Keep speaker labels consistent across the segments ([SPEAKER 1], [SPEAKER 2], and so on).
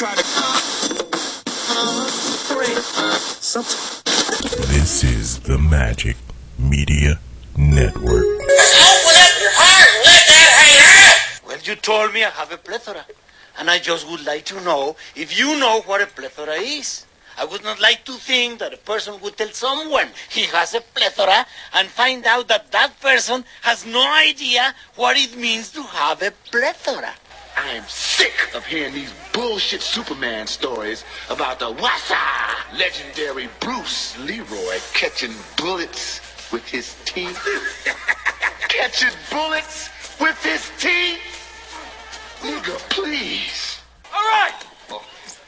[SPEAKER 1] try to.
[SPEAKER 2] This is the Magic Media Network.
[SPEAKER 1] Well, you told me I have a plethora, and I just would like to know if you know what a plethora is. I would not like to think that a person would tell someone he has a plethora and find out that that person has no idea what it means to have a plethora.
[SPEAKER 3] I am sick of hearing these bullshit Superman stories about the Wassa legendary Bruce Leroy catching bullets with his teeth. catching bullets with his teeth? Nigga, please.
[SPEAKER 4] All right,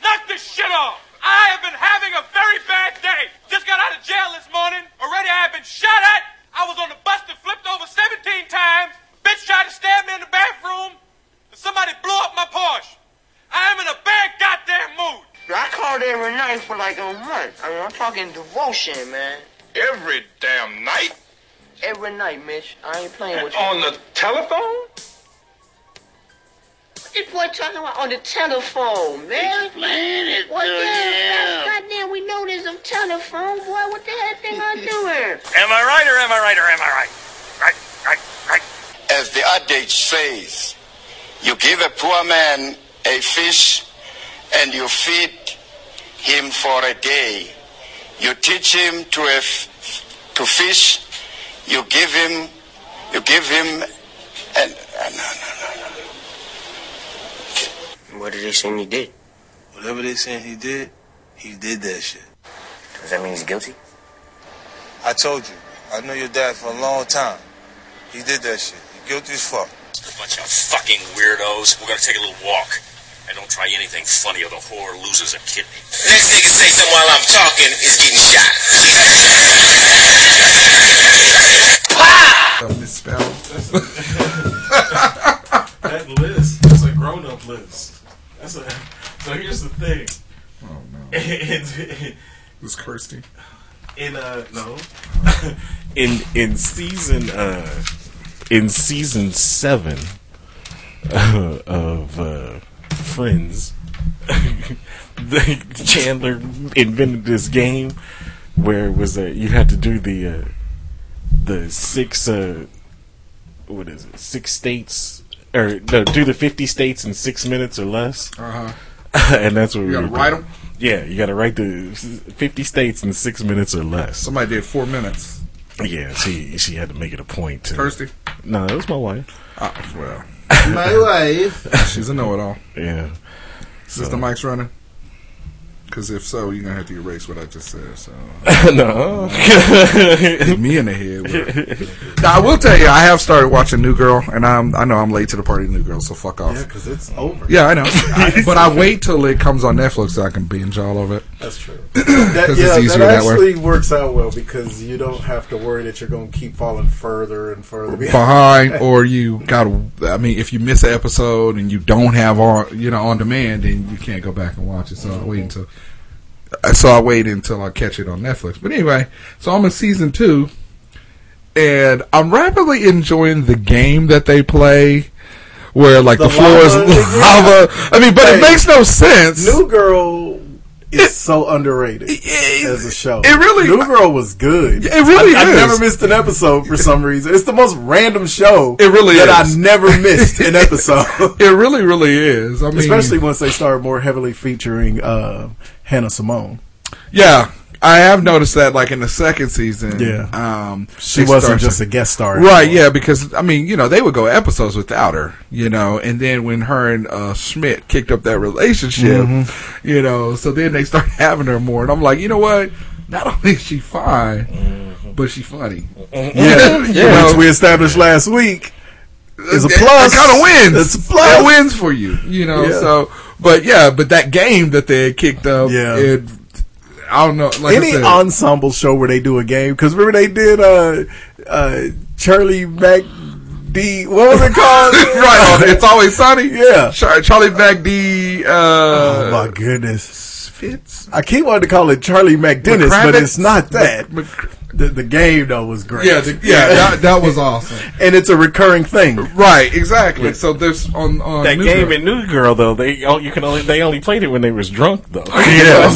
[SPEAKER 4] knock this shit off. I have been having a very bad day. Just got out of jail this morning. Already I have been shot at. I was on the bus that flipped over 17 times. Bitch tried to stab me in the bathroom. And somebody blew up my Porsche. I am in a bad goddamn mood.
[SPEAKER 5] I called every night for like a month. I mean, I'm talking devotion, man.
[SPEAKER 6] Every damn night?
[SPEAKER 5] Every night, Mitch. I ain't playing with you.
[SPEAKER 6] On the telephone?
[SPEAKER 5] This boy talking about on the telephone, man.
[SPEAKER 1] Explain it
[SPEAKER 5] What
[SPEAKER 1] to
[SPEAKER 5] the hell?
[SPEAKER 1] him.
[SPEAKER 5] Goddamn, we know there's a telephone, boy. What the hell thing I doing?
[SPEAKER 7] Am I right or am I right or am I right? Right, right, right.
[SPEAKER 8] as the adage says, you give a poor man a fish and you feed him for a day. You teach him to, a f- to fish, you give him, you give him, and, and no, no, no, no.
[SPEAKER 5] What did they say he did?
[SPEAKER 9] Whatever they saying he did, he did that shit.
[SPEAKER 5] Does that mean he's guilty?
[SPEAKER 9] I told you, I knew your dad for a long time. He did that shit. He guilty as fuck.
[SPEAKER 10] Bunch of fucking weirdos. We're gonna take a little walk. And don't try anything funny or the whore loses a kidney.
[SPEAKER 11] Next nigga say something while I'm talking is getting shot.
[SPEAKER 12] that list, that's a grown up list. That's a, so here's the thing.
[SPEAKER 13] Oh no.
[SPEAKER 12] It
[SPEAKER 13] was Kirsty.
[SPEAKER 12] In uh no.
[SPEAKER 2] in in season uh in season seven uh, of uh, Friends, the Chandler invented this game where it was uh, you had to do the uh, the six uh what is it six states or no do the fifty states in six minutes or less.
[SPEAKER 13] Uh-huh.
[SPEAKER 2] and that's what
[SPEAKER 13] You
[SPEAKER 2] we
[SPEAKER 13] gotta
[SPEAKER 2] were
[SPEAKER 13] write
[SPEAKER 2] doing. Yeah, you got to write the fifty states in six minutes or less.
[SPEAKER 13] Somebody did four minutes.
[SPEAKER 2] Yeah, she she had to make it a point to.
[SPEAKER 13] Kirsty?
[SPEAKER 2] No, it was my wife.
[SPEAKER 13] Ah, well. My wife. She's a know-it-all.
[SPEAKER 2] Yeah.
[SPEAKER 13] Is this
[SPEAKER 2] So-
[SPEAKER 13] the mic's running? Because if so, you're gonna have to erase what I just said. So
[SPEAKER 2] No.
[SPEAKER 13] Hit me in the head. with it. Now, I will tell you, I have started watching New Girl, and I'm I know I'm late to the party, New Girl. So fuck off.
[SPEAKER 12] Yeah, because it's over.
[SPEAKER 13] Yeah, I know. I- but I wait till it comes on Netflix so I can binge all of it.
[SPEAKER 14] That's true.
[SPEAKER 13] 'Cause
[SPEAKER 14] That,
[SPEAKER 13] it's
[SPEAKER 14] yeah,
[SPEAKER 13] easier
[SPEAKER 14] that
[SPEAKER 13] that way.
[SPEAKER 14] actually works out well because you don't have to worry that you're going to keep falling further and further
[SPEAKER 13] Behind, or you got. I mean, if you miss an episode and you don't have on, you know, on demand, then you can't go back and watch it. So I wait until. So I wait until I catch it on Netflix. But anyway, so I'm in season two, and I'm rapidly enjoying the game that they play, where like the,
[SPEAKER 14] The
[SPEAKER 13] floor is
[SPEAKER 14] lava, yeah.
[SPEAKER 13] lava. I mean, but
[SPEAKER 14] Hey,
[SPEAKER 13] it makes no sense.
[SPEAKER 14] New Girl is so underrated as a show.
[SPEAKER 13] it really-
[SPEAKER 14] New Girl was good.
[SPEAKER 13] It really
[SPEAKER 14] I,
[SPEAKER 13] is.
[SPEAKER 14] I never missed an episode for some reason. It's the most random show.
[SPEAKER 13] It really
[SPEAKER 14] that
[SPEAKER 13] is.
[SPEAKER 14] I never missed an episode.
[SPEAKER 13] it really, really is. I mean,
[SPEAKER 14] Especially once they started more heavily featuring uh, Hannah Simone.
[SPEAKER 13] Yeah, I have noticed that. Like in the second season,
[SPEAKER 14] Yeah.
[SPEAKER 13] um,
[SPEAKER 14] She
[SPEAKER 13] they
[SPEAKER 14] wasn't
[SPEAKER 13] start
[SPEAKER 14] just a guest star anymore.
[SPEAKER 13] right? Yeah, because I mean, you know, they would go episodes without her, you know, and then when her and uh, Schmidt kicked up that relationship,
[SPEAKER 14] Mhm.
[SPEAKER 13] you know, so then they start having her more, and I'm like, you know what? Not only is she fine, but she funny.
[SPEAKER 14] Yeah,
[SPEAKER 13] You know?
[SPEAKER 14] Mm-hmm. which we established last week is a
[SPEAKER 13] That-
[SPEAKER 14] plus.
[SPEAKER 13] That kind of wins.
[SPEAKER 14] It's a plus.
[SPEAKER 13] That wins for you. You know.
[SPEAKER 14] Yeah.
[SPEAKER 13] So, but yeah, but that game that they had kicked up,
[SPEAKER 14] Yeah.
[SPEAKER 13] it, I don't know. Like I
[SPEAKER 14] Any
[SPEAKER 13] said,
[SPEAKER 14] ensemble show where they do a game because remember they did uh uh Charlie Mac D what was it called?
[SPEAKER 13] right. It's always sunny.
[SPEAKER 14] Yeah.
[SPEAKER 13] Char- Charlie Mack D. Uh,
[SPEAKER 14] Oh my goodness.
[SPEAKER 13] Fitz.
[SPEAKER 14] I keep wanting to call it Charlie McDennis, but
[SPEAKER 13] McCravitz?
[SPEAKER 14] it's not that.
[SPEAKER 13] Mc- Mc-
[SPEAKER 14] the, the game though was great.
[SPEAKER 13] Yeah, the- yeah, that- that was awesome.
[SPEAKER 14] and it's a recurring thing,
[SPEAKER 13] right? Exactly. So there's on on
[SPEAKER 2] that
[SPEAKER 13] New
[SPEAKER 2] game
[SPEAKER 13] Girl-
[SPEAKER 2] in New Girl though they oh, you can only they only played it when they was drunk though.
[SPEAKER 13] Yeah,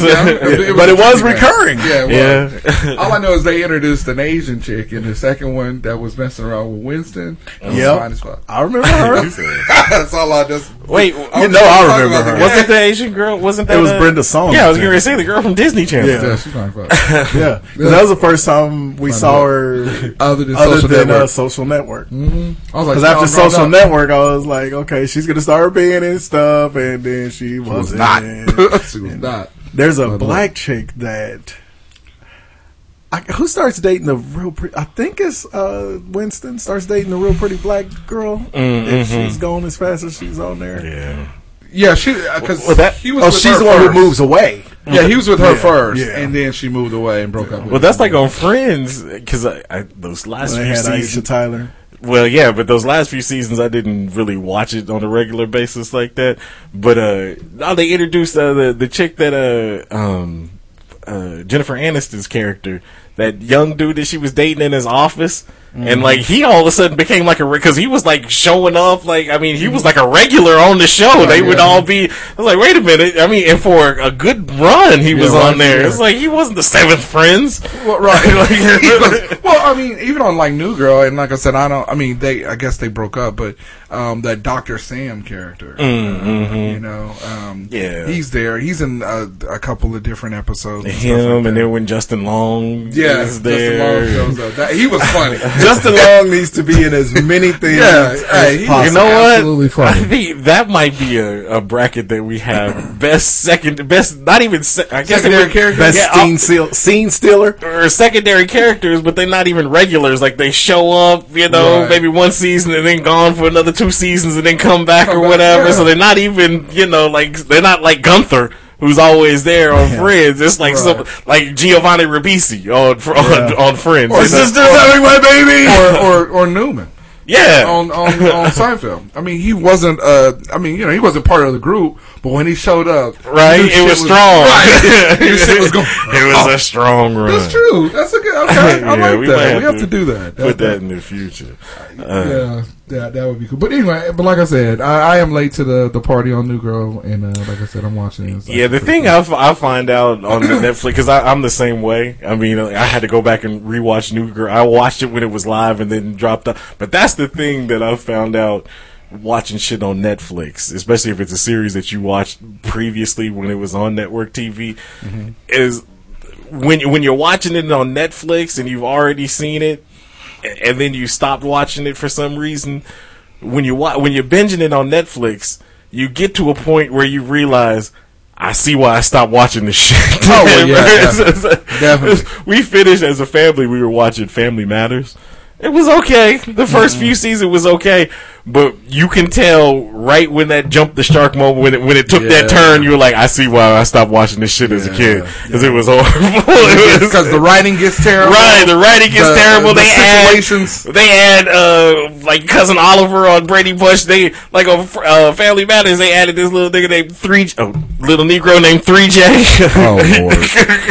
[SPEAKER 2] but it was
[SPEAKER 13] pretty bad.
[SPEAKER 2] recurring.
[SPEAKER 13] Yeah, it was. All I know is they introduced an Asian chick in the second one that was messing around with Winston. That was
[SPEAKER 14] Yep.
[SPEAKER 13] fine as fuck.
[SPEAKER 14] I remember her.
[SPEAKER 13] That's all I just.
[SPEAKER 2] Wait,
[SPEAKER 13] was
[SPEAKER 14] know I
[SPEAKER 13] just talking
[SPEAKER 14] remember
[SPEAKER 13] about the
[SPEAKER 14] her.
[SPEAKER 13] game.
[SPEAKER 2] Wasn't the Asian girl? Wasn't that
[SPEAKER 14] It was
[SPEAKER 2] uh,
[SPEAKER 14] Brenda Song.
[SPEAKER 2] Yeah, I was going to say the girl from Disney Channel.
[SPEAKER 14] Yeah. Yeah,
[SPEAKER 13] she's fine, fuck.
[SPEAKER 14] yeah, 'Cause that was the first time we saw her
[SPEAKER 13] Other than Social
[SPEAKER 14] uh,
[SPEAKER 13] Network.
[SPEAKER 14] social network.
[SPEAKER 13] Mhm. I was like,
[SPEAKER 14] Because
[SPEAKER 13] y'all
[SPEAKER 14] after
[SPEAKER 13] grown
[SPEAKER 14] social
[SPEAKER 13] up.
[SPEAKER 14] network, I was like, okay, she's gonna start being and stuff, and then she
[SPEAKER 13] was
[SPEAKER 14] wasn't.
[SPEAKER 13] not. she was not.
[SPEAKER 14] There's a
[SPEAKER 13] But, uh,
[SPEAKER 14] black chick that I, who starts dating the real pretty. I think it's uh, Winston starts dating the real pretty black girl.
[SPEAKER 13] Mm,
[SPEAKER 14] If
[SPEAKER 13] mhm.
[SPEAKER 14] she's gone as fast as she's on there,
[SPEAKER 2] Mm-hmm. yeah.
[SPEAKER 13] Yeah, she because
[SPEAKER 2] Well, that-
[SPEAKER 13] he was.
[SPEAKER 14] Oh,
[SPEAKER 13] with
[SPEAKER 14] she's
[SPEAKER 13] her
[SPEAKER 14] the one who
[SPEAKER 13] first.
[SPEAKER 14] moves away.
[SPEAKER 13] Yeah, he was with her
[SPEAKER 14] Yeah,
[SPEAKER 13] first,
[SPEAKER 14] yeah.
[SPEAKER 13] and then she moved away and broke up. with
[SPEAKER 2] Well,
[SPEAKER 13] him.
[SPEAKER 2] that's like on Friends because I, I those last
[SPEAKER 14] When they
[SPEAKER 2] few
[SPEAKER 14] had Aisha
[SPEAKER 2] seasons.
[SPEAKER 14] Tyler.
[SPEAKER 2] Well, yeah, but those last few seasons I didn't really watch it on a regular basis like that. But uh, now they introduced uh, the the chick that uh um uh Jennifer Aniston's character, that young dude that she was dating in his office.
[SPEAKER 13] Mm-hmm.
[SPEAKER 2] And like he all of a sudden became like a because he was like showing up like I mean he was like a regular on the show
[SPEAKER 13] Oh,
[SPEAKER 2] they would
[SPEAKER 13] yeah.
[SPEAKER 2] all be I was like wait a minute I mean and for a good run he
[SPEAKER 13] Yeah,
[SPEAKER 2] was
[SPEAKER 13] right,
[SPEAKER 2] on there
[SPEAKER 13] yeah.
[SPEAKER 2] it's like he wasn't the seventh friends
[SPEAKER 13] Well, right. well, I mean, even on like New Girl, and like I said, I don't. I mean, they. I guess they broke up, but um, that Doctor Sam character,
[SPEAKER 2] Mm,
[SPEAKER 13] uh,
[SPEAKER 2] mhm.
[SPEAKER 13] you know, um,
[SPEAKER 2] Yeah.
[SPEAKER 13] he's there. He's in a, a couple of different episodes. and stuff
[SPEAKER 2] him,
[SPEAKER 13] like
[SPEAKER 2] and then when Justin Long
[SPEAKER 13] Yeah,
[SPEAKER 2] is
[SPEAKER 13] Justin
[SPEAKER 2] there.
[SPEAKER 13] Long shows up. That- he was funny.
[SPEAKER 14] Justin Long needs to be in as many things
[SPEAKER 13] Yeah,
[SPEAKER 14] as
[SPEAKER 13] hey, he-
[SPEAKER 14] possible.
[SPEAKER 2] you know what?
[SPEAKER 13] Absolutely funny.
[SPEAKER 2] I think that might be a, a bracket that we have best second best not even se- I guess
[SPEAKER 14] Secondary
[SPEAKER 2] it would,
[SPEAKER 14] characters? Best
[SPEAKER 2] I'll-
[SPEAKER 14] scene steal- scene stealer
[SPEAKER 2] or secondary characters, but they're not even regulars. Like they show up, you know,
[SPEAKER 13] Right.
[SPEAKER 2] maybe one season and then gone for another two seasons and then come back
[SPEAKER 13] Come
[SPEAKER 2] or
[SPEAKER 13] back,
[SPEAKER 2] whatever.
[SPEAKER 13] yeah.
[SPEAKER 2] So they're not even, you know, like they're not like Gunther. Who's always there on Friends? It's like some, like Giovanni Ribisi on Fr- on, on Friends.
[SPEAKER 13] Or
[SPEAKER 2] It's a-
[SPEAKER 13] Sisters Hemingway, baby, or, or or Newman.
[SPEAKER 2] Yeah.
[SPEAKER 13] on on, on Seinfeld. I mean, he wasn't. Uh, I mean, you know, he wasn't part of the group, but when he showed up,
[SPEAKER 2] Right,
[SPEAKER 13] new
[SPEAKER 2] it
[SPEAKER 13] shit
[SPEAKER 2] was strong.
[SPEAKER 13] Right, new shit was going.
[SPEAKER 2] It was a strong run.
[SPEAKER 13] That's true. That's a good. Okay, I like
[SPEAKER 2] we might
[SPEAKER 13] that. We have to, do that.
[SPEAKER 2] Put that in the future. Uh,
[SPEAKER 13] yeah, that that would be cool. But anyway, but like I said, I, I am late to the, the party on New Girl, and uh, like I said, I'm watching. It. It's
[SPEAKER 2] yeah, the
[SPEAKER 13] like-
[SPEAKER 2] thing I, f- I find out on the Netflix because I'm the same way. I mean, uh, I had to go back and rewatch New Girl. I watched it when it was live and then dropped out. But that's the thing that I found out watching shit on Netflix, especially if it's a series that you watched previously when it was on network TV,
[SPEAKER 13] Mm-hmm.
[SPEAKER 2] is when when you're watching it on Netflix and you've already seen it, a- and then you stopped watching it for some reason, when you wa- when you're binging it on Netflix, you get to a point where you realize. I see why I stopped watching this shit.
[SPEAKER 13] Oh, well, yeah, definitely. Definitely.
[SPEAKER 2] We finished as a family. We were watching Family Matters. It was okay. The 1st
[SPEAKER 13] Mm-hmm.
[SPEAKER 2] few seasons was okay, but you can tell right when that jumped the shark moment when it when it took
[SPEAKER 13] Yeah.
[SPEAKER 2] that turn. You were like, I see why I stopped watching this shit as a kid because it was horrible. It was-
[SPEAKER 13] because the writing gets terrible.
[SPEAKER 2] Right, the writing gets
[SPEAKER 13] The-
[SPEAKER 2] terrible.
[SPEAKER 13] the
[SPEAKER 2] they
[SPEAKER 13] situations.
[SPEAKER 2] add, they add, uh, like cousin Oliver on Brady Bunch. They like on uh, Family Matters. They added this little nigga named Three, oh, little Negro named Three J.
[SPEAKER 13] Oh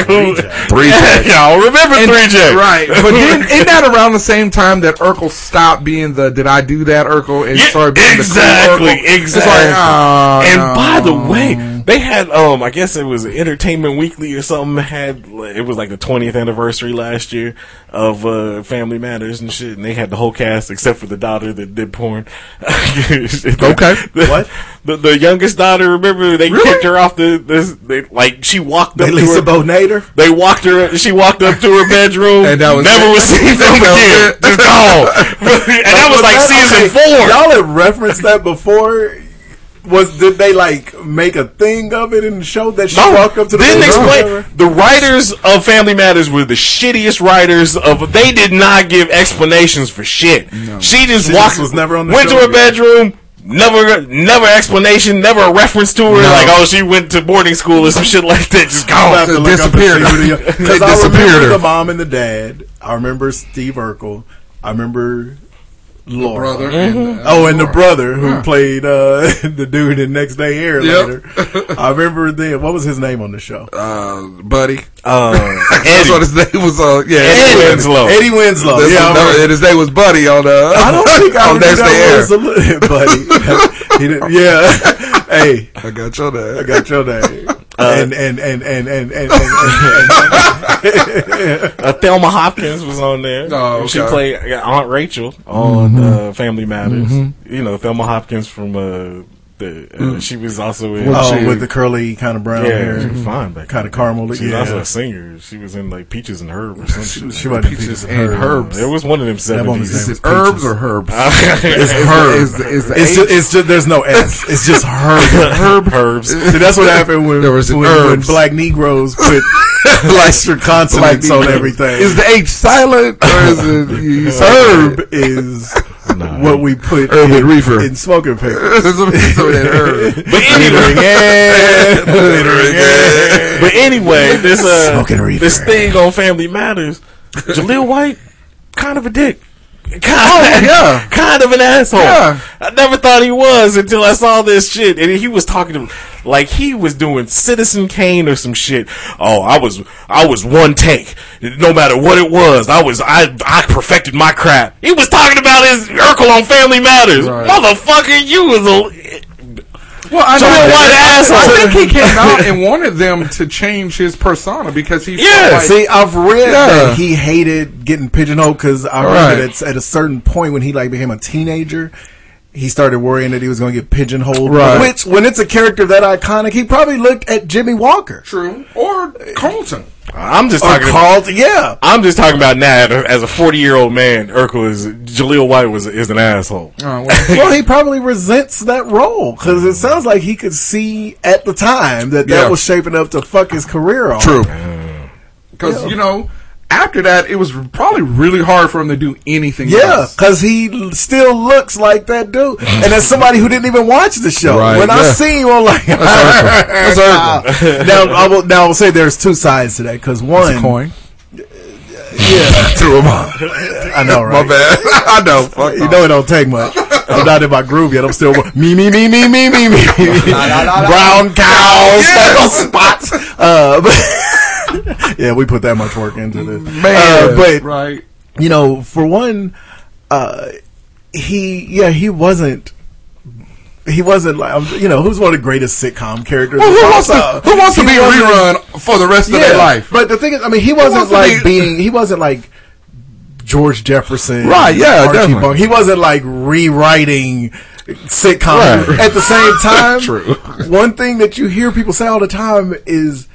[SPEAKER 13] lord,
[SPEAKER 2] Three J. Y'all remember Three J?
[SPEAKER 13] right? But then isn't that around the same time that Urkel stopped being the "Did I do that?" Urkel and started being
[SPEAKER 2] exactly,
[SPEAKER 13] the cool Urkel? It's
[SPEAKER 2] exactly.
[SPEAKER 13] like, oh,
[SPEAKER 2] and
[SPEAKER 13] no.
[SPEAKER 2] by the way, they had um, I guess it was Entertainment Weekly or something had it was like the 20th anniversary last year of uh, Family Matters and shit, and they had the whole cast except for the daughter that did porn. okay,
[SPEAKER 14] What?
[SPEAKER 2] The, the youngest daughter, remember they kicked her off the, the they, like she walked up
[SPEAKER 14] They
[SPEAKER 2] to
[SPEAKER 14] Lisa
[SPEAKER 2] her,
[SPEAKER 14] Bonader.
[SPEAKER 2] they walked her. She walked up to her bedroom.
[SPEAKER 13] And that was
[SPEAKER 2] never
[SPEAKER 13] it.
[SPEAKER 2] was seen from
[SPEAKER 13] That was
[SPEAKER 2] again. Just gone.
[SPEAKER 13] it.
[SPEAKER 2] and that was like season
[SPEAKER 14] okay,
[SPEAKER 2] four.
[SPEAKER 14] Y'all have referenced that before. Was did they like make a thing of it and show that she walked up to the
[SPEAKER 2] then
[SPEAKER 14] bedroom?
[SPEAKER 2] explain Oh, the writers of Family Matters were the shittiest writers of. They did not give explanations for shit. She just
[SPEAKER 14] She
[SPEAKER 2] walked,
[SPEAKER 14] just was never on the
[SPEAKER 2] went
[SPEAKER 14] show
[SPEAKER 2] to her
[SPEAKER 14] again.
[SPEAKER 2] bedroom. Never, never explanation, never a reference to her.
[SPEAKER 13] No.
[SPEAKER 2] Like, oh, she went to boarding school or some shit like that. Just gone.
[SPEAKER 13] It disappeared.
[SPEAKER 14] Because
[SPEAKER 13] It
[SPEAKER 14] I
[SPEAKER 13] disappeared.
[SPEAKER 14] remember
[SPEAKER 13] her.
[SPEAKER 14] the mom and the dad. I remember Steve Urkel. I remember
[SPEAKER 15] Lord.
[SPEAKER 13] brother
[SPEAKER 2] Mm-hmm.
[SPEAKER 13] and, uh,
[SPEAKER 15] oh, and the brother who
[SPEAKER 13] Yeah.
[SPEAKER 15] played uh, the dude in Next Day Air
[SPEAKER 13] Yep.
[SPEAKER 15] later. I remember then. What was his name on the show?
[SPEAKER 13] Uh, buddy.
[SPEAKER 15] Uh,
[SPEAKER 13] That's what his name was. Uh, yeah,
[SPEAKER 15] Eddie Winslow. Eddie Winslow.
[SPEAKER 13] That's
[SPEAKER 15] Yeah,
[SPEAKER 13] what-
[SPEAKER 15] I
[SPEAKER 13] that-
[SPEAKER 15] remember.
[SPEAKER 13] and his name was Buddy on uh,
[SPEAKER 15] I don't think I
[SPEAKER 13] on
[SPEAKER 15] would do
[SPEAKER 13] Next Day
[SPEAKER 15] that
[SPEAKER 13] Air.
[SPEAKER 15] was a little, buddy. He didn't- yeah. hey,
[SPEAKER 13] I got your name.
[SPEAKER 15] I got your name.
[SPEAKER 2] Uh,
[SPEAKER 15] and and and and and and. and, and, and-
[SPEAKER 2] Uh, Thelma Hopkins was on there.
[SPEAKER 15] Oh,
[SPEAKER 2] She
[SPEAKER 15] okay.
[SPEAKER 2] played uh, Aunt Rachel
[SPEAKER 14] Mm-hmm.
[SPEAKER 2] on
[SPEAKER 15] Mhm.
[SPEAKER 2] uh, Family Matters.
[SPEAKER 15] Mhm.
[SPEAKER 2] You know, Thelma Hopkins from uh, the. Uh,
[SPEAKER 15] Mm.
[SPEAKER 2] She was also in.
[SPEAKER 15] Oh, with the curly kind of brown
[SPEAKER 2] yeah,
[SPEAKER 15] hair,
[SPEAKER 2] she was fine back
[SPEAKER 15] kind of
[SPEAKER 2] then.
[SPEAKER 15] caramel.
[SPEAKER 2] She was
[SPEAKER 15] yeah.
[SPEAKER 2] also a singer. She was in like Peaches and Herb or something.
[SPEAKER 15] She was- she wasn't in Peaches and Herb.
[SPEAKER 2] It was one of them
[SPEAKER 15] That woman's
[SPEAKER 2] seventies.
[SPEAKER 15] name was Peaches.
[SPEAKER 2] it's
[SPEAKER 15] it's herb.
[SPEAKER 2] Herb.
[SPEAKER 15] it's, just, it's just there's no S. It's just herb.
[SPEAKER 2] Herb herbs.
[SPEAKER 15] See, that's what happened when
[SPEAKER 13] There was
[SPEAKER 15] when, when
[SPEAKER 13] herbs.
[SPEAKER 15] black Negroes put extra consonants
[SPEAKER 13] Like,
[SPEAKER 15] on everything.
[SPEAKER 13] Is the H silent or is it you, you say-
[SPEAKER 15] herb is what we put
[SPEAKER 13] Herb with
[SPEAKER 15] in,
[SPEAKER 13] reefer.
[SPEAKER 15] in smoking papers.
[SPEAKER 13] Some of that herb.
[SPEAKER 2] But anyway, but anyway, this uh,
[SPEAKER 15] Smoking reefer.
[SPEAKER 2] this thing on Family Matters, Jaleel White, kind of a dick. Kind,
[SPEAKER 13] Oh, yeah.
[SPEAKER 2] kind of an asshole.
[SPEAKER 13] Yeah.
[SPEAKER 2] I never thought he was until I saw this shit, and he was talking to like he was doing Citizen Kane or some shit. Oh, I was I was one take, no matter what it was. I was I I perfected my craft. He was talking about his Urkel on Family Matters,
[SPEAKER 13] Right.
[SPEAKER 2] motherfucker. You was a
[SPEAKER 13] Well, I
[SPEAKER 2] So
[SPEAKER 13] know
[SPEAKER 2] what asshole?
[SPEAKER 13] I think he came out and wanted them to change his persona because he felt like-
[SPEAKER 15] See, I've read
[SPEAKER 13] Yeah.
[SPEAKER 15] that he hated getting pigeonholed because I remember
[SPEAKER 13] Right.
[SPEAKER 15] that at a certain point when he like became a teenager, he started worrying that he was going to get pigeonholed.
[SPEAKER 13] Right.
[SPEAKER 15] Which, when it's a character that iconic, he probably looked at Jimmy Walker
[SPEAKER 13] true or Colton.
[SPEAKER 2] I'm just
[SPEAKER 15] or
[SPEAKER 2] talking.
[SPEAKER 15] called. Yeah,
[SPEAKER 2] I'm just talking about now as a 40 year old man. Urkel is Jaleel White was is an asshole.
[SPEAKER 13] Oh, well,
[SPEAKER 15] well, he probably resents that role because it sounds like he could see at the time that that
[SPEAKER 13] Yeah.
[SPEAKER 15] was shaping up to fuck his career off.
[SPEAKER 13] True. Because, you know, after that, it was probably really hard for him to do anything
[SPEAKER 15] Yeah,
[SPEAKER 13] else.
[SPEAKER 15] because he l- still looks like that dude, and that's somebody who didn't even watch the show.
[SPEAKER 13] Right,
[SPEAKER 15] when I
[SPEAKER 13] yeah.
[SPEAKER 15] see you, I'm like,
[SPEAKER 13] That's Urkel. That's Urkel.
[SPEAKER 15] now I will. Now I will say there's two sides to that because one,
[SPEAKER 13] Coin.
[SPEAKER 15] yeah,
[SPEAKER 13] Threw him off.
[SPEAKER 15] I know, right?
[SPEAKER 13] My bad. I know. Fuck
[SPEAKER 15] You know it don't take much. I'm not in my groove yet. I'm still me me me me me me me brown cows, spots. Uh, but- yeah, we put that much work into this,
[SPEAKER 13] Man.
[SPEAKER 15] Uh, but
[SPEAKER 13] right.
[SPEAKER 15] you know, for one, uh, he yeah he wasn't. He wasn't like um, you know who's one of the greatest sitcom characters.
[SPEAKER 13] Well,
[SPEAKER 15] of
[SPEAKER 13] who
[SPEAKER 15] all
[SPEAKER 13] wants to,
[SPEAKER 15] time.
[SPEAKER 13] who wants to
[SPEAKER 15] He
[SPEAKER 13] be
[SPEAKER 15] wasn't-
[SPEAKER 13] rerun for the rest of their life?
[SPEAKER 15] But the thing is, I mean, he
[SPEAKER 13] wants
[SPEAKER 15] wasn't
[SPEAKER 13] to
[SPEAKER 15] like
[SPEAKER 13] be-
[SPEAKER 15] being. He wasn't like George Jefferson,
[SPEAKER 13] Right, yeah,
[SPEAKER 15] Archie
[SPEAKER 13] definitely.
[SPEAKER 15] Bunker. He wasn't like rewriting sitcoms
[SPEAKER 13] Right.
[SPEAKER 15] at the same time.
[SPEAKER 13] True.
[SPEAKER 15] One thing that you hear people say all the time is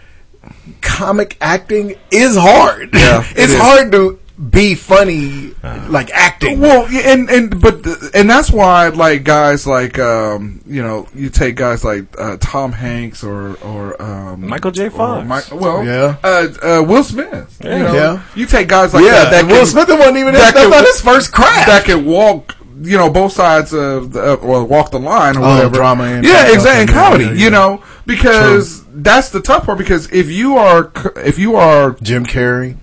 [SPEAKER 15] comic acting is hard.
[SPEAKER 13] Yeah, it
[SPEAKER 15] it's
[SPEAKER 13] is. Uh,
[SPEAKER 15] hard to be funny like acting.
[SPEAKER 13] Well, yeah, and and but the- and that's why like guys like um you know you take guys like uh, Tom Hanks or or um,
[SPEAKER 2] Michael J.
[SPEAKER 13] or
[SPEAKER 2] Fox.
[SPEAKER 13] Mi- well,
[SPEAKER 15] Yeah.
[SPEAKER 13] uh, uh, Will Smith. You, know?
[SPEAKER 15] Yeah.
[SPEAKER 13] you take guys like
[SPEAKER 15] yeah,
[SPEAKER 13] that. that
[SPEAKER 15] and uh, Will
[SPEAKER 13] can-
[SPEAKER 15] Smith wasn't even
[SPEAKER 13] that
[SPEAKER 15] that's
[SPEAKER 13] can-
[SPEAKER 15] not his first craft.
[SPEAKER 13] that can walk, you know, both sides of the, uh, or walk the line or
[SPEAKER 15] Oh,
[SPEAKER 13] whatever.
[SPEAKER 15] drama and-
[SPEAKER 13] yeah, exactly. And
[SPEAKER 15] Yeah,
[SPEAKER 13] comedy,
[SPEAKER 15] yeah, yeah.
[SPEAKER 13] you know, because that's the tough part. Because if you are, c- if you are,
[SPEAKER 15] Jim Carrey,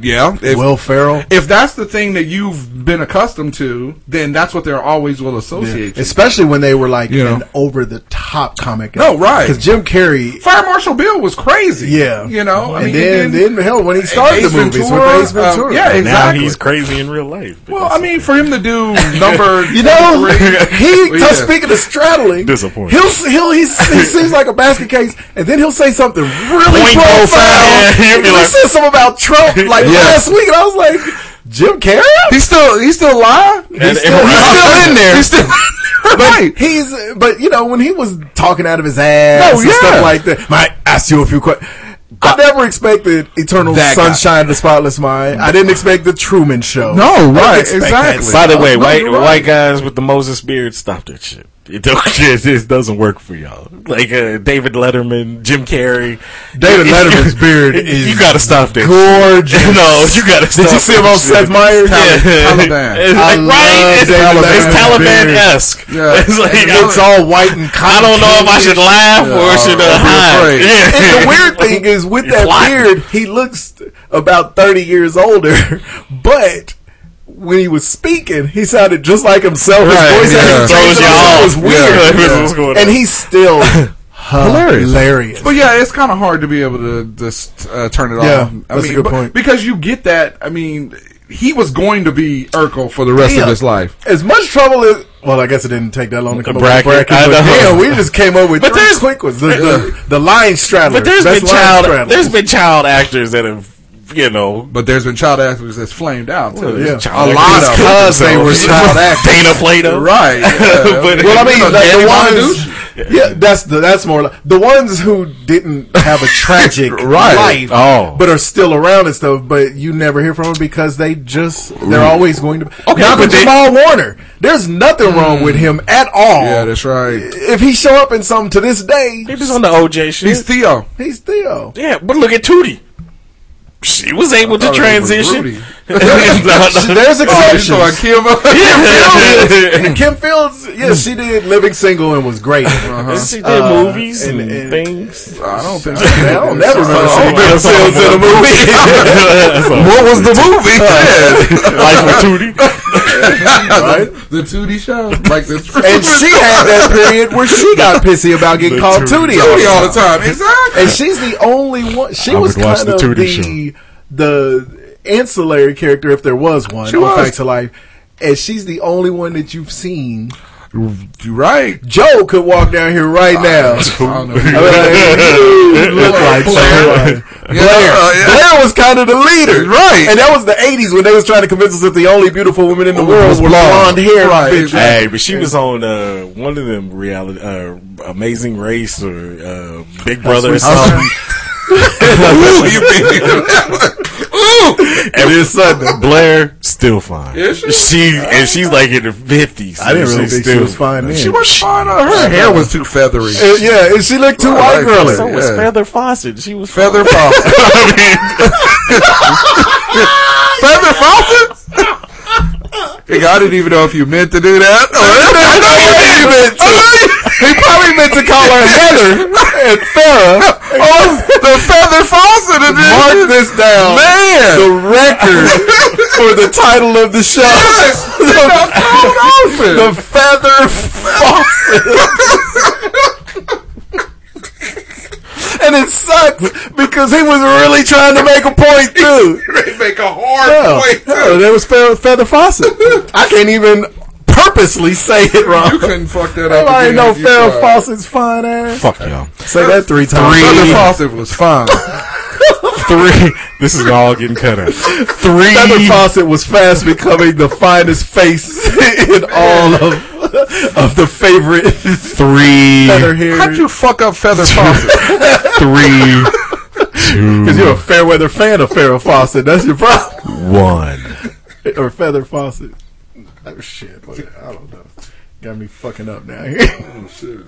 [SPEAKER 13] yeah, if,
[SPEAKER 15] Will Ferrell,
[SPEAKER 13] if that's the thing that you've been accustomed to, then that's what they're always will associate. you.
[SPEAKER 15] especially when they were like
[SPEAKER 13] You know.
[SPEAKER 15] an over the top comic.
[SPEAKER 13] No, right.
[SPEAKER 15] Because Jim Carrey
[SPEAKER 13] Fire Marshal Bill was crazy.
[SPEAKER 15] Yeah,
[SPEAKER 13] you know, I
[SPEAKER 15] and
[SPEAKER 13] mean,
[SPEAKER 15] then,
[SPEAKER 13] and
[SPEAKER 15] then hell, when he started
[SPEAKER 13] Ace
[SPEAKER 15] the movies
[SPEAKER 13] Ventura,
[SPEAKER 15] with Ace Ventura,
[SPEAKER 13] um, yeah,
[SPEAKER 2] Now
[SPEAKER 13] Exactly.
[SPEAKER 2] he's crazy in real life. but
[SPEAKER 13] well, I
[SPEAKER 2] that's
[SPEAKER 13] mean,
[SPEAKER 2] okay.
[SPEAKER 13] for him to do number,
[SPEAKER 15] you know,
[SPEAKER 13] three-
[SPEAKER 15] he
[SPEAKER 13] Well,
[SPEAKER 15] just
[SPEAKER 13] yeah.
[SPEAKER 15] speaking of straddling,
[SPEAKER 2] Disappointing.
[SPEAKER 15] He'll he'll he's, he seems like a basket case, and then he'll say something really
[SPEAKER 2] Point
[SPEAKER 15] profound.
[SPEAKER 2] profound. Yeah, he'll be
[SPEAKER 15] he
[SPEAKER 2] like-
[SPEAKER 15] said something about Trump like
[SPEAKER 13] Yeah.
[SPEAKER 15] last week, and I was like, Jim Carrey.
[SPEAKER 13] he's still he's still alive.
[SPEAKER 2] And-
[SPEAKER 13] still,
[SPEAKER 2] and-
[SPEAKER 13] he's still in there. He's still right.
[SPEAKER 15] But he's, but you know, when he was talking out of his ass
[SPEAKER 13] No,
[SPEAKER 15] and
[SPEAKER 13] yeah.
[SPEAKER 15] stuff like that, I asked you a few questions. I never expected Eternal
[SPEAKER 13] That guy.
[SPEAKER 15] Sunshine of the Spotless Mind. I didn't expect the Truman Show.
[SPEAKER 13] No,
[SPEAKER 15] I didn't
[SPEAKER 13] right,
[SPEAKER 15] expect that
[SPEAKER 2] By
[SPEAKER 13] exactly.
[SPEAKER 2] the way,
[SPEAKER 13] No,
[SPEAKER 2] white
[SPEAKER 13] you're right.
[SPEAKER 2] white guys with the Moses beard, stop that shit. It don't, it just doesn't work for y'all. Like uh, David Letterman, Jim Carrey.
[SPEAKER 15] David Letterman's beard
[SPEAKER 2] you
[SPEAKER 15] is
[SPEAKER 2] gotta stop that.
[SPEAKER 15] gorgeous.
[SPEAKER 2] No, you gotta stop.
[SPEAKER 15] Did you see him
[SPEAKER 2] that
[SPEAKER 15] on
[SPEAKER 2] shit.
[SPEAKER 15] Seth Meyers?
[SPEAKER 13] Taliban.
[SPEAKER 2] It's
[SPEAKER 15] I
[SPEAKER 2] like, right?
[SPEAKER 15] love
[SPEAKER 2] It's,
[SPEAKER 15] David
[SPEAKER 2] it's
[SPEAKER 15] Letterman's
[SPEAKER 2] Taliban
[SPEAKER 15] beard.
[SPEAKER 2] esque.
[SPEAKER 13] Yeah.
[SPEAKER 2] It's like,
[SPEAKER 13] And
[SPEAKER 2] I'm
[SPEAKER 15] It's all white and
[SPEAKER 2] I don't know if I should laugh or should uh, hide.
[SPEAKER 13] afraid.
[SPEAKER 2] Yeah.
[SPEAKER 15] And the weird thing is, with
[SPEAKER 2] You're
[SPEAKER 15] that
[SPEAKER 2] flying.
[SPEAKER 15] beard, he looks about thirty years older, but. when he was speaking, he sounded just like himself. His
[SPEAKER 2] Right,
[SPEAKER 15] voice
[SPEAKER 2] yeah.
[SPEAKER 15] had
[SPEAKER 2] Throws you off.
[SPEAKER 15] It was weird.
[SPEAKER 2] Yeah, yeah. What's going on?
[SPEAKER 15] And he's still hilarious.
[SPEAKER 13] But yeah, it's kind of hard to be able to just uh, turn it
[SPEAKER 15] Yeah,
[SPEAKER 13] off. I
[SPEAKER 15] that's
[SPEAKER 13] mean,
[SPEAKER 15] a good
[SPEAKER 13] but-
[SPEAKER 15] point.
[SPEAKER 13] Because you get that. I mean, he was going to be Urkel for the rest
[SPEAKER 15] Damn.
[SPEAKER 13] of his life.
[SPEAKER 15] As much trouble as well, I guess it didn't take that long to come
[SPEAKER 13] bracket,
[SPEAKER 15] up with the
[SPEAKER 13] I
[SPEAKER 15] bracket. But
[SPEAKER 13] know.
[SPEAKER 15] damn, we just came up with
[SPEAKER 2] But
[SPEAKER 15] three
[SPEAKER 2] there's-
[SPEAKER 15] quick ones. The, the, the line straddler.
[SPEAKER 2] But there's
[SPEAKER 15] Best
[SPEAKER 2] been
[SPEAKER 15] line
[SPEAKER 2] child.
[SPEAKER 15] straddler.
[SPEAKER 2] There's been child actors that have, you know.
[SPEAKER 13] But there's been child actors that's flamed out too.
[SPEAKER 2] Yeah.
[SPEAKER 13] a lot of
[SPEAKER 2] Because
[SPEAKER 13] them.
[SPEAKER 2] they were child actors. Dana Plato.
[SPEAKER 13] right?
[SPEAKER 2] But-
[SPEAKER 15] well, I mean,
[SPEAKER 13] You know, Danny
[SPEAKER 15] like, the
[SPEAKER 13] Bonaduce?
[SPEAKER 15] ones. Yeah, that's the that's more like, the ones who didn't have a tragic
[SPEAKER 13] Right.
[SPEAKER 15] life,
[SPEAKER 13] Oh.
[SPEAKER 15] but are still around and stuff. But you never hear from them because they just they're always going to. Okay, not
[SPEAKER 13] but
[SPEAKER 15] with
[SPEAKER 13] they-
[SPEAKER 15] Jamal Warner. There's nothing wrong with him at all.
[SPEAKER 13] Yeah, that's right.
[SPEAKER 15] If he show up in something to this day,
[SPEAKER 2] he was on the OJ shit.
[SPEAKER 13] He's Theo.
[SPEAKER 15] He's Theo.
[SPEAKER 2] Yeah, but look at Tootie. She was able to
[SPEAKER 13] thought it was
[SPEAKER 2] transition.
[SPEAKER 15] There's exceptions.
[SPEAKER 13] Oh, you talking about Kim?
[SPEAKER 15] Yeah, Kim Fields. Kim Fields, yeah, she did Living Single and was great.
[SPEAKER 13] Uh-huh.
[SPEAKER 2] She did
[SPEAKER 15] Uh,
[SPEAKER 2] movies and, things.
[SPEAKER 13] I don't think
[SPEAKER 15] I don't never remember
[SPEAKER 13] Oh,
[SPEAKER 15] seeing Kim
[SPEAKER 2] that's
[SPEAKER 15] Fields in a movie.
[SPEAKER 13] What was the movie?
[SPEAKER 2] Life with Tootie.
[SPEAKER 15] Right?
[SPEAKER 13] The 2D show, like the
[SPEAKER 15] And she had that period where she got pissy about getting called Tootie all the
[SPEAKER 13] Tootie all the
[SPEAKER 15] time.
[SPEAKER 13] time. Exactly.
[SPEAKER 15] And she's the only one. She
[SPEAKER 2] I
[SPEAKER 15] was
[SPEAKER 2] would watch
[SPEAKER 15] kind
[SPEAKER 2] the
[SPEAKER 15] of
[SPEAKER 2] Tootie
[SPEAKER 15] the, the ancillary character, if there was one,
[SPEAKER 13] She
[SPEAKER 15] on
[SPEAKER 13] was.
[SPEAKER 15] Facts of Life. And she's the only one that you've seen.
[SPEAKER 13] You right.
[SPEAKER 15] Joe could walk down here right
[SPEAKER 13] Ah.
[SPEAKER 15] now.
[SPEAKER 13] I don't know.
[SPEAKER 15] I mean, like, you look like Blair.
[SPEAKER 13] Yeah,
[SPEAKER 15] Blair.
[SPEAKER 13] uh, yeah.
[SPEAKER 15] Blair was kind of the leader,
[SPEAKER 13] Right.
[SPEAKER 15] And that was the '80s when they was trying to convince us that the only beautiful women in the world
[SPEAKER 13] Oh, was
[SPEAKER 15] were
[SPEAKER 13] blonde.
[SPEAKER 15] blonde hair
[SPEAKER 13] Right.
[SPEAKER 15] bitches.
[SPEAKER 2] Hey, but she was on uh, one of them reality, uh, Amazing Race or uh, Big Brother or
[SPEAKER 15] That's what
[SPEAKER 2] something.
[SPEAKER 13] Ooh, you beat me to that one. Ooh.
[SPEAKER 2] And then sudden, Blair still fine.
[SPEAKER 13] Is she?
[SPEAKER 2] and she's like in her fifties.
[SPEAKER 15] I didn't really think she was fine then.
[SPEAKER 13] She was fine. uh, Her hair was too feathery.
[SPEAKER 15] Uh, yeah, and she looked too white
[SPEAKER 13] Right.
[SPEAKER 15] girly.
[SPEAKER 2] So was
[SPEAKER 13] Yeah.
[SPEAKER 2] Feather Fawcett. She was
[SPEAKER 13] Feather Fawcett. Feather Fawcett? Nigga, I didn't even know if you meant to do that. Oh, I know you didn't. I know you- He probably meant to call her Heather and Farrah. Oh, the Feather Fawcett edition.
[SPEAKER 15] Mark this down.
[SPEAKER 13] Man.
[SPEAKER 15] The record for the title of the show.
[SPEAKER 13] Yes. Feather
[SPEAKER 15] the feather faucet. and it sucks because he was really trying to make a point too.
[SPEAKER 13] They make a hard
[SPEAKER 15] Yeah.
[SPEAKER 13] point.
[SPEAKER 15] Yeah, there was feather, feather faucet. I can't even purposely say it
[SPEAKER 13] You
[SPEAKER 15] wrong.
[SPEAKER 13] couldn't fuck that up.
[SPEAKER 15] I
[SPEAKER 13] again
[SPEAKER 15] know
[SPEAKER 13] if you
[SPEAKER 15] feather
[SPEAKER 13] tried.
[SPEAKER 15] faucet's fine ass.
[SPEAKER 2] fuck y'all.
[SPEAKER 15] Say that three times.
[SPEAKER 13] Feather Fawcett was fine.
[SPEAKER 2] Three. This is all getting cut out. Three.
[SPEAKER 15] Feather Fawcett was fast becoming the finest face in all of of the favorite
[SPEAKER 2] Three.
[SPEAKER 15] feather hair.
[SPEAKER 13] How'd you fuck up Feather Fawcett?
[SPEAKER 2] Three. Two.
[SPEAKER 15] Because you're a fair weather fan of Farrah Fawcett. That's your problem.
[SPEAKER 2] One.
[SPEAKER 15] or Feather Fawcett. Oh shit! What- I don't know. Got me fucking up now. oh shit!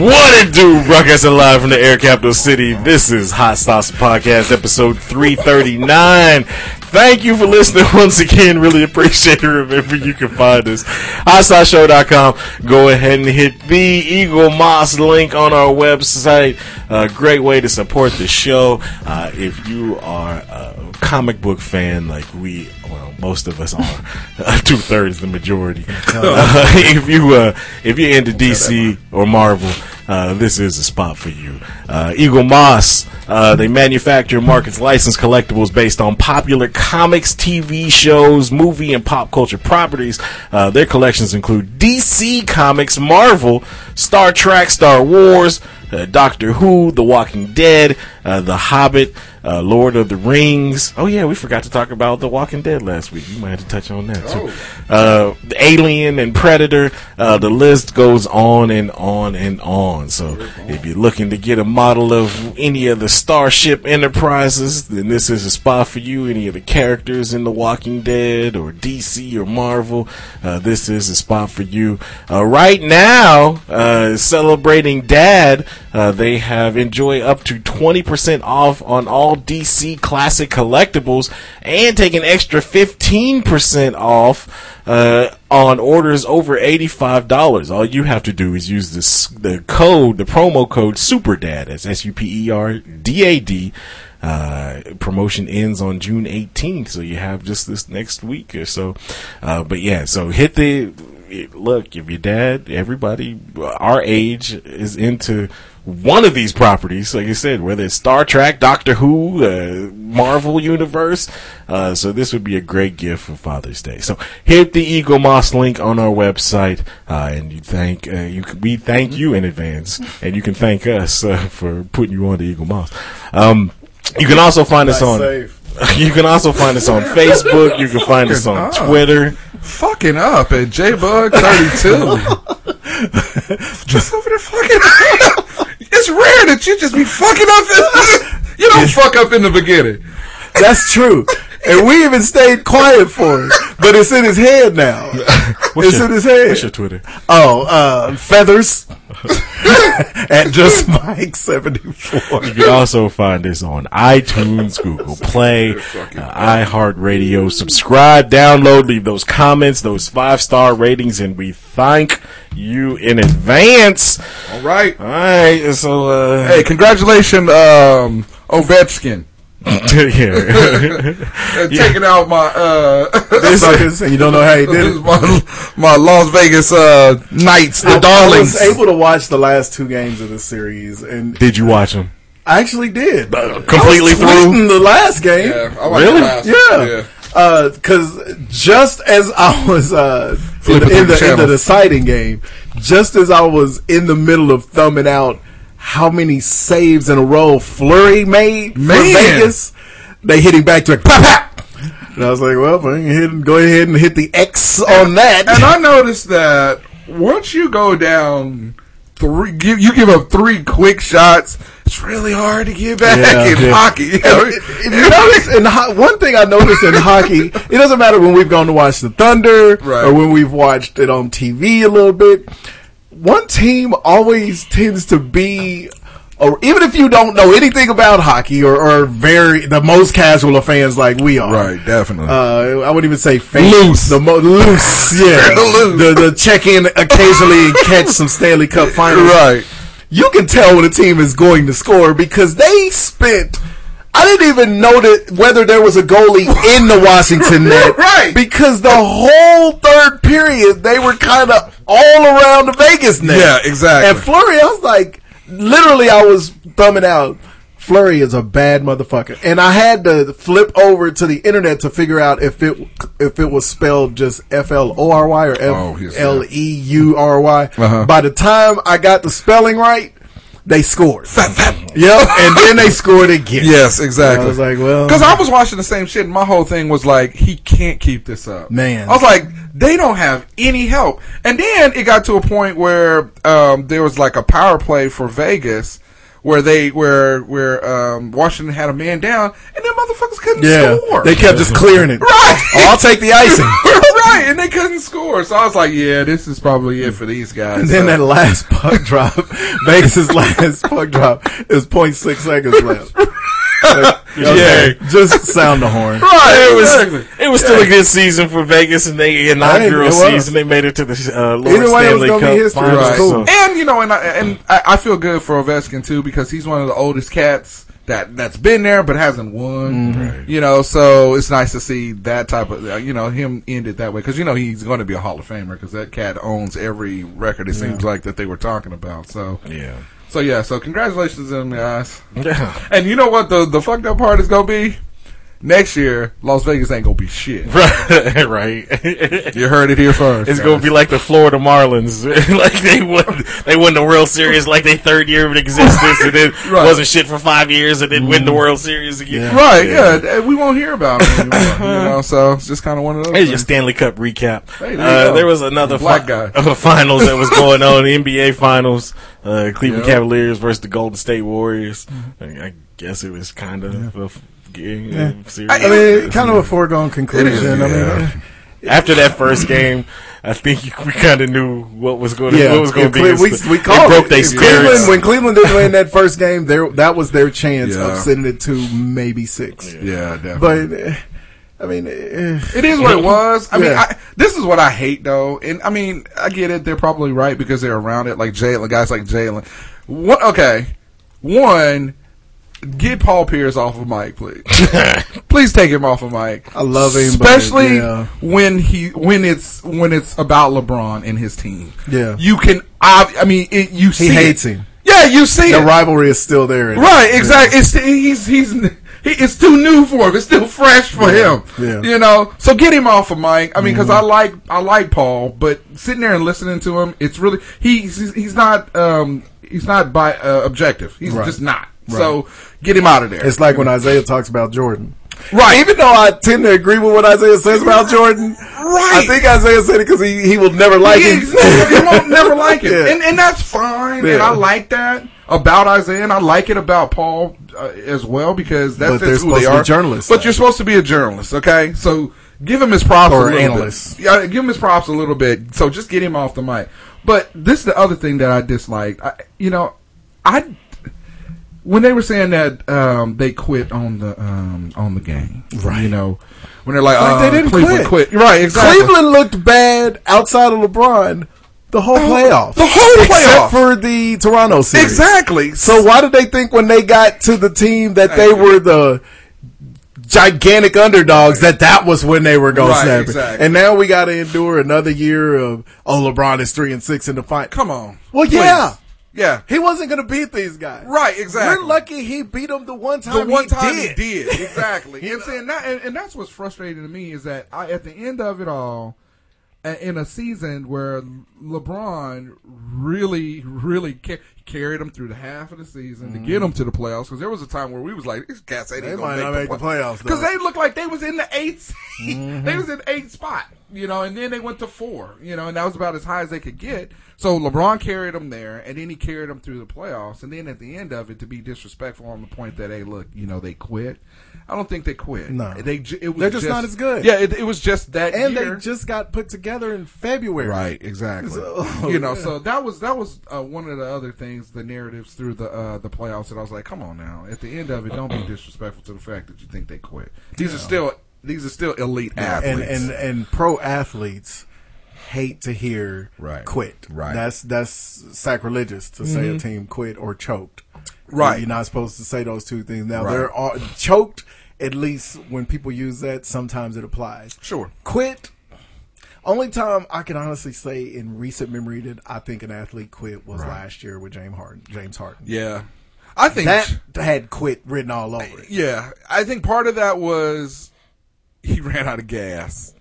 [SPEAKER 2] What it do, Ruckus Alive from the Air Capital City. This is Hot Sauce Podcast, episode 339. Thank you for listening once again. Really appreciate it. Remember, you can find us hotsauceshow.com. Go ahead and hit the Eagle Moss link on our website. A great way to support the show. Uh, if you are a comic book fan like we, well, most of us are, two thirds, the majority. Uh, if you uh, if you're into DC or Marvel, uh, this is a spot for you. Uh, Eagle Moss, uh, they manufacture and markets licensed collectibles based on popular comics, TV shows, movie, and pop culture properties. Uh, their collections include DC Comics, Marvel, Star Trek, Star Wars, uh, Doctor Who, The Walking Dead, uh, The Hobbit, uh, Lord of the Rings. Oh yeah, we forgot to talk about The Walking Dead last week. You might have to touch on that too. Uh, Alien and Predator. Uh, the list goes on and on and on. So if you're looking to get a model of any of the Starship Enterprises, then this is a spot for you. Any of the characters in The Walking Dead or DC or Marvel, uh, this is a spot for you. Uh, right now, uh, celebrating Dad. Uh, they have enjoy up to 20% off on all DC classic collectibles and take an extra 15% off uh, on orders over $85. All you have to do is use this, the code, the promo code SUPERDAD. That's S U P E R D A D. Uh, promotion ends on June 18th, so you have just this next week or so. Uh, but yeah, so hit the look. If your dad, everybody our age is into one of these properties, like I said, whether it's Star Trek, Doctor Who, uh, Marvel Universe. Uh, so this would be a great gift for Father's Day. So hit the Eagle Moss link on our website, uh, and you thank uh, you. c- We thank you in advance, and you can thank us uh, for putting you on the Eagle Moss. Um, you can also find us
[SPEAKER 15] Nice
[SPEAKER 2] on.
[SPEAKER 15] save.
[SPEAKER 2] You can also find us on Facebook. You can find us on
[SPEAKER 13] Fucking up.
[SPEAKER 2] Twitter.
[SPEAKER 13] Fucking up at JBug32. just over there fucking It's rare that you just be fucking up. in- you don't fuck up in the beginning.
[SPEAKER 15] That's true. And we even stayed quiet for it. But it's in his head now. it's
[SPEAKER 2] your-
[SPEAKER 15] in his head.
[SPEAKER 2] what's your Twitter?
[SPEAKER 15] Oh, uh, Feathers. at just Mike74.
[SPEAKER 2] You can also find us on iTunes, Google Play, uh, iHeartRadio. Subscribe, download, leave those comments, those five star ratings, and we thank you in advance.
[SPEAKER 13] All right.
[SPEAKER 2] All right. So, uh,
[SPEAKER 13] Hey, congratulations, um, Ovechkin.
[SPEAKER 2] yeah.
[SPEAKER 13] And Taking out my uh,
[SPEAKER 15] This is- you don't know how he did it.
[SPEAKER 13] my, my Las Vegas uh, Knights, the
[SPEAKER 15] I
[SPEAKER 13] darlings.
[SPEAKER 15] was able to watch the last two games of the series, and
[SPEAKER 2] Did you watch them?
[SPEAKER 15] I actually did.
[SPEAKER 2] completely
[SPEAKER 15] I was tweeting
[SPEAKER 2] through?
[SPEAKER 15] the last game.
[SPEAKER 13] Yeah, I watched
[SPEAKER 2] Really?
[SPEAKER 13] the last one,
[SPEAKER 15] yeah. Because just as I was uh, in, the, in,
[SPEAKER 13] Flipping through the
[SPEAKER 15] the, in the
[SPEAKER 13] channels.
[SPEAKER 15] deciding game, just as I was in the middle of thumbing out how many saves in a row Flurry made
[SPEAKER 13] Man.
[SPEAKER 15] for Vegas, they hit him back to it. Pop, pop. And I was like, well, if I can hit him- go ahead and hit the X on that.
[SPEAKER 13] And I noticed that once you go down three, give, you give up three quick shots. It's really hard to get back
[SPEAKER 15] Yeah,
[SPEAKER 13] in
[SPEAKER 15] yeah.
[SPEAKER 13] hockey. You know?
[SPEAKER 15] And- and you notice in ho- one thing I noticed in hockey, it doesn't matter when we've gone to watch the Thunder
[SPEAKER 13] Right.
[SPEAKER 15] or when we've watched it on TV a little bit. One team always tends to be, or even if you don't know anything about hockey or, or very the most casual of fans like we are,
[SPEAKER 13] right, definitely.
[SPEAKER 15] uh, I wouldn't even say fake.
[SPEAKER 13] Loose.
[SPEAKER 15] The mo- loose, yeah.
[SPEAKER 13] Loose.
[SPEAKER 15] The, the check in occasionally and catch some Stanley Cup finals.
[SPEAKER 13] Right.
[SPEAKER 15] You can tell when a team is going to score because they spent. I didn't even know that whether there was a goalie in the Washington net.
[SPEAKER 13] Right.
[SPEAKER 15] Because the whole third period, they were kind of all around the Vegas net.
[SPEAKER 13] Yeah, exactly.
[SPEAKER 15] And Flurry, I was like, literally, I was thumbing out. Flurry is a bad motherfucker, and I had to flip over to the internet to figure out if it if it was spelled just F L O R Y or
[SPEAKER 13] Oh,
[SPEAKER 15] F
[SPEAKER 13] yes, yeah.
[SPEAKER 15] L E U R
[SPEAKER 13] Uh-huh.
[SPEAKER 15] Y. By the time I got the spelling right, they scored. yep, and then they scored again.
[SPEAKER 13] yes,
[SPEAKER 15] I
[SPEAKER 13] exactly.
[SPEAKER 15] was like, well,
[SPEAKER 13] Because I was watching the same shit, and my whole thing was like, he can't keep this up.
[SPEAKER 15] Man.
[SPEAKER 13] I was like, they don't have any help. And then it got to a point where um, there was like a power play for Vegas. Where they, where, where, um, Washington had a man down, and them motherfuckers couldn't
[SPEAKER 15] yeah,
[SPEAKER 13] score.
[SPEAKER 15] they kept just clearing it.
[SPEAKER 13] Right.
[SPEAKER 15] Oh, I'll take the icing.
[SPEAKER 13] right, and they couldn't score. So I was like, yeah, this is probably it for these guys.
[SPEAKER 15] And then
[SPEAKER 13] So-
[SPEAKER 15] that last puck drop, Vegas' last puck drop is 0.6 seconds left. yeah, just sound the horn.
[SPEAKER 13] right,
[SPEAKER 2] It was
[SPEAKER 13] exactly.
[SPEAKER 2] it was still a good season for Vegas, and they
[SPEAKER 15] it
[SPEAKER 2] inaugural
[SPEAKER 15] was.
[SPEAKER 2] season they made it to the uh, Lord
[SPEAKER 15] Either way, it was
[SPEAKER 2] Stanley
[SPEAKER 15] gonna be history.
[SPEAKER 2] Cup
[SPEAKER 15] It was
[SPEAKER 2] Finals.
[SPEAKER 13] Right.
[SPEAKER 15] cool.
[SPEAKER 2] So-
[SPEAKER 13] And you know, and I, and I, I feel good for Ovechkin too because he's one of the oldest cats that that's been there but hasn't won. You know, so it's nice to see that type of uh, you know him end it that way because you know he's going to be a Hall of Famer because that cat owns every record. It seems like that they were talking about. So
[SPEAKER 2] yeah.
[SPEAKER 13] so yeah, so congratulations to them guys.
[SPEAKER 2] Yeah.
[SPEAKER 13] And you know what the the fucked up part is gonna be. Next year, Las Vegas ain't gonna be shit.
[SPEAKER 2] right.
[SPEAKER 13] You heard it here first.
[SPEAKER 2] It's
[SPEAKER 13] guys.
[SPEAKER 2] gonna be like the Florida Marlins, like they won, they won the World Series like their third year of existence, and then
[SPEAKER 13] Right.
[SPEAKER 2] wasn't shit for five years, and then win
[SPEAKER 15] Mm.
[SPEAKER 2] the World Series again.
[SPEAKER 13] right. Yeah, th- we won't hear about it anymore.
[SPEAKER 15] Uh-huh.
[SPEAKER 13] you know, so it's just kind of one of those.
[SPEAKER 2] Here's your
[SPEAKER 13] things.
[SPEAKER 2] Stanley Cup recap.
[SPEAKER 13] Hey, there you
[SPEAKER 2] uh,
[SPEAKER 13] go.
[SPEAKER 2] there was another
[SPEAKER 13] Black
[SPEAKER 2] fi-
[SPEAKER 13] guy.
[SPEAKER 2] of a finals that was going on, NBA finals, uh, Cleveland
[SPEAKER 13] Yeah.
[SPEAKER 2] Cavaliers versus the Golden State Warriors. I,
[SPEAKER 15] Mm-hmm.
[SPEAKER 2] I guess it was kind of a f- game, uh, series.
[SPEAKER 15] I mean, kind of a foregone conclusion. I mean,
[SPEAKER 2] After that first game, I think we kind of knew what was going to
[SPEAKER 15] Yeah,
[SPEAKER 2] what was going to
[SPEAKER 15] Cle-
[SPEAKER 2] be.
[SPEAKER 15] we, we
[SPEAKER 2] It
[SPEAKER 15] called
[SPEAKER 2] broke their
[SPEAKER 15] it. Cleveland,
[SPEAKER 2] spirits.
[SPEAKER 15] when Cleveland didn't win that first game, there that was their chance
[SPEAKER 13] Yeah.
[SPEAKER 15] of sending it to maybe six.
[SPEAKER 13] Yeah, definitely.
[SPEAKER 15] But eh, I mean, eh,
[SPEAKER 13] It is what it was. I mean,
[SPEAKER 15] Yeah.
[SPEAKER 13] I, this is what I hate though, and I mean, I get it. They're probably right because they're around it, like Jalen, guys like Jalen. What? Okay, one, get Paul Pierce off of Mike, please. please take him off of Mike.
[SPEAKER 15] I love him, but,
[SPEAKER 13] especially
[SPEAKER 15] yeah.
[SPEAKER 13] when he when it's when it's about LeBron and his team.
[SPEAKER 15] Yeah.
[SPEAKER 13] you can. I, I mean, it, you see
[SPEAKER 15] he hates
[SPEAKER 13] it.
[SPEAKER 15] him.
[SPEAKER 13] Yeah, you see
[SPEAKER 15] The
[SPEAKER 13] it.
[SPEAKER 15] rivalry is still there, and-
[SPEAKER 13] Right, exactly. It's he's he's he, it's too new for him. It's still fresh for
[SPEAKER 15] Yeah,
[SPEAKER 13] him.
[SPEAKER 15] yeah. Mm-hmm.
[SPEAKER 13] You know, so get him off of Mike. I mean, because I like I like Paul, but sitting there and listening to him, it's really he's he's not um he's not by uh, objective. He's
[SPEAKER 15] Right.
[SPEAKER 13] just not.
[SPEAKER 15] Right.
[SPEAKER 13] So get him out of there.
[SPEAKER 15] It's like when Isaiah talks about Jordan.
[SPEAKER 13] Right.
[SPEAKER 15] Even though I tend to agree with what Isaiah says about Jordan, I think Isaiah said it because he, he will never like
[SPEAKER 13] Yeah,
[SPEAKER 15] him.
[SPEAKER 13] exactly. He won't never like it,
[SPEAKER 15] Yeah.
[SPEAKER 13] and and that's fine. And
[SPEAKER 15] Yeah.
[SPEAKER 13] I like that about Isaiah, and I like it about Paul uh, as well because that's
[SPEAKER 15] But
[SPEAKER 13] just
[SPEAKER 15] they're
[SPEAKER 13] who
[SPEAKER 15] supposed
[SPEAKER 13] they
[SPEAKER 15] to be
[SPEAKER 13] are.
[SPEAKER 15] journalists,
[SPEAKER 13] But you're supposed to be a journalist, okay? So give him his props
[SPEAKER 15] Or
[SPEAKER 13] a little
[SPEAKER 15] analyst.
[SPEAKER 13] Bit. Yeah, give him his props a little bit. So just get him off the mic. But this is the other thing that I disliked. I, you know, I when they were saying that um, they quit on the um, on the game, right? You know, when they're like,
[SPEAKER 15] Like,
[SPEAKER 13] uh,
[SPEAKER 15] they didn't
[SPEAKER 13] Cleveland
[SPEAKER 15] quit.
[SPEAKER 13] right? Exactly.
[SPEAKER 15] Cleveland looked bad outside of LeBron Oh, the whole playoff.
[SPEAKER 13] the whole playoff.
[SPEAKER 15] Except for the Toronto series.
[SPEAKER 13] Exactly.
[SPEAKER 15] So why did they think when they got to the team that they were the gigantic underdogs that that was when they were going to
[SPEAKER 13] Right,
[SPEAKER 15] snap it?
[SPEAKER 13] exactly.
[SPEAKER 15] And now we got to endure another year of oh LeBron is 3 and 6 in the fight.
[SPEAKER 13] Come on.
[SPEAKER 15] Well
[SPEAKER 13] Please.
[SPEAKER 15] yeah.
[SPEAKER 13] Yeah.
[SPEAKER 15] He wasn't going to beat these guys.
[SPEAKER 13] Right, exactly.
[SPEAKER 15] We're lucky he beat them the one time
[SPEAKER 13] the one
[SPEAKER 15] he
[SPEAKER 13] time
[SPEAKER 15] did.
[SPEAKER 13] he did exactly. You know what I'm saying? That- and, and that's what's frustrating to me is that I, at the end of it all, a- in a season where LeBron really, really ca- carried them through the half of the season to get them to the playoffs, because there was a time where we was like, "These cats ain't
[SPEAKER 15] Mm-hmm. They
[SPEAKER 13] gonna
[SPEAKER 15] might
[SPEAKER 13] make
[SPEAKER 15] not
[SPEAKER 13] the
[SPEAKER 15] make the
[SPEAKER 13] play-"
[SPEAKER 15] playoffs, though.
[SPEAKER 13] because they looked like they was in the eighth. seed.
[SPEAKER 15] Mm-hmm.
[SPEAKER 13] they was in eighth spot, you know, and then they went to four, you know, and that was about as high as they could get. So LeBron carried them there, and then he carried them through the playoffs, and then at the end of it, to be disrespectful on the point that hey, look, you know, they quit. I don't think they quit.
[SPEAKER 15] No.
[SPEAKER 13] they ju- it was
[SPEAKER 15] They're just not as good.
[SPEAKER 13] Yeah, it, it was just that,
[SPEAKER 15] And
[SPEAKER 13] year.
[SPEAKER 15] they just got put together in February.
[SPEAKER 13] Right, exactly.
[SPEAKER 15] So-
[SPEAKER 13] you know,
[SPEAKER 15] yeah.
[SPEAKER 13] so that was that was uh, one of the other things, the narratives through the uh, the playoffs that I was like, come on now. At the end of it, don't be disrespectful to the fact that you think they quit. These are
[SPEAKER 15] Yeah.
[SPEAKER 13] still these are still elite
[SPEAKER 15] and
[SPEAKER 13] athletes.
[SPEAKER 15] and and pro athletes hate to hear
[SPEAKER 13] Right.
[SPEAKER 15] quit.
[SPEAKER 13] Right.
[SPEAKER 15] That's that's sacrilegious to say a
[SPEAKER 13] Mhm.
[SPEAKER 15] team quit or choked.
[SPEAKER 13] Right.
[SPEAKER 15] You're not supposed to say those two things. Now
[SPEAKER 13] Right.
[SPEAKER 15] there are choked. At least when people use that, sometimes it applies.
[SPEAKER 13] Sure.
[SPEAKER 15] Quit. Only time I can honestly say in recent memory that I think an athlete quit was last year with James Harden. James Harden.
[SPEAKER 13] yeah, I think
[SPEAKER 15] that had quit written all over it.
[SPEAKER 13] Yeah, I think part of that was he ran out of gas,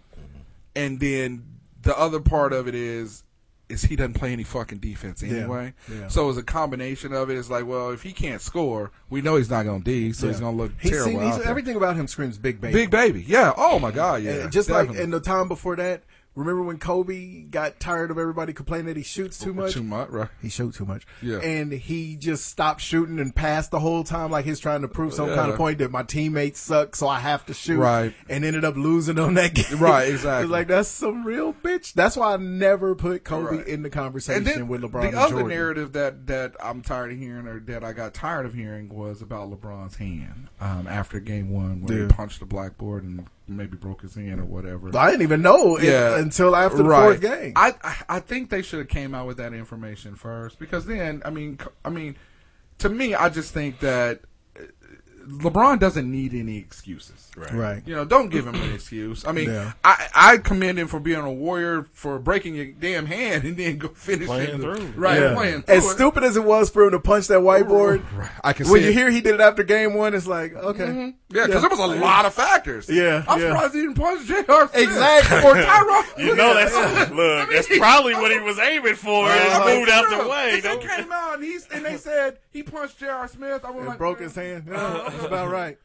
[SPEAKER 13] and then the other part of it is is he doesn't play any fucking defense
[SPEAKER 15] Yeah,
[SPEAKER 13] anyway.
[SPEAKER 15] yeah.
[SPEAKER 13] So it's a combination of it. It's like, well, if he can't score, we know he's not going to D, so he's
[SPEAKER 15] Yeah.
[SPEAKER 13] going to look
[SPEAKER 15] He's
[SPEAKER 13] terrible.
[SPEAKER 15] seen- he's-
[SPEAKER 13] out there.
[SPEAKER 15] everything about him screams big baby.
[SPEAKER 13] Big baby, yeah. Oh my god, yeah.
[SPEAKER 15] And just like
[SPEAKER 13] Definitely.
[SPEAKER 15] in the time before that, remember when Kobe got tired of everybody complaining that he shoots too much?
[SPEAKER 13] too much, right?
[SPEAKER 15] He showed too much.
[SPEAKER 13] Yeah.
[SPEAKER 15] And he just stopped shooting and passed the whole time like he's trying to prove some kind of
[SPEAKER 13] Yeah.
[SPEAKER 15] point that my teammates suck, so I have to shoot.
[SPEAKER 13] Right.
[SPEAKER 15] And ended up losing on that game.
[SPEAKER 13] Right,
[SPEAKER 15] It's
[SPEAKER 13] exactly.
[SPEAKER 15] like that's some real bitch. That's why I never put Kobe in the conversation with LeBron
[SPEAKER 13] The
[SPEAKER 15] and
[SPEAKER 13] other
[SPEAKER 15] Jordan.
[SPEAKER 13] narrative that that I'm tired of hearing, or that I got tired of hearing, was about LeBron's hand um, after Game One, when
[SPEAKER 15] Yeah.
[SPEAKER 13] he punched the blackboard and maybe broke his hand or whatever.
[SPEAKER 15] I didn't even know it until after the fourth game.
[SPEAKER 13] I I- I think they should have came out with that information first because then I mean c- I mean to me I just think that uh, LeBron doesn't need any excuses. Right.
[SPEAKER 15] Right.
[SPEAKER 13] You know, don't give him an excuse. I mean,
[SPEAKER 15] Yeah.
[SPEAKER 13] I I commend him for being a warrior for breaking your damn hand and then go finish
[SPEAKER 2] Playing
[SPEAKER 13] it.
[SPEAKER 2] through.
[SPEAKER 13] Right.
[SPEAKER 15] Yeah.
[SPEAKER 13] Playing through.
[SPEAKER 15] as
[SPEAKER 13] it.
[SPEAKER 15] stupid as it was for him to punch that whiteboard,
[SPEAKER 13] I can
[SPEAKER 15] when
[SPEAKER 13] see
[SPEAKER 15] you
[SPEAKER 13] it.
[SPEAKER 15] hear he did it after game one, it's like okay,
[SPEAKER 13] Mm-hmm. Yeah, because there was a lot of factors.
[SPEAKER 15] Yeah,
[SPEAKER 13] I'm
[SPEAKER 15] yeah.
[SPEAKER 13] surprised he didn't punch J.R. Smith
[SPEAKER 15] Exactly.
[SPEAKER 13] or Tyron.
[SPEAKER 2] You know that's look. that's probably what he was aiming for. and
[SPEAKER 15] Uh-huh.
[SPEAKER 2] It moved out the
[SPEAKER 13] Bro,
[SPEAKER 2] way.
[SPEAKER 13] If it
[SPEAKER 2] Don't-
[SPEAKER 13] came out and, he's, and they said he punched J.R. Smith, I was
[SPEAKER 15] and
[SPEAKER 13] like,
[SPEAKER 15] broke
[SPEAKER 13] man,
[SPEAKER 15] his hand. Yeah, that's about right.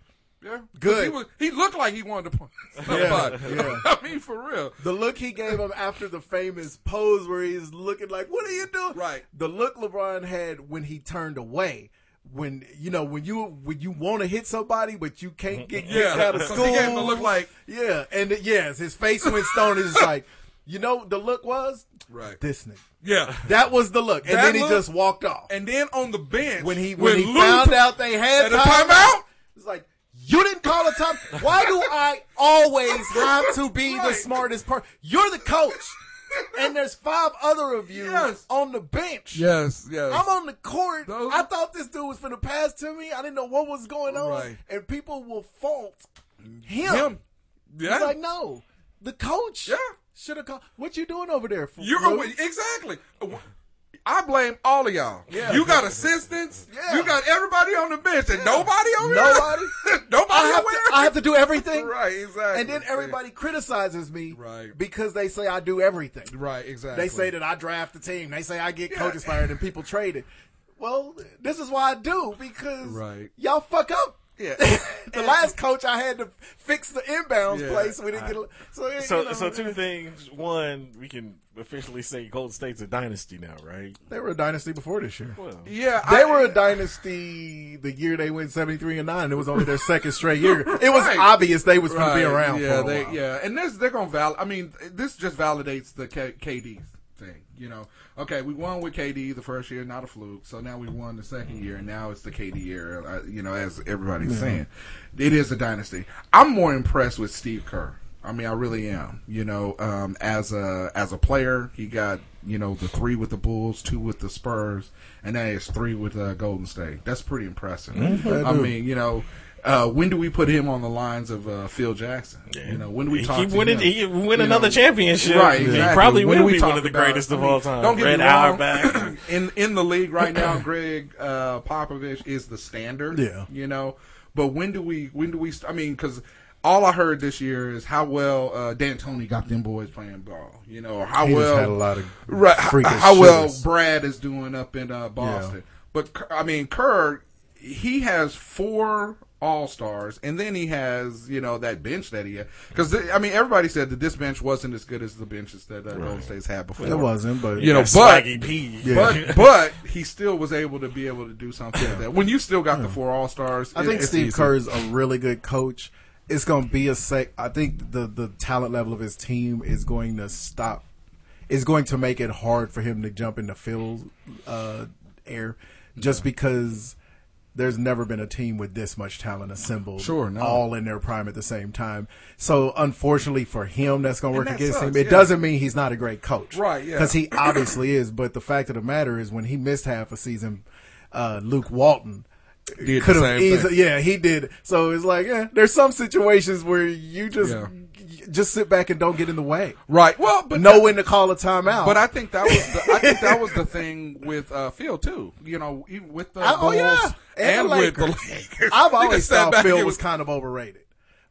[SPEAKER 13] Yeah,
[SPEAKER 15] Good.
[SPEAKER 13] He, was, he looked like he wanted to punch.
[SPEAKER 15] Yeah,
[SPEAKER 13] somebody.
[SPEAKER 15] yeah.
[SPEAKER 13] I mean, for real.
[SPEAKER 15] The look he gave him after the famous pose where he's looking like, "What are you doing?"
[SPEAKER 13] Right.
[SPEAKER 15] The look LeBron had when he turned away when you know when you when you want to hit somebody but you can't get kicked
[SPEAKER 13] Yeah,
[SPEAKER 15] out of
[SPEAKER 13] 'cause
[SPEAKER 15] school.
[SPEAKER 13] he gave him a look like-
[SPEAKER 15] yeah, and it- yes, his face went stone. Is like you know the look was
[SPEAKER 13] Right.
[SPEAKER 15] this nigga.
[SPEAKER 13] Yeah.
[SPEAKER 15] That was the look, and
[SPEAKER 13] That
[SPEAKER 15] then he
[SPEAKER 13] look-
[SPEAKER 15] just walked off.
[SPEAKER 13] And then on the bench
[SPEAKER 15] when he
[SPEAKER 13] when
[SPEAKER 15] when, he
[SPEAKER 13] Lou
[SPEAKER 15] found
[SPEAKER 13] put-
[SPEAKER 15] out they had
[SPEAKER 13] Had a
[SPEAKER 15] timeout, it's like you didn't call a time. Why do I always have to be the smartest person? You're the coach, and there's five other of you on the bench.
[SPEAKER 13] Yes, yes.
[SPEAKER 15] I'm on the court. I thought this dude was finna pass to me. I didn't know what was going on,
[SPEAKER 13] Right.
[SPEAKER 15] and people will fault him.
[SPEAKER 13] Him. Yeah.
[SPEAKER 15] It's like no, the coach. Yeah. Should have called. What you doing over there? For
[SPEAKER 13] You're away- exactly. I blame all of y'all.
[SPEAKER 15] Yeah.
[SPEAKER 13] You got assistants. You got everybody on the bench and nobody over there.
[SPEAKER 15] Nobody.
[SPEAKER 13] nobody
[SPEAKER 15] I have,
[SPEAKER 13] aware.
[SPEAKER 15] to, I have to do everything.
[SPEAKER 13] Right, exactly.
[SPEAKER 15] And then everybody criticizes me
[SPEAKER 13] Right.
[SPEAKER 15] because they say I do everything.
[SPEAKER 13] Right, exactly.
[SPEAKER 15] They say that I draft the team. They say I get coaches fired and people traded. Well, this is why I do because
[SPEAKER 13] Right.
[SPEAKER 15] y'all fuck up.
[SPEAKER 13] Yeah.
[SPEAKER 15] the last coach I had to fix the inbounds
[SPEAKER 2] Yeah.
[SPEAKER 15] play so we didn't get a, so,
[SPEAKER 2] So,
[SPEAKER 15] you
[SPEAKER 2] so,
[SPEAKER 15] know,
[SPEAKER 2] two things. One, we can officially say Golden State's a dynasty now, right?
[SPEAKER 15] They were a dynasty before this year.
[SPEAKER 2] Well,
[SPEAKER 13] Yeah,
[SPEAKER 15] they were a dynasty the year they went seventy three and nine. It was only their second straight year. It was
[SPEAKER 13] Right.
[SPEAKER 15] obvious they was going to be
[SPEAKER 13] Right,
[SPEAKER 15] around.
[SPEAKER 13] Yeah,
[SPEAKER 15] for a
[SPEAKER 13] they,
[SPEAKER 15] while.
[SPEAKER 13] yeah, and this they're gonna val. I mean, this just validates the K- KD thing. You know, okay, we won with KD the first year, not a fluke. So now we won the second year, and now it's the KD year. uh, You know, as everybody's
[SPEAKER 15] Yeah.
[SPEAKER 13] saying, it is a dynasty. I'm more impressed with Steve Kerr. I mean, I really am. You know, um, as a as a player, he got you know the three with the Bulls, two with the Spurs, and now it's three with uh, Golden State. That's pretty impressive.
[SPEAKER 15] Mhm.
[SPEAKER 13] I mean, you know, uh, when do we put him on the lines of uh, Phil Jackson? You know, when do we
[SPEAKER 2] He
[SPEAKER 13] talk
[SPEAKER 2] keep
[SPEAKER 13] to
[SPEAKER 2] winning-
[SPEAKER 13] him?
[SPEAKER 2] he win
[SPEAKER 13] You
[SPEAKER 2] another championship.
[SPEAKER 13] Right,
[SPEAKER 2] He
[SPEAKER 13] exactly.
[SPEAKER 2] probably
[SPEAKER 13] When
[SPEAKER 2] will
[SPEAKER 13] do we
[SPEAKER 2] be one
[SPEAKER 13] talk
[SPEAKER 2] of the
[SPEAKER 13] about-
[SPEAKER 2] greatest of all time.
[SPEAKER 13] Don't get
[SPEAKER 2] Red
[SPEAKER 13] me wrong.
[SPEAKER 2] Auerbach.
[SPEAKER 13] in in the league right now, Greg uh, Popovich is the standard.
[SPEAKER 15] Yeah.
[SPEAKER 13] you know, but when do we? When do we? st- I mean, because. All I heard this year is how well uh, D'Antoni got them boys playing ball, you know, or how
[SPEAKER 15] He just
[SPEAKER 13] well
[SPEAKER 15] had a lot of
[SPEAKER 13] right, how,
[SPEAKER 15] freakish
[SPEAKER 13] how well
[SPEAKER 15] shooters.
[SPEAKER 13] Brad is doing up in uh, Boston. But K- I mean, Kerr, he has four All Stars, and then he has you know that bench that he had. Because I mean, everybody said that this bench wasn't as good as the benches that uh, Golden State's had before.
[SPEAKER 15] It wasn't, but-
[SPEAKER 13] you know,
[SPEAKER 15] Yeah,
[SPEAKER 13] but
[SPEAKER 15] Swaggy P. Yeah.
[SPEAKER 13] but but he still was able to be able to do something like that when you still got the four All Stars.
[SPEAKER 15] I think Steve Kerr is a really good coach. It's going to be a sec. I think the the talent level of his team is going to stop. Is going to make it hard for him to jump into Phil's uh, air, just because there's never been a team with this much talent assembled,
[SPEAKER 13] Sure, no.
[SPEAKER 15] all in their prime at the same time. So unfortunately for him, that's going to
[SPEAKER 13] And
[SPEAKER 15] work
[SPEAKER 13] that
[SPEAKER 15] against him.
[SPEAKER 13] sucks,
[SPEAKER 15] It
[SPEAKER 13] yeah.
[SPEAKER 15] doesn't mean he's not a great coach,
[SPEAKER 13] Right, yeah.
[SPEAKER 15] because he obviously is. But the fact of the matter is, when he missed half a season, uh, Luke Walton
[SPEAKER 13] Did the
[SPEAKER 15] could
[SPEAKER 13] same
[SPEAKER 15] have
[SPEAKER 13] thing.
[SPEAKER 15] easily, yeah, he did. So it's like, yeah, there's some situations where you just
[SPEAKER 13] Yeah.
[SPEAKER 15] y- just sit back and don't get in the way,
[SPEAKER 13] right. Well, but
[SPEAKER 15] know when to call a timeout.
[SPEAKER 13] But I think that was the, I think that was the thing with uh, Phil too. You know, even with the
[SPEAKER 15] I- oh
[SPEAKER 13] Bulls
[SPEAKER 15] yeah,
[SPEAKER 13] and,
[SPEAKER 15] and, the
[SPEAKER 13] with
[SPEAKER 15] Lakers.
[SPEAKER 13] the Lakers.
[SPEAKER 15] I've
[SPEAKER 13] You
[SPEAKER 15] always
[SPEAKER 13] just sat
[SPEAKER 15] thought
[SPEAKER 13] back
[SPEAKER 15] Phil
[SPEAKER 13] and
[SPEAKER 15] was kind of overrated.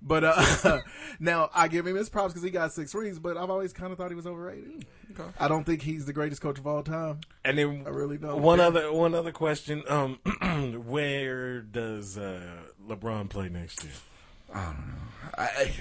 [SPEAKER 15] But uh, now I give him his props because he got six rings. But I've always kind of thought he was overrated.
[SPEAKER 13] Okay.
[SPEAKER 15] I don't think he's the greatest coach of all time.
[SPEAKER 2] And then
[SPEAKER 15] I really don't.
[SPEAKER 2] One other one other question. Um, where does uh, LeBron play next year?
[SPEAKER 13] I don't know. I,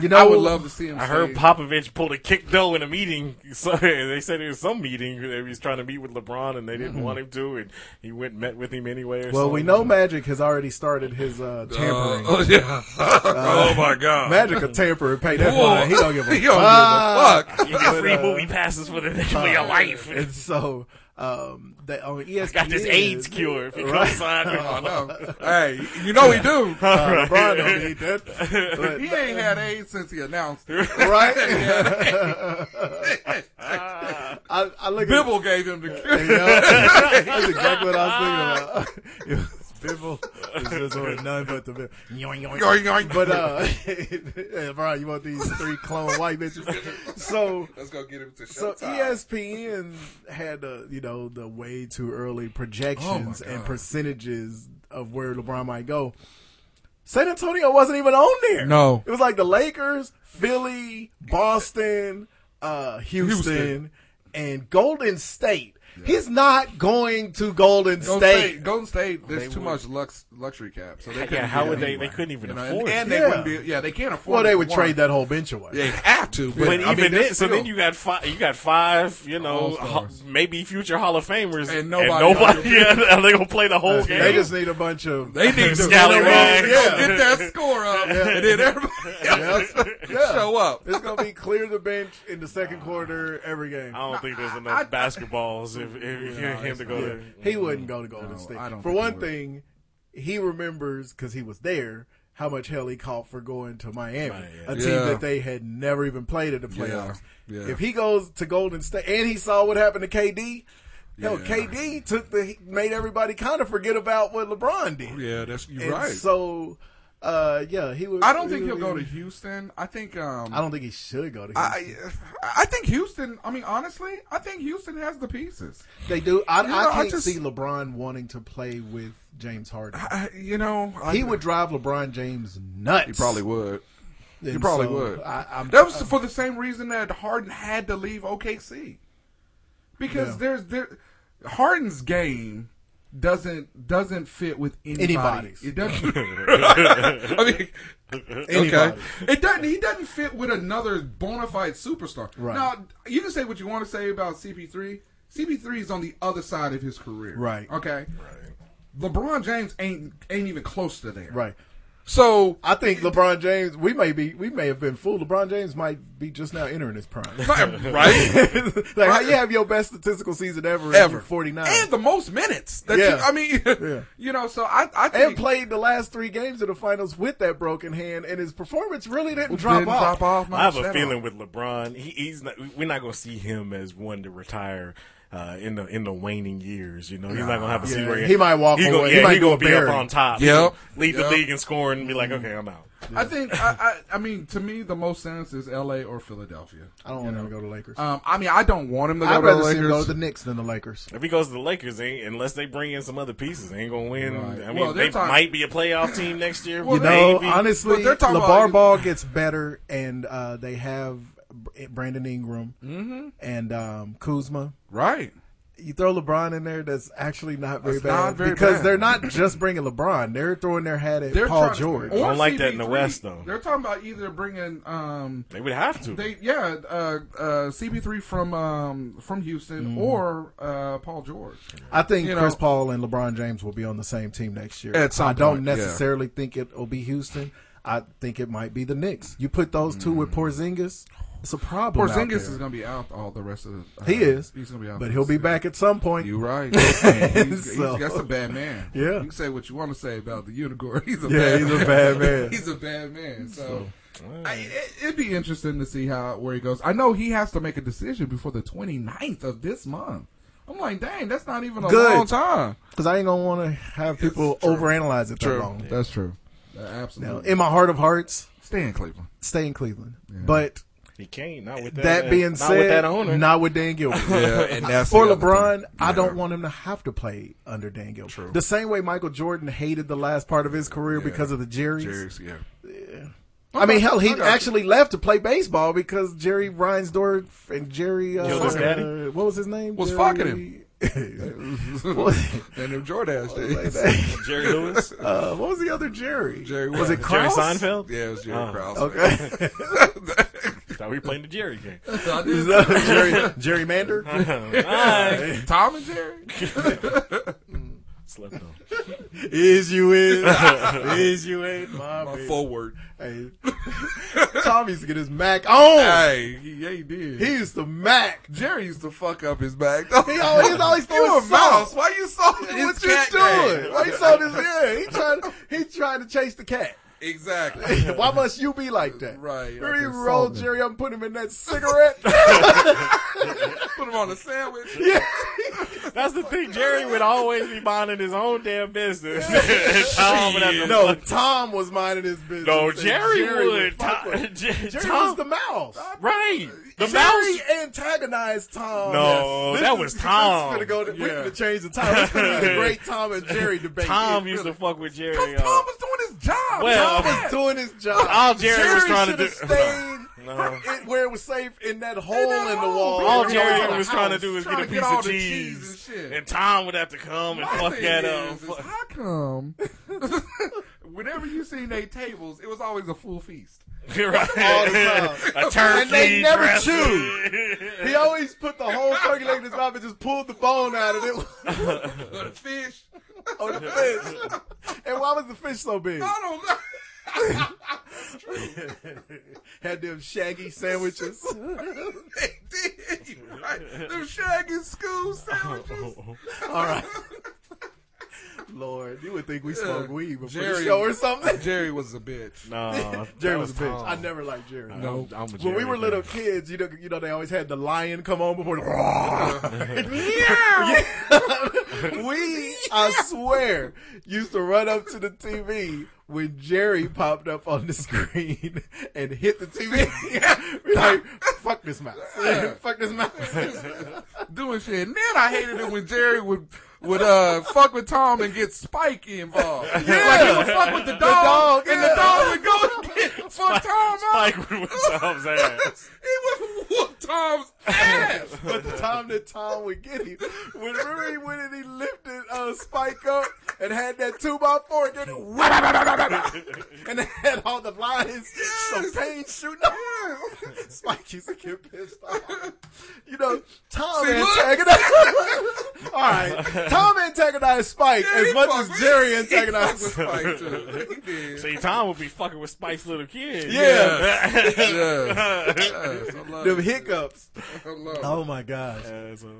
[SPEAKER 15] You know-
[SPEAKER 13] I would love to see him.
[SPEAKER 2] I heard
[SPEAKER 13] stay.
[SPEAKER 2] Popovich pulled a kick though in a meeting. So they said it was some meeting that he was trying to meet with LeBron, and they didn't
[SPEAKER 13] Mm-hmm.
[SPEAKER 15] Mhm.
[SPEAKER 2] want him to, and he went and met with him anyway.
[SPEAKER 15] Well,
[SPEAKER 2] Or something.
[SPEAKER 15] we know Magic has already started his uh, tampering.
[SPEAKER 13] oh, yeah. Oh, my God.
[SPEAKER 15] Magic will tamper and pay that
[SPEAKER 13] Whoa.
[SPEAKER 15] fine. He don't give a
[SPEAKER 13] He don't give a
[SPEAKER 15] fuck.
[SPEAKER 13] fuck. You get
[SPEAKER 15] But,
[SPEAKER 13] free
[SPEAKER 15] uh,
[SPEAKER 13] movie passes for the rest of your
[SPEAKER 15] uh,
[SPEAKER 13] life.
[SPEAKER 15] And so, um, they on E ESPN
[SPEAKER 2] got this AIDS cure if you come sign it.
[SPEAKER 13] Oh, no. Hey, you know he do.
[SPEAKER 15] Uh, LeBron don't need that. But-
[SPEAKER 13] he ain't had AIDS since he announced it,
[SPEAKER 15] Right?
[SPEAKER 13] I,
[SPEAKER 15] I look at-
[SPEAKER 13] Bibble gave him the cure.
[SPEAKER 15] You know, that's exactly what I was thinking about. It was Bibble. It's just or none but the Bibble. Yoink,
[SPEAKER 13] Yoink,
[SPEAKER 15] yoink.
[SPEAKER 13] yoink.
[SPEAKER 15] But, uh, hey, Brian, you want these three clone white bitches? So,
[SPEAKER 13] Let's go get him to
[SPEAKER 15] so E
[SPEAKER 13] Showtime.
[SPEAKER 15] ESPN had, uh, you know, the way too early projections
[SPEAKER 13] Oh my
[SPEAKER 15] and
[SPEAKER 13] God.
[SPEAKER 15] percentages of where LeBron might go. San Antonio wasn't even on there.
[SPEAKER 13] No.
[SPEAKER 15] It was like the Lakers, Philly, Boston, uh, Houston,
[SPEAKER 13] Houston.
[SPEAKER 15] and Golden State. He's not going to Golden
[SPEAKER 13] Golden
[SPEAKER 15] State.
[SPEAKER 13] State. Golden State. There's
[SPEAKER 15] They
[SPEAKER 13] too
[SPEAKER 15] would-
[SPEAKER 13] much lux, luxury cap. So they
[SPEAKER 2] Yeah,
[SPEAKER 13] couldn't
[SPEAKER 2] how
[SPEAKER 13] do
[SPEAKER 2] would they-
[SPEAKER 13] that anyway.
[SPEAKER 2] they couldn't even
[SPEAKER 13] You know,
[SPEAKER 2] afford
[SPEAKER 13] And,
[SPEAKER 2] it.
[SPEAKER 13] and
[SPEAKER 2] Yeah.
[SPEAKER 13] they wouldn't be. Yeah, they can't afford.
[SPEAKER 15] Well, they
[SPEAKER 13] it
[SPEAKER 15] would
[SPEAKER 13] for
[SPEAKER 15] trade
[SPEAKER 13] one.
[SPEAKER 15] that whole bench away.
[SPEAKER 13] They have to. But,
[SPEAKER 2] But
[SPEAKER 13] I mean,
[SPEAKER 2] even
[SPEAKER 13] that's
[SPEAKER 2] then, so
[SPEAKER 13] still-
[SPEAKER 2] then you got five. You got five. You know, ho-
[SPEAKER 13] All-stars.
[SPEAKER 2] maybe future Hall of Famers,
[SPEAKER 13] And
[SPEAKER 2] and
[SPEAKER 13] nobody
[SPEAKER 2] nobody.
[SPEAKER 13] on
[SPEAKER 2] yeah, are they gonna play the whole game?
[SPEAKER 15] They just need a bunch of
[SPEAKER 13] They need to
[SPEAKER 2] Scallywags.
[SPEAKER 13] Yeah. Get that score up, and then everybody else show up.
[SPEAKER 15] It's gonna be clear the bench in the second quarter every game.
[SPEAKER 2] I don't think there's enough basketballs if, if you're him to go
[SPEAKER 15] Yeah.
[SPEAKER 2] there.
[SPEAKER 15] He wouldn't go to Golden State.
[SPEAKER 13] Mm-hmm. I don't
[SPEAKER 15] for
[SPEAKER 13] think he
[SPEAKER 15] one
[SPEAKER 13] would.
[SPEAKER 15] thing, he remembers because he was there how much hell he caught for going to Miami, a team
[SPEAKER 13] Yeah.
[SPEAKER 15] that they had never even played in the playoffs.
[SPEAKER 13] Yeah. Yeah.
[SPEAKER 15] If he goes to Golden State and he saw what happened to KD. Hell,
[SPEAKER 13] Yeah.
[SPEAKER 15] KD took the he made everybody kind of forget about what LeBron did.
[SPEAKER 13] Oh, Yeah, that's you're
[SPEAKER 15] And
[SPEAKER 13] right.
[SPEAKER 15] So, uh, yeah, he would.
[SPEAKER 13] I don't
[SPEAKER 15] he
[SPEAKER 13] think he'll
[SPEAKER 15] would
[SPEAKER 13] go to
[SPEAKER 15] be-
[SPEAKER 13] Houston. I think. Um,
[SPEAKER 15] I don't think he should go to. Houston.
[SPEAKER 13] I, I think Houston. I mean, honestly, I think Houston has the pieces.
[SPEAKER 15] They do. I,
[SPEAKER 13] You know,
[SPEAKER 15] I
[SPEAKER 13] I
[SPEAKER 15] can't
[SPEAKER 13] just-
[SPEAKER 15] see LeBron wanting to play with James Harden.
[SPEAKER 13] I, you know, I,
[SPEAKER 15] he would drive LeBron James nuts.
[SPEAKER 13] He probably would. he
[SPEAKER 15] And
[SPEAKER 13] probably
[SPEAKER 15] so
[SPEAKER 13] would.
[SPEAKER 15] I, I'm,
[SPEAKER 13] that was
[SPEAKER 15] I'm-
[SPEAKER 13] for the same reason that Harden had to leave OKC because
[SPEAKER 15] Yeah.
[SPEAKER 13] there's there Harden's game doesn't doesn't fit with anybody.
[SPEAKER 15] Anybody's.
[SPEAKER 13] It doesn't. I mean, okay.
[SPEAKER 15] Anybody's.
[SPEAKER 13] It doesn't. He doesn't fit with another bona fide superstar.
[SPEAKER 15] Right.
[SPEAKER 13] Now you can say what you want to say about CP3. CP3 is on the other side of his career.
[SPEAKER 15] Right.
[SPEAKER 13] Okay. LeBron James ain't ain't even close to there.
[SPEAKER 15] right.
[SPEAKER 13] So
[SPEAKER 15] I think LeBron James. We may be. We may have been fooled. LeBron James might be just now entering his prime.
[SPEAKER 13] right.
[SPEAKER 15] like how you have your best statistical season ever,
[SPEAKER 13] Ever.
[SPEAKER 15] forty nine,
[SPEAKER 13] and the most minutes. That
[SPEAKER 15] Yeah.
[SPEAKER 13] you, I mean,
[SPEAKER 15] Yeah.
[SPEAKER 13] you know. So I, I
[SPEAKER 15] and
[SPEAKER 13] think
[SPEAKER 15] played the last three games of the finals with that broken hand, and his performance really didn't drop
[SPEAKER 13] Didn't
[SPEAKER 15] off.
[SPEAKER 13] drop off much
[SPEAKER 2] I have a
[SPEAKER 13] at
[SPEAKER 2] feeling
[SPEAKER 13] all.
[SPEAKER 2] with LeBron, he, he's not, we're not going to see him as one to retire uh, in the in the waning years. You know, he's not going to have a
[SPEAKER 15] Yeah.
[SPEAKER 2] season where
[SPEAKER 15] He might walk
[SPEAKER 2] he gonna-
[SPEAKER 15] away. He
[SPEAKER 2] Yeah,
[SPEAKER 15] might go
[SPEAKER 2] going to be up
[SPEAKER 15] buried.
[SPEAKER 2] on top.
[SPEAKER 13] Yep.
[SPEAKER 2] lead
[SPEAKER 13] Yep.
[SPEAKER 2] the league in scoring and be
[SPEAKER 15] Mm-hmm.
[SPEAKER 2] like, okay, I'm out.
[SPEAKER 13] I think I, I, I mean to me the most sense is L.A. or Philadelphia.
[SPEAKER 15] I don't want him to go to Lakers.
[SPEAKER 13] Um, I mean I don't want him to go
[SPEAKER 15] I'd
[SPEAKER 13] to the
[SPEAKER 15] rather see him
[SPEAKER 13] Lakers.
[SPEAKER 15] go to the Knicks than the Lakers.
[SPEAKER 2] If he goes to the Lakers, they, unless they bring in some other pieces, they ain't going to win.
[SPEAKER 13] Right.
[SPEAKER 2] I mean,
[SPEAKER 13] Well, they're
[SPEAKER 2] they
[SPEAKER 13] talking-
[SPEAKER 2] might be a playoff team next year.
[SPEAKER 15] You know,
[SPEAKER 2] maybe.
[SPEAKER 15] honestly,
[SPEAKER 13] But they're
[SPEAKER 15] LeBar
[SPEAKER 13] talking about-
[SPEAKER 15] Ball gets better, and uh, they have Br- Brandon Ingram
[SPEAKER 13] Mm-hmm.
[SPEAKER 15] and um, Kuzma.
[SPEAKER 13] right.
[SPEAKER 15] You throw LeBron in there, that's actually not very
[SPEAKER 13] That's
[SPEAKER 15] bad
[SPEAKER 13] not very
[SPEAKER 15] because
[SPEAKER 13] bad.
[SPEAKER 15] they're not just bringing LeBron; they're throwing their hat at
[SPEAKER 13] They're
[SPEAKER 15] Paul
[SPEAKER 13] trying-
[SPEAKER 15] George.
[SPEAKER 13] or
[SPEAKER 2] Don't like that in the
[SPEAKER 13] CP3.
[SPEAKER 2] West, though.
[SPEAKER 13] They're talking about either bringing um,
[SPEAKER 2] they would have to.
[SPEAKER 13] they yeah uh, uh, CP3 from um, from Houston
[SPEAKER 15] Mm-hmm.
[SPEAKER 13] or uh, Paul George.
[SPEAKER 15] I think
[SPEAKER 13] you
[SPEAKER 15] Chris
[SPEAKER 13] know-
[SPEAKER 15] Paul and LeBron James will be on the same team next year.
[SPEAKER 13] At some
[SPEAKER 15] I don't
[SPEAKER 13] point, yeah.
[SPEAKER 15] necessarily think it will be Houston. I think it might be the Knicks. You put those two with Porzingis, it's a problem. out
[SPEAKER 13] Mm. Porzingis
[SPEAKER 15] there.
[SPEAKER 13] is going to be out all the rest of. the uh,
[SPEAKER 15] he is,
[SPEAKER 13] He's going to be out,
[SPEAKER 15] but
[SPEAKER 13] for
[SPEAKER 15] he'll
[SPEAKER 13] the
[SPEAKER 15] be
[SPEAKER 13] season.
[SPEAKER 15] back at some point.
[SPEAKER 13] You're right. He's- he's-
[SPEAKER 15] So-
[SPEAKER 13] that's a bad man.
[SPEAKER 15] Yeah.
[SPEAKER 13] You can say what you want to say about the unicorn. He's a
[SPEAKER 15] Yeah,
[SPEAKER 13] bad
[SPEAKER 15] he's a bad man.
[SPEAKER 13] he's a bad man. So, I, it, it'd be interesting to see how where he goes. I know he has to make a decision before the 29th of this month. I'm like, dang, that's not even a
[SPEAKER 15] Good.
[SPEAKER 13] long time.
[SPEAKER 15] Because I ain't gonna want to have people overanalyze it that long.
[SPEAKER 13] That's true. Uh,
[SPEAKER 15] Now,
[SPEAKER 13] absolutely.
[SPEAKER 15] in my heart of hearts,
[SPEAKER 13] Stay in Cleveland.
[SPEAKER 15] stay in Cleveland. But
[SPEAKER 2] he can't. Not with that. uh,
[SPEAKER 15] that being
[SPEAKER 2] not
[SPEAKER 15] said,
[SPEAKER 2] with that owner.
[SPEAKER 15] not with Dan Gilbert.
[SPEAKER 13] and that's
[SPEAKER 15] For
[SPEAKER 13] the other
[SPEAKER 15] LeBron,
[SPEAKER 13] thing.
[SPEAKER 15] I
[SPEAKER 13] Yeah.
[SPEAKER 15] don't want him to have to play under Dan Gilbert. The same way Michael Jordan hated the last part of his career because of the Jerry's.
[SPEAKER 13] Jerry's, yeah.
[SPEAKER 15] I mean, hell,
[SPEAKER 13] I
[SPEAKER 15] he
[SPEAKER 13] got you.
[SPEAKER 15] actually left to play baseball because Jerry Reinsdorf and Jerry, uh,
[SPEAKER 2] Killed his daddy?
[SPEAKER 15] uh, what was his name?
[SPEAKER 13] Was
[SPEAKER 15] Jerry-
[SPEAKER 13] fucking him. and them Jordash days.
[SPEAKER 2] Jerry Lewis,
[SPEAKER 15] uh, what was the other Jerry?
[SPEAKER 13] Jerry
[SPEAKER 15] was it
[SPEAKER 2] Jerry
[SPEAKER 15] Krause?
[SPEAKER 2] Seinfeld.
[SPEAKER 13] Yeah, it was Jerry
[SPEAKER 2] Oh.
[SPEAKER 13] Krause.
[SPEAKER 15] Uh, Okay.
[SPEAKER 2] Thought we were playing the Jerry game.
[SPEAKER 13] I did
[SPEAKER 15] Is that Jerry, Gerrymander?
[SPEAKER 13] Tom and Jerry.
[SPEAKER 2] Slept on.
[SPEAKER 15] Is you in? Is you in? My,
[SPEAKER 13] My
[SPEAKER 15] man.
[SPEAKER 13] forward.
[SPEAKER 15] Hey, Tom used to get his Mac on.
[SPEAKER 13] Hey, he- yeah, he did.
[SPEAKER 15] He used to Mac.
[SPEAKER 13] Jerry used to fuck up his back.
[SPEAKER 15] He always, he's always
[SPEAKER 13] you
[SPEAKER 15] throwing
[SPEAKER 13] a mouse.
[SPEAKER 15] sauce.
[SPEAKER 13] Why you so what
[SPEAKER 15] What you doing? Why you so this? Yeah, he trying. He trying to chase the cat.
[SPEAKER 13] Exactly.
[SPEAKER 15] Why must you be like that?
[SPEAKER 13] Right,
[SPEAKER 15] Remember
[SPEAKER 13] like
[SPEAKER 15] he
[SPEAKER 13] that
[SPEAKER 15] rolled
[SPEAKER 13] salt.
[SPEAKER 15] Jerry up and put him in that cigarette?
[SPEAKER 13] Put him on a sandwich.
[SPEAKER 2] That's the thing. Jerry would always be minding his own damn business. And Tom would have to
[SPEAKER 15] no,
[SPEAKER 2] fuck-
[SPEAKER 15] Tom was minding his business.
[SPEAKER 2] no,
[SPEAKER 15] and
[SPEAKER 2] Jerry, would.
[SPEAKER 15] fuck
[SPEAKER 2] Tom,
[SPEAKER 15] with him.
[SPEAKER 2] Jerry
[SPEAKER 15] Jerry
[SPEAKER 2] Tom,
[SPEAKER 15] was the mouse.
[SPEAKER 2] right. The
[SPEAKER 15] Jerry
[SPEAKER 2] mouse.
[SPEAKER 15] antagonized Tom.
[SPEAKER 2] No,
[SPEAKER 15] This
[SPEAKER 2] that
[SPEAKER 15] is-
[SPEAKER 2] was
[SPEAKER 15] this is
[SPEAKER 2] Tom.
[SPEAKER 15] finna go to- We
[SPEAKER 13] Yeah.
[SPEAKER 15] could change the time. This finna be the great Tom and Jerry debate.
[SPEAKER 2] Tom
[SPEAKER 15] It
[SPEAKER 2] used to fuck with Jerry.
[SPEAKER 13] Because
[SPEAKER 2] uh,
[SPEAKER 13] Tom was doing his job.
[SPEAKER 2] Well,
[SPEAKER 13] Tom
[SPEAKER 15] was doing his job.
[SPEAKER 2] All Jerry was trying to
[SPEAKER 15] should've
[SPEAKER 2] do-
[SPEAKER 15] stayed
[SPEAKER 2] No.
[SPEAKER 15] It- where it was safe in that hole in, the wall.
[SPEAKER 2] All
[SPEAKER 15] Everybody in
[SPEAKER 2] Jerry
[SPEAKER 15] the
[SPEAKER 2] was trying to
[SPEAKER 15] house
[SPEAKER 2] do was
[SPEAKER 15] trying
[SPEAKER 2] get a
[SPEAKER 15] to
[SPEAKER 2] piece
[SPEAKER 15] all
[SPEAKER 2] of
[SPEAKER 15] the
[SPEAKER 2] cheese, and, Tom would have to come and
[SPEAKER 13] My
[SPEAKER 2] fuck
[SPEAKER 13] thing
[SPEAKER 2] that
[SPEAKER 13] is, is
[SPEAKER 2] up.
[SPEAKER 13] how come whenever you seen they tables, it was always a full feast.
[SPEAKER 2] You're right.
[SPEAKER 15] time.
[SPEAKER 2] a turkey.
[SPEAKER 15] And they never
[SPEAKER 2] dressing.
[SPEAKER 15] chew. He always put the whole turkey leg in his mouth and just pulled the bone out of it.
[SPEAKER 13] Or the fish.
[SPEAKER 15] Or the fish. And why was the fish so big?
[SPEAKER 13] I
[SPEAKER 15] don't know. Had them shaggy sandwiches.
[SPEAKER 13] they did. You right. Them shaggy school sandwiches.
[SPEAKER 15] All right. Lord, you would think we
[SPEAKER 13] Yeah.
[SPEAKER 15] smoked weed before the
[SPEAKER 13] Jerry-
[SPEAKER 15] show or something.
[SPEAKER 13] Jerry was a bitch.
[SPEAKER 2] No,
[SPEAKER 15] Jerry
[SPEAKER 2] Oh, that
[SPEAKER 15] was a bitch.
[SPEAKER 2] Tom.
[SPEAKER 15] I never liked Jerry.
[SPEAKER 2] No, I'm a
[SPEAKER 15] when we
[SPEAKER 2] Jerry
[SPEAKER 15] were
[SPEAKER 2] guy.
[SPEAKER 15] little kids, you know, you know, they always had the lion come on before the. Yeah. we, I swear, used to run up to the TV when Jerry popped up on the screen and hit the TV. we like, fuck this mouse. fuck this mouse.
[SPEAKER 13] doing shit. And then I hated it when Jerry would would uh fuck with Tom and get Spike involved. Yeah, like he would fuck with the dog,
[SPEAKER 15] dog,
[SPEAKER 13] and
[SPEAKER 15] yeah.
[SPEAKER 13] the dog would go and get fuck Tom up.
[SPEAKER 2] Spike would whip Tom's ass.
[SPEAKER 13] He would whoop Tom's ass.
[SPEAKER 15] But the time that Tom would get him, when remember he went and he lifted uh, Spike up and had that two by four and then and they had all the lines, some pain shooting. out. Spike used to get pissed off. You know, Tom
[SPEAKER 13] See, look.
[SPEAKER 15] antagonized. all right, Tom antagonized Spike
[SPEAKER 13] Yeah, he
[SPEAKER 15] as much
[SPEAKER 13] fucked
[SPEAKER 15] as
[SPEAKER 13] with-
[SPEAKER 15] Jerry
[SPEAKER 13] he
[SPEAKER 15] antagonized
[SPEAKER 13] fucked with Spike too. He did.
[SPEAKER 2] See, Tom would be fucking with Spike's little kid.
[SPEAKER 15] Yeah.
[SPEAKER 13] Yes. Yes. I love
[SPEAKER 15] them
[SPEAKER 13] it.
[SPEAKER 15] hiccups.
[SPEAKER 13] I love it.
[SPEAKER 15] Oh my gosh.
[SPEAKER 2] Asshole.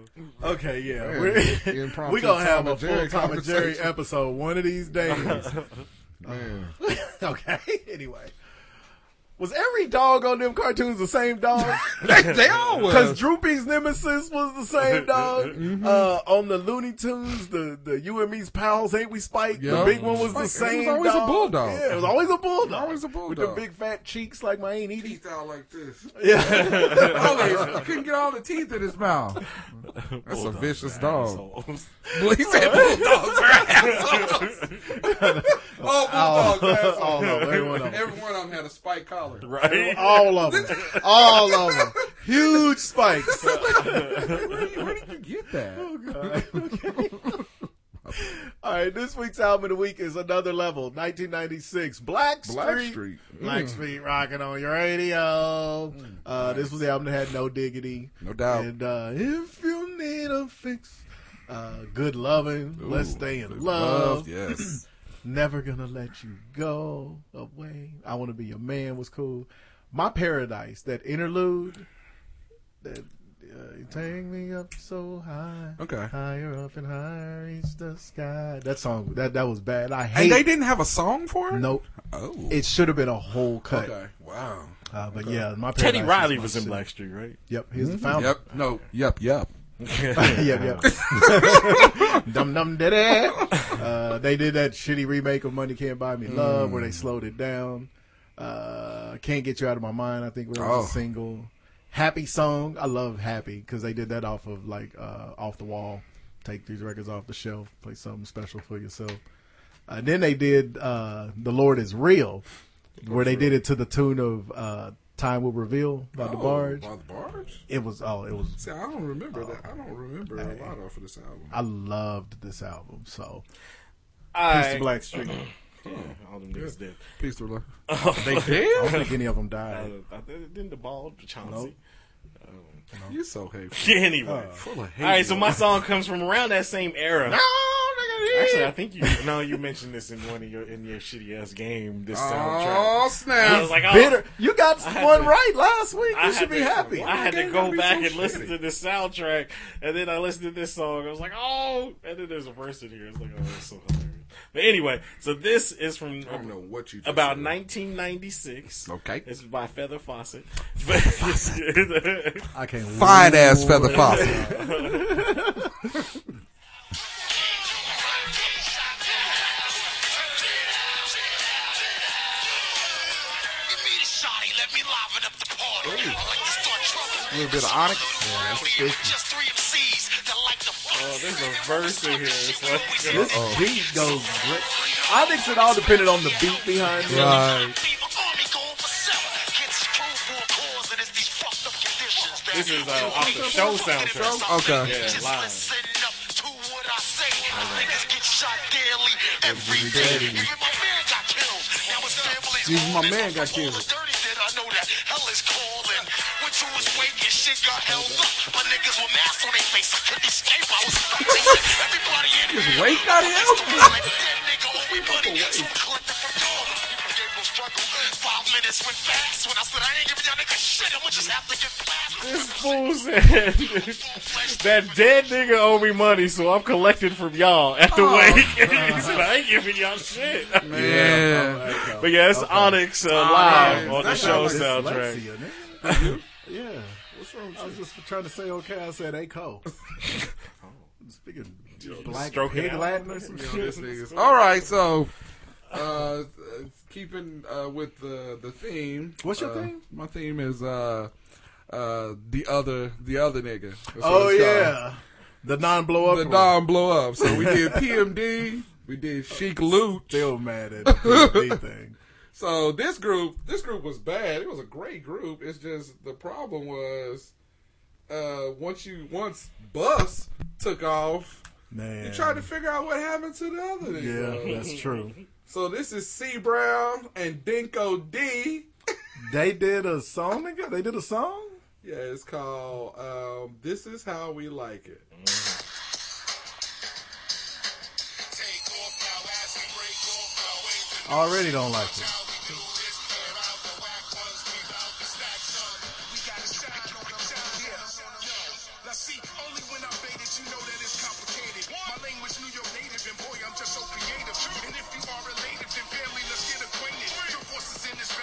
[SPEAKER 15] Okay, yeah,
[SPEAKER 13] Man,
[SPEAKER 15] we're
[SPEAKER 13] impromptu
[SPEAKER 15] we gonna have
[SPEAKER 13] Tom
[SPEAKER 15] a
[SPEAKER 13] and Jerry
[SPEAKER 15] full Tom and Jerry
[SPEAKER 13] conversation.
[SPEAKER 15] episode one of these days.
[SPEAKER 13] Man.
[SPEAKER 15] okay, anyway, was every dog on them cartoons the same dog?
[SPEAKER 13] They- they all was.
[SPEAKER 15] because Droopy's nemesis was the same dog.
[SPEAKER 13] Mm-hmm.
[SPEAKER 15] Uh, on the Looney Tunes, the the you and me's pals, ain't we Spike? The
[SPEAKER 13] Yep.
[SPEAKER 15] big one was
[SPEAKER 13] Spike,
[SPEAKER 15] the
[SPEAKER 13] he
[SPEAKER 15] same.
[SPEAKER 13] was always a
[SPEAKER 15] dog.
[SPEAKER 13] bulldog.
[SPEAKER 15] Yeah, it was always a bulldog.
[SPEAKER 13] Always a
[SPEAKER 15] with the
[SPEAKER 13] bulldog.
[SPEAKER 15] big fat cheeks like my ain't eating.
[SPEAKER 13] teeth out like this.
[SPEAKER 15] Yeah.
[SPEAKER 13] Always. I couldn't get all the teeth in his mouth. That's a
[SPEAKER 2] Bulldogs
[SPEAKER 13] vicious
[SPEAKER 2] are
[SPEAKER 13] dog.
[SPEAKER 2] assholes.
[SPEAKER 13] Well, he said bulldogs are assholes. all bulldogs are assholes.
[SPEAKER 15] All of them, every one of them.
[SPEAKER 13] Every one of them had a spike collar.
[SPEAKER 2] Right?
[SPEAKER 15] All of them. All of them. Huge spikes.
[SPEAKER 13] Where, did- where did you get that?
[SPEAKER 15] All right, this week's album of the week is Another Level, 1996. Black Street.
[SPEAKER 13] Black Street. Hmm.
[SPEAKER 15] Black Street rocking on your radio. Uh, this was the album that had no diggity.
[SPEAKER 13] No doubt.
[SPEAKER 15] And uh, if you need a fix, uh, good loving,
[SPEAKER 13] Ooh,
[SPEAKER 15] let's stay in
[SPEAKER 13] good
[SPEAKER 15] love.
[SPEAKER 13] Yes.
[SPEAKER 15] Never gonna let you go away. I want to be your man was cool. My paradise, that interlude, that uh, take me up so high,
[SPEAKER 13] Okay.
[SPEAKER 15] higher up and higher is the sky. That song, that that was bad. I hate.
[SPEAKER 13] And they didn't have a song for it?
[SPEAKER 15] Nope,
[SPEAKER 13] Oh.
[SPEAKER 15] it should have been a whole cut.
[SPEAKER 13] okay. Wow.
[SPEAKER 15] Uh, but yeah, my paradise
[SPEAKER 2] Teddy
[SPEAKER 15] is
[SPEAKER 2] Riley
[SPEAKER 15] my
[SPEAKER 2] was in
[SPEAKER 15] shit.
[SPEAKER 2] Blackstreet, right?
[SPEAKER 15] Yep, he's the founder.
[SPEAKER 13] Mhm. Yep. No. Yep. Yep.
[SPEAKER 15] yep, yep. dum dum da da. Uh, they did that shitty remake of Money Can't Buy Me Love
[SPEAKER 13] Mm.
[SPEAKER 15] where they slowed it down. Uh, Can't Get You Out of My Mind, I think was
[SPEAKER 13] Oh.
[SPEAKER 15] a single. Happy Song, I love Happy because they did that off of like uh, Off the Wall. Take these records off the shelf, play something special for yourself. Uh, then they did uh, The Lord is Real where they did it to the tune of uh, Time Will Reveal by the
[SPEAKER 13] Oh,
[SPEAKER 15] Barge.
[SPEAKER 13] By the barge.
[SPEAKER 15] It was, oh, it was
[SPEAKER 13] See, I don't remember that. I don't remember a lot off of this album.
[SPEAKER 15] I loved this album. So peace to
[SPEAKER 2] I,
[SPEAKER 15] Black Street.
[SPEAKER 2] yeah, all them niggas dead.
[SPEAKER 13] Peace to love.
[SPEAKER 2] they
[SPEAKER 15] I don't
[SPEAKER 13] Damn.
[SPEAKER 15] think any of them
[SPEAKER 2] Uh,
[SPEAKER 15] died.
[SPEAKER 2] I think- didn't the ball Chauncey? Uh,
[SPEAKER 13] You so hateful.
[SPEAKER 2] Yeah, anyway.
[SPEAKER 13] Full of hate.
[SPEAKER 2] All right, so my song comes from around that same era. Actually, I think you. No, you mentioned this in one of your in your shitty ass game. This soundtrack.
[SPEAKER 13] Oh
[SPEAKER 2] I
[SPEAKER 13] snap!
[SPEAKER 2] was like, oh,
[SPEAKER 15] Bitter. You got
[SPEAKER 2] I had
[SPEAKER 15] one
[SPEAKER 2] to-
[SPEAKER 15] right last week.
[SPEAKER 2] I
[SPEAKER 15] You
[SPEAKER 2] had
[SPEAKER 15] should be
[SPEAKER 2] to-
[SPEAKER 15] happy.
[SPEAKER 2] I had to
[SPEAKER 13] Why
[SPEAKER 2] go
[SPEAKER 13] can't
[SPEAKER 2] back
[SPEAKER 13] I be
[SPEAKER 2] and
[SPEAKER 13] so
[SPEAKER 2] listen
[SPEAKER 13] shitty?
[SPEAKER 2] to the soundtrack, and then I listened to this song. I was like, oh, and then there's a verse in here. It's like, oh, that's so hilarious. But anyway, so this is from
[SPEAKER 13] I don't know what you just
[SPEAKER 2] about
[SPEAKER 13] said.
[SPEAKER 2] 1996.
[SPEAKER 13] Okay.
[SPEAKER 2] it's by Feather Fawcett.
[SPEAKER 15] I can't wait.
[SPEAKER 13] Fine ass feather fox.
[SPEAKER 3] Give me the shot, he let me liven up the party. I like to start trouble.
[SPEAKER 13] A little bit of onyx.
[SPEAKER 3] Only just three MCs that like to fuck.
[SPEAKER 2] Oh, there's a verse in here. It's like,
[SPEAKER 15] This beat goes great. I think it all depended on the beat behind it.
[SPEAKER 3] Fever
[SPEAKER 13] Right.
[SPEAKER 3] army going for seven. Kids is crew for a call.
[SPEAKER 2] This is uh, off the show soundtrack.
[SPEAKER 13] Okay.
[SPEAKER 2] Yeah, live.
[SPEAKER 13] Every day. Even my man got killed. His weight got him?
[SPEAKER 2] This fool said that dead nigga owe me money, so I'm collecting from y'all at the
[SPEAKER 12] Oh,
[SPEAKER 2] wake.
[SPEAKER 12] God.
[SPEAKER 2] he said, I ain't giving y'all shit.
[SPEAKER 12] Man.
[SPEAKER 2] Yeah. But yeah, it's Onyx uh, live on the show soundtrack.
[SPEAKER 15] yeah. What's wrong with I was just trying to say okay. I said hey Cole. Speaking
[SPEAKER 13] Yo,
[SPEAKER 15] black
[SPEAKER 13] stroking
[SPEAKER 15] pig
[SPEAKER 13] out.
[SPEAKER 15] Latin or some
[SPEAKER 13] Yo,
[SPEAKER 15] shit.
[SPEAKER 13] this nigga's- All right, so uh, it's keeping uh, with the the theme.
[SPEAKER 15] What's your
[SPEAKER 13] uh,
[SPEAKER 15] theme?
[SPEAKER 13] My theme is uh, uh, the other the other nigga. That's what
[SPEAKER 15] Oh
[SPEAKER 13] it's called.
[SPEAKER 15] yeah, the non-blow up.
[SPEAKER 13] the
[SPEAKER 15] one.
[SPEAKER 13] non blow up. So we did PMD. We did Chic Loot.
[SPEAKER 15] Still mad at the PMD thing.
[SPEAKER 13] So this group, this group was bad. It was a great group. It's just the problem was uh, once you once Bus took off,
[SPEAKER 15] Man.
[SPEAKER 13] you tried to figure out what happened to the other. niggas.
[SPEAKER 15] Yeah, that's true.
[SPEAKER 13] So this is C Brown and Dinko D.
[SPEAKER 15] They did a song together. They did a song.
[SPEAKER 13] Yeah, it's called um, "This Is How We Like It."
[SPEAKER 15] Already don't like it.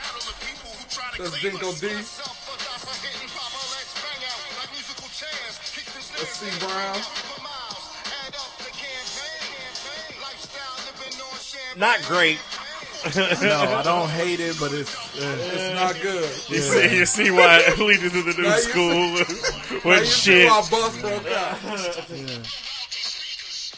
[SPEAKER 13] That's Dinko D. That's C Brown.
[SPEAKER 2] Not great.
[SPEAKER 15] no, I don't hate it, but it's uh,
[SPEAKER 13] It's not good.
[SPEAKER 2] You see, you see why it leaded to the new
[SPEAKER 13] Now you see-
[SPEAKER 2] school
[SPEAKER 13] Now you
[SPEAKER 2] with
[SPEAKER 13] see
[SPEAKER 2] shit.
[SPEAKER 13] why Bus broke out.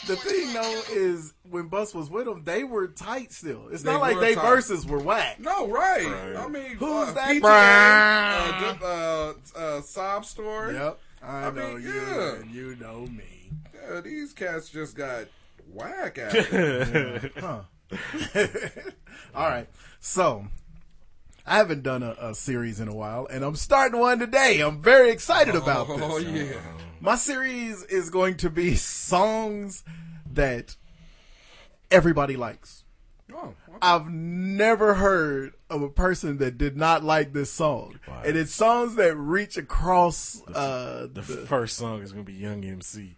[SPEAKER 15] The thing though is when Bus was with them, they were tight still. It's
[SPEAKER 13] They
[SPEAKER 15] not like
[SPEAKER 13] were
[SPEAKER 15] they
[SPEAKER 13] tight.
[SPEAKER 15] verses were whack.
[SPEAKER 13] No, right.
[SPEAKER 15] Right.
[SPEAKER 13] I mean,
[SPEAKER 15] Who's
[SPEAKER 13] uh,
[SPEAKER 15] that
[SPEAKER 13] PTA,
[SPEAKER 15] Brown?
[SPEAKER 13] Uh, good, uh, uh, sob story.
[SPEAKER 15] Yep. I,
[SPEAKER 13] I
[SPEAKER 15] know
[SPEAKER 13] mean,
[SPEAKER 15] you.
[SPEAKER 13] yeah.
[SPEAKER 15] and You know me.
[SPEAKER 13] Yeah, these cats just got whack at
[SPEAKER 15] Yeah.
[SPEAKER 13] it.
[SPEAKER 15] Huh. All right. So I haven't done a, a series in a while, and I'm starting one today. I'm very excited about this.
[SPEAKER 13] Oh yeah.
[SPEAKER 15] My series is going to be songs that everybody likes.
[SPEAKER 13] Oh,
[SPEAKER 15] I've never heard of a person that did not like this song, and it's songs that reach across. Uh, the-
[SPEAKER 2] The first song is going to be Young MC.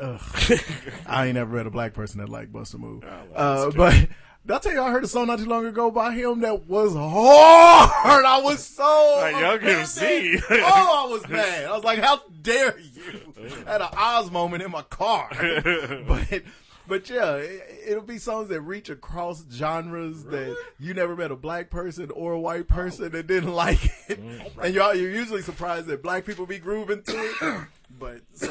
[SPEAKER 15] Ugh. I ain't ever met a black person that liked Busta Move. Uh, but did I tell you I heard a song not too long ago by him that was hard. I was so
[SPEAKER 2] Like, y'all can
[SPEAKER 15] offended.
[SPEAKER 2] see.
[SPEAKER 15] Oh, I was mad. I was like, "How dare you?" I had an Oz moment in my car. but but yeah, it, it'll be songs that reach across genres that you never met a black person or a white person that didn't like it, and y'all you're usually surprised that black people be grooving to it. But so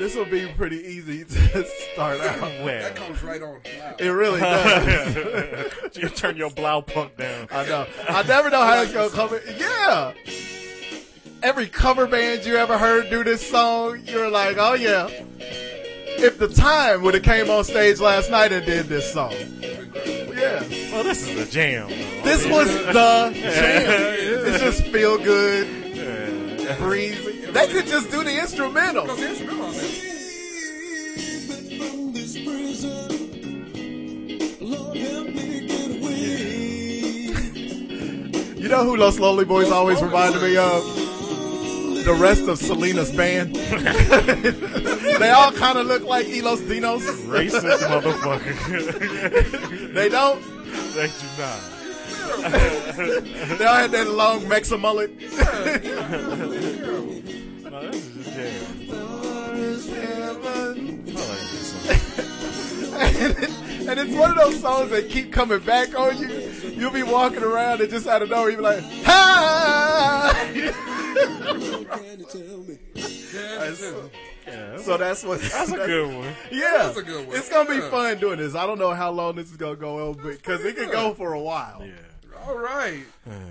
[SPEAKER 15] this will be pretty easy to start out.
[SPEAKER 13] That comes right on.
[SPEAKER 15] It really does.
[SPEAKER 2] you turn your blow punk down.
[SPEAKER 15] I know. I never know how it's gonna cover. Yeah. Every cover band you ever heard do this song, you're like, oh yeah. If the time would have came on stage last night and did this song, yeah.
[SPEAKER 2] Well, this is the jam.
[SPEAKER 15] This was the jam. It's just feel good, breezy. They could just do the instrumental. You know who Los Lonely Boys always reminded me of? The rest of Selena's band. they all kind of look like Elos Dinos.
[SPEAKER 2] Racist motherfucker.
[SPEAKER 15] They don't.
[SPEAKER 2] They do not.
[SPEAKER 15] they all had that long Mexa mullet.
[SPEAKER 2] No, this is a jam.
[SPEAKER 15] and it's one of those songs that keep coming back on you. You'll be walking around and just out of nowhere, you'll be like, hi! So that's what.
[SPEAKER 2] That's a good one.
[SPEAKER 15] Yeah,
[SPEAKER 13] That's a good one.
[SPEAKER 15] It's gonna be
[SPEAKER 13] Yeah.
[SPEAKER 15] fun doing this. I don't know how long this is gonna go on, because it could go for a while.
[SPEAKER 13] All right.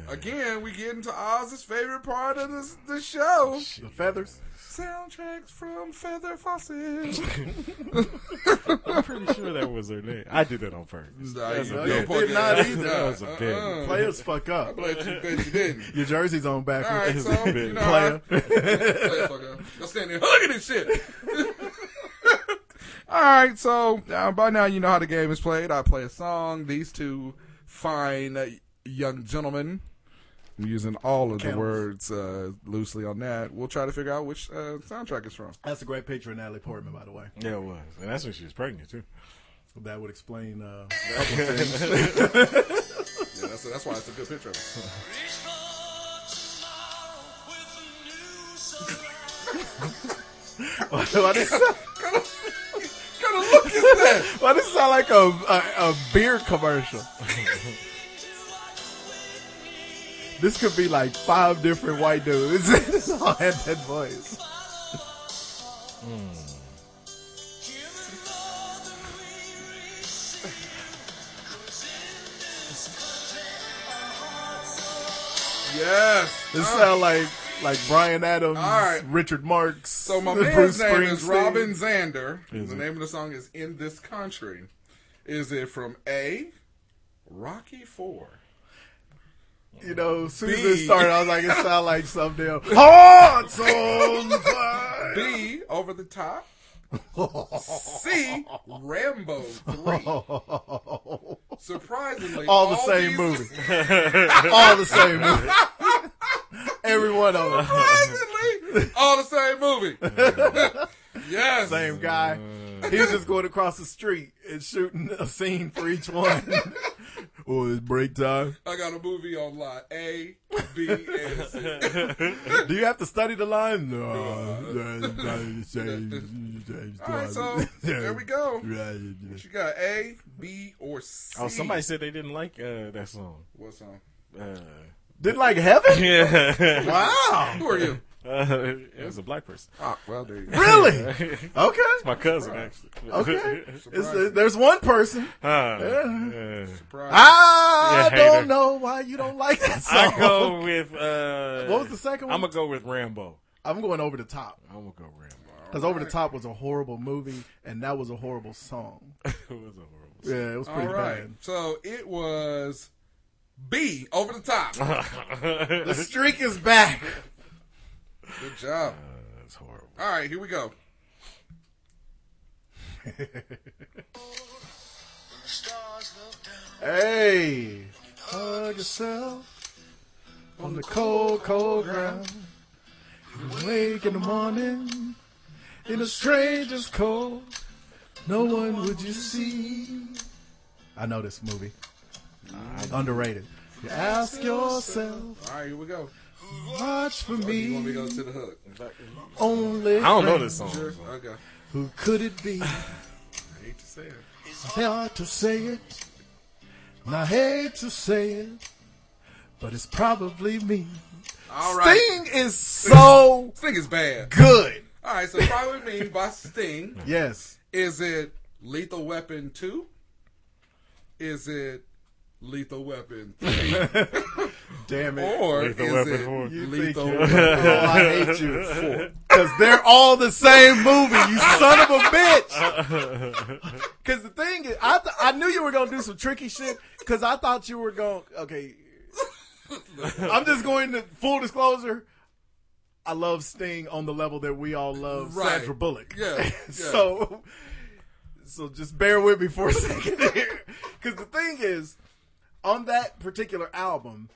[SPEAKER 13] Again, we get into Oz's favorite part of this the show.
[SPEAKER 15] The feathers.
[SPEAKER 13] Soundtracks from Feather Fawcett.
[SPEAKER 2] I'm pretty sure that was her name. I did that on purpose.
[SPEAKER 13] Nah,
[SPEAKER 2] That's
[SPEAKER 13] you
[SPEAKER 2] a
[SPEAKER 13] did
[SPEAKER 2] big-
[SPEAKER 13] not either.
[SPEAKER 2] That was a big.
[SPEAKER 13] Uh-uh.
[SPEAKER 15] Players fuck
[SPEAKER 13] I
[SPEAKER 15] up.
[SPEAKER 13] bet you- bet you didn't.
[SPEAKER 15] Your jersey's on backwards.
[SPEAKER 13] All right, so, you know,
[SPEAKER 15] Player.
[SPEAKER 13] I- Player fuck up. Y'all standing there, look at this shit. All right, so uh, by now you know how the game is played. I play a song. These two fine uh, young gentlemen, I'm using all of the
[SPEAKER 15] Camels.
[SPEAKER 13] words uh, loosely on that, we'll try to figure out which uh, soundtrack it's from.
[SPEAKER 15] That's a great picture of Natalie Portman, by the way.
[SPEAKER 2] Yeah, it was, and that's when she was pregnant too.
[SPEAKER 15] That would explain uh, a couple of things.
[SPEAKER 13] yeah, that's, that's why it's a good picture of it.
[SPEAKER 15] why does it sound-
[SPEAKER 13] Gotta look at that.
[SPEAKER 15] why does it sound like a, a, a beer commercial? this could be like five different white dudes. It's all had that voice.
[SPEAKER 13] Yes.
[SPEAKER 15] It
[SPEAKER 13] All
[SPEAKER 15] sound like like Brian Adams,
[SPEAKER 13] All right.
[SPEAKER 15] Richard Marx.
[SPEAKER 13] So my
[SPEAKER 15] Bruce
[SPEAKER 13] man's name is
[SPEAKER 15] Springsteen.
[SPEAKER 13] Robin Zander.
[SPEAKER 15] Is
[SPEAKER 13] the
[SPEAKER 15] it?
[SPEAKER 13] name of the song is "In This Country." Is it from A, Rocky Four?
[SPEAKER 15] You know, as soon as
[SPEAKER 13] B.
[SPEAKER 15] it started, I was like, it sound like some damn hearts on fire.
[SPEAKER 13] B, Over the Top. C, Rambo Three. Surprisingly,
[SPEAKER 15] all the same
[SPEAKER 13] these-
[SPEAKER 15] movie. all the same movie. Every one of them.
[SPEAKER 13] Surprisingly, all the same movie. yes.
[SPEAKER 15] Same guy. He's just going across the street and shooting a scene for each one. oh, it's break time.
[SPEAKER 13] I got a movie on lot A, B, and C.
[SPEAKER 15] Do you have to study the line? No. All
[SPEAKER 13] All right, so there we go. What you got? A, B, or C?
[SPEAKER 2] Oh, somebody said they didn't like uh, that song.
[SPEAKER 13] What song?
[SPEAKER 2] Uh,
[SPEAKER 15] Didn't like heaven?
[SPEAKER 2] Yeah.
[SPEAKER 15] Wow.
[SPEAKER 13] Who are you?
[SPEAKER 2] Uh, it was a black person.
[SPEAKER 13] Ah, well, there you go.
[SPEAKER 15] Really? Okay.
[SPEAKER 2] It's my cousin, actually.
[SPEAKER 15] Okay. It's,
[SPEAKER 13] Surprising.
[SPEAKER 15] there's one person.
[SPEAKER 2] Uh,
[SPEAKER 15] Yeah.
[SPEAKER 2] uh,
[SPEAKER 15] I
[SPEAKER 2] Yeah, hater.
[SPEAKER 15] don't know why you don't like that song.
[SPEAKER 2] I go with. Uh,
[SPEAKER 15] What was the second one?
[SPEAKER 2] I'm gonna go with Rambo.
[SPEAKER 15] I'm going over the top.
[SPEAKER 2] I'm gonna go Rambo.
[SPEAKER 15] Because Over the Top was a horrible movie, and that was a horrible song.
[SPEAKER 2] it was a horrible.
[SPEAKER 15] Yeah, it was pretty
[SPEAKER 13] All right. So it was B over the top.
[SPEAKER 15] bad. The streak is back.
[SPEAKER 13] Good job.
[SPEAKER 2] Uh, That's horrible.
[SPEAKER 13] All right, here we go.
[SPEAKER 15] Hey, hug yourself on the cold, cold ground. Wake in the morning in a stranger's cold. No one would you see. I know this movie. Underrated. You ask yourself,
[SPEAKER 13] All right, here we go.
[SPEAKER 15] watch for
[SPEAKER 13] Oh, you want me to
[SPEAKER 15] me.
[SPEAKER 13] go to the hook?
[SPEAKER 15] Only
[SPEAKER 2] I don't know this
[SPEAKER 15] friend.
[SPEAKER 2] song.
[SPEAKER 13] Sure. Okay.
[SPEAKER 15] Who could it be?
[SPEAKER 13] I hate to say it.
[SPEAKER 15] It's hard to say it, and I hate to say it, but it's probably me.
[SPEAKER 13] All right.
[SPEAKER 15] Sting is so
[SPEAKER 13] Sting is bad.
[SPEAKER 15] good.
[SPEAKER 13] All right, so probably me by Sting.
[SPEAKER 15] Yes.
[SPEAKER 13] Is it Lethal Weapon two? Is it Lethal Weapon three?
[SPEAKER 15] Damn it.
[SPEAKER 13] Or
[SPEAKER 2] Lethal
[SPEAKER 13] is
[SPEAKER 2] Weapon
[SPEAKER 13] it
[SPEAKER 2] four.
[SPEAKER 15] You think
[SPEAKER 13] Lethal
[SPEAKER 15] you-
[SPEAKER 13] Weapon?
[SPEAKER 15] oh, I hate you. Because they're all the same movie, you son of a bitch. Because the thing is, I, th- I knew you were going to do some tricky shit because I thought you were going, okay. I'm just going to full disclosure. I love Sting on the level that we all love
[SPEAKER 13] Right.
[SPEAKER 15] Sandra Bullock.
[SPEAKER 13] Yeah, yeah.
[SPEAKER 15] so, so just bear with me for a second here, because the thing is, on that particular album,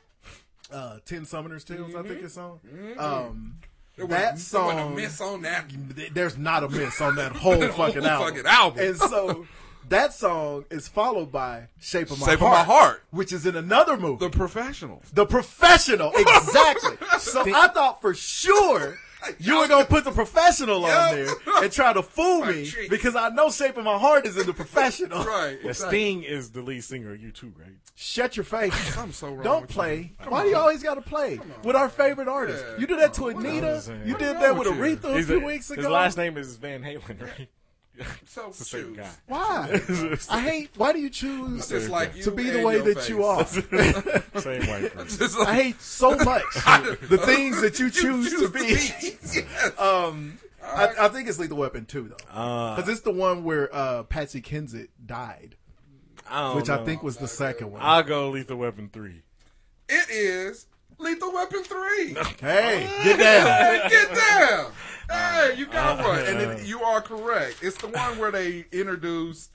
[SPEAKER 15] uh, Ten Summoners Tales, I think it's on. Um,
[SPEAKER 13] There
[SPEAKER 15] that
[SPEAKER 13] was- there Mm-hmm. wasn't
[SPEAKER 15] song,
[SPEAKER 13] a miss on that.
[SPEAKER 15] th- there's not a miss on that whole
[SPEAKER 13] Whole
[SPEAKER 15] fucking album.
[SPEAKER 13] fucking album.
[SPEAKER 15] And so that song is followed by Shape of My
[SPEAKER 13] Shape of
[SPEAKER 15] Heart,
[SPEAKER 13] My Heart.
[SPEAKER 15] which is in another movie,
[SPEAKER 13] The Professional.
[SPEAKER 15] The Professional. Exactly. so I thought for sure. You were gonna put the professional on
[SPEAKER 13] Yep.
[SPEAKER 15] there and try to fool
[SPEAKER 13] My
[SPEAKER 15] me
[SPEAKER 13] cheek.
[SPEAKER 15] because I know Shape of My Heart is in the professional.
[SPEAKER 13] Right.
[SPEAKER 2] Yeah,
[SPEAKER 13] Exactly.
[SPEAKER 2] Sting is the lead singer of you too, right?
[SPEAKER 15] Shut your face.
[SPEAKER 13] I'm so wrong.
[SPEAKER 15] Don't
[SPEAKER 13] with
[SPEAKER 15] play.
[SPEAKER 13] Come
[SPEAKER 15] Why do you always got to play with our favorite artists?
[SPEAKER 13] Yeah,
[SPEAKER 15] You did that to
[SPEAKER 13] on. What
[SPEAKER 15] Anita.
[SPEAKER 2] I'm saying.
[SPEAKER 15] You
[SPEAKER 2] What
[SPEAKER 15] did
[SPEAKER 13] wrong
[SPEAKER 15] that with
[SPEAKER 13] with you?
[SPEAKER 15] Aretha a
[SPEAKER 2] He's
[SPEAKER 15] few
[SPEAKER 2] a-
[SPEAKER 15] weeks ago.
[SPEAKER 2] His last name is Van Halen, right?
[SPEAKER 13] So
[SPEAKER 2] It's the same
[SPEAKER 13] choose.
[SPEAKER 2] guy.
[SPEAKER 15] Why? I hate. Why do you choose
[SPEAKER 13] It's just like
[SPEAKER 15] to
[SPEAKER 13] you
[SPEAKER 15] be the
[SPEAKER 13] and
[SPEAKER 15] way
[SPEAKER 13] your
[SPEAKER 15] that
[SPEAKER 13] face.
[SPEAKER 15] you are?
[SPEAKER 13] Same white person. It's just like-
[SPEAKER 15] I hate so much the things that you choose, to be.
[SPEAKER 13] Uh,
[SPEAKER 15] um, I, I think it's Lethal Weapon too, though,
[SPEAKER 2] Uh,
[SPEAKER 15] because it's the one where uh, Patsy Kensit died,
[SPEAKER 2] I don't
[SPEAKER 15] which I
[SPEAKER 2] know.
[SPEAKER 15] think was the second one.
[SPEAKER 2] I'll go Lethal Weapon three.
[SPEAKER 13] It is Lethal Weapon 3.
[SPEAKER 15] Hey,
[SPEAKER 2] get down.
[SPEAKER 13] get down. Hey, you got
[SPEAKER 15] Oh,
[SPEAKER 2] Uh,
[SPEAKER 13] one. And it, you are correct. It's the one where they introduced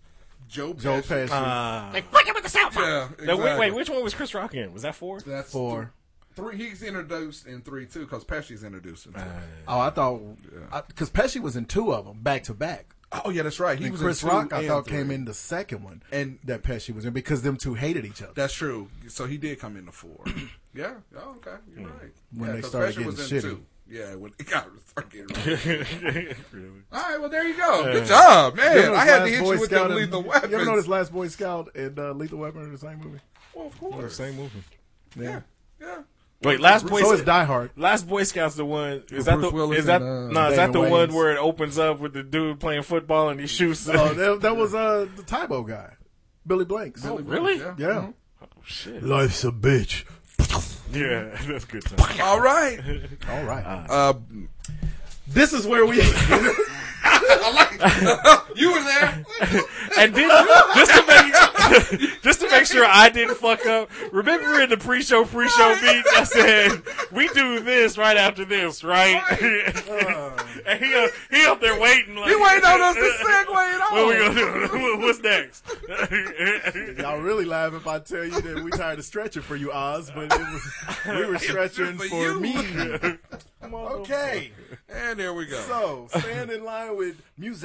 [SPEAKER 13] Joe Pesci.
[SPEAKER 15] Joe Pesci.
[SPEAKER 2] Ah.
[SPEAKER 7] Like, fucking with the sound
[SPEAKER 13] Yeah,
[SPEAKER 7] box.
[SPEAKER 13] exactly.
[SPEAKER 2] Now, wait, wait, which one was Chris Rock in? Was that four?
[SPEAKER 13] That's
[SPEAKER 15] Four.
[SPEAKER 13] Three. He's introduced in three, too, because Pesci's introduced in two.
[SPEAKER 15] Oh, I thought because Pesci was in two of them back to back.
[SPEAKER 13] Oh yeah, that's right. He
[SPEAKER 15] and
[SPEAKER 13] was in
[SPEAKER 15] Chris
[SPEAKER 13] two
[SPEAKER 15] Rock. I
[SPEAKER 13] and
[SPEAKER 15] thought
[SPEAKER 13] three.
[SPEAKER 15] came in the second one, and that Pesci was in because them two hated each other.
[SPEAKER 13] That's true. So he did come in the four. yeah. Oh, okay. You're right.
[SPEAKER 15] When
[SPEAKER 13] Yeah,
[SPEAKER 15] they
[SPEAKER 13] 'cause
[SPEAKER 15] started
[SPEAKER 13] Pesci
[SPEAKER 15] getting
[SPEAKER 13] was in
[SPEAKER 15] shitty.
[SPEAKER 13] two. Yeah, when it got started getting really.
[SPEAKER 2] Really?
[SPEAKER 13] All right, well there you go.
[SPEAKER 2] Yeah.
[SPEAKER 13] Good job,
[SPEAKER 15] You
[SPEAKER 13] man.
[SPEAKER 15] ever
[SPEAKER 13] I had to
[SPEAKER 15] notice
[SPEAKER 13] hit
[SPEAKER 15] Boy
[SPEAKER 13] you with
[SPEAKER 15] Scout
[SPEAKER 13] them
[SPEAKER 15] and-
[SPEAKER 13] lethal
[SPEAKER 15] You ever noticed
[SPEAKER 13] weapons.
[SPEAKER 15] Last Boy Scout and uh, Lethal Weapon are the same movie?
[SPEAKER 13] Well, of
[SPEAKER 2] Yeah,
[SPEAKER 13] course.
[SPEAKER 2] same movie.
[SPEAKER 15] Yeah.
[SPEAKER 13] Yeah.
[SPEAKER 2] Wait, last boy.
[SPEAKER 15] So is Die Hard.
[SPEAKER 2] Last Boy Scout's the one.
[SPEAKER 13] With
[SPEAKER 2] Is that
[SPEAKER 13] Bruce
[SPEAKER 2] the?
[SPEAKER 13] Willis
[SPEAKER 2] is that
[SPEAKER 13] and, uh,
[SPEAKER 2] no? Is that
[SPEAKER 15] Damon
[SPEAKER 2] the one
[SPEAKER 15] Wayans.
[SPEAKER 2] where it opens up with the dude playing football and he shoots?
[SPEAKER 15] Oh, that, that was uh, the Tybo guy, Billy Blanks.
[SPEAKER 13] Billy Blanks,
[SPEAKER 2] really?
[SPEAKER 13] Yeah.
[SPEAKER 15] Yeah.
[SPEAKER 13] Mhm.
[SPEAKER 2] Oh, shit.
[SPEAKER 15] Life's a bitch.
[SPEAKER 2] Yeah, that's good. Time.
[SPEAKER 13] All right.
[SPEAKER 15] All right.
[SPEAKER 13] Uh,
[SPEAKER 15] this is where we.
[SPEAKER 13] I like you were there.
[SPEAKER 2] and then just to make just to make sure I didn't fuck up. Remember in the pre-show pre-show meeting, I said we do this right after this, right? and he up, he up there waiting. Like,
[SPEAKER 13] You ain't on us to segue at all.
[SPEAKER 2] What we gonna do? What's next?
[SPEAKER 15] Y'all really laugh if I tell you that we tired of stretching for you, Oz, but it was, we were stretching
[SPEAKER 13] For
[SPEAKER 15] for,
[SPEAKER 13] you.
[SPEAKER 15] me. okay,
[SPEAKER 13] And there we go.
[SPEAKER 15] so stand in line with music.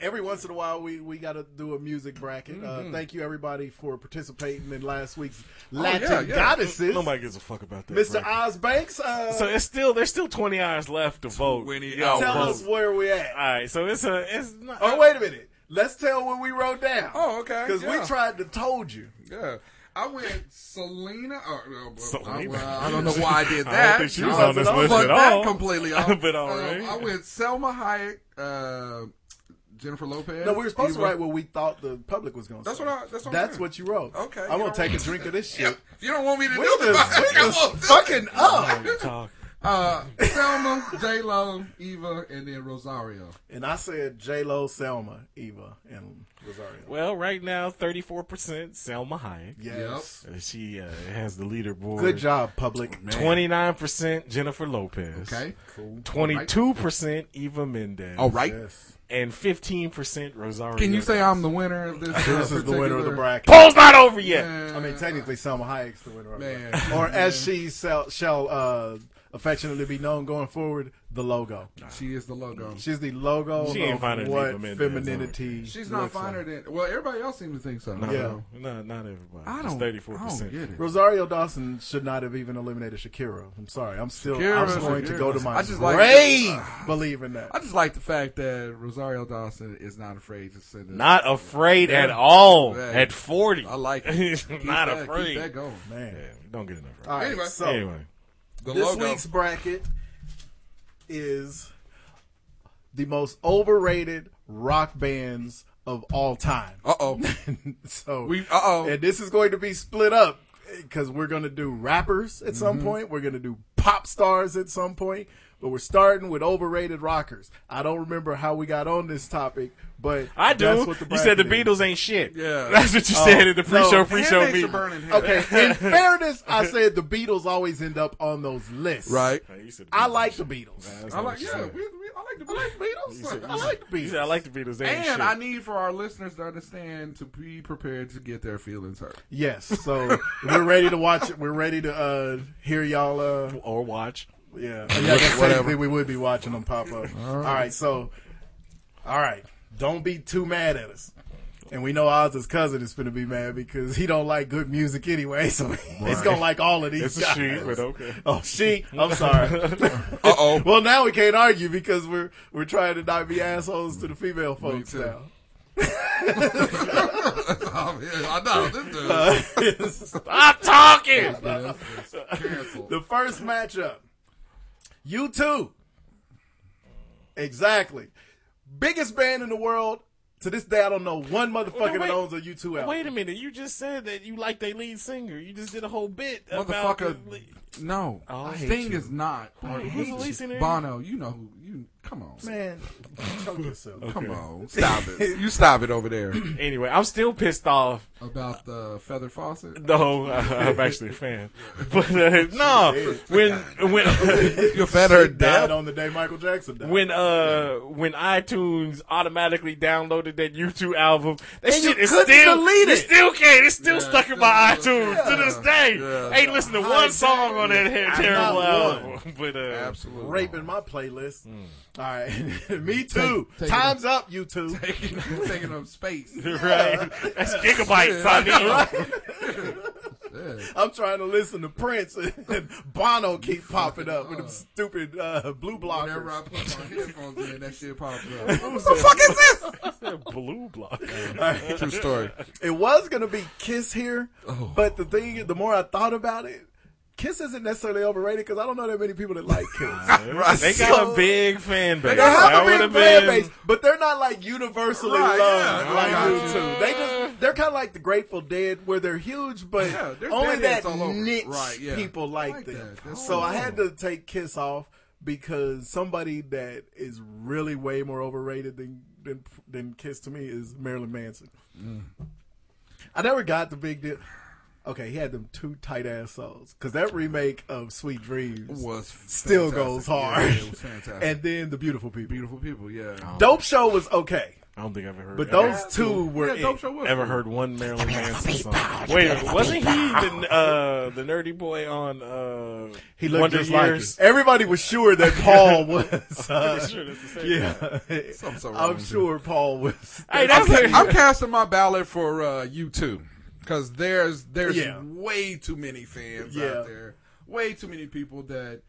[SPEAKER 15] Every once in a while, we, we got to do a music bracket. Uh, thank you, everybody, for participating in last week's Latin
[SPEAKER 13] Mm-hmm. Oh, yeah, yeah.
[SPEAKER 15] Goddesses.
[SPEAKER 2] Nobody gives a fuck about that.
[SPEAKER 15] Mr.
[SPEAKER 2] Frank.
[SPEAKER 15] Oz Banks, uh,
[SPEAKER 2] So it's still there's still 20 hours left to vote.
[SPEAKER 13] 20
[SPEAKER 2] Y'all
[SPEAKER 13] hours.
[SPEAKER 15] tell
[SPEAKER 2] vote.
[SPEAKER 15] us where we at.
[SPEAKER 2] All right, so it's a it's not.
[SPEAKER 15] Oh, wait a minute. Let's tell what we wrote down.
[SPEAKER 13] Oh, okay,
[SPEAKER 15] Because
[SPEAKER 13] yeah.
[SPEAKER 15] we tried to told you.
[SPEAKER 13] Yeah. I went Selena. Or, uh, well, I,
[SPEAKER 2] Selena.
[SPEAKER 13] well, I don't know why I did
[SPEAKER 2] I
[SPEAKER 13] that.
[SPEAKER 2] don't think she was
[SPEAKER 13] I
[SPEAKER 2] on this
[SPEAKER 13] fucked
[SPEAKER 2] list at
[SPEAKER 13] that
[SPEAKER 2] all.
[SPEAKER 13] completely off.
[SPEAKER 2] But all right.
[SPEAKER 13] Uh, I went Selma Hayek, uh, Jennifer Lopez.
[SPEAKER 15] No, we were supposed to
[SPEAKER 13] Eva-
[SPEAKER 15] write what we thought the public was going to
[SPEAKER 13] That's
[SPEAKER 15] say.
[SPEAKER 13] what I- that's what I'm saying.
[SPEAKER 15] you wrote.
[SPEAKER 13] Okay,
[SPEAKER 15] I'm
[SPEAKER 13] you
[SPEAKER 15] going
[SPEAKER 13] know
[SPEAKER 15] to take a
[SPEAKER 13] what?
[SPEAKER 15] drink of this
[SPEAKER 13] Yeah,
[SPEAKER 15] shit.
[SPEAKER 13] you don't want me to
[SPEAKER 15] We
[SPEAKER 13] do this.
[SPEAKER 15] just, we
[SPEAKER 13] Come
[SPEAKER 15] just
[SPEAKER 13] on.
[SPEAKER 15] fucking up.
[SPEAKER 2] Talk.
[SPEAKER 13] Uh, Selma, J Lo, Eva, and then Rosario.
[SPEAKER 15] And I said J-Lo, Selma, Eva, and Rosario.
[SPEAKER 2] Well, right now 34 percent Selma Hayek.
[SPEAKER 15] Yes.
[SPEAKER 2] Uh, She uh, has the leaderboard.
[SPEAKER 15] Good job, public. Man.
[SPEAKER 2] 29 percent Jennifer Lopez.
[SPEAKER 13] Okay, cool.
[SPEAKER 2] 22 percent Eva Mendes.
[SPEAKER 13] All right.
[SPEAKER 15] Yes.
[SPEAKER 2] And 15 percent Rosario.
[SPEAKER 13] Can you say I'm the winner of this? uh,
[SPEAKER 15] This is the winner of the bracket.
[SPEAKER 2] Poll's not over yet.
[SPEAKER 15] I mean, technically, Selma Hayek's the winner. Of
[SPEAKER 13] Man.
[SPEAKER 15] it. Or as she shall, shall uh, affectionately be known going forward, the logo.
[SPEAKER 13] She is the logo.
[SPEAKER 15] She's the logo
[SPEAKER 2] She ain't
[SPEAKER 15] of
[SPEAKER 2] finer than
[SPEAKER 15] what
[SPEAKER 2] Eva Mendes,
[SPEAKER 15] femininity.
[SPEAKER 13] She's not
[SPEAKER 15] looks like.
[SPEAKER 13] finer than. Well, everybody else seems to think so.
[SPEAKER 2] No,
[SPEAKER 15] Yeah.
[SPEAKER 2] no, no, not everybody.
[SPEAKER 13] I
[SPEAKER 2] It's
[SPEAKER 13] don't.
[SPEAKER 2] 34
[SPEAKER 13] I don't
[SPEAKER 2] percent.
[SPEAKER 13] get it.
[SPEAKER 15] Rosario Dawson should not have even eliminated Shakira. I'm sorry. I'm still I'm
[SPEAKER 13] Shakira,
[SPEAKER 15] going to
[SPEAKER 13] Shakira.
[SPEAKER 15] go to my
[SPEAKER 13] I just like-
[SPEAKER 15] grave believing that.
[SPEAKER 13] I just like the fact that Rosario Dawson is not afraid to send it.
[SPEAKER 2] Not afraid
[SPEAKER 13] Yeah.
[SPEAKER 2] at all.
[SPEAKER 13] Yeah.
[SPEAKER 2] At 40.
[SPEAKER 13] I like it. Keep
[SPEAKER 2] not
[SPEAKER 13] that,
[SPEAKER 2] afraid.
[SPEAKER 13] Keep that going.
[SPEAKER 15] Man.
[SPEAKER 2] Yeah, we don't get enough.
[SPEAKER 15] All right.
[SPEAKER 13] Anyway.
[SPEAKER 15] So
[SPEAKER 2] anyway,
[SPEAKER 13] The
[SPEAKER 15] this
[SPEAKER 13] logo.
[SPEAKER 15] week's bracket is the most overrated rock bands of all time.
[SPEAKER 13] uh oh.
[SPEAKER 15] so
[SPEAKER 13] We- uh-oh.
[SPEAKER 15] and this is going to be split up because we're going to do rappers at
[SPEAKER 2] Mm-hmm.
[SPEAKER 15] some point. We're going to do pop stars at some point, but we're starting with overrated rockers. I don't remember how we got on this topic, but
[SPEAKER 2] I
[SPEAKER 15] That's
[SPEAKER 2] do.
[SPEAKER 15] what the
[SPEAKER 2] You said the
[SPEAKER 15] bracket
[SPEAKER 2] Beatles ain't shit.
[SPEAKER 13] Yeah.
[SPEAKER 2] that's what you
[SPEAKER 15] Oh,
[SPEAKER 2] said in the pre-show
[SPEAKER 15] no.
[SPEAKER 2] pre-show
[SPEAKER 13] Handmaid's a
[SPEAKER 2] meeting.
[SPEAKER 13] burning hand.
[SPEAKER 15] is. Okay, in fairness, I said the Beatles always end up on those lists.
[SPEAKER 13] Right.
[SPEAKER 2] Hey, you said the
[SPEAKER 15] I
[SPEAKER 2] Beatles
[SPEAKER 15] like
[SPEAKER 2] ain't
[SPEAKER 15] the
[SPEAKER 2] shit.
[SPEAKER 15] Beatles.
[SPEAKER 2] That's
[SPEAKER 13] I
[SPEAKER 2] not
[SPEAKER 13] like.
[SPEAKER 2] what you
[SPEAKER 13] Yeah.
[SPEAKER 2] said.
[SPEAKER 13] We, we, I like the. I like Beatles. I like the
[SPEAKER 2] You
[SPEAKER 13] Beatles.
[SPEAKER 2] said, I like the Beatles. They ain't shit.
[SPEAKER 13] And I need for our listeners to understand to be prepared to get their feelings hurt.
[SPEAKER 15] Yes, so we're ready to watch it. We're ready to uh, hear y'all. Uh,
[SPEAKER 2] or watch.
[SPEAKER 15] yeah, yeah. Technically, we would be watching them pop up. All right, so all right, don't be too mad at us. And we know Oz's cousin is going to be mad because he don't like good music anyway, so he's going to like all of these
[SPEAKER 2] It's a
[SPEAKER 15] guys.
[SPEAKER 2] she, but okay.
[SPEAKER 15] Oh, she. I'm sorry.
[SPEAKER 13] Uh-oh.
[SPEAKER 15] well, now we can't argue because we're we're trying to not be assholes to the female folks
[SPEAKER 13] too.
[SPEAKER 15] now.
[SPEAKER 13] I know this dude.
[SPEAKER 2] Stop talking.
[SPEAKER 13] Yeah, that's- that's canceled.
[SPEAKER 15] the first matchup, you two. Exactly. Biggest band in the world, To this day, I don't know one motherfucker
[SPEAKER 2] Well,
[SPEAKER 15] that
[SPEAKER 2] wait-
[SPEAKER 15] owns a U2 album.
[SPEAKER 2] Wait a minute, you just said that you like their lead singer. You just did a whole bit about
[SPEAKER 13] Motherfucker,
[SPEAKER 2] the lead-
[SPEAKER 13] no.
[SPEAKER 2] Oh, I hate
[SPEAKER 13] Sting
[SPEAKER 2] you.
[SPEAKER 13] is not part of
[SPEAKER 2] Who's
[SPEAKER 13] this
[SPEAKER 2] the lead
[SPEAKER 13] shit.
[SPEAKER 2] singer?
[SPEAKER 13] Bono, you know who. You, come on.
[SPEAKER 15] Man, choke yourself.
[SPEAKER 13] Come on. Stop it. You stop it over there.
[SPEAKER 2] Anyway, I'm still pissed off.
[SPEAKER 13] About the feather faucet?
[SPEAKER 2] No, I, I'm actually a fan, but uh, no. When when
[SPEAKER 13] Your fan heard
[SPEAKER 15] Died on the day Michael Jackson died.
[SPEAKER 2] when uh when iTunes automatically downloaded that U2 album, that
[SPEAKER 15] And you
[SPEAKER 2] shit is
[SPEAKER 15] couldn't
[SPEAKER 2] still
[SPEAKER 15] delete it.
[SPEAKER 2] it. Still can't. It's still
[SPEAKER 15] Yeah,
[SPEAKER 2] stuck in
[SPEAKER 15] still-
[SPEAKER 2] my iTunes to
[SPEAKER 15] yeah,
[SPEAKER 2] this day.
[SPEAKER 15] yeah.
[SPEAKER 2] Ain't listened to
[SPEAKER 15] I
[SPEAKER 2] one
[SPEAKER 15] dare
[SPEAKER 2] song on
[SPEAKER 15] you.
[SPEAKER 2] that hair
[SPEAKER 15] Not
[SPEAKER 2] terrible
[SPEAKER 15] one.
[SPEAKER 2] album. But uh,
[SPEAKER 13] absolutely,
[SPEAKER 15] raping my playlist. All right, me too.
[SPEAKER 13] Hmm. Take- take
[SPEAKER 15] Time's up, you two.
[SPEAKER 13] taking up space.
[SPEAKER 2] Right. That's gigabytes I need.
[SPEAKER 15] I'm trying to listen to Prince and Bono keep popping up with them stupid uh, blue
[SPEAKER 13] Whenever I
[SPEAKER 15] blockers.
[SPEAKER 13] put my headphones in, that shit popped up.
[SPEAKER 15] What the fuck is this?
[SPEAKER 2] blue block.
[SPEAKER 13] True story.
[SPEAKER 15] It was gonna be Kiss here, but the thing, is, the more I thought about it, Kiss isn't necessarily overrated because I don't know that many people that like Kiss.
[SPEAKER 2] They got a big fan base.
[SPEAKER 15] They have
[SPEAKER 2] That
[SPEAKER 15] a big
[SPEAKER 2] would've
[SPEAKER 15] fan
[SPEAKER 2] been-
[SPEAKER 15] base, but they're not like universally
[SPEAKER 13] Right,
[SPEAKER 15] loved
[SPEAKER 13] yeah.
[SPEAKER 15] like
[SPEAKER 13] I got
[SPEAKER 15] you two. They just they're kind of like the Grateful Dead, where they're huge, but
[SPEAKER 13] Yeah, there's
[SPEAKER 15] only
[SPEAKER 13] deadheads
[SPEAKER 15] that
[SPEAKER 13] all over.
[SPEAKER 15] niche
[SPEAKER 13] Right, yeah.
[SPEAKER 15] people like, them.
[SPEAKER 13] that. That's
[SPEAKER 15] So
[SPEAKER 13] cool.
[SPEAKER 15] I had to take Kiss off because somebody that is really way more overrated than than than Kiss to me is Marilyn Manson.
[SPEAKER 13] Mm.
[SPEAKER 15] I never got the big deal. Okay, he had them two tight ass souls because that remake of Sweet Dreams
[SPEAKER 13] Was
[SPEAKER 15] still
[SPEAKER 13] fantastic.
[SPEAKER 15] goes
[SPEAKER 13] Yeah,
[SPEAKER 15] hard.
[SPEAKER 13] it was fantastic.
[SPEAKER 15] and then the Beautiful People.
[SPEAKER 13] Beautiful people, yeah.
[SPEAKER 15] Dope Show was okay.
[SPEAKER 2] I don't think I've ever heard.
[SPEAKER 15] But
[SPEAKER 2] ever-
[SPEAKER 15] those two were
[SPEAKER 13] Yeah, Dope Show was
[SPEAKER 2] Ever heard one Marilyn Manson song? Wait, wasn't he the uh, the nerdy boy on uh,
[SPEAKER 15] He looked
[SPEAKER 2] Wonder
[SPEAKER 15] just like
[SPEAKER 2] Years?
[SPEAKER 15] us. Everybody was sure that Paul was.
[SPEAKER 2] I'm
[SPEAKER 15] uh,
[SPEAKER 2] pretty sure that's the same
[SPEAKER 15] yeah,
[SPEAKER 13] Something's so wrong
[SPEAKER 15] I'm
[SPEAKER 13] with
[SPEAKER 15] sure Paul was.
[SPEAKER 2] Hey,
[SPEAKER 13] I'm,
[SPEAKER 2] that's like,
[SPEAKER 13] I'm casting my ballot for uh, you two because there's there's
[SPEAKER 15] Yeah.
[SPEAKER 13] way too many fans
[SPEAKER 15] Yeah.
[SPEAKER 13] out there, way too many people that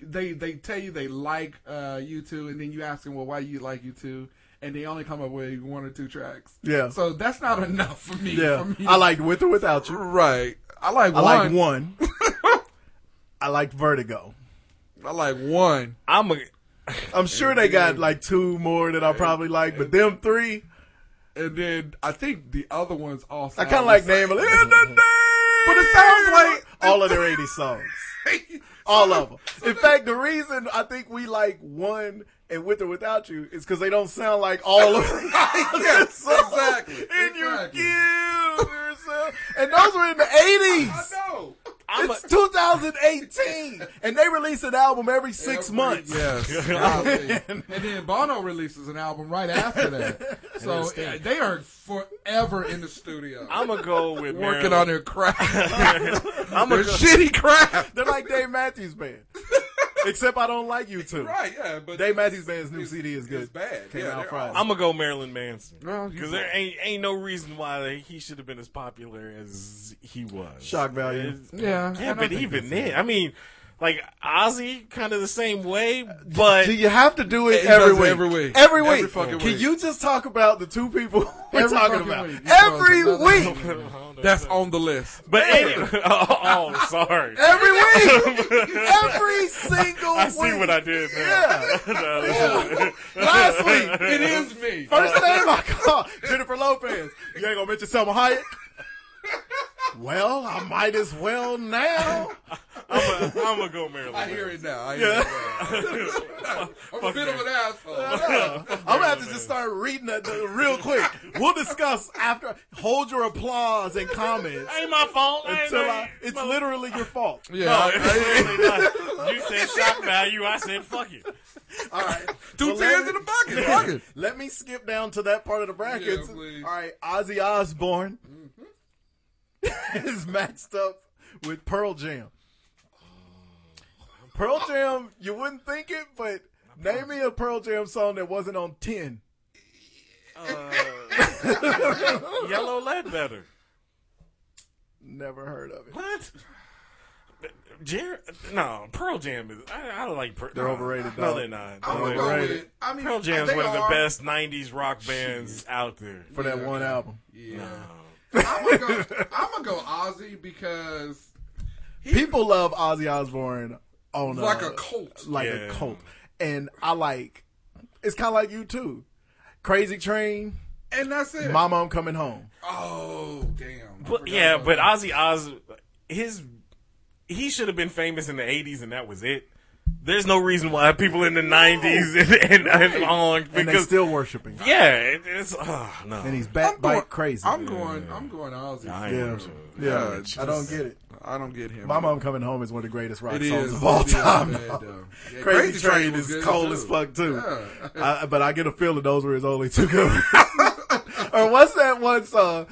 [SPEAKER 13] they they tell you they like uh, you two, and then you ask them, well, why you like you two, and they only come up with one or two tracks.
[SPEAKER 15] Yeah.
[SPEAKER 13] so that's not enough for me.
[SPEAKER 15] yeah,
[SPEAKER 13] for me.
[SPEAKER 15] I liked With or Without You.
[SPEAKER 13] right. I like
[SPEAKER 15] I
[SPEAKER 13] one.
[SPEAKER 15] liked one. I liked Vertigo.
[SPEAKER 13] I like one.
[SPEAKER 2] I'm a
[SPEAKER 15] I'm sure they got like two more that I probably like, but them three,
[SPEAKER 13] And then I think the other ones also.
[SPEAKER 15] I kind of like name
[SPEAKER 13] named
[SPEAKER 15] it. In the name.
[SPEAKER 13] but it sounds like
[SPEAKER 15] all of their 80 songs. All of them. In fact, the reason I think we like one and with or without you is because they don't sound like all of them.
[SPEAKER 13] yes, exactly.
[SPEAKER 15] And you
[SPEAKER 13] exactly.
[SPEAKER 15] give yourself. And those were in the 80s.
[SPEAKER 13] I know.
[SPEAKER 15] It's 2018. And they release an album every six
[SPEAKER 13] Every-
[SPEAKER 15] months.
[SPEAKER 13] Yes. golly. and then Bono releases an album right after that. So uh,
[SPEAKER 2] Sting.
[SPEAKER 13] they are forever in the studio
[SPEAKER 2] I'm gonna go with
[SPEAKER 13] working
[SPEAKER 2] Marilyn.
[SPEAKER 13] on their craft.
[SPEAKER 2] I'm
[SPEAKER 13] their
[SPEAKER 2] gonna
[SPEAKER 13] shitty craft.
[SPEAKER 15] They're like Dave Matthews Band. Except I don't like you two.
[SPEAKER 13] Right, yeah, but
[SPEAKER 15] Dave Matthews Band's new CD is good.
[SPEAKER 13] It's bad.
[SPEAKER 15] Came
[SPEAKER 13] yeah,
[SPEAKER 15] out
[SPEAKER 13] they're
[SPEAKER 15] Friday.
[SPEAKER 13] all-
[SPEAKER 2] I'm gonna go Marilyn Manson
[SPEAKER 13] Well, you
[SPEAKER 2] because there ain't ain't no reason why he should have been as popular as he was.
[SPEAKER 15] Shock value.
[SPEAKER 2] It's-
[SPEAKER 13] Yeah, I
[SPEAKER 2] yeah,
[SPEAKER 13] don't
[SPEAKER 2] but
[SPEAKER 13] think
[SPEAKER 2] even
[SPEAKER 13] that's
[SPEAKER 2] then, I mean, like Ozzy, kind of the same way, but
[SPEAKER 15] Do you have to do it
[SPEAKER 13] He does
[SPEAKER 15] every
[SPEAKER 13] it
[SPEAKER 15] week?
[SPEAKER 13] every week.
[SPEAKER 15] Every
[SPEAKER 13] Every
[SPEAKER 15] week.
[SPEAKER 13] fucking
[SPEAKER 15] Can
[SPEAKER 13] week.
[SPEAKER 15] you just talk about the two people we're
[SPEAKER 13] Every
[SPEAKER 15] talking
[SPEAKER 13] fucking
[SPEAKER 15] about?
[SPEAKER 13] week. He throws
[SPEAKER 15] Every
[SPEAKER 13] another
[SPEAKER 15] week.
[SPEAKER 13] one in. That's on the list.
[SPEAKER 2] but anyway, oh, oh, sorry.
[SPEAKER 15] Every week. every single
[SPEAKER 2] I
[SPEAKER 15] week.
[SPEAKER 2] see what I did. Now.
[SPEAKER 15] Yeah.
[SPEAKER 2] No, that's
[SPEAKER 15] Last week.
[SPEAKER 13] It is me.
[SPEAKER 15] First name I call Jennifer Lopez. You ain't gonna mention Selma Hayek. Well, I might as well now.
[SPEAKER 2] I'm gonna go Marilyn.
[SPEAKER 13] I
[SPEAKER 2] Manson.
[SPEAKER 13] hear it now. I hear it now. I'm a bit of an asshole.
[SPEAKER 15] I'm gonna have to just start reading that uh, real quick. We'll discuss after. Hold your applause and comments.
[SPEAKER 2] Ain't my fault. Ain't
[SPEAKER 15] Until I,
[SPEAKER 2] my-
[SPEAKER 15] it's
[SPEAKER 2] my-
[SPEAKER 15] literally your fault.
[SPEAKER 13] Yeah, I- I-
[SPEAKER 2] you said shock value. I said fuck it.
[SPEAKER 15] All right.
[SPEAKER 13] two
[SPEAKER 15] Well,
[SPEAKER 13] tears
[SPEAKER 15] let-
[SPEAKER 13] in the bucket. Fuck it.
[SPEAKER 15] Let me skip down to that part of the brackets.
[SPEAKER 13] Yeah, please.
[SPEAKER 15] All right, Ozzy Osbourne is matched up with Pearl Jam. Pearl Jam, you wouldn't think it, but name me a Pearl Jam song that wasn't on 10.
[SPEAKER 2] Yellow lead better.
[SPEAKER 15] Never heard of it.
[SPEAKER 2] What? Jer- no, Pearl Jam is. I, I don't like Pearl.
[SPEAKER 15] They're
[SPEAKER 2] no.
[SPEAKER 15] overrated,
[SPEAKER 2] No,
[SPEAKER 15] dog.
[SPEAKER 2] they're not.
[SPEAKER 13] I'm
[SPEAKER 2] No,
[SPEAKER 13] gonna
[SPEAKER 2] they're
[SPEAKER 13] go
[SPEAKER 2] not.
[SPEAKER 13] with it. I mean,
[SPEAKER 2] Pearl Jam's
[SPEAKER 13] they
[SPEAKER 2] one of the
[SPEAKER 13] are-
[SPEAKER 2] best '90s rock bands out there.
[SPEAKER 15] For that one album.
[SPEAKER 13] Yeah. I'm gonna go. I'm gonna go Ozzy because
[SPEAKER 15] People love Ozzy Osbourne on uh,
[SPEAKER 13] Like a cult.
[SPEAKER 15] Like
[SPEAKER 2] Yeah.
[SPEAKER 15] a cult. And I like, it's kind of like you too. Crazy Train.
[SPEAKER 13] And that's it.
[SPEAKER 15] Mama, I'm coming home.
[SPEAKER 13] Oh damn! I
[SPEAKER 2] But
[SPEAKER 13] forgot
[SPEAKER 2] yeah,
[SPEAKER 13] about
[SPEAKER 2] but
[SPEAKER 13] that.
[SPEAKER 2] Ozzy Oz, his he should have been famous in the '80s, and that was it. There's no reason why people in the '90s and, and, and on
[SPEAKER 15] And they
[SPEAKER 2] because
[SPEAKER 15] still worshiping.
[SPEAKER 2] yeah, it, it's oh, no.
[SPEAKER 15] And he's backbite crazy.
[SPEAKER 13] I'm going. I'm going Ozzy.
[SPEAKER 2] I
[SPEAKER 15] Yeah,
[SPEAKER 2] am.
[SPEAKER 15] yeah,
[SPEAKER 13] Yeah, it's
[SPEAKER 15] I don't get it.
[SPEAKER 13] I don't get him.
[SPEAKER 15] My mom coming home is one of the greatest rock
[SPEAKER 13] It
[SPEAKER 15] songs
[SPEAKER 13] is.
[SPEAKER 15] of all
[SPEAKER 13] It is
[SPEAKER 15] time.
[SPEAKER 13] bad,
[SPEAKER 15] though.
[SPEAKER 13] though.
[SPEAKER 15] Crazy,
[SPEAKER 13] Yeah, Crazy Train
[SPEAKER 15] Train,
[SPEAKER 13] was
[SPEAKER 15] is
[SPEAKER 13] good,
[SPEAKER 15] cold
[SPEAKER 13] too.
[SPEAKER 15] as fuck too.
[SPEAKER 13] Yeah.
[SPEAKER 15] I, but I get a feeling those were his only two good. or what's that one song?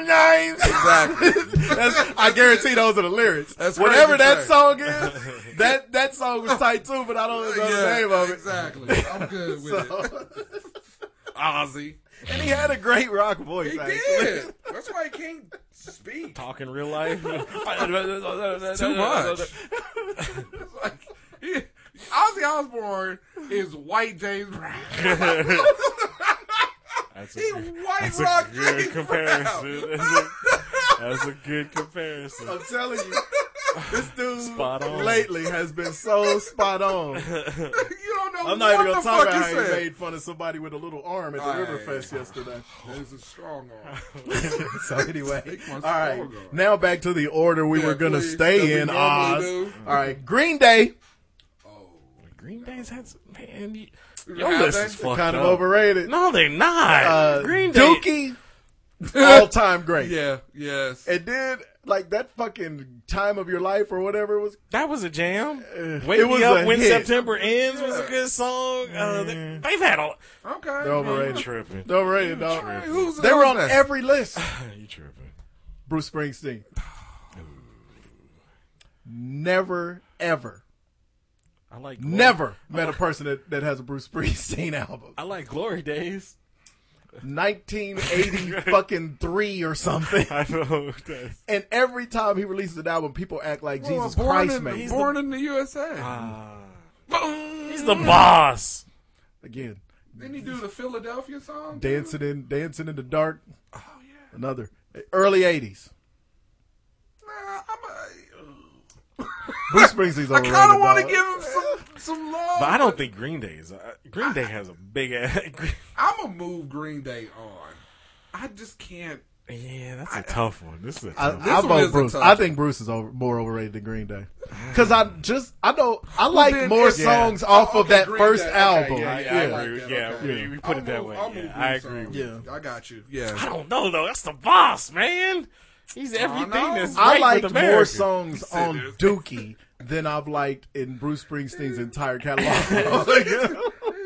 [SPEAKER 13] Exactly.
[SPEAKER 15] That's, I guarantee those are the lyrics.
[SPEAKER 13] That's
[SPEAKER 15] Whatever
[SPEAKER 13] Crazy
[SPEAKER 15] that
[SPEAKER 13] Train.
[SPEAKER 15] song is, that that song was tight too, but I don't know the
[SPEAKER 13] Yeah,
[SPEAKER 15] name of it.
[SPEAKER 13] Exactly. I'm good with it. Ozzy.
[SPEAKER 15] And he had a great rock voice.
[SPEAKER 13] He
[SPEAKER 15] actually.
[SPEAKER 13] did. That's why he can't speak.
[SPEAKER 2] Talk in real life.
[SPEAKER 13] Too much. It's like, he- Ozzy Osbourne is white James Brown.
[SPEAKER 2] That's
[SPEAKER 13] He
[SPEAKER 2] good-
[SPEAKER 13] white
[SPEAKER 2] that's
[SPEAKER 13] rock
[SPEAKER 2] a good
[SPEAKER 13] James
[SPEAKER 2] comparison. That's a, that's a good comparison.
[SPEAKER 15] I'm telling you, this dude
[SPEAKER 2] Spot on.
[SPEAKER 15] lately has been so spot on.
[SPEAKER 13] You don't know
[SPEAKER 15] I'm not even gonna
[SPEAKER 13] what the
[SPEAKER 15] talk
[SPEAKER 13] fuck
[SPEAKER 15] about
[SPEAKER 13] you
[SPEAKER 15] how he
[SPEAKER 13] said.
[SPEAKER 15] made fun of somebody with a little arm at the
[SPEAKER 13] Right.
[SPEAKER 15] Riverfest yesterday.
[SPEAKER 13] There's a strong arm.
[SPEAKER 15] so anyway,
[SPEAKER 13] Take my
[SPEAKER 15] all right.
[SPEAKER 13] strong arm.
[SPEAKER 15] Now back to the order we
[SPEAKER 13] Yeah,
[SPEAKER 15] were gonna
[SPEAKER 13] please, that we
[SPEAKER 15] stay in.
[SPEAKER 13] normally
[SPEAKER 15] Oz.
[SPEAKER 13] do.
[SPEAKER 15] All right, Green Day.
[SPEAKER 2] Green Day's had some, man. You,
[SPEAKER 13] Yeah,
[SPEAKER 2] your list
[SPEAKER 13] they-
[SPEAKER 2] is fucked
[SPEAKER 15] kind of
[SPEAKER 2] up.
[SPEAKER 15] overrated.
[SPEAKER 2] No, they're not.
[SPEAKER 15] Uh,
[SPEAKER 2] Green Day.
[SPEAKER 15] Dookie, all time great.
[SPEAKER 13] Yeah, yes.
[SPEAKER 15] And then like that fucking time of your life or whatever it was.
[SPEAKER 2] That was a jam.
[SPEAKER 15] uh,
[SPEAKER 2] Wake
[SPEAKER 15] it was
[SPEAKER 2] me up
[SPEAKER 15] a
[SPEAKER 2] when
[SPEAKER 15] hit.
[SPEAKER 2] September ends was a good song. Uh, they, they've had a
[SPEAKER 13] Okay.
[SPEAKER 15] They're overrated.
[SPEAKER 2] tripping.
[SPEAKER 15] They're overrated, dog.
[SPEAKER 13] All right, who's
[SPEAKER 15] They were
[SPEAKER 13] who's
[SPEAKER 15] on
[SPEAKER 13] next?
[SPEAKER 15] every list.
[SPEAKER 2] you tripping?
[SPEAKER 15] Bruce Springsteen. Never, ever,
[SPEAKER 2] I like glory.
[SPEAKER 15] never met a person that, that has a Bruce Springsteen album.
[SPEAKER 2] I like Glory Days.
[SPEAKER 15] 1980 fucking three or something.
[SPEAKER 2] I know. that's-
[SPEAKER 15] And every time he releases an album, people act like
[SPEAKER 13] Well,
[SPEAKER 15] Jesus
[SPEAKER 13] born
[SPEAKER 15] Christ,
[SPEAKER 13] in,
[SPEAKER 15] man. He's
[SPEAKER 13] Born in the USA.
[SPEAKER 2] Ah.
[SPEAKER 13] Boom.
[SPEAKER 2] Uh, He's the boss.
[SPEAKER 15] the- Again,
[SPEAKER 13] Didn't he do the Philadelphia song?
[SPEAKER 15] dancing in dancing in the dark.
[SPEAKER 13] Oh yeah.
[SPEAKER 15] Another early 80s.
[SPEAKER 13] Nah, I'm a,
[SPEAKER 15] Bruce Springsteen's
[SPEAKER 13] I
[SPEAKER 15] overrated.
[SPEAKER 13] kind of want to
[SPEAKER 15] dog.
[SPEAKER 13] give him some, some love.
[SPEAKER 2] But I don't think Green Day is. Uh, Green Day has a big ass.
[SPEAKER 13] I'm gonna move Green Day on. I just can't.
[SPEAKER 2] yeah, that's a tough one. This is a
[SPEAKER 15] I,
[SPEAKER 2] tough
[SPEAKER 15] I
[SPEAKER 13] one is
[SPEAKER 15] vote
[SPEAKER 13] a
[SPEAKER 15] Bruce.
[SPEAKER 13] tough
[SPEAKER 15] I
[SPEAKER 13] one.
[SPEAKER 15] think Bruce is over, more overrated than Green Day. Because I just, I know, I like
[SPEAKER 13] then
[SPEAKER 15] more
[SPEAKER 13] it's- yeah.
[SPEAKER 15] songs off
[SPEAKER 13] Oh,
[SPEAKER 15] of
[SPEAKER 13] okay,
[SPEAKER 15] that
[SPEAKER 13] Green
[SPEAKER 15] first
[SPEAKER 13] Day. Okay,
[SPEAKER 15] album.
[SPEAKER 13] yeah,
[SPEAKER 2] I,
[SPEAKER 13] yeah,
[SPEAKER 2] I
[SPEAKER 13] I like
[SPEAKER 2] agree.
[SPEAKER 13] that,
[SPEAKER 2] yeah,
[SPEAKER 13] okay.
[SPEAKER 2] we, we put
[SPEAKER 13] I'll
[SPEAKER 2] it that
[SPEAKER 13] move-
[SPEAKER 2] way.
[SPEAKER 13] I'll move
[SPEAKER 2] Yeah, I
[SPEAKER 13] Green
[SPEAKER 2] agree.
[SPEAKER 13] Song.
[SPEAKER 2] With you.
[SPEAKER 15] Yeah.
[SPEAKER 13] I got you. Yeah.
[SPEAKER 2] I don't know though. That's the boss, man. He's everything
[SPEAKER 13] know.
[SPEAKER 2] that's
[SPEAKER 15] I
[SPEAKER 2] right
[SPEAKER 15] liked
[SPEAKER 2] with
[SPEAKER 15] more
[SPEAKER 2] America.
[SPEAKER 15] songs
[SPEAKER 13] Sit
[SPEAKER 15] on
[SPEAKER 13] there.
[SPEAKER 15] Dookie than I've liked in Bruce Springsteen's entire catalog.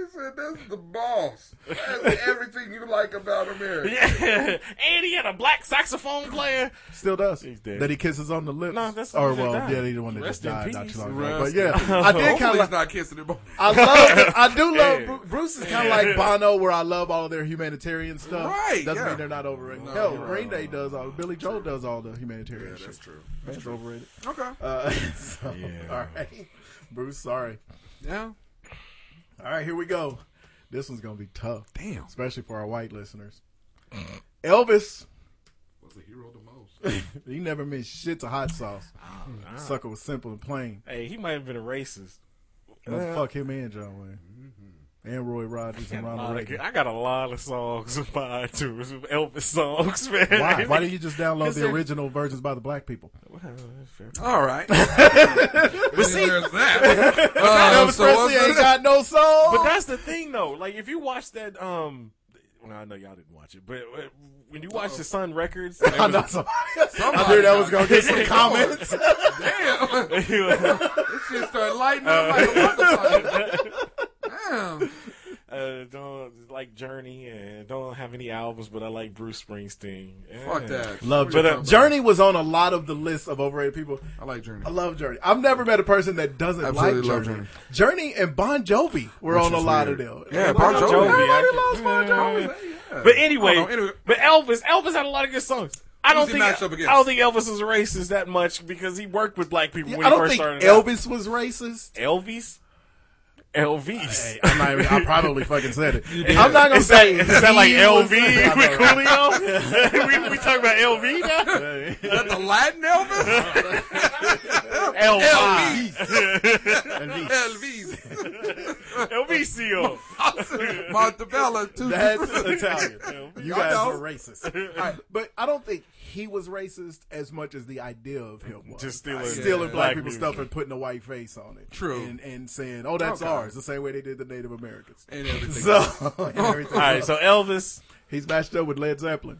[SPEAKER 13] He said, "That's the boss. That's everything you like about America."
[SPEAKER 2] Yeah, and he had a black saxophone player.
[SPEAKER 15] Still does.
[SPEAKER 2] He's dead.
[SPEAKER 15] That he kisses on the lips.
[SPEAKER 2] No, that's the
[SPEAKER 15] or
[SPEAKER 2] one that
[SPEAKER 15] well,
[SPEAKER 2] died.
[SPEAKER 15] yeah, he's the one that
[SPEAKER 2] Rest
[SPEAKER 15] just
[SPEAKER 2] in
[SPEAKER 15] died not
[SPEAKER 2] peace.
[SPEAKER 15] too long ago. But
[SPEAKER 13] Rest
[SPEAKER 15] yeah,
[SPEAKER 13] in-
[SPEAKER 15] I did
[SPEAKER 13] Hopefully
[SPEAKER 15] kind
[SPEAKER 13] he's
[SPEAKER 15] of.
[SPEAKER 13] not kissing him.
[SPEAKER 15] I love. I do
[SPEAKER 2] Yeah.
[SPEAKER 15] love. Bru- Bruce is kind of like Bono, where I love all of their humanitarian stuff.
[SPEAKER 13] Right,
[SPEAKER 15] Doesn't
[SPEAKER 13] yeah.
[SPEAKER 15] mean they're not overrated.
[SPEAKER 13] No,
[SPEAKER 15] Hell,
[SPEAKER 13] you're right.
[SPEAKER 15] Green Day does all. Billy Joel does all the humanitarian. Yeah, that's true. That's overrated.
[SPEAKER 13] Okay.
[SPEAKER 15] Uh, so,
[SPEAKER 2] Yeah.
[SPEAKER 15] All right, Bruce. Sorry.
[SPEAKER 13] Yeah.
[SPEAKER 15] All right, here we go. This one's gonna be tough.
[SPEAKER 13] Damn.
[SPEAKER 15] especially for our white listeners. Elvis,
[SPEAKER 13] Was a hero the most.
[SPEAKER 15] he never meant shit to hot sauce.
[SPEAKER 13] Oh,
[SPEAKER 15] Sucker was simple and plain.
[SPEAKER 2] Hey, he might have been a racist.
[SPEAKER 15] Let's fuck him and John Wayne. And Roy Rogers and
[SPEAKER 2] A lot
[SPEAKER 15] Ronald
[SPEAKER 2] of good-
[SPEAKER 15] Reagan.
[SPEAKER 2] I got a lot of songs on my iTunes, Elvis songs, man.
[SPEAKER 15] Why? Why didn't you just download
[SPEAKER 2] Is
[SPEAKER 15] the
[SPEAKER 2] there-
[SPEAKER 15] original versions by the black people?
[SPEAKER 13] All right.
[SPEAKER 2] But see,
[SPEAKER 13] There's that. Uh, so what's the-
[SPEAKER 15] got no soul.
[SPEAKER 2] but that's the thing, though. Like, if you watch that, um, well, I know y'all didn't watch it, but uh, when you watch the Sun Records, there
[SPEAKER 15] I,
[SPEAKER 2] was-
[SPEAKER 15] know somebody, I knew that was going to get some comments.
[SPEAKER 13] Damn.
[SPEAKER 2] he was-
[SPEAKER 13] This shit started lighting up like a motherfucker. Damn.
[SPEAKER 2] uh, don't like Journey and don't have any albums, but I like Bruce Springsteen. Yeah.
[SPEAKER 13] Fuck that.
[SPEAKER 15] Love Journey.
[SPEAKER 13] What are you talking about?
[SPEAKER 15] uh, Journey was on a lot of the list of overrated people.
[SPEAKER 13] I like Journey.
[SPEAKER 15] I love Journey. I've never met a person that doesn't
[SPEAKER 13] Absolutely
[SPEAKER 15] like
[SPEAKER 13] love
[SPEAKER 15] Journey. Journey. and Bon Jovi were on a lot of them.
[SPEAKER 13] Yeah,
[SPEAKER 15] Like,
[SPEAKER 13] Bon
[SPEAKER 15] Bon
[SPEAKER 13] Jovi.
[SPEAKER 2] Everybody
[SPEAKER 13] Everybody
[SPEAKER 2] loves
[SPEAKER 13] loves
[SPEAKER 2] Bon Jovi.
[SPEAKER 13] Yeah.
[SPEAKER 2] But anyway,
[SPEAKER 13] Hold on, anyway.
[SPEAKER 2] but Elvis, Elvis had a lot of good songs. I don't
[SPEAKER 13] he
[SPEAKER 2] think
[SPEAKER 13] matched up against?
[SPEAKER 2] I don't think Elvis was racist that much because he worked with black people when
[SPEAKER 15] I
[SPEAKER 2] he
[SPEAKER 15] don't
[SPEAKER 2] first
[SPEAKER 15] think
[SPEAKER 2] started.
[SPEAKER 15] Elvis was racist.
[SPEAKER 2] out. Elvis, Elvis.
[SPEAKER 15] Hey, I'm not even, I probably fucking said it.
[SPEAKER 2] did.
[SPEAKER 15] I'm not gonna
[SPEAKER 2] Is
[SPEAKER 15] say
[SPEAKER 2] that, is that like
[SPEAKER 15] he was-
[SPEAKER 2] LV with Coolio? we, we talking about LV now?
[SPEAKER 13] That's the Latin Elvis?
[SPEAKER 2] LV.
[SPEAKER 13] Elvis.
[SPEAKER 2] Elvisio.
[SPEAKER 13] Montebello, too.
[SPEAKER 15] That's Italian. You
[SPEAKER 13] I
[SPEAKER 15] guys
[SPEAKER 13] know.
[SPEAKER 15] are racist. All right, but I don't think he was racist as much as the idea of him was.
[SPEAKER 2] Just stealing-
[SPEAKER 15] stealing
[SPEAKER 2] yeah.
[SPEAKER 15] black
[SPEAKER 2] Black
[SPEAKER 15] people's
[SPEAKER 2] people.
[SPEAKER 15] stuff and putting a white face on it.
[SPEAKER 2] True.
[SPEAKER 15] And, and saying, oh, that's
[SPEAKER 2] Okay.
[SPEAKER 15] ours, the same way they did the Native Americans.
[SPEAKER 13] And everything
[SPEAKER 15] So,
[SPEAKER 13] else.
[SPEAKER 15] and everything
[SPEAKER 2] All right,
[SPEAKER 15] else.
[SPEAKER 2] so Elvis.
[SPEAKER 15] He's matched up with Led Zeppelin.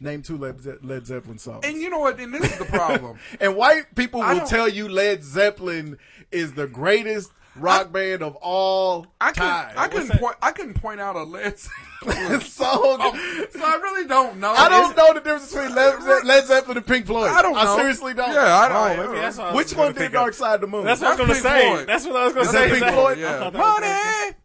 [SPEAKER 15] Name two Led, Ze- Led Zeppelin songs.
[SPEAKER 13] And you know what? And this is the problem.
[SPEAKER 15] And white people
[SPEAKER 13] I
[SPEAKER 15] will
[SPEAKER 13] don't-
[SPEAKER 15] tell you Led Zeppelin is the greatest rock band of all
[SPEAKER 13] I couldn't,
[SPEAKER 15] time.
[SPEAKER 13] I couldn't point. I couldn't point out a Led Zeppelin
[SPEAKER 15] song.
[SPEAKER 13] so I really don't know.
[SPEAKER 15] I don't
[SPEAKER 13] It's-
[SPEAKER 15] know the difference between Led, Ze- Led Zeppelin and Pink Floyd.
[SPEAKER 13] I don't know. Oh,
[SPEAKER 15] I seriously don't.
[SPEAKER 13] Yeah, I don't- I
[SPEAKER 15] maybe
[SPEAKER 13] don't
[SPEAKER 15] that's
[SPEAKER 13] know.
[SPEAKER 15] what I was Which one
[SPEAKER 2] think
[SPEAKER 15] did Dark
[SPEAKER 2] of.
[SPEAKER 15] Side of the Moon?
[SPEAKER 2] That's what I was
[SPEAKER 13] That's
[SPEAKER 2] going to
[SPEAKER 13] Pink
[SPEAKER 2] say.
[SPEAKER 13] Floyd.
[SPEAKER 2] That's what I was going
[SPEAKER 15] Is
[SPEAKER 2] to
[SPEAKER 15] that
[SPEAKER 2] say.
[SPEAKER 15] Pink
[SPEAKER 2] Zach.
[SPEAKER 15] Floyd?
[SPEAKER 2] I thought that was Pink Floyd.
[SPEAKER 13] Money. Oh.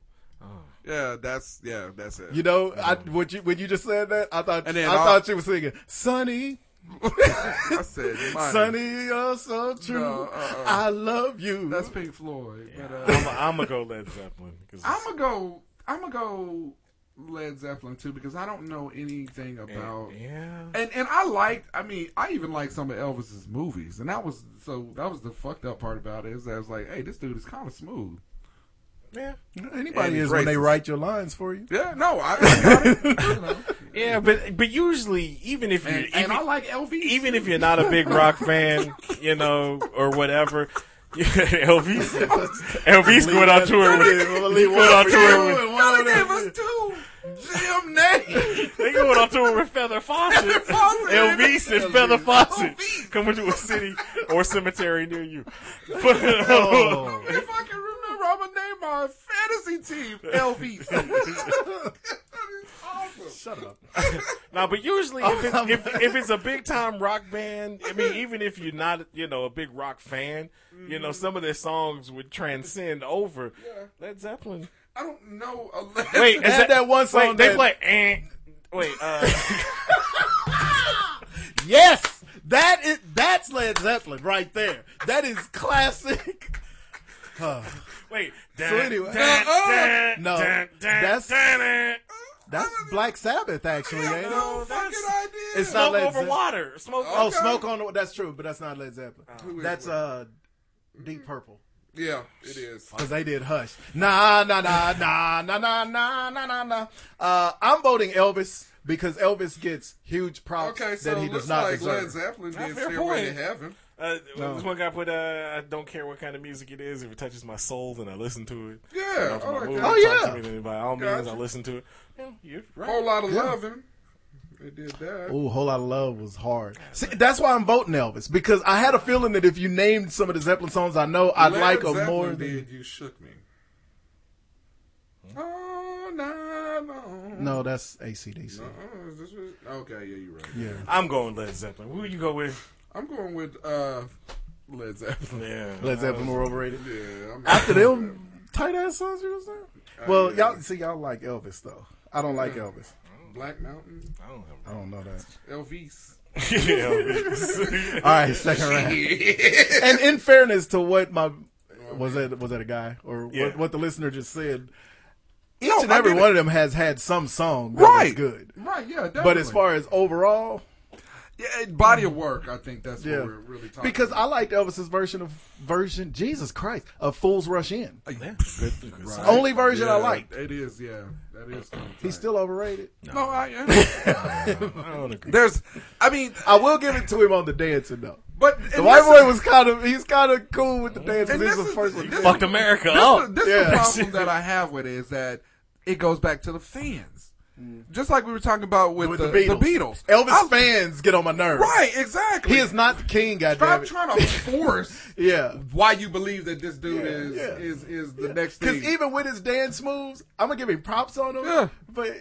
[SPEAKER 13] Yeah, that's yeah, that's it.
[SPEAKER 15] You know, I, when you when you just said that, I thought
[SPEAKER 13] And then
[SPEAKER 15] I
[SPEAKER 13] all-
[SPEAKER 15] thought you were singing "Sunny,
[SPEAKER 13] I said money.
[SPEAKER 15] Sunny, you're so true.
[SPEAKER 13] No, uh-uh.
[SPEAKER 15] I love you."
[SPEAKER 13] That's Pink Floyd. But, uh,
[SPEAKER 2] I'm going to go Led Zeppelin. 'cause
[SPEAKER 13] I'm gonna go. I'm gonna go Led Zeppelin too because I don't know anything about.
[SPEAKER 2] Yeah.
[SPEAKER 13] And and I liked. I mean, I even liked some of Elvis's movies, and that was so. That was the fucked up part about it is that I was like, hey, this dude is kind of smooth.
[SPEAKER 2] Yeah.
[SPEAKER 15] Anybody
[SPEAKER 13] And
[SPEAKER 15] is when they
[SPEAKER 13] racist.
[SPEAKER 15] write your lines for you.
[SPEAKER 13] Yeah. No. I, I got it. you know.
[SPEAKER 2] Yeah, but but usually, even if you
[SPEAKER 13] And,
[SPEAKER 2] even,
[SPEAKER 13] and I like LV.
[SPEAKER 2] even if you're not a big rock fan, you know, or whatever, Elvis Elvis going on tour with
[SPEAKER 15] leave
[SPEAKER 2] going on tour with
[SPEAKER 13] You only gave us two damn names.
[SPEAKER 2] they going on tour with Feather Fawcett.
[SPEAKER 13] Fawcett.
[SPEAKER 2] Elvis and Feather Fawcett
[SPEAKER 13] Elvis.
[SPEAKER 2] coming to a city or cemetery near you. But,
[SPEAKER 15] Oh.
[SPEAKER 13] Oh, If I can remember, I'm gonna name my fantasy team LV.
[SPEAKER 15] Shut up.
[SPEAKER 2] Now, but usually, if it's, if, if it's a big time rock band, I mean, even if you're not, you know, a big rock fan, you know, some of their songs would transcend over. Led Zeppelin.
[SPEAKER 13] I don't know. A Led
[SPEAKER 2] Wait, is
[SPEAKER 15] Add
[SPEAKER 2] that,
[SPEAKER 15] that one song
[SPEAKER 2] Wait, they
[SPEAKER 15] that-
[SPEAKER 2] play. Eh, wait, uh,
[SPEAKER 15] Yes, that is that's Led Zeppelin right there. That is classic. Huh.
[SPEAKER 2] wait.
[SPEAKER 15] anyway. Uh, No, that's- That's Black Sabbath, actually, ain't it?
[SPEAKER 13] no fucking idea.
[SPEAKER 15] It's not
[SPEAKER 2] Smoke
[SPEAKER 15] Led
[SPEAKER 2] over
[SPEAKER 15] Zeppelin.
[SPEAKER 2] water. Smoke.
[SPEAKER 15] Oh,
[SPEAKER 13] Okay. Oh,
[SPEAKER 15] smoke on the. That's true, but that's not Led Zeppelin. that's uh, Deep Purple.
[SPEAKER 13] yeah, it is.
[SPEAKER 15] Because they did Hush. Nah, nah, nah, nah, nah, nah, nah, nah, nah, nah. Uh, I'm voting Elvis because Elvis gets huge props
[SPEAKER 13] Okay, so
[SPEAKER 15] that he
[SPEAKER 13] it looks
[SPEAKER 15] does not
[SPEAKER 13] like Led
[SPEAKER 15] deserve.
[SPEAKER 13] Zeppelin
[SPEAKER 2] Not
[SPEAKER 13] did
[SPEAKER 2] fair
[SPEAKER 13] Stairway to
[SPEAKER 2] point.
[SPEAKER 13] Heaven.
[SPEAKER 2] Uh, This one guy put. Uh, I don't care what kind of music it is. If it touches my soul, then I listen to it.
[SPEAKER 13] Yeah,
[SPEAKER 2] If it
[SPEAKER 13] I like
[SPEAKER 2] my mood,
[SPEAKER 13] that.
[SPEAKER 2] it
[SPEAKER 15] Oh,
[SPEAKER 2] talks
[SPEAKER 15] yeah.
[SPEAKER 2] to me, then by all means,
[SPEAKER 13] Gotcha.
[SPEAKER 2] I listen to it. Yeah, you're right.
[SPEAKER 13] Whole lot of loving. They did that.
[SPEAKER 15] Ooh, whole lot of love was hard. See, that's why I'm voting Elvis because I had a feeling that if you named some of the Zeppelin songs I know, I'd
[SPEAKER 13] Led
[SPEAKER 15] like them
[SPEAKER 13] Zeppelin
[SPEAKER 15] more. Than,
[SPEAKER 13] Did you shook me? Oh no, no.
[SPEAKER 15] no, that's ACDC.
[SPEAKER 13] Uh-uh, is this what- Okay, yeah, you're right.
[SPEAKER 15] Yeah,
[SPEAKER 2] I'm going Led Zeppelin. Who you go with?
[SPEAKER 13] I'm going with uh, Led Zeppelin.
[SPEAKER 2] Yeah,
[SPEAKER 15] Led Zeppelin were overrated.
[SPEAKER 13] Yeah, I'm
[SPEAKER 15] After them tight ass songs you was there. Well,
[SPEAKER 13] Uh, yeah.
[SPEAKER 15] y'all see, y'all like Elvis though. I don't like Elvis.
[SPEAKER 13] Black Mountain,
[SPEAKER 2] I don't
[SPEAKER 15] I don't know that.
[SPEAKER 13] Elvis.
[SPEAKER 2] have.
[SPEAKER 15] All right, second round. and in fairness to what my was that was that a guy or
[SPEAKER 2] Yeah.
[SPEAKER 15] what, what the listener just said, each
[SPEAKER 13] No,
[SPEAKER 15] and
[SPEAKER 13] I
[SPEAKER 15] every
[SPEAKER 13] didn't-
[SPEAKER 15] one of them has had some song that was
[SPEAKER 13] Right.
[SPEAKER 15] good.
[SPEAKER 13] Right, yeah, definitely.
[SPEAKER 15] But as far as overall,
[SPEAKER 13] yeah, it- body of work, I think that's
[SPEAKER 15] yeah,
[SPEAKER 13] what we're really talking.
[SPEAKER 15] because
[SPEAKER 13] about.
[SPEAKER 15] I liked Elvis's version of version Jesus Christ of Fools Rush In.
[SPEAKER 2] Yeah, good, good song.
[SPEAKER 15] Only version I
[SPEAKER 13] Oh, Yeah,
[SPEAKER 15] liked.
[SPEAKER 13] It is, yeah, that is. kinda tight.
[SPEAKER 15] He's still overrated.
[SPEAKER 13] no, I am.
[SPEAKER 2] I don't agree.
[SPEAKER 13] There's, I mean,
[SPEAKER 15] I will give it to him on the dancing though.
[SPEAKER 13] but
[SPEAKER 15] The white boy was kind of he's kind of cool with the dancing.
[SPEAKER 13] and
[SPEAKER 15] This is
[SPEAKER 13] this
[SPEAKER 15] the
[SPEAKER 13] is-
[SPEAKER 15] first one.
[SPEAKER 13] this-
[SPEAKER 2] Fucked America
[SPEAKER 13] This,
[SPEAKER 2] up.
[SPEAKER 13] the, this
[SPEAKER 15] Yeah.
[SPEAKER 13] the problem that I have with it is that it goes back to the fans. Just like we were talking about with,
[SPEAKER 15] Mm. with
[SPEAKER 13] the,
[SPEAKER 15] the Beatles.
[SPEAKER 13] the Beatles.
[SPEAKER 15] Elvis
[SPEAKER 13] I-
[SPEAKER 15] fans get on my nerves.
[SPEAKER 13] Right, exactly.
[SPEAKER 15] He is not the king. Goddamn
[SPEAKER 13] Stop
[SPEAKER 15] it.
[SPEAKER 13] trying to force
[SPEAKER 15] Yeah.
[SPEAKER 13] why you believe that this dude
[SPEAKER 15] Yeah,
[SPEAKER 13] is,
[SPEAKER 15] yeah.
[SPEAKER 13] is is the next
[SPEAKER 15] Because
[SPEAKER 13] thing.
[SPEAKER 15] even with his dance moves, I'm gonna give him props on them.
[SPEAKER 13] Yeah.
[SPEAKER 15] But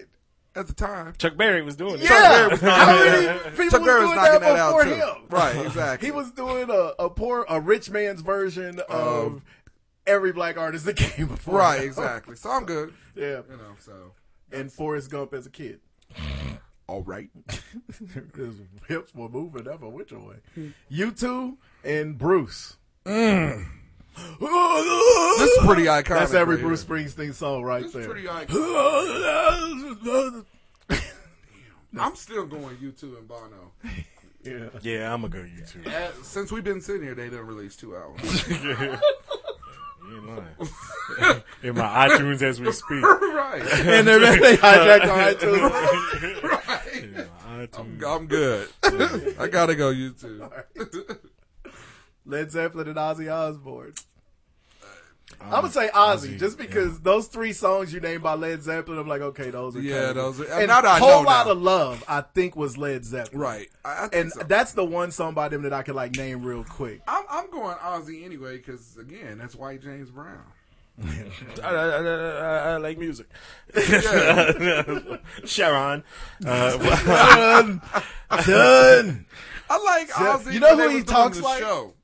[SPEAKER 13] at the time,
[SPEAKER 2] Chuck Berry was doing it.
[SPEAKER 15] yeah, how many people
[SPEAKER 13] Chuck
[SPEAKER 15] was
[SPEAKER 13] Berry was
[SPEAKER 15] doing
[SPEAKER 13] knocking
[SPEAKER 15] that
[SPEAKER 13] that out
[SPEAKER 15] before
[SPEAKER 13] too.
[SPEAKER 15] him?
[SPEAKER 13] Right, exactly.
[SPEAKER 15] He was doing a, a poor a rich man's version of every black artist that came before.
[SPEAKER 13] Um, right,
[SPEAKER 15] him.
[SPEAKER 13] exactly. So I'm good.
[SPEAKER 15] Yeah,
[SPEAKER 13] You know, so
[SPEAKER 15] and Forrest Gump as a kid.
[SPEAKER 13] all right.
[SPEAKER 15] His hips were moving up a which way. You two and Bruce.
[SPEAKER 13] This is pretty iconic.
[SPEAKER 15] Mm. That's every
[SPEAKER 13] right
[SPEAKER 15] Bruce
[SPEAKER 13] here.
[SPEAKER 15] Springsteen song right
[SPEAKER 13] This is
[SPEAKER 15] there.
[SPEAKER 13] pretty iconic.
[SPEAKER 15] iconic.
[SPEAKER 13] I'm still going U two and Bono.
[SPEAKER 15] yeah.
[SPEAKER 2] Yeah, I'm gonna go YouTube.
[SPEAKER 13] Uh, Since we've been sitting here, they didn't release two albums.
[SPEAKER 2] You ain't lying. in my iTunes as we speak.
[SPEAKER 13] Right.
[SPEAKER 15] And they're- they hijacked our iTunes.
[SPEAKER 13] Right.
[SPEAKER 2] I'm-
[SPEAKER 13] I'm, good. I gotta go YouTube.
[SPEAKER 15] Led Zeppelin and Ozzy Osbourne. I'm gonna say Uh, Ozzy, just because those three songs you named by Led Zeppelin, I'm like, okay, those are
[SPEAKER 13] Yeah,
[SPEAKER 15] kinda-
[SPEAKER 13] those are-
[SPEAKER 15] and
[SPEAKER 13] now that I
[SPEAKER 15] whole
[SPEAKER 13] know
[SPEAKER 15] lot
[SPEAKER 13] now.
[SPEAKER 15] of love. I think was Led Zeppelin,
[SPEAKER 13] Right.
[SPEAKER 15] and that's the one song by them that I can like name real quick.
[SPEAKER 13] I'm, I'm going Ozzy anyway because again, that's white James Brown.
[SPEAKER 2] I, I- I- I like music.
[SPEAKER 13] Yeah.
[SPEAKER 2] Sharon. Uh,
[SPEAKER 13] Done.
[SPEAKER 2] done.
[SPEAKER 13] I like
[SPEAKER 15] So-
[SPEAKER 13] Ozzy.
[SPEAKER 15] You know
[SPEAKER 13] when
[SPEAKER 15] who he
[SPEAKER 13] they was doing
[SPEAKER 15] talks
[SPEAKER 13] the
[SPEAKER 15] like?
[SPEAKER 13] Show.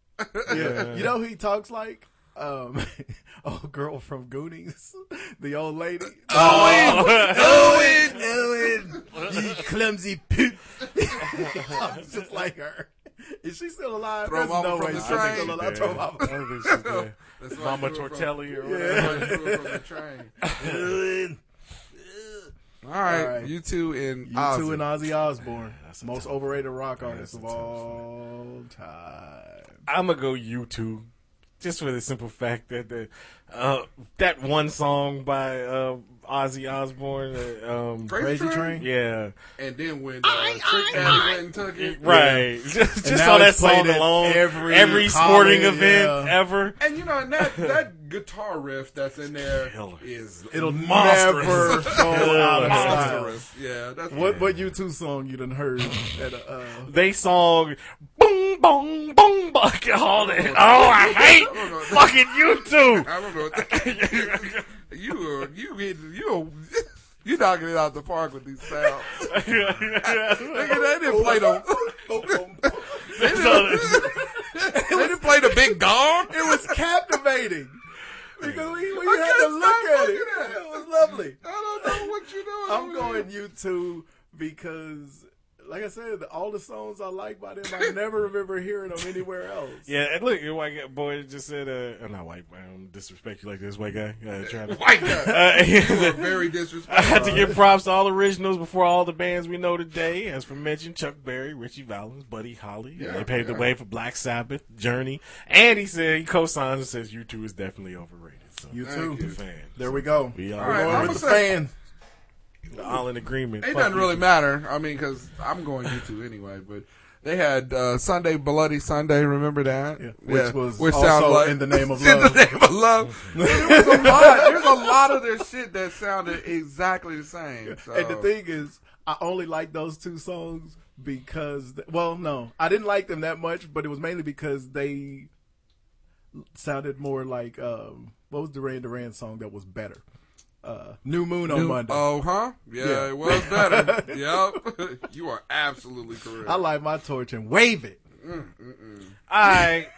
[SPEAKER 15] yeah. You know who he talks like? Um, oh, girl from Goonies, the old lady.
[SPEAKER 13] Oh.
[SPEAKER 15] Owen, Owen, you clumsy poop. he talks just like her. Is she still alive?
[SPEAKER 13] Throw him
[SPEAKER 15] There's
[SPEAKER 13] off
[SPEAKER 15] no
[SPEAKER 13] from
[SPEAKER 15] way
[SPEAKER 13] the
[SPEAKER 15] she's still
[SPEAKER 13] train.
[SPEAKER 15] alive. Throw him off.
[SPEAKER 2] I don't think she's there.
[SPEAKER 13] That's why
[SPEAKER 2] Mama
[SPEAKER 13] you threw it from-
[SPEAKER 2] Tortelli or
[SPEAKER 13] Yeah. That's why you threw it from the train.
[SPEAKER 2] whatever.
[SPEAKER 13] All right,
[SPEAKER 15] All right.
[SPEAKER 13] you two and
[SPEAKER 15] You
[SPEAKER 13] Ozzy.
[SPEAKER 15] two and Ozzy Osbourne,
[SPEAKER 2] that's a
[SPEAKER 15] most overrated rock artist of all time.
[SPEAKER 2] I'm gonna go YouTube, just for the simple fact that the, uh, that one song by uh, Ozzy Osbourne, uh, um,
[SPEAKER 13] Crazy Crazy Train? Train?
[SPEAKER 2] yeah,
[SPEAKER 13] And then when uh, Trick Daddy went and took it,
[SPEAKER 2] right. Just, just on that song alone, every, sporting event ever.
[SPEAKER 13] And you know, and that that guitar riff that's in there is
[SPEAKER 15] It'll
[SPEAKER 13] monstrous.
[SPEAKER 15] never go out of style.
[SPEAKER 13] Monstrous. Yeah, that's
[SPEAKER 15] What what you two song you done heard? At a, uh,
[SPEAKER 2] They song boom boom boom boom all that. Oh, I hate fucking YouTube.
[SPEAKER 13] I don't know. What that, you are you hitting- you are- you knocking it out the park with these sounds. Nigga, they didn't play the oh. they, didn't, they didn't play the big gong.
[SPEAKER 15] it was captivating because we, we
[SPEAKER 13] I
[SPEAKER 15] had to
[SPEAKER 13] can't
[SPEAKER 15] look
[SPEAKER 13] stop
[SPEAKER 15] at it.
[SPEAKER 13] looking at it. Oh,
[SPEAKER 15] It was lovely.
[SPEAKER 13] I don't know what you're doing.
[SPEAKER 15] I'm
[SPEAKER 13] over
[SPEAKER 15] going YouTube because, like I said, all the songs I like by them, I never remember hearing them anywhere else.
[SPEAKER 2] Yeah, and look, your white guy- boy just said, uh, I'm not white, I don't disrespect you like this, white guy. Uh, Travis.
[SPEAKER 13] White guy.
[SPEAKER 2] Uh,
[SPEAKER 13] You are very disrespectful.
[SPEAKER 2] I had to give props to all originals before all the bands we know today. As for mentioned, Chuck Berry, Richie Valens, Buddy Holly.
[SPEAKER 13] Yeah,
[SPEAKER 2] they paved
[SPEAKER 13] yeah.
[SPEAKER 2] the way for Black Sabbath, Journey. And he said, he co signs and says, You two is definitely overrated. So,
[SPEAKER 15] You
[SPEAKER 13] Thank
[SPEAKER 15] too.
[SPEAKER 13] you.
[SPEAKER 2] fan.
[SPEAKER 15] There we go.
[SPEAKER 2] We
[SPEAKER 15] We're
[SPEAKER 2] all,
[SPEAKER 13] right,
[SPEAKER 15] going
[SPEAKER 13] I'ma
[SPEAKER 15] with the
[SPEAKER 13] say-
[SPEAKER 15] fan.
[SPEAKER 2] we're all in agreement.
[SPEAKER 13] It
[SPEAKER 2] Fuck
[SPEAKER 13] doesn't
[SPEAKER 2] you
[SPEAKER 13] really
[SPEAKER 2] two.
[SPEAKER 13] matter. I mean, because I'm going YouTube anyway. But they had uh, Sunday Bloody Sunday. Remember that? Yeah,
[SPEAKER 15] which was also In the Name of
[SPEAKER 13] in the
[SPEAKER 15] Love.
[SPEAKER 13] name of love. There was a lot. There's a lot of their shit that sounded exactly the same. So.
[SPEAKER 15] And the thing is, I only like those two songs because, th- well, no, I didn't like them that much, but it was mainly because they sounded more like um, what was Duran Duran's song that was better? Uh, New Moon on
[SPEAKER 13] New-
[SPEAKER 15] Monday.
[SPEAKER 13] Oh, huh? Yeah,
[SPEAKER 15] Yeah.
[SPEAKER 13] it was better. yep. you are absolutely correct.
[SPEAKER 15] I light my torch and wave it.
[SPEAKER 2] All right.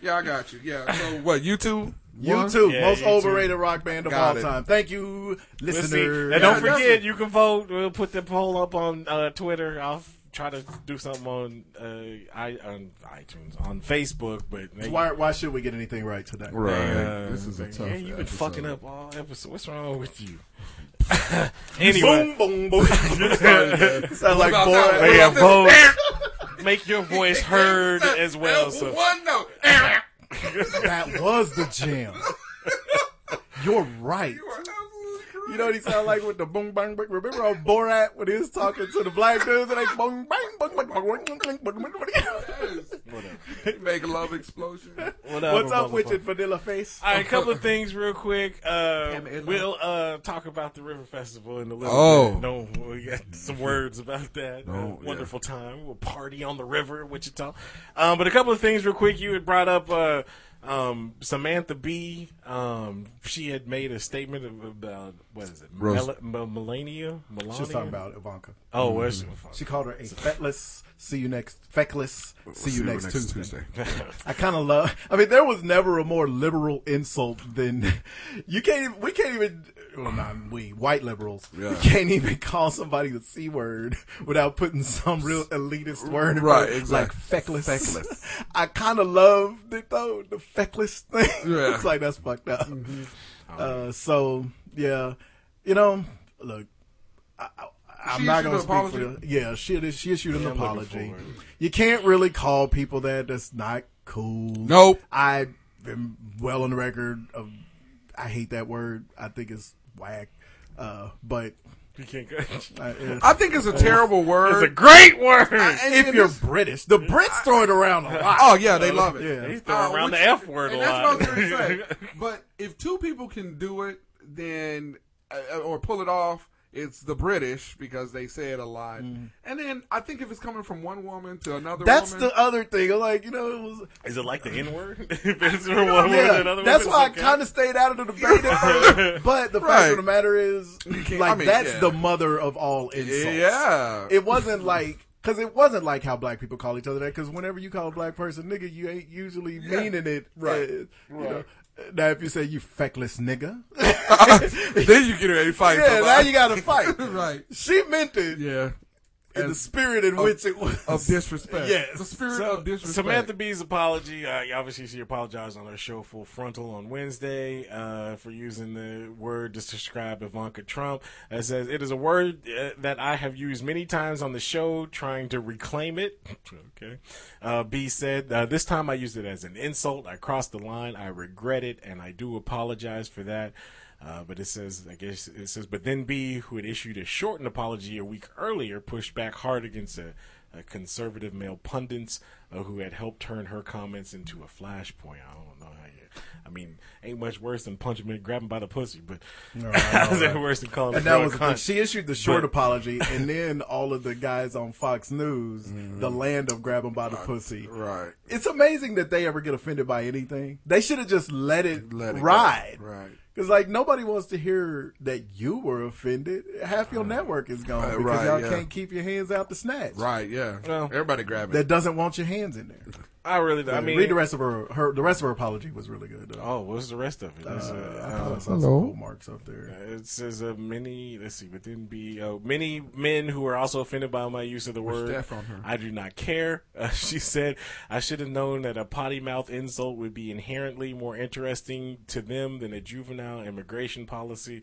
[SPEAKER 13] yeah, I got you. Yeah. So what? YouTube.
[SPEAKER 15] You
[SPEAKER 13] One?
[SPEAKER 15] too,
[SPEAKER 2] Yeah,
[SPEAKER 15] most
[SPEAKER 2] you too.
[SPEAKER 15] overrated rock band of
[SPEAKER 13] Got
[SPEAKER 15] all
[SPEAKER 13] it.
[SPEAKER 15] time. Thank you,
[SPEAKER 2] We'll see.
[SPEAKER 15] listener.
[SPEAKER 2] And don't
[SPEAKER 13] Yeah, that's
[SPEAKER 2] forget,
[SPEAKER 13] it.
[SPEAKER 2] you can vote. We'll put the poll up on uh, Twitter. I'll f- try to do something on uh, I on iTunes on Facebook, but they-
[SPEAKER 15] Why, why should we get anything right today?
[SPEAKER 13] Right.
[SPEAKER 2] Uh,
[SPEAKER 13] this is a tough.
[SPEAKER 2] man, you've been
[SPEAKER 13] episode.
[SPEAKER 2] fucking up all episode. What's wrong with you?
[SPEAKER 15] Boom,
[SPEAKER 2] anyway,
[SPEAKER 15] boom, boom.
[SPEAKER 13] Sorry, man.
[SPEAKER 15] Sound like
[SPEAKER 13] What about that?
[SPEAKER 15] boy.
[SPEAKER 2] make your
[SPEAKER 13] What about this?
[SPEAKER 2] vote. Make your voice heard as well. So
[SPEAKER 13] One note.
[SPEAKER 15] That was the jam. You're right.
[SPEAKER 13] You are absolutely correct.
[SPEAKER 15] You know what he sound like with the boom bang bang. Remember on Borat when he was talking to the black dudes and they boom bang bang bang bang bang bang bang bang bang.
[SPEAKER 13] Yes. Make a love explosion.
[SPEAKER 2] whatever,
[SPEAKER 15] What's up with
[SPEAKER 2] motherfucker.
[SPEAKER 15] it, Vanilla Face?
[SPEAKER 2] All right, a couple of things real quick. Uh,
[SPEAKER 13] Damn it, Ella.
[SPEAKER 2] we'll uh, talk about the River Festival in a little
[SPEAKER 13] Oh.
[SPEAKER 2] bit. No, we got some words about that. Uh,
[SPEAKER 13] Oh, yeah.
[SPEAKER 2] wonderful time. We'll party on the river, in Wichita. Um, but a couple of things real quick. You had brought up uh, um, Samantha B. Um, she had made a statement of- about, what is it?
[SPEAKER 13] Rose-
[SPEAKER 2] Mel- Mel- Melania? Melania?
[SPEAKER 15] She was talking about Ivanka.
[SPEAKER 2] Oh, where's
[SPEAKER 13] Mm-hmm.
[SPEAKER 15] She called her a feckless. See you next. Feckless. See you next Tuesday. I kind of love. I mean, there was never a more liberal insult than you can't. even- We can't even. Well, not we white liberals.
[SPEAKER 13] Yeah.
[SPEAKER 15] We can't even call somebody the c word without putting some real elitist word. in
[SPEAKER 13] Right,
[SPEAKER 15] front of it, Like
[SPEAKER 13] exactly.
[SPEAKER 15] feckless.
[SPEAKER 13] Feckless.
[SPEAKER 15] I kind of loved it though. The feckless thing.
[SPEAKER 13] Yeah. Mm-hmm.
[SPEAKER 15] it's like that's fucked up. Uh, so yeah, you know, look. I, I, I'm
[SPEAKER 13] She
[SPEAKER 15] not
[SPEAKER 13] issued
[SPEAKER 15] gonna
[SPEAKER 13] an
[SPEAKER 15] speak for the,
[SPEAKER 13] apology?
[SPEAKER 15] yeah, she she issued an
[SPEAKER 2] I'm looking
[SPEAKER 15] apology.
[SPEAKER 2] forward.
[SPEAKER 15] You can't really call people that. That's not cool.
[SPEAKER 13] Nope.
[SPEAKER 15] I am well on the record of I hate that word. I think it's whack. Uh, but uh,
[SPEAKER 2] you can't. Go-
[SPEAKER 15] I,
[SPEAKER 13] I think it's a terrible word.
[SPEAKER 2] It's a great word.
[SPEAKER 15] if you're British, the Brits throw it around a lot.
[SPEAKER 13] Oh yeah, they love it.
[SPEAKER 2] Yeah. He's throwing around the F word a
[SPEAKER 13] Oh, and that's
[SPEAKER 2] lot.
[SPEAKER 13] what I was going to say. But if two people can do it, then uh, or pull it off, it's the British because they say it a lot. And then I think if it's coming from one woman to another,
[SPEAKER 15] That's
[SPEAKER 13] woman,
[SPEAKER 15] the other thing. I'm Like you know, it was
[SPEAKER 2] Is it like the N word? if it's from one
[SPEAKER 15] Yeah,
[SPEAKER 2] word to another
[SPEAKER 15] that's
[SPEAKER 2] word,
[SPEAKER 15] why I
[SPEAKER 2] it's okay?
[SPEAKER 15] kind of stayed out of the debate. at first. but the fact
[SPEAKER 13] Right.
[SPEAKER 15] of the matter is, like
[SPEAKER 13] I mean,
[SPEAKER 15] that's
[SPEAKER 13] yeah.
[SPEAKER 15] the mother of all insults.
[SPEAKER 13] Yeah.
[SPEAKER 15] it wasn't like because it wasn't like how black people call each other that. Because whenever you call a black person nigga, you ain't usually
[SPEAKER 13] Yeah.
[SPEAKER 15] meaning it
[SPEAKER 13] Right.
[SPEAKER 15] uh, you
[SPEAKER 13] Right.
[SPEAKER 15] know. Now, if you say you feckless nigga,
[SPEAKER 13] then you get ready to fight.
[SPEAKER 15] yeah, now
[SPEAKER 13] somebody.
[SPEAKER 15] you got to fight.
[SPEAKER 13] right.
[SPEAKER 15] She meant it
[SPEAKER 13] Yeah.
[SPEAKER 15] in the
[SPEAKER 13] As-
[SPEAKER 15] spirit in
[SPEAKER 13] of-
[SPEAKER 15] which it was
[SPEAKER 13] of disrespect.
[SPEAKER 15] Yes,
[SPEAKER 13] The spirit
[SPEAKER 2] So,
[SPEAKER 13] of disrespect.
[SPEAKER 2] Samantha B's apology. Uh, obviously, she apologized on her show Full Frontal on Wednesday uh, for using the word to describe Ivanka Trump. Uh, It says it is a word uh, that I have used many times on the show, trying to reclaim it. okay. Uh, B said uh, this time I used it as an insult. I crossed the line. I regret it, and I do apologize for that. Uh, but it says, I guess it says, but then B, who had issued a shortened apology a week earlier, pushed back hard against a, a uh, conservative male pundits uh, who had helped turn her comments into a flashpoint. I don't know how you. I mean, ain't much worse than punching me, grabbing by the pussy, but
[SPEAKER 15] No, I know,
[SPEAKER 2] how's that
[SPEAKER 15] right?
[SPEAKER 2] worse than calling?
[SPEAKER 15] And
[SPEAKER 2] a
[SPEAKER 15] that
[SPEAKER 2] girl
[SPEAKER 15] was
[SPEAKER 2] a
[SPEAKER 15] the thing.
[SPEAKER 2] cunt?
[SPEAKER 15] she issued the short
[SPEAKER 2] But-
[SPEAKER 15] apology, and then all of the guys on Fox News, the land of grabbing by the pussy.
[SPEAKER 13] Mm-hmm. Uh, Right.
[SPEAKER 15] It's amazing that they ever get offended by anything. They should have just let it
[SPEAKER 13] Let it go.
[SPEAKER 15] ride.
[SPEAKER 13] Right.
[SPEAKER 15] Because like nobody wants to hear that you were offended. Half your network is gone
[SPEAKER 13] Uh,
[SPEAKER 15] because
[SPEAKER 13] right,
[SPEAKER 15] y'all
[SPEAKER 13] yeah.
[SPEAKER 15] can't keep your hands out the snatch.
[SPEAKER 13] Right. Yeah.
[SPEAKER 2] Well,
[SPEAKER 13] Everybody grab it.
[SPEAKER 15] That doesn't want your hands in there.
[SPEAKER 2] I really. don't- I mean,
[SPEAKER 15] read the rest of her, her. The rest of her apology was really good. Though.
[SPEAKER 2] Oh, what's the rest of it? It's,
[SPEAKER 15] I
[SPEAKER 2] uh,
[SPEAKER 15] thought I saw
[SPEAKER 2] uh,
[SPEAKER 15] some
[SPEAKER 13] Hello.
[SPEAKER 15] quote marks up there.
[SPEAKER 2] Uh, It says uh, many. Let's see, but then be uh, many men who are also offended by my use of the word.
[SPEAKER 13] that from her?
[SPEAKER 2] I do not care. Uh, she said, "I should have known that a potty mouth insult would be inherently more interesting to them than a juvenile immigration policy."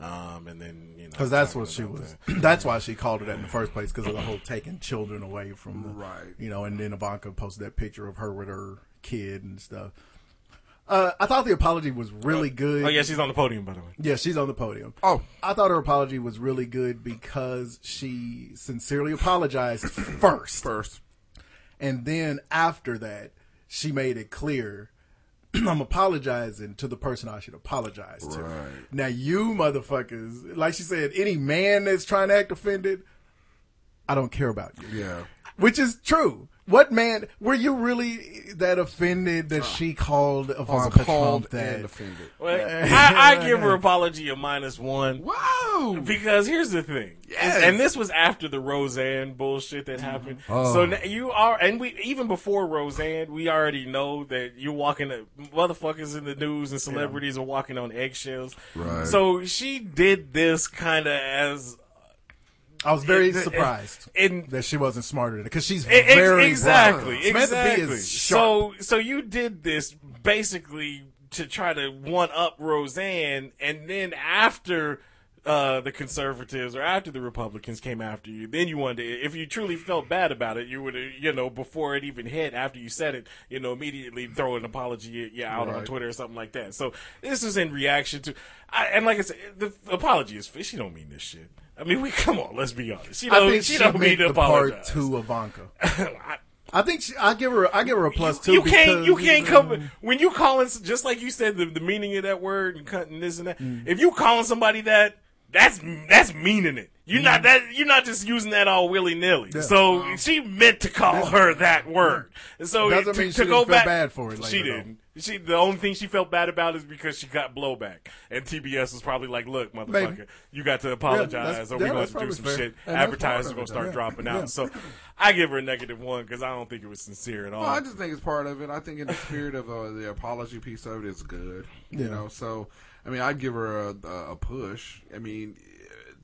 [SPEAKER 2] Um, and then you know,
[SPEAKER 15] Because that's what she
[SPEAKER 2] talking about
[SPEAKER 15] was.
[SPEAKER 2] that.
[SPEAKER 15] That's why she called it that in the first place. Because of the whole taking children away from the,
[SPEAKER 13] Right.
[SPEAKER 15] you know. And then Ivanka posted that picture of her with her kid and stuff. Uh, I thought the apology was really good.
[SPEAKER 2] Oh yeah, she's on the podium by the way.
[SPEAKER 15] Yeah, she's on the podium.
[SPEAKER 13] Oh.
[SPEAKER 15] I thought her apology was really good because she sincerely apologized first,
[SPEAKER 13] First.
[SPEAKER 15] and then after that, she made it clear. I'm apologizing to the person I should apologize to.
[SPEAKER 13] Right.
[SPEAKER 15] Now you motherfuckers, like she said, any man that's trying to act offended, I don't care about you.
[SPEAKER 13] Yeah.
[SPEAKER 15] Which is true. What man were you really that offended that she called Ivanka
[SPEAKER 13] appalled
[SPEAKER 15] Trump that?
[SPEAKER 13] and offended.
[SPEAKER 2] Well, I, I give her apology a minus one.
[SPEAKER 13] Wow.
[SPEAKER 2] Because here's the thing,
[SPEAKER 13] Yes.
[SPEAKER 2] and this was after the Roseanne bullshit that happened.
[SPEAKER 13] Oh.
[SPEAKER 2] So now you are, and we even before Roseanne, we already know that you're walking uh, motherfuckers in the news and celebrities are walking on eggshells.
[SPEAKER 13] Right.
[SPEAKER 2] So she did this kind of as
[SPEAKER 15] I was very
[SPEAKER 2] It- it-
[SPEAKER 15] surprised
[SPEAKER 2] in
[SPEAKER 15] that she wasn't smarter than because she's
[SPEAKER 2] E- ex-
[SPEAKER 15] very
[SPEAKER 2] exactly,
[SPEAKER 15] bright. Samantha Bee
[SPEAKER 2] exactly.
[SPEAKER 15] is sharp.
[SPEAKER 2] So, so you did this basically to try to one up Roseanne, and then after uh, the conservatives or after the Republicans came after you, then you wanted. To, if you truly felt bad about it, you would, have, you know, before it even hit, after you said it, you know, immediately throw an apology yeah, out on
[SPEAKER 13] Right.
[SPEAKER 2] Twitter or something like that. So this is in reaction to, I, and like I said, the apology is she don't mean this shit. I mean, we come on. Let's be honest. She
[SPEAKER 15] I
[SPEAKER 2] don't.
[SPEAKER 15] think
[SPEAKER 2] she,
[SPEAKER 15] she
[SPEAKER 2] don't mean
[SPEAKER 15] meant
[SPEAKER 2] to
[SPEAKER 15] the part
[SPEAKER 2] apologize.
[SPEAKER 15] two Ivanca.
[SPEAKER 2] I-
[SPEAKER 15] I think she, I give her I give her a plus two.
[SPEAKER 2] you can't you
[SPEAKER 15] because-
[SPEAKER 2] can't come when you calling just like you said the, the meaning of that word and cutting this and that.
[SPEAKER 15] Mm.
[SPEAKER 2] If you calling somebody that, that's that's meaning it. You're
[SPEAKER 15] Mm.
[SPEAKER 2] not that you're not just using that all willy nilly. So she meant to call her that word. And so
[SPEAKER 15] Mm. Doesn't
[SPEAKER 2] to,
[SPEAKER 15] mean she
[SPEAKER 2] to
[SPEAKER 15] didn't
[SPEAKER 2] go
[SPEAKER 15] feel
[SPEAKER 2] back,
[SPEAKER 15] bad for it later,
[SPEAKER 2] she
[SPEAKER 15] though.
[SPEAKER 2] didn't. She the only thing she felt bad about is because she got blowback, and TBS was probably like, "Look, motherfucker,
[SPEAKER 15] Maybe.
[SPEAKER 2] you got to apologize,
[SPEAKER 15] that's-
[SPEAKER 2] or we're
[SPEAKER 15] yeah,
[SPEAKER 2] going
[SPEAKER 15] that's
[SPEAKER 2] to do
[SPEAKER 15] probably
[SPEAKER 2] some
[SPEAKER 15] fair.
[SPEAKER 2] shit.
[SPEAKER 15] And that's
[SPEAKER 2] Advertisers
[SPEAKER 13] part
[SPEAKER 2] going
[SPEAKER 13] of
[SPEAKER 2] to
[SPEAKER 13] it,
[SPEAKER 2] start
[SPEAKER 13] yeah.
[SPEAKER 2] dropping
[SPEAKER 13] Yeah.
[SPEAKER 2] out." So I give her a negative one because I don't think it was sincere at all.
[SPEAKER 13] Well, I just think it's part of it. I think in the spirit of uh, the apology piece of it is good. You
[SPEAKER 15] Yeah.
[SPEAKER 13] know, so I mean, I'd give her a, a push. I mean,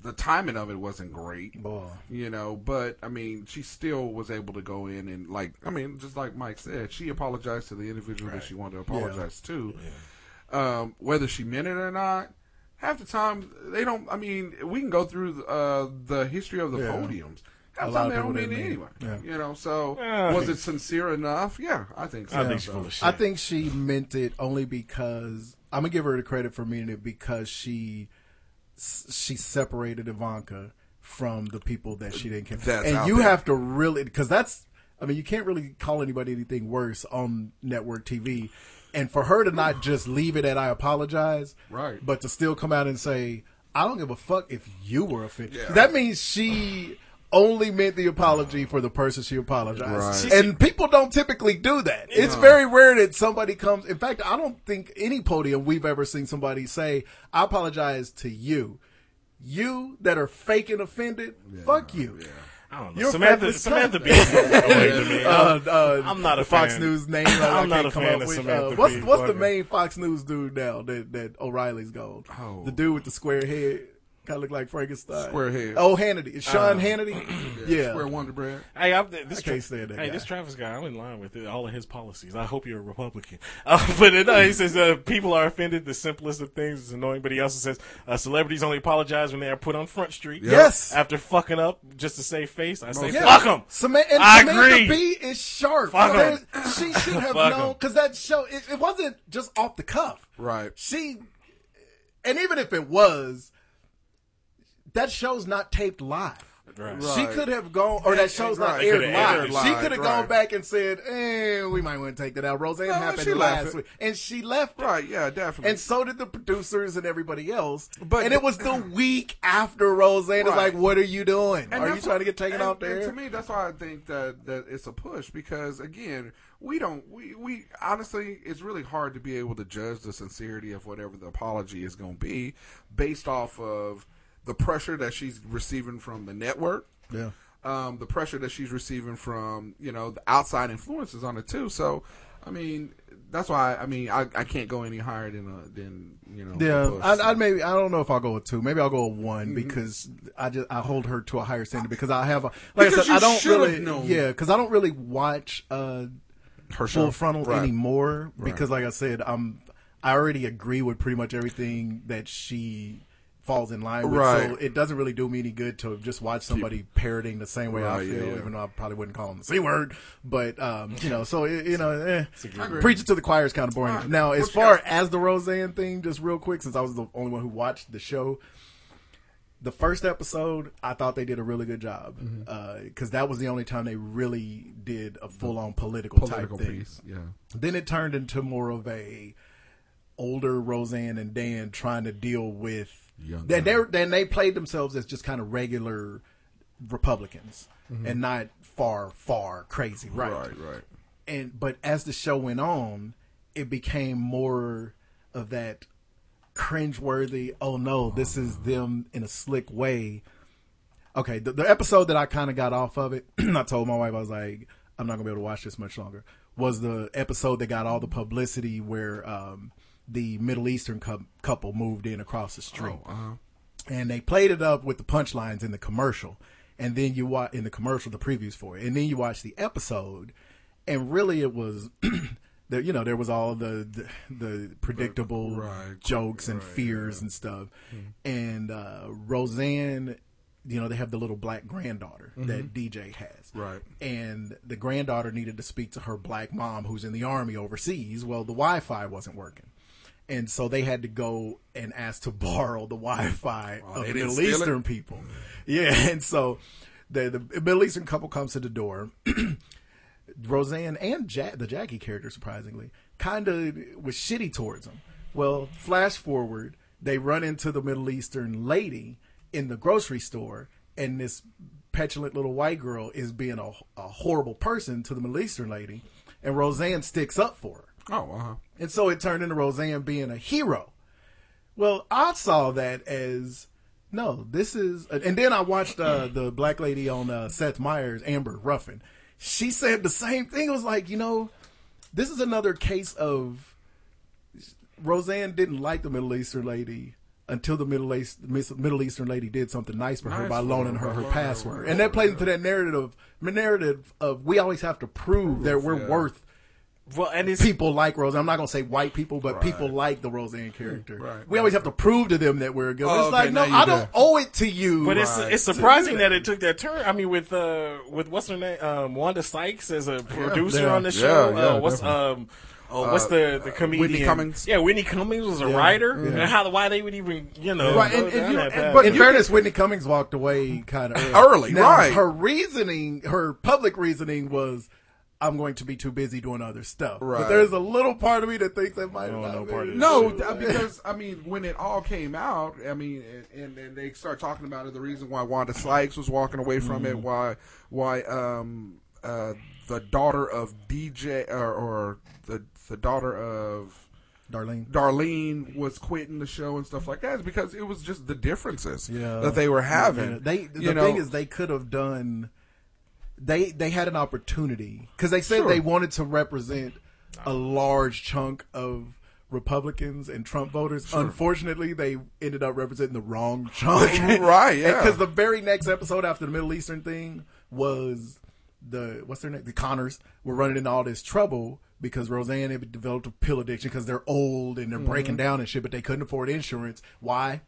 [SPEAKER 13] the timing of it wasn't great.
[SPEAKER 15] Boy.
[SPEAKER 13] You know, but I mean, she still was able to go in and like, I mean, just like Mike said, she apologized to the individual that she wanted to apologize to. Um, whether she meant it or not, half the time they don't. I mean, we can go through uh, the history of the
[SPEAKER 15] Yeah.
[SPEAKER 13] podiums. Half
[SPEAKER 15] A
[SPEAKER 13] the
[SPEAKER 15] lot
[SPEAKER 13] time
[SPEAKER 15] of
[SPEAKER 13] they
[SPEAKER 15] people
[SPEAKER 13] don't mean it
[SPEAKER 15] didn't mean
[SPEAKER 13] anyway.
[SPEAKER 15] it. Yeah.
[SPEAKER 13] You know, so
[SPEAKER 2] Yeah, I
[SPEAKER 13] was
[SPEAKER 2] think
[SPEAKER 13] it sincere enough? Yeah, I think so.
[SPEAKER 2] I think she's full of shit.
[SPEAKER 15] I think she meant it only because I'm gonna give her the credit for a minute because she she separated Ivanka from the people that she didn't care.
[SPEAKER 13] That's
[SPEAKER 15] and
[SPEAKER 13] out
[SPEAKER 15] you
[SPEAKER 13] there.
[SPEAKER 15] have to really because that's I mean you can't really call anybody anything worse on network TV. And for her to not just leave it at I apologize,
[SPEAKER 13] Right.
[SPEAKER 15] But to still come out and say I don't give a fuck if you were offended.
[SPEAKER 13] Yeah.
[SPEAKER 15] That means she only meant the apology for the person she apologized.
[SPEAKER 13] Right.
[SPEAKER 15] And people don't typically do that. It's
[SPEAKER 13] No.
[SPEAKER 15] very rare that somebody comes. In fact, I don't think any podium we've ever seen somebody say, "I apologize to you." You that are faking offended, fuck you.
[SPEAKER 2] I don't know.
[SPEAKER 15] You're
[SPEAKER 2] Samantha-
[SPEAKER 15] faking
[SPEAKER 2] Samantha
[SPEAKER 15] something.
[SPEAKER 2] Beaton is annoying to me.
[SPEAKER 15] Uh, uh,
[SPEAKER 2] I'm not a
[SPEAKER 15] Fox
[SPEAKER 2] fan.
[SPEAKER 15] News name.
[SPEAKER 2] I'm
[SPEAKER 15] I
[SPEAKER 2] not
[SPEAKER 15] can't
[SPEAKER 2] a
[SPEAKER 15] come
[SPEAKER 2] fan
[SPEAKER 15] up
[SPEAKER 2] of
[SPEAKER 15] with.
[SPEAKER 2] Samantha
[SPEAKER 15] Uh, what's
[SPEAKER 2] Beaton.
[SPEAKER 15] what's the
[SPEAKER 2] Fuck her.
[SPEAKER 15] main Fox News dude now that that O'Reilly's gone?
[SPEAKER 2] Oh.
[SPEAKER 15] The dude with the square head. Kind of look like Frankenstein.
[SPEAKER 13] Square head.
[SPEAKER 15] Oh, Hannity. It's Sean
[SPEAKER 2] Uh,
[SPEAKER 15] Hannity.
[SPEAKER 13] yeah,
[SPEAKER 15] yeah.
[SPEAKER 13] square Wonder Bread.
[SPEAKER 2] Hey, I'm, this
[SPEAKER 15] I can't stand that
[SPEAKER 2] Hey,
[SPEAKER 15] guy.
[SPEAKER 2] this Travis guy, I'm in line with it, all of his policies. I hope you're a Republican. Uh, but uh, no, he says uh, people are offended. The simplest of things is annoying. But he also says uh, celebrities only apologize when they are put on Front Street.
[SPEAKER 15] Yep. Yes.
[SPEAKER 2] after fucking up just to save face. I say
[SPEAKER 15] Yeah.
[SPEAKER 2] fuck them.
[SPEAKER 15] Sama- and
[SPEAKER 2] I
[SPEAKER 15] Samantha
[SPEAKER 2] agree.
[SPEAKER 15] B is sharp.
[SPEAKER 2] Fuck
[SPEAKER 15] There-
[SPEAKER 2] 'em.
[SPEAKER 15] She should have
[SPEAKER 2] Fuck
[SPEAKER 15] known
[SPEAKER 2] 'em.
[SPEAKER 15] because that show it, it wasn't just off the cuff.
[SPEAKER 13] Right.
[SPEAKER 15] She, and even if it was, that show's not taped live.
[SPEAKER 2] Right.
[SPEAKER 15] She could have gone, or that show's not aired
[SPEAKER 13] Right. They could've
[SPEAKER 15] live.
[SPEAKER 13] aired
[SPEAKER 15] She
[SPEAKER 13] live,
[SPEAKER 15] could have
[SPEAKER 13] right.
[SPEAKER 15] gone back and said, eh, "We might want to take that out." Roseanne
[SPEAKER 13] No,
[SPEAKER 15] happened
[SPEAKER 13] she left
[SPEAKER 15] last
[SPEAKER 13] it.
[SPEAKER 15] week, and she left. it.
[SPEAKER 13] Right, yeah, definitely.
[SPEAKER 15] And so did the producers and everybody else.
[SPEAKER 13] But-
[SPEAKER 15] and it was the week after Roseanne is like,
[SPEAKER 13] Right.
[SPEAKER 15] "What are you doing?
[SPEAKER 13] And
[SPEAKER 15] are you
[SPEAKER 13] that's
[SPEAKER 15] trying
[SPEAKER 13] what-
[SPEAKER 15] to get taken
[SPEAKER 13] and-
[SPEAKER 15] out
[SPEAKER 13] and
[SPEAKER 15] there?"
[SPEAKER 13] to me, that's why I think that that it's a push because again, we don't we we honestly, it's really hard to be able to judge the sincerity of whatever the apology is going to be based off of the pressure that she's receiving from the network.
[SPEAKER 15] Yeah.
[SPEAKER 13] Um, the pressure that she's receiving from you know the outside influences on it too. So, I mean, that's why I mean I, I can't go any higher than uh than you know. the
[SPEAKER 15] Yeah,
[SPEAKER 13] push.
[SPEAKER 15] I'd, I'd maybe I don't know if I'll go with two. Maybe I'll go with one
[SPEAKER 13] Mm-hmm.
[SPEAKER 15] because I just I hold her to a higher standard because I have a like
[SPEAKER 13] Because
[SPEAKER 15] I said I
[SPEAKER 13] you
[SPEAKER 15] don't
[SPEAKER 13] should have
[SPEAKER 15] really
[SPEAKER 13] known.
[SPEAKER 15] yeah because I don't really watch uh
[SPEAKER 13] Her show.
[SPEAKER 15] full frontal
[SPEAKER 13] Right.
[SPEAKER 15] anymore
[SPEAKER 13] Right.
[SPEAKER 15] because like I said I'm I already agree with pretty much everything that she falls in line with so
[SPEAKER 13] Right.
[SPEAKER 15] it doesn't really do me any good to just watch somebody parroting the same way I
[SPEAKER 13] Right, yeah,
[SPEAKER 15] feel
[SPEAKER 13] yeah.
[SPEAKER 15] even though I probably wouldn't call them the c word but um you know so it, you know eh.
[SPEAKER 13] I agree.
[SPEAKER 15] preaching to the choir is kind of boring
[SPEAKER 13] All right.
[SPEAKER 15] now
[SPEAKER 13] What
[SPEAKER 15] as
[SPEAKER 13] you
[SPEAKER 15] far
[SPEAKER 13] got?
[SPEAKER 15] as the Roseanne thing, just real quick, since I was the only one who watched the show, the first episode, I thought they did a really good job
[SPEAKER 13] Mm-hmm.
[SPEAKER 15] because that was the only time they really did a full on political,
[SPEAKER 13] political
[SPEAKER 15] type thing.
[SPEAKER 13] piece, yeah.
[SPEAKER 15] Then it turned into more of a older Roseanne and Dan trying to deal with.
[SPEAKER 13] Young
[SPEAKER 15] Then they then they played themselves as just kind of regular Republicans and not far far crazy right
[SPEAKER 13] right, right.
[SPEAKER 15] and but as the show went on, it became more of that cringeworthy. Oh no, this is them in a slick way. Okay, the, the episode that I kind of got off of it, I told my wife I was like, I'm not gonna be able to watch this much longer. Was the episode that got all the publicity where um, the Middle Eastern cou- couple moved in across the street? and they played it up with the punchlines in the commercial and then you watch in the commercial the previews for it and then you watch the episode and really it was there you know there was all the the, the predictable
[SPEAKER 13] Right. Mm-hmm.
[SPEAKER 15] jokes and fears and stuff and uh roseanne you know they have the little black granddaughter that dj has
[SPEAKER 13] Mm-hmm. Right.
[SPEAKER 15] and the granddaughter needed to speak to her black mom who's in the army overseas well the wi-fi wasn't working and so they had to go and ask to borrow the Wi-Fi of
[SPEAKER 13] Oh,
[SPEAKER 15] the
[SPEAKER 13] they didn't
[SPEAKER 15] Middle
[SPEAKER 13] steal it?
[SPEAKER 15] Eastern people. Yeah, and so the the Middle Eastern couple comes to the door. Roseanne and Jack, the Jackie character, surprisingly, kind of was shitty towards them. Well, flash forward, they run into the Middle Eastern lady in the grocery store, and this petulant little white girl is being a, a horrible person to the Middle Eastern lady, and Roseanne sticks up for her.
[SPEAKER 13] Oh, uh-huh.
[SPEAKER 15] And so it turned into Roseanne being a hero. Well, I saw that as no, this is. And then I watched uh, the black lady on uh, Seth Meyers, Amber Ruffin. She said the same thing. It was like, you know, this is another case of Roseanne didn't like the Middle Eastern lady until the Middle East, Miss- Middle Eastern lady did something nice for her
[SPEAKER 13] Nice
[SPEAKER 15] by
[SPEAKER 13] for
[SPEAKER 15] loaning
[SPEAKER 13] her,
[SPEAKER 15] her her
[SPEAKER 13] by
[SPEAKER 15] password. And that plays into that narrative of narrative of we always have to prove that we're
[SPEAKER 13] yeah.
[SPEAKER 15] worth
[SPEAKER 2] Well, and it's
[SPEAKER 15] people like Roseanne. I'm not gonna say white people, but people like the Roseanne character.
[SPEAKER 13] Right,
[SPEAKER 15] we always have to prove to them that we're good.
[SPEAKER 13] Oh,
[SPEAKER 15] it's like,
[SPEAKER 13] okay,
[SPEAKER 15] no,
[SPEAKER 13] now you
[SPEAKER 15] I don't
[SPEAKER 13] got-
[SPEAKER 15] owe it to you.
[SPEAKER 2] But it's
[SPEAKER 13] Right.
[SPEAKER 2] it's surprising that it took that turn. I mean, with uh, with what's her name, um, Wanda Sykes as a producer
[SPEAKER 15] Yeah.
[SPEAKER 2] on the show.
[SPEAKER 13] Yeah, yeah,
[SPEAKER 2] uh, what's
[SPEAKER 13] definitely.
[SPEAKER 2] um, Oh, what's
[SPEAKER 13] uh,
[SPEAKER 2] the the
[SPEAKER 13] uh,
[SPEAKER 2] comedian?
[SPEAKER 13] Whitney Cummings.
[SPEAKER 2] Yeah, Whitney Cummings was a
[SPEAKER 15] Yeah,
[SPEAKER 2] writer.
[SPEAKER 15] yeah.
[SPEAKER 2] And how why they would even you know?
[SPEAKER 15] Right,
[SPEAKER 2] go
[SPEAKER 15] and,
[SPEAKER 2] down
[SPEAKER 15] and you,
[SPEAKER 2] that
[SPEAKER 15] and-
[SPEAKER 2] path.
[SPEAKER 15] but in fairness, Whitney Cummings walked away kind of early.
[SPEAKER 13] Early,
[SPEAKER 15] Now,
[SPEAKER 13] right.
[SPEAKER 15] Her reasoning, her public reasoning was, "I'm going to be too busy doing other stuff."
[SPEAKER 13] Right.
[SPEAKER 15] But there's a little part of me that thinks that
[SPEAKER 2] Oh,
[SPEAKER 15] might have not been.
[SPEAKER 13] No, th- uh, because I mean, when it all came out, I mean, and, and they start talking about it. The reason why Wanda Sykes was walking away from it,
[SPEAKER 15] Mhm.
[SPEAKER 13] why why um uh the daughter of DJ or, or the the daughter of
[SPEAKER 15] Darlene
[SPEAKER 13] Darlene was quitting the show and stuff like that is because it was just the differences
[SPEAKER 15] Yeah.
[SPEAKER 13] that they were having.
[SPEAKER 15] Yeah. They the
[SPEAKER 13] you know?
[SPEAKER 15] thing is they could have done they they had an opportunity cuz they said
[SPEAKER 13] Sure.
[SPEAKER 15] they wanted to represent a large chunk of Republicans and Trump voters.
[SPEAKER 13] Sure.
[SPEAKER 15] Unfortunately, they ended up representing the wrong chunk.
[SPEAKER 13] Right, yeah.
[SPEAKER 15] Cuz the very next episode after the Middle Eastern thing was the what's their name? The Connors were running into all this trouble because Roseanne had developed a pill addiction because they're old and they're breaking
[SPEAKER 13] Mhm.
[SPEAKER 15] down and shit, but they couldn't afford insurance. Why?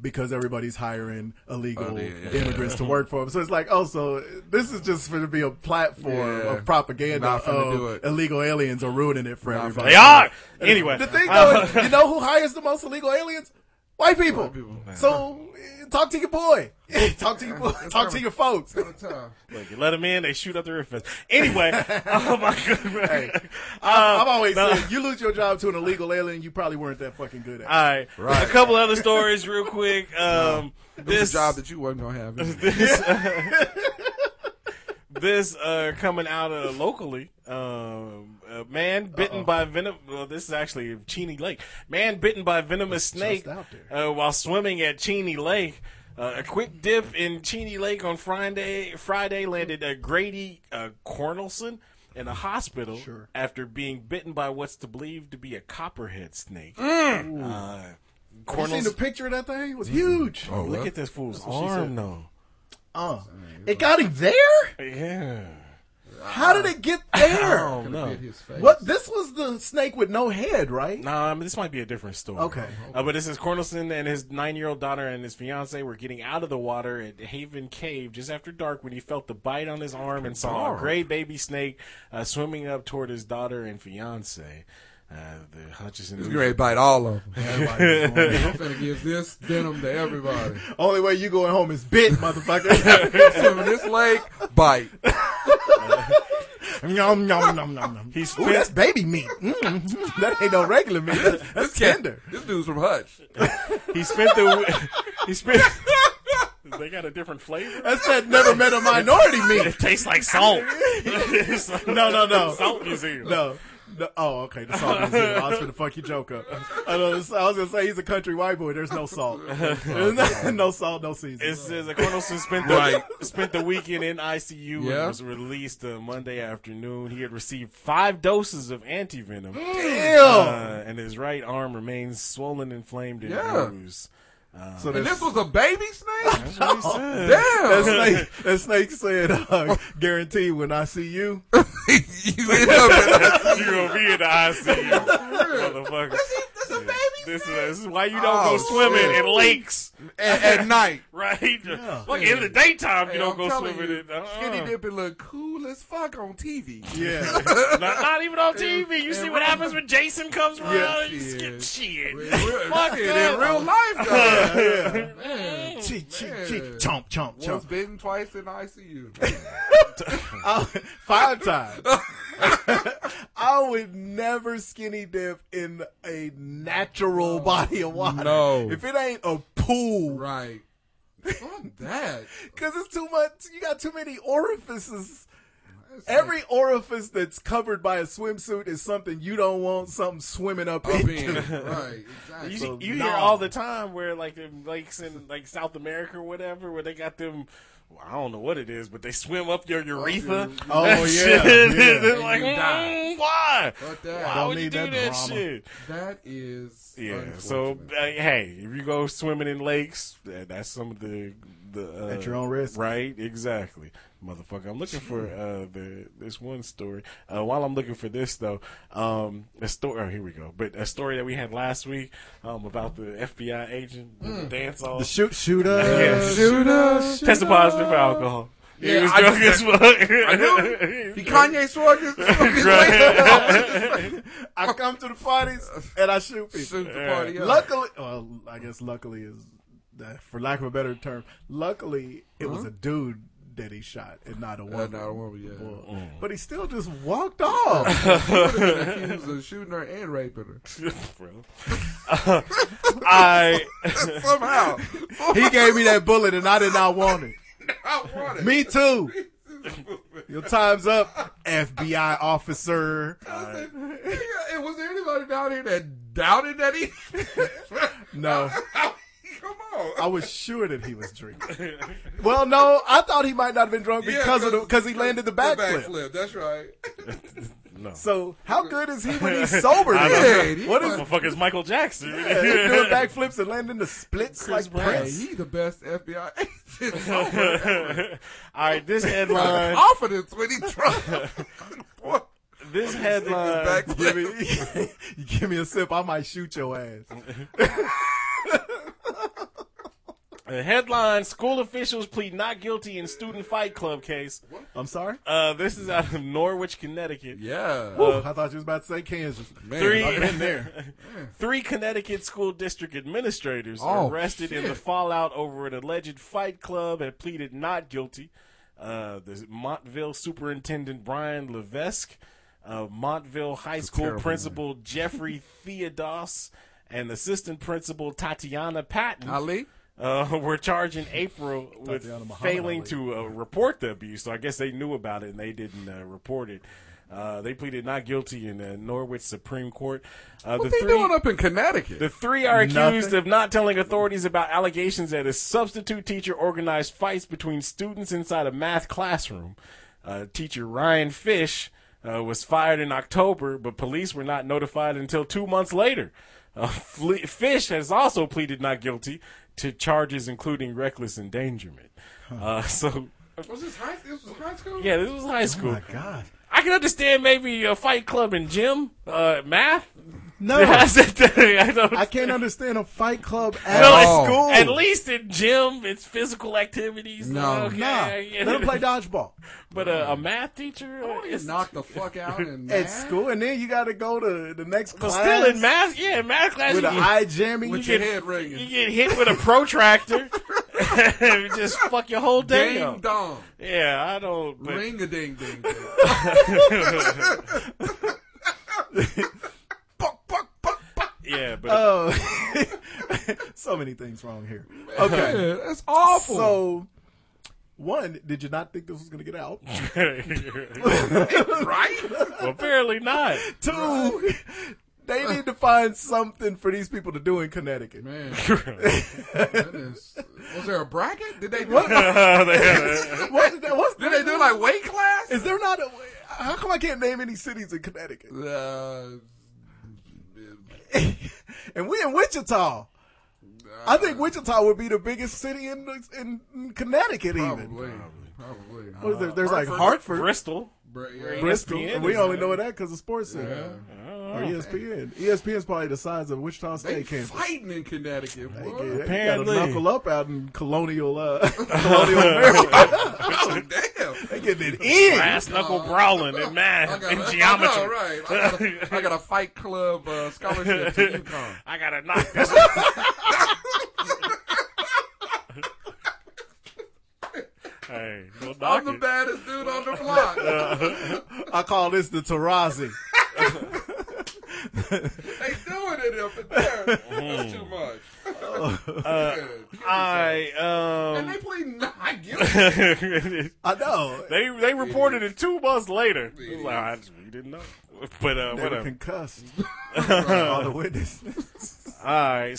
[SPEAKER 15] because everybody's hiring illegal
[SPEAKER 13] Oh, yeah, yeah,
[SPEAKER 15] immigrants
[SPEAKER 13] yeah.
[SPEAKER 15] to work for them. So it's like, oh, so this is just for to be a platform
[SPEAKER 13] Yeah.
[SPEAKER 15] of propaganda.
[SPEAKER 13] Not finna
[SPEAKER 15] of
[SPEAKER 13] do it.
[SPEAKER 15] illegal aliens are ruining it for
[SPEAKER 13] Not
[SPEAKER 15] everybody.
[SPEAKER 13] finna They are!
[SPEAKER 15] And
[SPEAKER 2] Anyway. uh,
[SPEAKER 15] the thing though, is, you know who hires the most illegal aliens? White people. So eh, talk to your boy. talk to your boy. Talk to your folks.
[SPEAKER 2] Look, you let them in, they shoot up the riffs. Anyway, oh my goodness.
[SPEAKER 15] Hey,
[SPEAKER 2] Uh,
[SPEAKER 15] I'm, I'm always
[SPEAKER 2] no.
[SPEAKER 15] saying, you lose your job to an illegal alien, you probably weren't that fucking good at. it.
[SPEAKER 2] All right.
[SPEAKER 13] Right.
[SPEAKER 2] A couple other stories, real quick. Um,
[SPEAKER 13] it was
[SPEAKER 2] this
[SPEAKER 13] a job that you wasn't gonna have. anyway.
[SPEAKER 2] this uh, this uh, coming out of locally. Um, a man bitten by venom. Well, this is actually Cheney Lake. Man bitten by venomous snake
[SPEAKER 15] out
[SPEAKER 2] uh, while swimming at Cheney Lake. Uh, a quick dip in Cheney Lake on Friday. Friday landed uh, Grady uh, Cornelson in a hospital after being bitten by what's to believe to be a copperhead snake. Uh,
[SPEAKER 15] Mm. you seen
[SPEAKER 2] Cornels-
[SPEAKER 15] the picture of that thing? It was
[SPEAKER 13] Mm.
[SPEAKER 15] huge.
[SPEAKER 13] Oh.
[SPEAKER 2] Look at this fool's
[SPEAKER 15] That's what she
[SPEAKER 2] arm,
[SPEAKER 15] said.
[SPEAKER 2] though.
[SPEAKER 15] Uh, it got him there?
[SPEAKER 2] Yeah. Oh,
[SPEAKER 15] How
[SPEAKER 13] Uh,
[SPEAKER 15] did it get there?
[SPEAKER 2] I
[SPEAKER 13] oh,
[SPEAKER 2] don't know. Could've bit his face.
[SPEAKER 15] What? This was the snake with no head, right?
[SPEAKER 2] Nah, I mean, this might be a different story.
[SPEAKER 15] Okay.
[SPEAKER 2] Uh, but this is Cornelson and his nine-year-old daughter and his fiance were getting out of the water at Haven Cave just after dark when he felt the bite on his arm and saw a
[SPEAKER 13] Dark.
[SPEAKER 2] gray baby snake uh, swimming up toward his daughter and fiance. Uh, the Hutchinson.
[SPEAKER 13] He's ready to bite all of them.
[SPEAKER 2] Everybody's
[SPEAKER 13] I'm finna give this denim to everybody.
[SPEAKER 15] Only way you going home is bit,
[SPEAKER 13] Swim in
[SPEAKER 15] motherfucker.
[SPEAKER 13] this lake, bite.
[SPEAKER 15] Yum, yum, yum, yum, yum.
[SPEAKER 2] He's
[SPEAKER 15] Ooh, that's baby meat. Mm, that ain't no regular meat. That's, that's tender.
[SPEAKER 13] This dude's from Hutch.
[SPEAKER 2] he spent the. He spent. they got a different flavor.
[SPEAKER 15] That's that never met a minority meat.
[SPEAKER 2] It tastes like salt. It's like-
[SPEAKER 15] no, no, no.
[SPEAKER 2] Salt museum.
[SPEAKER 15] No. No, oh, okay. The salt museum. I was gonna fuck your joke up. I, know, I was gonna say he's a country white boy. There's no salt. There's no, no salt, no season.
[SPEAKER 2] It says that Cornelson spent the
[SPEAKER 13] Right.
[SPEAKER 2] spent the weekend in ICU
[SPEAKER 13] Yeah.
[SPEAKER 2] and was released uh, Monday afternoon. He had received five doses of antivenom,
[SPEAKER 15] Damn.
[SPEAKER 2] Uh, and his right arm remains swollen, inflamed, and
[SPEAKER 13] Yeah.
[SPEAKER 2] bruised. Uh,
[SPEAKER 15] So
[SPEAKER 13] And
[SPEAKER 15] that's-
[SPEAKER 13] this was a baby snake?
[SPEAKER 2] that's what he said.
[SPEAKER 13] Damn.
[SPEAKER 15] That snake, that snake said, uh, "Guarantee when I see you."
[SPEAKER 2] you gonna be in the ICU, motherfucker. That's a baby. This is, this is why you don't
[SPEAKER 13] Oh,
[SPEAKER 2] go swimming
[SPEAKER 13] shit.
[SPEAKER 2] in lakes,
[SPEAKER 13] at, at night.
[SPEAKER 2] right? Look, in the daytime you
[SPEAKER 13] Hey,
[SPEAKER 2] don't
[SPEAKER 13] I'm
[SPEAKER 2] go
[SPEAKER 13] telling
[SPEAKER 2] swimming.
[SPEAKER 13] you,
[SPEAKER 2] in, uh-uh.
[SPEAKER 13] Skinny dipping look cool as fuck on TV.
[SPEAKER 15] Yeah.
[SPEAKER 2] not, not even on TV. You
[SPEAKER 13] and
[SPEAKER 2] see what
[SPEAKER 13] real-
[SPEAKER 2] happens when Jason comes around?
[SPEAKER 13] Yeah,
[SPEAKER 2] you
[SPEAKER 13] shit.
[SPEAKER 2] skip shit.
[SPEAKER 13] Real-
[SPEAKER 2] Fuck
[SPEAKER 13] shit,
[SPEAKER 2] that.
[SPEAKER 13] in real life, though.
[SPEAKER 15] Yeah,
[SPEAKER 13] Man, man.
[SPEAKER 15] Cheek, cheek, cheek. Chomp, chomp,
[SPEAKER 13] Once
[SPEAKER 15] chomp.
[SPEAKER 13] bitten, twice in ICU.
[SPEAKER 15] I- five times. I would never skinny dip in a natural body of water.
[SPEAKER 13] no.
[SPEAKER 15] If it ain't a pool,
[SPEAKER 13] right. Fuck that.
[SPEAKER 15] because it's too much. You got too many orifices. Every orifice that's covered by a swimsuit is something you don't want. Something swimming up,
[SPEAKER 13] Up in.
[SPEAKER 15] into.
[SPEAKER 13] Right,
[SPEAKER 2] You,
[SPEAKER 13] exactly.
[SPEAKER 2] see- you
[SPEAKER 15] Nah.
[SPEAKER 2] hear all the time where like the lakes in like South America or whatever, where they got them. well, I don't know what it is, but they swim up your urethra.
[SPEAKER 15] Oh,
[SPEAKER 2] That
[SPEAKER 15] yeah,
[SPEAKER 2] shit.
[SPEAKER 15] yeah.
[SPEAKER 2] It's like,
[SPEAKER 13] And you die.
[SPEAKER 2] mm, why?
[SPEAKER 13] Fuck that.
[SPEAKER 2] Why
[SPEAKER 13] Don't
[SPEAKER 2] would you
[SPEAKER 15] need
[SPEAKER 2] do
[SPEAKER 15] that
[SPEAKER 2] that,
[SPEAKER 15] drama.
[SPEAKER 2] shit?
[SPEAKER 13] That is.
[SPEAKER 2] Yeah. So uh, hey, if you go swimming in lakes, uh, that's some of the the uh,
[SPEAKER 15] At your own risk.
[SPEAKER 2] Right. Exactly. Motherfucker, I'm looking for uh, the this one story. Uh, while I'm looking for this though, um, a story. Oh, here we go. But a story that we had last week um, about the FBI
[SPEAKER 15] Mm.
[SPEAKER 2] agent with the dance off.
[SPEAKER 15] The shoot shooter.
[SPEAKER 2] Yes.
[SPEAKER 13] Shoot us.
[SPEAKER 2] uh, Tested positive for alcohol. He was drunk
[SPEAKER 13] I-
[SPEAKER 2] as fuck.
[SPEAKER 13] I knew. He Kanye swore his fucking way.
[SPEAKER 15] I come to the parties and I shoot people.
[SPEAKER 13] Shoot the party up.
[SPEAKER 15] Luckily, well, I guess luckily is, uh, for lack of a better term, luckily it was
[SPEAKER 13] Huh?
[SPEAKER 15] a dude that he shot and not a woman.
[SPEAKER 13] not a woman, yeah.
[SPEAKER 15] Well,
[SPEAKER 13] Mm.
[SPEAKER 15] But he still just walked off.
[SPEAKER 13] He would've been
[SPEAKER 2] uh.
[SPEAKER 13] accused of shooting her and raping her.
[SPEAKER 2] Uh, I
[SPEAKER 13] somehow
[SPEAKER 15] he gave me that bullet and I did not want it.
[SPEAKER 13] I want it.
[SPEAKER 15] Me too. Your time's up, FBI officer.
[SPEAKER 13] Yeah, and was there anybody down here that doubted that he?
[SPEAKER 15] No.
[SPEAKER 13] Come on.
[SPEAKER 15] I was sure that he was drinking. Well, no, I thought he might not have been drunk
[SPEAKER 13] Yeah,
[SPEAKER 15] because of because he landed the backflip.
[SPEAKER 13] backflip. That's right.
[SPEAKER 2] No.
[SPEAKER 15] So how good is he when he's sober?
[SPEAKER 2] I
[SPEAKER 15] then?
[SPEAKER 2] don't know.
[SPEAKER 15] What
[SPEAKER 2] What
[SPEAKER 15] is
[SPEAKER 2] the fuck is Michael Jackson?
[SPEAKER 15] yeah, doing backflips and landing the splits like Prince?
[SPEAKER 13] Hey, he the best FBI agent
[SPEAKER 2] All right, this headline.
[SPEAKER 13] Confidence when he drunk.
[SPEAKER 2] This headline.
[SPEAKER 15] Give me, you give me a sip, I might shoot your ass.
[SPEAKER 2] The headline: School officials plead not guilty in student fight club case.
[SPEAKER 15] I'm sorry.
[SPEAKER 2] Uh, this is out of Norwich, Connecticut.
[SPEAKER 13] Yeah.
[SPEAKER 15] Whew, I thought you was about to say Kansas.
[SPEAKER 2] Three,
[SPEAKER 15] I've been there.
[SPEAKER 2] three Connecticut school district administrators
[SPEAKER 15] Oh,
[SPEAKER 2] arrested in the
[SPEAKER 15] shit.
[SPEAKER 2] fallout over an alleged fight club and pleaded not guilty. Uh, the Montville superintendent Brian Levesque, uh, Montville High School
[SPEAKER 13] terrible
[SPEAKER 2] principal Jeffrey Theodos, and assistant principal Tatiana Patton
[SPEAKER 13] Ali?
[SPEAKER 2] uh, were charged in April with
[SPEAKER 15] Tatiana Muhammad
[SPEAKER 2] failing
[SPEAKER 15] Ali.
[SPEAKER 2] to uh, report the abuse. So I guess they knew about it and they didn't uh, report it. Uh, they pleaded not guilty in uh, Norwich Supreme Court. Uh,
[SPEAKER 13] What
[SPEAKER 2] the
[SPEAKER 13] they
[SPEAKER 2] three,
[SPEAKER 13] doing up in Connecticut?
[SPEAKER 2] the three are accused
[SPEAKER 13] Nothing.
[SPEAKER 2] of not telling authorities about allegations that a substitute teacher organized fights between students inside a math classroom. Uh, teacher Ryan Fish uh, was fired in October, but police were not notified until two months later. Uh, Fle- Fish has also pleaded not guilty to charges including reckless endangerment. Uh, so,
[SPEAKER 13] Was this high? This was high school.
[SPEAKER 2] yeah, this was high
[SPEAKER 15] Oh
[SPEAKER 2] school.
[SPEAKER 15] my god.
[SPEAKER 2] I can understand maybe a fight club and gym, uh, math.
[SPEAKER 15] No,
[SPEAKER 2] That's the thing. I don't
[SPEAKER 15] I can't understand a fight club at
[SPEAKER 2] well, at
[SPEAKER 15] all.
[SPEAKER 2] school. At least in gym, it's physical activities.
[SPEAKER 13] Oh. No.
[SPEAKER 2] okay,
[SPEAKER 15] Nah,
[SPEAKER 2] yeah.
[SPEAKER 15] let them play dodgeball
[SPEAKER 2] But a, a math teacher
[SPEAKER 13] Oh, you
[SPEAKER 2] is
[SPEAKER 13] knocked the fuck out in
[SPEAKER 15] at
[SPEAKER 13] math?
[SPEAKER 15] school, and then you got to go to the next
[SPEAKER 2] but
[SPEAKER 15] class.
[SPEAKER 2] still in math. Yeah, in math class
[SPEAKER 15] with
[SPEAKER 2] you
[SPEAKER 15] an
[SPEAKER 2] get-
[SPEAKER 15] eye jammy.
[SPEAKER 13] with
[SPEAKER 2] you
[SPEAKER 13] your
[SPEAKER 2] get-
[SPEAKER 13] head ringing.
[SPEAKER 2] You get hit with a protractor. and just fuck your whole day
[SPEAKER 13] Ding
[SPEAKER 2] up.
[SPEAKER 13] dong,
[SPEAKER 2] Yeah, I don't. But,
[SPEAKER 13] ring a ding ding. ding. Buck, buck, buck, buck.
[SPEAKER 2] yeah, but
[SPEAKER 13] Uh,
[SPEAKER 15] Oh, so many things wrong here. Okay,
[SPEAKER 13] Yeah, that's awful.
[SPEAKER 15] so one, did you not think this was going to get out?
[SPEAKER 13] right?
[SPEAKER 2] well, apparently not.
[SPEAKER 15] Two, they need to find something for these people to do in Connecticut.
[SPEAKER 13] Man, that is, was there a bracket? Did they do?
[SPEAKER 15] What, what's
[SPEAKER 13] Did they do like weight class?
[SPEAKER 15] Is there not a? How come I can't name any cities in Connecticut?
[SPEAKER 13] Uh,
[SPEAKER 15] and we in Wichita. I think Wichita would be the biggest city in in Connecticut. Even
[SPEAKER 13] probably, probably.
[SPEAKER 15] what is there? There's like Hartford,
[SPEAKER 2] Bristol.
[SPEAKER 13] Bra- yeah. E
[SPEAKER 15] Bristol.
[SPEAKER 2] ESPN
[SPEAKER 15] and we
[SPEAKER 2] is
[SPEAKER 15] only
[SPEAKER 2] there.
[SPEAKER 15] know that because of Sports Center or E ESPN. ESPN is probably the size of Wichita
[SPEAKER 13] Oh. They
[SPEAKER 15] State campus.
[SPEAKER 13] fighting in Connecticut.
[SPEAKER 15] They get-
[SPEAKER 13] boy.
[SPEAKER 15] they got to
[SPEAKER 2] Apparently.
[SPEAKER 15] knuckle up out in colonial, uh, colonial America.
[SPEAKER 13] Oh damn!
[SPEAKER 15] they getting it in.
[SPEAKER 2] Brass knuckle brawling in
[SPEAKER 13] Uh, I
[SPEAKER 2] math
[SPEAKER 13] got
[SPEAKER 2] and
[SPEAKER 13] a-
[SPEAKER 2] geometry.
[SPEAKER 13] I know, right. I got, a, I got a fight club uh, scholarship to UConn.
[SPEAKER 2] I gotta knock this. hey, don't knock
[SPEAKER 13] I'm the
[SPEAKER 2] it.
[SPEAKER 13] baddest dude on the block.
[SPEAKER 15] I call this the Tarazi.
[SPEAKER 13] they doing it up in there.
[SPEAKER 2] Mm-hmm.
[SPEAKER 13] That's too much. Uh,
[SPEAKER 2] Uh,
[SPEAKER 13] and
[SPEAKER 2] I
[SPEAKER 13] they play not guilty.
[SPEAKER 2] um.
[SPEAKER 15] I know.
[SPEAKER 2] they they reported it two months later. Like, I just- we didn't know, but uh,
[SPEAKER 15] They were
[SPEAKER 2] whatever.
[SPEAKER 15] concussed. All the witnesses.
[SPEAKER 2] All right,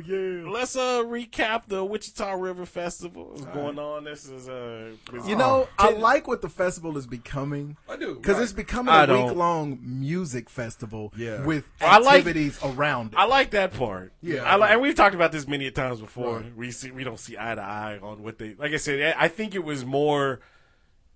[SPEAKER 15] Hell yeah.
[SPEAKER 2] let's uh recap the Wichita River Festival. What's going on? This is uh,
[SPEAKER 15] You know, I like what the festival is becoming.
[SPEAKER 13] I do,
[SPEAKER 15] Because
[SPEAKER 13] right.
[SPEAKER 15] it's becoming
[SPEAKER 2] I
[SPEAKER 15] a
[SPEAKER 2] don't.
[SPEAKER 15] week long music festival
[SPEAKER 13] Yeah.
[SPEAKER 15] with
[SPEAKER 2] I like-
[SPEAKER 15] activities around it.
[SPEAKER 2] I like that part.
[SPEAKER 15] Yeah.
[SPEAKER 2] I li- and we've talked about this many times before.
[SPEAKER 13] Right.
[SPEAKER 2] We see we don't see eye to eye on what they like. I said, I I think it was more.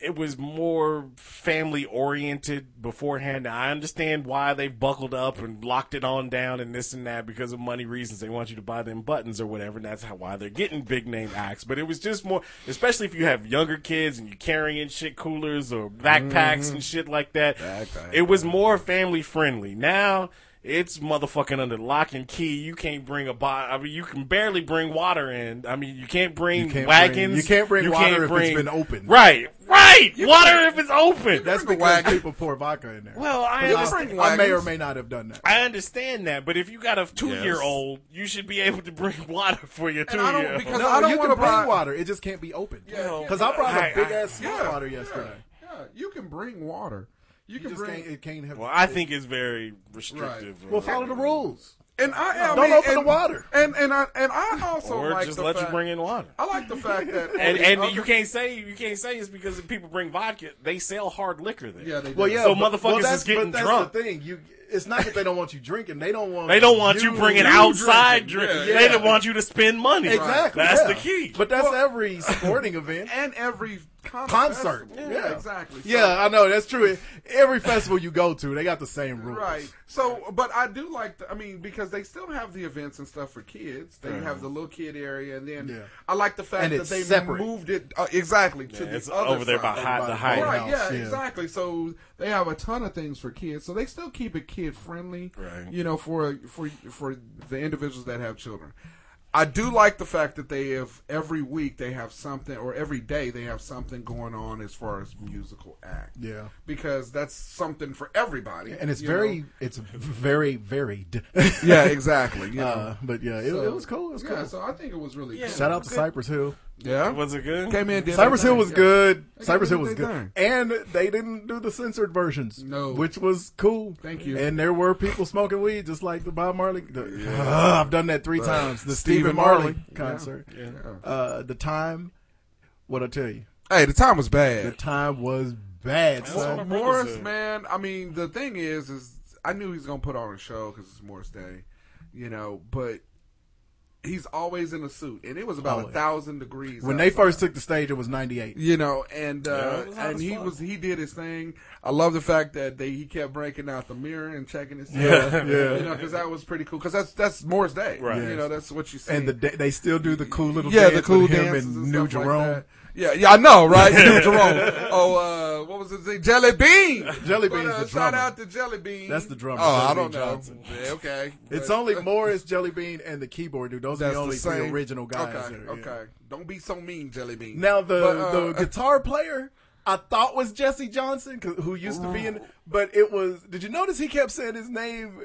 [SPEAKER 2] it was more family oriented beforehand. Now, I understand why they've buckled up and locked it on down and this and that because of money reasons. They want you to buy them buttons or whatever, and that's how why they're getting big name acts. But it was just more, especially if you have younger kids and you're carrying shit coolers or backpacks
[SPEAKER 15] Mm-hmm.
[SPEAKER 13] Mhm.
[SPEAKER 2] and shit like that.
[SPEAKER 13] Backpack.
[SPEAKER 2] It was more family friendly. Now. It's motherfucking under lock and key. You can't bring a bot. I mean, you can barely bring water in. I mean, you can't bring
[SPEAKER 15] You can't
[SPEAKER 2] wagons.
[SPEAKER 15] bring- you can't bring water if it's been open.
[SPEAKER 2] Right, right. water if it's open.
[SPEAKER 15] That's because people pour vodka in there.
[SPEAKER 2] Well, I
[SPEAKER 15] But
[SPEAKER 2] understand-
[SPEAKER 15] I, I may or may not have done that.
[SPEAKER 2] I understand that, but if you got a two-year-old, you should be able to bring water for your
[SPEAKER 15] I don't-
[SPEAKER 2] two-year-old.
[SPEAKER 15] because No, I don't you can wanna bring buy- water. It just can't be open. Because I brought a
[SPEAKER 2] I-
[SPEAKER 15] big
[SPEAKER 2] I-
[SPEAKER 15] ass
[SPEAKER 2] yeah,
[SPEAKER 15] water
[SPEAKER 2] yeah.
[SPEAKER 15] yesterday.
[SPEAKER 13] Yeah, you can bring water. You,
[SPEAKER 15] can
[SPEAKER 13] bring-
[SPEAKER 15] Can't, it can't have.
[SPEAKER 2] Well, I think it's very restrictive. uh,
[SPEAKER 15] Well, follow the rules.
[SPEAKER 13] And I am.
[SPEAKER 15] Don't open the
[SPEAKER 13] water. And and I and I also
[SPEAKER 2] or
[SPEAKER 13] like
[SPEAKER 2] just
[SPEAKER 13] the
[SPEAKER 2] let
[SPEAKER 13] fact,
[SPEAKER 2] you bring in water.
[SPEAKER 13] I like the fact that
[SPEAKER 2] and
[SPEAKER 13] all these
[SPEAKER 2] and
[SPEAKER 13] other-
[SPEAKER 2] you can't say you can't say it's because if people bring vodka, they sell hard liquor there.
[SPEAKER 13] Yeah, they do.
[SPEAKER 15] Well, yeah.
[SPEAKER 2] So
[SPEAKER 15] but- well,
[SPEAKER 2] motherfuckers
[SPEAKER 15] that's-
[SPEAKER 2] is getting
[SPEAKER 15] but that's
[SPEAKER 2] drunk.
[SPEAKER 15] The thing, you, it's not that they don't want you drinking. They don't want.
[SPEAKER 2] They don't want you bringing outside
[SPEAKER 15] drinking.
[SPEAKER 2] drink. They don't want you to spend money.
[SPEAKER 15] Exactly.
[SPEAKER 2] That's
[SPEAKER 15] yeah.
[SPEAKER 2] the key.
[SPEAKER 15] But that's every sporting event.
[SPEAKER 13] and every comic
[SPEAKER 15] concert.
[SPEAKER 13] festival.
[SPEAKER 15] Yeah.
[SPEAKER 13] exactly. So-
[SPEAKER 15] Yeah, I know that's true. Every festival you go to, they got the same rules.
[SPEAKER 13] Right. So, but I do like. The, I mean, because they still have the events and stuff for kids. They
[SPEAKER 15] Uh-huh.
[SPEAKER 13] have the little kid area, and then
[SPEAKER 15] Yeah.
[SPEAKER 13] I like the fact
[SPEAKER 15] And
[SPEAKER 13] that
[SPEAKER 15] it's
[SPEAKER 13] they
[SPEAKER 15] separate.
[SPEAKER 13] moved it uh, exactly to
[SPEAKER 2] Yeah,
[SPEAKER 13] the
[SPEAKER 2] it's
[SPEAKER 13] other
[SPEAKER 2] over there
[SPEAKER 13] side.
[SPEAKER 2] by hi- the
[SPEAKER 13] Right,
[SPEAKER 2] Hyatt
[SPEAKER 13] Right.
[SPEAKER 2] House,
[SPEAKER 13] Yeah,
[SPEAKER 2] yeah.
[SPEAKER 13] Exactly. So they have a ton of things for kids. So they still keep it kid friendly.
[SPEAKER 2] Right.
[SPEAKER 13] You know, for for for the individuals that have children. I do like the fact that they have every week they have something or every day they have something going on as far as musical act.
[SPEAKER 15] Yeah.
[SPEAKER 13] Because that's something for everybody.
[SPEAKER 15] And it's
[SPEAKER 13] you
[SPEAKER 15] very,
[SPEAKER 13] know?
[SPEAKER 15] it's very varied.
[SPEAKER 13] Yeah, exactly, you
[SPEAKER 15] Uh,
[SPEAKER 13] know.
[SPEAKER 15] but yeah, it,
[SPEAKER 13] So-
[SPEAKER 15] it was cool. It was
[SPEAKER 13] yeah,
[SPEAKER 15] cool.
[SPEAKER 13] so I think it was really Yeah. cool.
[SPEAKER 15] Shout out to
[SPEAKER 13] Good.
[SPEAKER 15] Cypress Hill.
[SPEAKER 13] Yeah.
[SPEAKER 2] Was it good?
[SPEAKER 13] Came in, did
[SPEAKER 15] Cypress
[SPEAKER 13] their
[SPEAKER 15] Hill was
[SPEAKER 13] thing, yeah.
[SPEAKER 15] good.
[SPEAKER 13] They
[SPEAKER 15] Cypress
[SPEAKER 13] did
[SPEAKER 15] Hill was
[SPEAKER 13] their
[SPEAKER 15] good, and they didn't do the censored versions,
[SPEAKER 13] No.
[SPEAKER 15] which was cool.
[SPEAKER 13] Thank you.
[SPEAKER 15] And there were people smoking weed, just like the Bob Marley. the- Ah, I've done that three
[SPEAKER 13] Right.
[SPEAKER 15] times. The
[SPEAKER 13] Stephen
[SPEAKER 15] Stephen Marley,
[SPEAKER 13] Marley.
[SPEAKER 15] concert.
[SPEAKER 13] Yeah. Yeah.
[SPEAKER 15] Uh, the time. What I tell you?
[SPEAKER 13] Hey, the time was bad.
[SPEAKER 15] The time was bad.
[SPEAKER 13] That's
[SPEAKER 15] son.
[SPEAKER 13] what Morris, man. I mean, the thing is, is I knew he was gonna put on a show because it's Morris Day, you know. But he's always in a suit, and it was about a
[SPEAKER 15] Always.
[SPEAKER 13] thousand degrees
[SPEAKER 15] When they
[SPEAKER 13] outside.
[SPEAKER 15] first took the stage, it was ninety eight.
[SPEAKER 13] You know, and uh,
[SPEAKER 15] Yeah, it was hot
[SPEAKER 13] and
[SPEAKER 15] as
[SPEAKER 13] he
[SPEAKER 15] fuck.
[SPEAKER 13] was he did his thing. I love the fact that they he kept breaking out the mirror and checking his
[SPEAKER 15] Yeah, yeah.
[SPEAKER 13] you know, because that was pretty cool. Because that's that's Morris Day,
[SPEAKER 15] Right.
[SPEAKER 13] You know, that's what you see.
[SPEAKER 15] And the da- they still do the cool little
[SPEAKER 13] Yeah,
[SPEAKER 15] dance
[SPEAKER 13] the cool
[SPEAKER 15] with him
[SPEAKER 13] dances
[SPEAKER 15] and
[SPEAKER 13] and
[SPEAKER 15] New
[SPEAKER 13] stuff like
[SPEAKER 15] Jerome.
[SPEAKER 13] that. Yeah, yeah, I know, right? New Jerome. Oh, uh, what was his name? Jelly Bean.
[SPEAKER 15] Jelly
[SPEAKER 13] But,
[SPEAKER 15] Bean's
[SPEAKER 13] uh,
[SPEAKER 15] the
[SPEAKER 13] shout
[SPEAKER 15] drummer.
[SPEAKER 13] out to Jelly Bean.
[SPEAKER 15] That's the drummer.
[SPEAKER 13] Oh, I
[SPEAKER 15] Jelly
[SPEAKER 13] don't
[SPEAKER 15] Bean
[SPEAKER 13] know.
[SPEAKER 15] Johnson.
[SPEAKER 13] Yeah, okay.
[SPEAKER 15] It's
[SPEAKER 13] But
[SPEAKER 15] only Morris, Jelly Bean, and the keyboard dude. Those are
[SPEAKER 13] that's
[SPEAKER 15] the only three
[SPEAKER 13] same-
[SPEAKER 15] original guys.
[SPEAKER 13] Okay,
[SPEAKER 15] there, yeah.
[SPEAKER 13] okay. Don't be so mean, Jelly Bean.
[SPEAKER 15] Now the
[SPEAKER 13] But, uh,
[SPEAKER 15] the guitar player I thought was Jesse Johnson, 'cause- who used to be in, but it was. Did you notice he kept saying his name?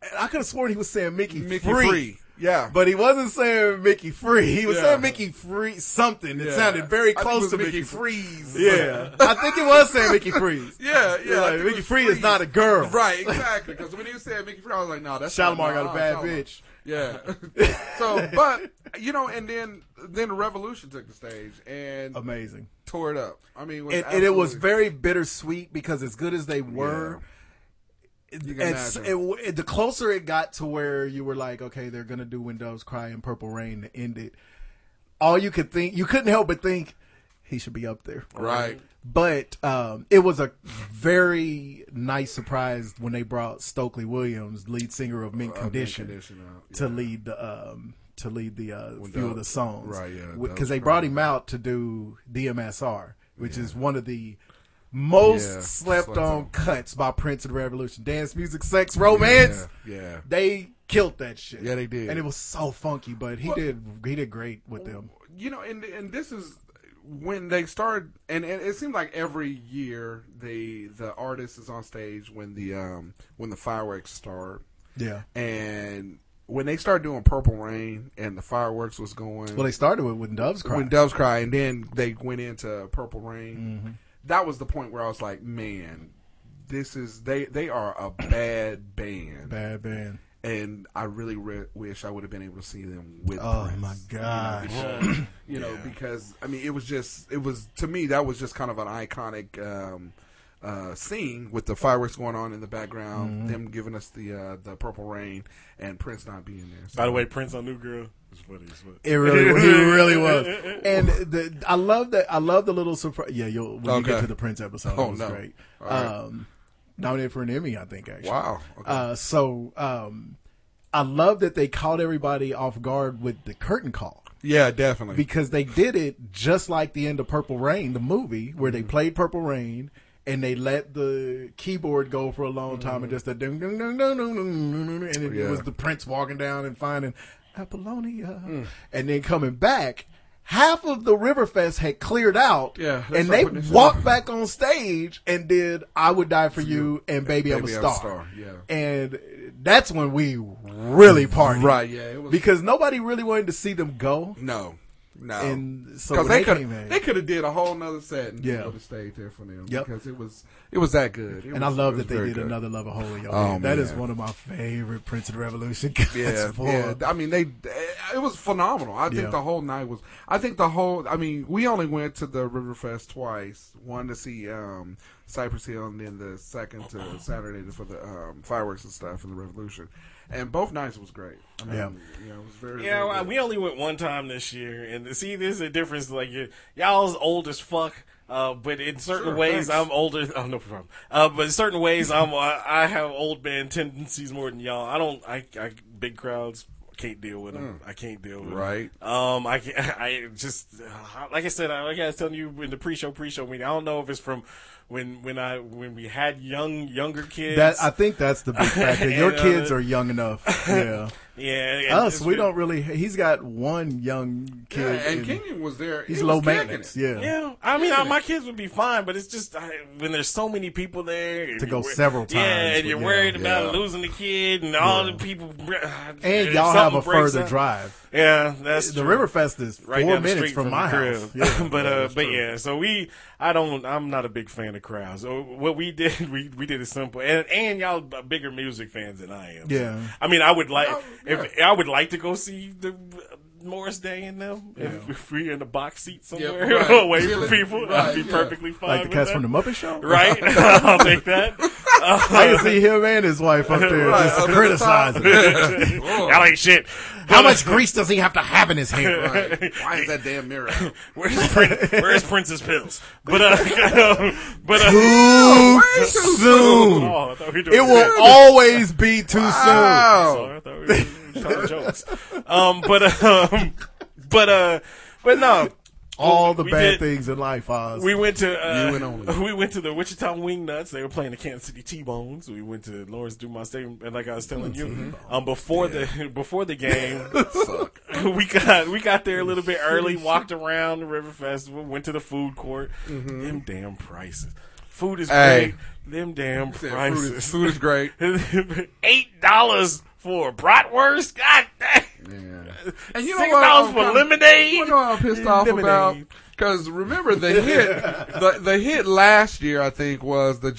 [SPEAKER 15] And I could have sworn he was saying Mickey,
[SPEAKER 13] Mickey
[SPEAKER 15] Free.
[SPEAKER 13] Free, yeah.
[SPEAKER 15] but he wasn't saying Mickey Free. He was
[SPEAKER 13] Yeah.
[SPEAKER 15] saying Mickey Free something. It
[SPEAKER 13] Yeah.
[SPEAKER 15] sounded very
[SPEAKER 13] I think
[SPEAKER 15] close
[SPEAKER 13] it was
[SPEAKER 15] to
[SPEAKER 13] Mickey
[SPEAKER 15] Mickey,
[SPEAKER 13] Freeze.
[SPEAKER 15] Yeah, I think it was saying Mickey Freeze.
[SPEAKER 13] Yeah, yeah.
[SPEAKER 15] Like,
[SPEAKER 13] I think it
[SPEAKER 15] Mickey
[SPEAKER 13] was
[SPEAKER 15] Free is not a girl.
[SPEAKER 13] Right, exactly. Because when you said Mickey Free, I was like, no, that's
[SPEAKER 15] Shalimar
[SPEAKER 13] not-
[SPEAKER 15] got a
[SPEAKER 13] no,
[SPEAKER 15] bad
[SPEAKER 13] no, no.
[SPEAKER 15] bitch.
[SPEAKER 13] Yeah. so, but you know, and then then the Revolution took the stage and
[SPEAKER 15] Amazing.
[SPEAKER 13] tore it up. I mean, it was
[SPEAKER 15] and, and it was
[SPEAKER 13] absolutely-
[SPEAKER 15] very bittersweet because as good as they were, it-
[SPEAKER 13] You can
[SPEAKER 15] it's- it,
[SPEAKER 13] imagine.
[SPEAKER 15] it- the closer it got to where you were like, okay, they're gonna do "When Doves Cry" and "Purple Rain" to end it. All you could think, you couldn't help but think, he should be up there,
[SPEAKER 13] Right.
[SPEAKER 15] But um, it was a very nice surprise when they brought Stokely Williams, lead singer of Mint
[SPEAKER 13] Of Mint
[SPEAKER 15] Condition,
[SPEAKER 13] Condition out,
[SPEAKER 15] to lead the um, to lead the uh,
[SPEAKER 13] When
[SPEAKER 15] few of the
[SPEAKER 13] Doves-
[SPEAKER 15] songs,
[SPEAKER 13] right, yeah, that
[SPEAKER 15] Because
[SPEAKER 13] was
[SPEAKER 15] they brought him out to do DMSR, which is one of the most
[SPEAKER 13] Yeah,
[SPEAKER 15] slept,
[SPEAKER 13] slept
[SPEAKER 15] on
[SPEAKER 13] on.
[SPEAKER 15] cuts by Prince and the Revolution. Dance, music, sex, romance.
[SPEAKER 13] Yeah, yeah.
[SPEAKER 15] They killed that shit.
[SPEAKER 13] Yeah, they did.
[SPEAKER 15] And it was so funky, but he
[SPEAKER 13] Well-
[SPEAKER 15] did he did great with them.
[SPEAKER 13] you know, and and this is when they started, and, and it seemed like every year the the artist is on stage when the um when the fireworks start.
[SPEAKER 15] Yeah.
[SPEAKER 13] and when they started doing Purple Rain and the fireworks was going,
[SPEAKER 15] Well, they started with when doves cry.
[SPEAKER 13] when doves cry, and then they went into Purple Rain.
[SPEAKER 15] Mm-hmm.
[SPEAKER 13] That was the point where I was like, man, this is they they are a bad band.
[SPEAKER 15] Bad band.
[SPEAKER 13] And I really re- wish I would have been able to see them with.
[SPEAKER 15] Oh,
[SPEAKER 13] Prince,
[SPEAKER 15] my
[SPEAKER 13] you know,
[SPEAKER 15] gosh.
[SPEAKER 13] because- You know,
[SPEAKER 15] Yeah.
[SPEAKER 13] because I mean, it was just it was to me that was just kind of an iconic um, uh, scene with the fireworks going on in the background,
[SPEAKER 15] Mm-hmm.
[SPEAKER 2] Mhm.
[SPEAKER 13] them giving us the uh, the Purple Rain, and Prince not being there. So-
[SPEAKER 2] By the way, Prince on New Girl is funny as fuck.
[SPEAKER 15] It really, it really was. And the, I love that. I love the little surprise. Yeah, you'll when you
[SPEAKER 13] Okay.
[SPEAKER 15] get to the Prince episode.
[SPEAKER 13] Oh,
[SPEAKER 15] it was
[SPEAKER 13] no.
[SPEAKER 15] great.
[SPEAKER 13] All right.
[SPEAKER 15] Um, nominated for an Emmy, I think. Actually,
[SPEAKER 13] Wow.
[SPEAKER 15] Uh, so um, I love that they caught everybody off guard with the curtain call.
[SPEAKER 13] Yeah, definitely.
[SPEAKER 15] Because they did it just like the end of Purple Rain, the movie, where
[SPEAKER 13] Mm-hmm.
[SPEAKER 15] they played Purple Rain and they let the keyboard go for a long time and just a ding ding ding ding ding ding ding, ding, and it
[SPEAKER 13] Mm-hmm. Yeah.
[SPEAKER 15] was the prince walking down and finding Apollonia
[SPEAKER 13] Mm.
[SPEAKER 15] and then coming back. Half of the Riverfest had cleared out,
[SPEAKER 13] Yeah, that's
[SPEAKER 15] and
[SPEAKER 13] what
[SPEAKER 15] they
[SPEAKER 13] Whitney said.
[SPEAKER 15] walked back on stage and did "I Would Die for You" and "Baby, I'm, a
[SPEAKER 13] Baby, I'm
[SPEAKER 15] Star.
[SPEAKER 13] a Star, yeah.
[SPEAKER 15] and that's when we really partied,
[SPEAKER 13] Right, yeah, it was-
[SPEAKER 15] because nobody really wanted to see them go.
[SPEAKER 13] No, no.
[SPEAKER 15] and so
[SPEAKER 13] Because
[SPEAKER 15] when
[SPEAKER 13] they
[SPEAKER 15] they
[SPEAKER 13] could
[SPEAKER 15] came in-
[SPEAKER 13] they could have did a whole nother set and
[SPEAKER 15] Yeah.
[SPEAKER 13] yeah. stayed there for them
[SPEAKER 15] Yep.
[SPEAKER 13] because it was it was that good. It
[SPEAKER 15] and I
[SPEAKER 13] was-
[SPEAKER 15] love
[SPEAKER 13] it
[SPEAKER 15] that
[SPEAKER 13] was
[SPEAKER 15] they
[SPEAKER 13] very
[SPEAKER 15] did
[SPEAKER 13] good.
[SPEAKER 15] another level hole. Yo,
[SPEAKER 13] Oh,
[SPEAKER 15] that is
[SPEAKER 13] man.
[SPEAKER 15] one of my favorite Prince of the Revolution. cuts,
[SPEAKER 13] Yeah,
[SPEAKER 15] boy.
[SPEAKER 13] yeah. I mean, they. It was phenomenal. I think
[SPEAKER 15] Yeah.
[SPEAKER 13] the whole night was. I think the whole. I mean, we only went to the Riverfest twice. One to see um, Cypress Hill, and then the second to Saturday for the um, fireworks and stuff and the Revolution. And both nights was great. I mean,
[SPEAKER 2] Yeah.
[SPEAKER 13] you know, it was very.
[SPEAKER 2] Yeah,
[SPEAKER 13] very
[SPEAKER 2] well,
[SPEAKER 13] good.
[SPEAKER 2] we only went one time this year, and see, there's a difference. Like y- y'all's old as fuck, uh, but in certain
[SPEAKER 13] Sure,
[SPEAKER 2] ways,
[SPEAKER 13] thanks.
[SPEAKER 2] I'm older. Oh, no problem. Uh, but in certain ways, I'm I, I have old man tendencies more than y'all. I don't. I, I big crowds can't deal with them. I can't deal with 'em.
[SPEAKER 13] Right.
[SPEAKER 2] Um, I can, I just uh, like I said, I, like I was telling you in the pre-show pre-show meeting. I don't know if it's from when when I when we had young younger kids.
[SPEAKER 15] That I think that's the big factor. Your
[SPEAKER 2] And, uh,
[SPEAKER 15] kids are young enough. Yeah.
[SPEAKER 2] Yeah, and
[SPEAKER 15] Us,
[SPEAKER 2] it's
[SPEAKER 15] we
[SPEAKER 2] been-
[SPEAKER 15] don't really. He's got one young
[SPEAKER 13] Yeah,
[SPEAKER 15] kid.
[SPEAKER 13] and
[SPEAKER 15] in-
[SPEAKER 13] Kenyon was there.
[SPEAKER 15] He's
[SPEAKER 13] He
[SPEAKER 15] low
[SPEAKER 13] was kicking
[SPEAKER 15] maintenance.
[SPEAKER 13] it.
[SPEAKER 15] Yeah.
[SPEAKER 2] Yeah, I mean, I, my kids would be fine, but it's just I, when there's so many people there and
[SPEAKER 15] To go
[SPEAKER 2] you're wor-
[SPEAKER 15] several
[SPEAKER 2] Yeah,
[SPEAKER 15] times,
[SPEAKER 2] and you're
[SPEAKER 15] yeah.
[SPEAKER 2] worried about
[SPEAKER 15] Yeah.
[SPEAKER 2] losing the kid and all the people.
[SPEAKER 15] And
[SPEAKER 2] if
[SPEAKER 15] y'all have
[SPEAKER 2] something
[SPEAKER 15] a
[SPEAKER 2] breaks
[SPEAKER 15] further
[SPEAKER 2] up-
[SPEAKER 15] drive.
[SPEAKER 2] Yeah, that's
[SPEAKER 15] the
[SPEAKER 2] true.
[SPEAKER 15] Riverfest is four
[SPEAKER 2] down the
[SPEAKER 15] minutes
[SPEAKER 2] street
[SPEAKER 15] from, my
[SPEAKER 2] the crib.
[SPEAKER 15] house. Yeah.
[SPEAKER 2] but uh, but yeah, so we, I don't, I'm not a big fan of crowds. So what we did, we we did it simple, and and y'all are bigger music fans than I am. So,
[SPEAKER 15] Yeah.
[SPEAKER 2] I mean, I would like
[SPEAKER 15] Oh,
[SPEAKER 2] if I would like to go see the. uh, Morris Day and them, if, if we're in a box seat somewhere
[SPEAKER 15] right.
[SPEAKER 2] away from
[SPEAKER 15] Chilling.
[SPEAKER 2] people, I'd
[SPEAKER 15] Right,
[SPEAKER 2] be
[SPEAKER 15] yeah.
[SPEAKER 2] perfectly fine.
[SPEAKER 15] Like the
[SPEAKER 2] with
[SPEAKER 15] cats
[SPEAKER 2] that.
[SPEAKER 15] from the Muppet Show?
[SPEAKER 2] right? I'll take that. Uh,
[SPEAKER 15] I can see him and his wife up there
[SPEAKER 2] Right,
[SPEAKER 15] just
[SPEAKER 2] up at the top.
[SPEAKER 15] criticizing.
[SPEAKER 2] Y'all ain't shit.
[SPEAKER 15] How much grease does he have to have in his hand?
[SPEAKER 13] Right. Why is that damn mirror? out?
[SPEAKER 2] Where's Prince, where's Prince's pills? But uh, but uh,
[SPEAKER 15] Too
[SPEAKER 2] Way
[SPEAKER 15] soon.
[SPEAKER 2] Oh, I thought we were doing
[SPEAKER 15] It will
[SPEAKER 2] good.
[SPEAKER 15] always be too
[SPEAKER 13] Oh. Ah.
[SPEAKER 15] soon.
[SPEAKER 2] Wow. Sorry, I thought we were telling jokes. Um, but um, but uh, but no.
[SPEAKER 15] All the
[SPEAKER 2] We
[SPEAKER 15] bad
[SPEAKER 2] did-
[SPEAKER 15] things in life, Oz.
[SPEAKER 2] We went to uh,
[SPEAKER 15] You and only.
[SPEAKER 2] we went to the Wichita Wingnuts. They were playing the Kansas City T Bones. We went to Lawrence Dumont Stadium, and like I was telling you,
[SPEAKER 13] Mm-hmm.
[SPEAKER 2] um, before the before the game, we got we got there a little bit early. Walked around the River Festival. Went to the food court. Them damn prices. Food is
[SPEAKER 13] Mm-hmm. Hey.
[SPEAKER 2] great. Them damn
[SPEAKER 13] He said
[SPEAKER 2] prices.
[SPEAKER 13] Food is, food is great.
[SPEAKER 2] Eight dollars for a bratwurst. God dang.
[SPEAKER 13] And you know
[SPEAKER 2] Six
[SPEAKER 13] what?
[SPEAKER 2] dollars
[SPEAKER 13] I'm
[SPEAKER 2] for
[SPEAKER 13] kinda-
[SPEAKER 2] lemonade.
[SPEAKER 13] You know what I'm pissed off
[SPEAKER 2] Lemonade.
[SPEAKER 13] about? Because remember the hit, the the hit last year I think was the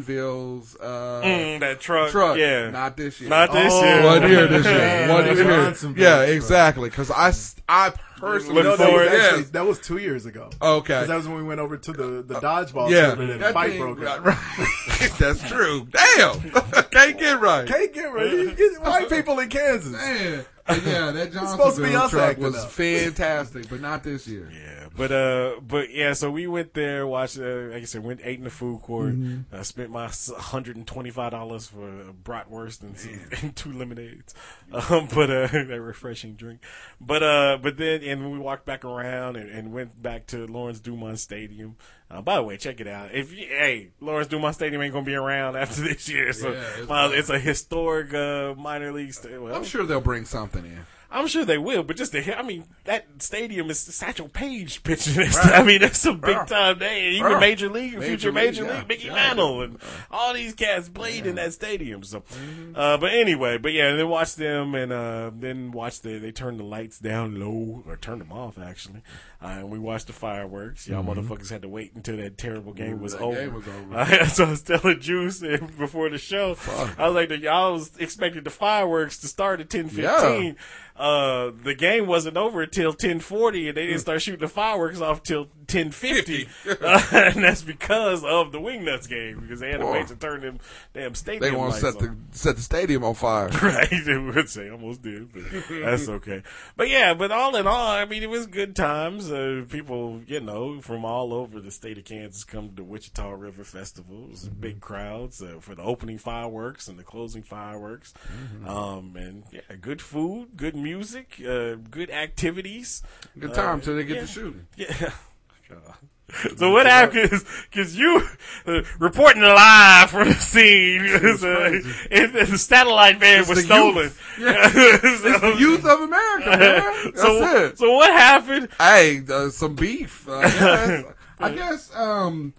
[SPEAKER 13] Johnsonville's uh,
[SPEAKER 2] Mm, that truck, yeah.
[SPEAKER 13] not this year,
[SPEAKER 2] Not this Oh, year.
[SPEAKER 13] One year this year,
[SPEAKER 2] yeah,
[SPEAKER 13] one
[SPEAKER 2] the
[SPEAKER 13] year.
[SPEAKER 2] Johnsonville's
[SPEAKER 13] Yeah,
[SPEAKER 2] truck.
[SPEAKER 13] exactly. Because I s- I personally
[SPEAKER 15] No, that was,
[SPEAKER 13] Yes.
[SPEAKER 15] actually, that was two years ago.
[SPEAKER 13] Okay.
[SPEAKER 15] 'Cause that was when we went over to the, the dodgeball
[SPEAKER 13] yeah,
[SPEAKER 15] tournament and
[SPEAKER 13] That
[SPEAKER 15] fight
[SPEAKER 13] thing-
[SPEAKER 15] broke out.
[SPEAKER 13] right, right. That's true. Damn, can't get right.
[SPEAKER 15] Can't get right. You get white people in Kansas.
[SPEAKER 13] Man. Yeah, that
[SPEAKER 15] It's supposed to be
[SPEAKER 13] Johnsonville
[SPEAKER 15] us
[SPEAKER 13] truck
[SPEAKER 15] acting
[SPEAKER 13] was
[SPEAKER 15] up.
[SPEAKER 13] fantastic, but not this year.
[SPEAKER 2] Yeah, but uh, but yeah, so we went there, watched. Uh, like I said, went ate in the food court.
[SPEAKER 13] Mhm.
[SPEAKER 2] Uh, spent my hundred and twenty five dollars for a bratwurst and, some, and two lemonades, um, but uh, a refreshing drink. But uh, but then and we walked back around and, and went back to Lawrence Dumont Stadium. Uh, by the way, check it out. If you, hey, Lawrence Dumont Stadium ain't gonna be around after this year, so
[SPEAKER 13] Yeah, it's
[SPEAKER 2] well, it's, a historic uh, minor league. Sta- well,
[SPEAKER 13] I'm sure they'll bring something in.
[SPEAKER 2] I'm sure they will, but just to hear, I mean, that stadium is Satchel Paige pitching this. I mean, that's some big time day. Even
[SPEAKER 13] Right.
[SPEAKER 2] Major League,
[SPEAKER 13] Major
[SPEAKER 2] future
[SPEAKER 13] league,
[SPEAKER 2] Major
[SPEAKER 13] yeah.
[SPEAKER 2] League, Mickey
[SPEAKER 13] Yeah.
[SPEAKER 2] Mantle, and all these cats played in that stadium. So,
[SPEAKER 13] Mm-hmm.
[SPEAKER 2] uh, but anyway, but yeah, and then watch them, and uh, then watch the they turn the lights down low or turn them off actually, uh, and we watched the fireworks. Y'all
[SPEAKER 13] Mhm.
[SPEAKER 2] motherfuckers had to wait until that terrible
[SPEAKER 13] Ooh,
[SPEAKER 2] game was
[SPEAKER 13] that
[SPEAKER 2] over.
[SPEAKER 13] game was over.
[SPEAKER 2] Uh, so I was telling Juice uh, before the show, I was like, y'all was expecting the fireworks to start at ten fifteen.
[SPEAKER 13] Yeah.
[SPEAKER 2] uh, the game wasn't over till 1040 and they didn't start shooting the fireworks off till 1050. Uh, and that's because of the Wingnuts game because they had to wait to turn them damn stadium
[SPEAKER 13] They want to
[SPEAKER 2] lights
[SPEAKER 13] set
[SPEAKER 2] on.
[SPEAKER 13] the set the stadium on fire.
[SPEAKER 2] Right, they would say almost did, but that's okay. But yeah, but all in all, I mean, it was good times. Uh, people, you know, from all over the state of Kansas come to the Wichita River Festival. It was big crowds uh, for the opening fireworks and the closing fireworks. Um, and yeah, good food, good music, uh, good activities.
[SPEAKER 13] Good time till they get
[SPEAKER 2] yeah.
[SPEAKER 13] to shooting.
[SPEAKER 2] Yeah. So what happened is because you uh, reporting live from the scene, is, uh, and the satellite van
[SPEAKER 13] It's
[SPEAKER 2] was
[SPEAKER 13] the
[SPEAKER 2] stolen.
[SPEAKER 13] youth. Yeah. It's the youth of America, man. That's
[SPEAKER 2] so,
[SPEAKER 13] it.
[SPEAKER 2] so what happened?
[SPEAKER 13] Hey, uh, some beef. I guess, I guess um,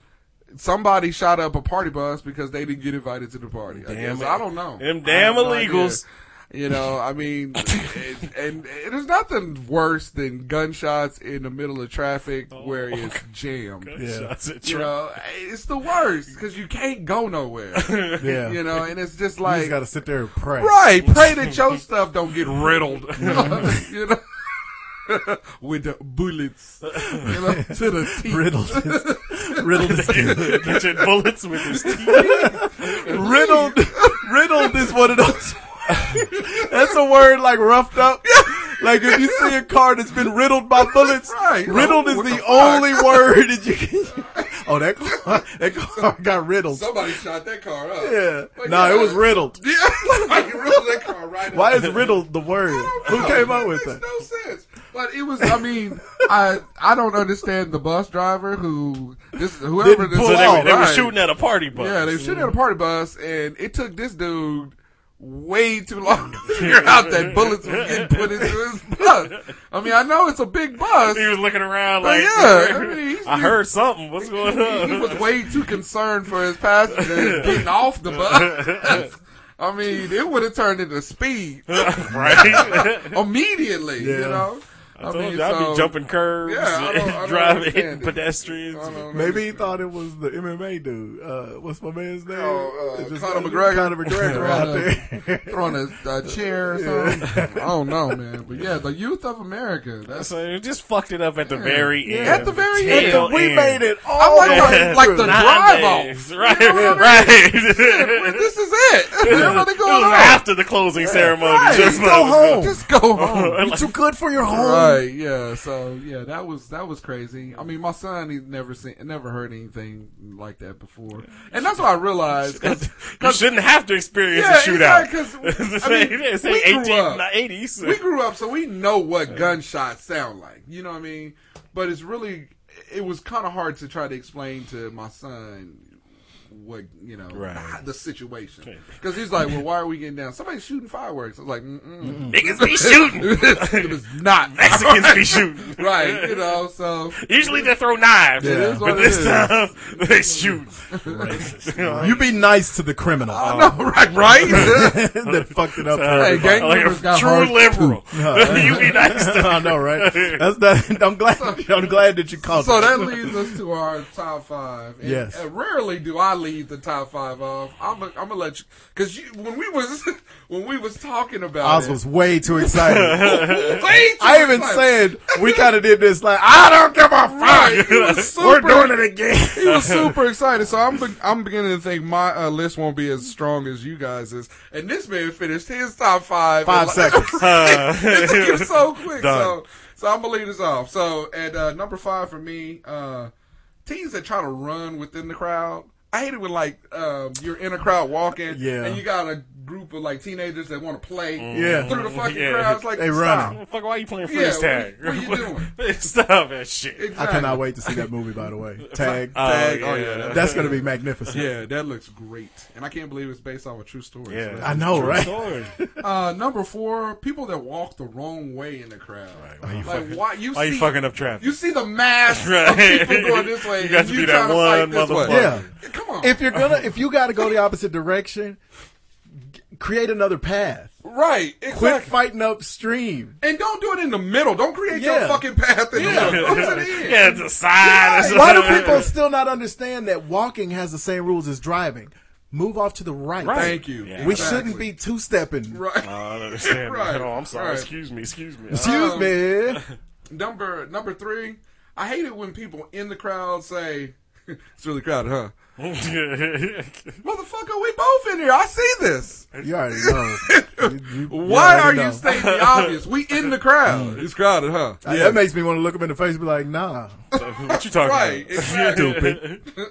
[SPEAKER 13] somebody shot up a party bus because they didn't get invited to the party. I
[SPEAKER 2] Damn
[SPEAKER 13] guess
[SPEAKER 2] it.
[SPEAKER 13] I don't know.
[SPEAKER 2] Them damn
[SPEAKER 13] I have no idea.
[SPEAKER 2] illegals.
[SPEAKER 13] You know, I mean, and, and there's nothing worse than gunshots in the middle of traffic
[SPEAKER 2] Oh.
[SPEAKER 13] where it's jammed.
[SPEAKER 2] Gunshots at
[SPEAKER 13] You
[SPEAKER 2] tra-
[SPEAKER 13] know, it's the worst because you can't go nowhere.
[SPEAKER 15] Yeah.
[SPEAKER 13] You know, and it's just
[SPEAKER 15] you
[SPEAKER 13] like
[SPEAKER 15] just gotta sit there and pray.
[SPEAKER 13] Right. Pray that your stuff don't get riddled. you know. With the bullets, you know, to the teeth.
[SPEAKER 15] Riddled is- riddled is good.
[SPEAKER 2] Get your bullets with his teeth.
[SPEAKER 15] riddled, riddled is one of those. that's a word like roughed up. Like if you see a car that's been riddled by bullets,
[SPEAKER 13] Right. Oh,
[SPEAKER 15] riddled is
[SPEAKER 13] What
[SPEAKER 15] the,
[SPEAKER 13] the fuck?
[SPEAKER 15] only word that you can. Use. Oh, that car, that car got riddled.
[SPEAKER 13] Somebody shot that car up.
[SPEAKER 15] yeah, no,
[SPEAKER 13] But
[SPEAKER 15] it was riddled.
[SPEAKER 13] Yeah, like riddled that car right up.
[SPEAKER 15] Why is riddled the word? Who came up with that?
[SPEAKER 13] no sense. But it was. I mean, I I don't understand the bus driver who this whoever
[SPEAKER 15] Didn't
[SPEAKER 13] this
[SPEAKER 15] pull
[SPEAKER 2] So they, were,
[SPEAKER 15] out,
[SPEAKER 2] they were
[SPEAKER 13] right.
[SPEAKER 2] shooting at a party bus.
[SPEAKER 13] Yeah, they were shooting at a party bus, and it took this dude way too long to figure out that bullets were getting put into his bus. I mean, I know it's a big bus.
[SPEAKER 2] He was looking around
[SPEAKER 13] But
[SPEAKER 2] like,
[SPEAKER 13] Oh, yeah, I mean, he's-
[SPEAKER 2] I heard something. What's going
[SPEAKER 13] He,
[SPEAKER 2] on?
[SPEAKER 13] he was way too concerned for his passengers getting off the bus. I mean, it would have turned into speed
[SPEAKER 2] right?
[SPEAKER 13] immediately. You
[SPEAKER 15] Yeah.
[SPEAKER 13] know,
[SPEAKER 2] I told you, I'd be jumping curves,
[SPEAKER 13] Yeah, I don't- I don't
[SPEAKER 2] driving, hitting
[SPEAKER 13] understand it.
[SPEAKER 2] pedestrians.
[SPEAKER 15] Maybe he thought it was the MMA dude. Uh, what's my man's name?
[SPEAKER 13] Oh, uh,
[SPEAKER 15] It's just-
[SPEAKER 13] Conor McGregor.
[SPEAKER 15] Conor McGregor out
[SPEAKER 13] Throwing a-
[SPEAKER 15] there.
[SPEAKER 13] throwing a, a chair or something. I don't know, man. But yeah, the youth of America. That's
[SPEAKER 2] So you just fucked it up at the very end.
[SPEAKER 13] At the very
[SPEAKER 2] tail
[SPEAKER 13] end.
[SPEAKER 15] We
[SPEAKER 2] end.
[SPEAKER 15] made it
[SPEAKER 13] I
[SPEAKER 15] all
[SPEAKER 13] like the,
[SPEAKER 2] Yeah.
[SPEAKER 13] like the
[SPEAKER 2] Nine
[SPEAKER 13] drive
[SPEAKER 2] days.
[SPEAKER 13] off.
[SPEAKER 2] Right,
[SPEAKER 13] You know what I
[SPEAKER 2] right.
[SPEAKER 13] mean? Shit, This is it. You know what's
[SPEAKER 2] it was
[SPEAKER 13] going on.
[SPEAKER 2] after the closing ceremony.
[SPEAKER 13] Right.
[SPEAKER 2] Just
[SPEAKER 13] Just
[SPEAKER 15] go home.
[SPEAKER 13] Just go home.
[SPEAKER 15] You're too good for your home.
[SPEAKER 13] Right, yeah. So yeah, that was that was crazy. I mean, my son he's never seen, never heard anything like that before, and that's what I realized. 'cause-
[SPEAKER 2] You shouldn't have to experience
[SPEAKER 13] Yeah,
[SPEAKER 2] a shootout.
[SPEAKER 13] exactly, 'cause,
[SPEAKER 2] It's
[SPEAKER 13] I
[SPEAKER 2] like-
[SPEAKER 13] mean,
[SPEAKER 2] it's
[SPEAKER 13] we
[SPEAKER 2] like
[SPEAKER 13] grew
[SPEAKER 2] 18
[SPEAKER 13] up.
[SPEAKER 2] 80s.
[SPEAKER 13] we grew up, so we know what gunshots sound like. You know what I mean? But it's really, it was kind of hard to try to explain to my son what you know
[SPEAKER 2] Right.
[SPEAKER 13] the situation because he's like, well, why are we getting down? Somebody's shooting fireworks. I was like, Mm-mm.
[SPEAKER 2] Niggas be shooting.
[SPEAKER 13] it was not
[SPEAKER 2] Mexicans be shooting.
[SPEAKER 13] right. You know, so
[SPEAKER 2] Usually they throw knives,
[SPEAKER 13] Yeah. It is
[SPEAKER 2] but
[SPEAKER 13] what it
[SPEAKER 2] this
[SPEAKER 13] is.
[SPEAKER 2] time they shoot.
[SPEAKER 15] You be nice to the criminal.
[SPEAKER 13] I know, right? Right?
[SPEAKER 15] that fucked it up. for
[SPEAKER 13] hey,
[SPEAKER 15] everybody.
[SPEAKER 13] gang
[SPEAKER 2] Like a
[SPEAKER 13] members got hard
[SPEAKER 2] true liberal.
[SPEAKER 15] No.
[SPEAKER 2] you be nice to
[SPEAKER 15] I know, right? That's not, I'm glad. I'm glad that you caught
[SPEAKER 13] So
[SPEAKER 15] that.
[SPEAKER 13] that leads us to our top five. And,
[SPEAKER 15] Yes.
[SPEAKER 13] and rarely do I leave the top five off. I'm gonna let you because you when we was when we was talking about
[SPEAKER 15] Oz
[SPEAKER 13] it,
[SPEAKER 15] was way too excited.
[SPEAKER 13] Oh, way too
[SPEAKER 15] I even
[SPEAKER 13] excited.
[SPEAKER 15] said we kind of did this like I don't give a
[SPEAKER 13] Right, he was
[SPEAKER 15] fuck. We're
[SPEAKER 13] super-
[SPEAKER 15] doing it again.
[SPEAKER 13] he was super excited. So I'm be- I'm beginning to think my uh, list won't be as strong as you guys is. And this man finished his top five in
[SPEAKER 15] Five
[SPEAKER 13] like-
[SPEAKER 15] seconds.
[SPEAKER 13] it took him so quick.
[SPEAKER 15] Done.
[SPEAKER 13] So so I'm gonna lead us off. So at uh, number five for me, uh, teams that try to run within the crowd. I hate it when like um, you're in a crowd walking,
[SPEAKER 15] Yeah.
[SPEAKER 13] and you got a group of like teenagers that want to play
[SPEAKER 15] Yeah.
[SPEAKER 13] through the fucking
[SPEAKER 2] Yeah.
[SPEAKER 13] crowd. It's like
[SPEAKER 15] They
[SPEAKER 13] stop.
[SPEAKER 15] running.
[SPEAKER 2] Fuck, why you playing
[SPEAKER 13] Yeah,
[SPEAKER 2] freeze tag?
[SPEAKER 13] what- what you
[SPEAKER 2] Stop that shit.
[SPEAKER 13] Exactly.
[SPEAKER 15] I cannot wait to see that movie. By the way, tag.
[SPEAKER 2] Oh,
[SPEAKER 13] Tag. Oh,
[SPEAKER 2] yeah.
[SPEAKER 13] yeah.
[SPEAKER 15] That's gonna be magnificent.
[SPEAKER 13] Yeah, that looks great, and I can't believe it's based off a true story.
[SPEAKER 2] Yeah.
[SPEAKER 13] So-
[SPEAKER 15] I know, right?
[SPEAKER 2] Sorry.
[SPEAKER 13] Uh, number four, people that walk the wrong way in the crowd.
[SPEAKER 2] Why you
[SPEAKER 13] like
[SPEAKER 2] fucking-
[SPEAKER 13] why you
[SPEAKER 2] why
[SPEAKER 13] see
[SPEAKER 2] you fucking up traffic?
[SPEAKER 13] you see the mass of
[SPEAKER 2] Right.
[SPEAKER 13] people going this way.
[SPEAKER 2] You got
[SPEAKER 13] and
[SPEAKER 2] to
[SPEAKER 13] you
[SPEAKER 2] be that
[SPEAKER 13] trying to
[SPEAKER 2] one
[SPEAKER 13] fight this way.
[SPEAKER 2] motherfucker.
[SPEAKER 15] Yeah.
[SPEAKER 13] come on.
[SPEAKER 15] If you're gonna, if you gotta go the opposite direction, g- create another path.
[SPEAKER 13] right,
[SPEAKER 15] Quit
[SPEAKER 13] exactly.
[SPEAKER 15] fighting upstream.
[SPEAKER 13] And don't do it in the middle. Don't create
[SPEAKER 15] Yeah.
[SPEAKER 13] your fucking path in the middle. Go to the end.
[SPEAKER 2] yeah, it's a side.
[SPEAKER 15] Why do people still not understand that walking has the same rules as driving? Move off to the right.
[SPEAKER 13] Right. Thank you. Yeah,
[SPEAKER 15] we
[SPEAKER 13] exactly.
[SPEAKER 15] shouldn't be two stepping.
[SPEAKER 13] Right.
[SPEAKER 2] No, I don't understand.
[SPEAKER 13] Right,
[SPEAKER 2] No, I'm sorry.
[SPEAKER 13] right.
[SPEAKER 2] Excuse me. Excuse me.
[SPEAKER 15] Excuse
[SPEAKER 13] Um,
[SPEAKER 15] me.
[SPEAKER 13] number number three. I hate it when people in the crowd say, "It's really crowded, huh?" Motherfucker, we both in here. I see this.
[SPEAKER 15] You already know.
[SPEAKER 13] Why
[SPEAKER 15] already
[SPEAKER 13] are
[SPEAKER 15] know.
[SPEAKER 13] you stating the obvious? We in the crowd.
[SPEAKER 2] Mm.
[SPEAKER 13] It's crowded, huh?
[SPEAKER 15] Uh, That makes me want to look him in the face and be like, nah.
[SPEAKER 2] what you talking
[SPEAKER 13] right,
[SPEAKER 2] about?
[SPEAKER 13] exactly.
[SPEAKER 2] Stupid.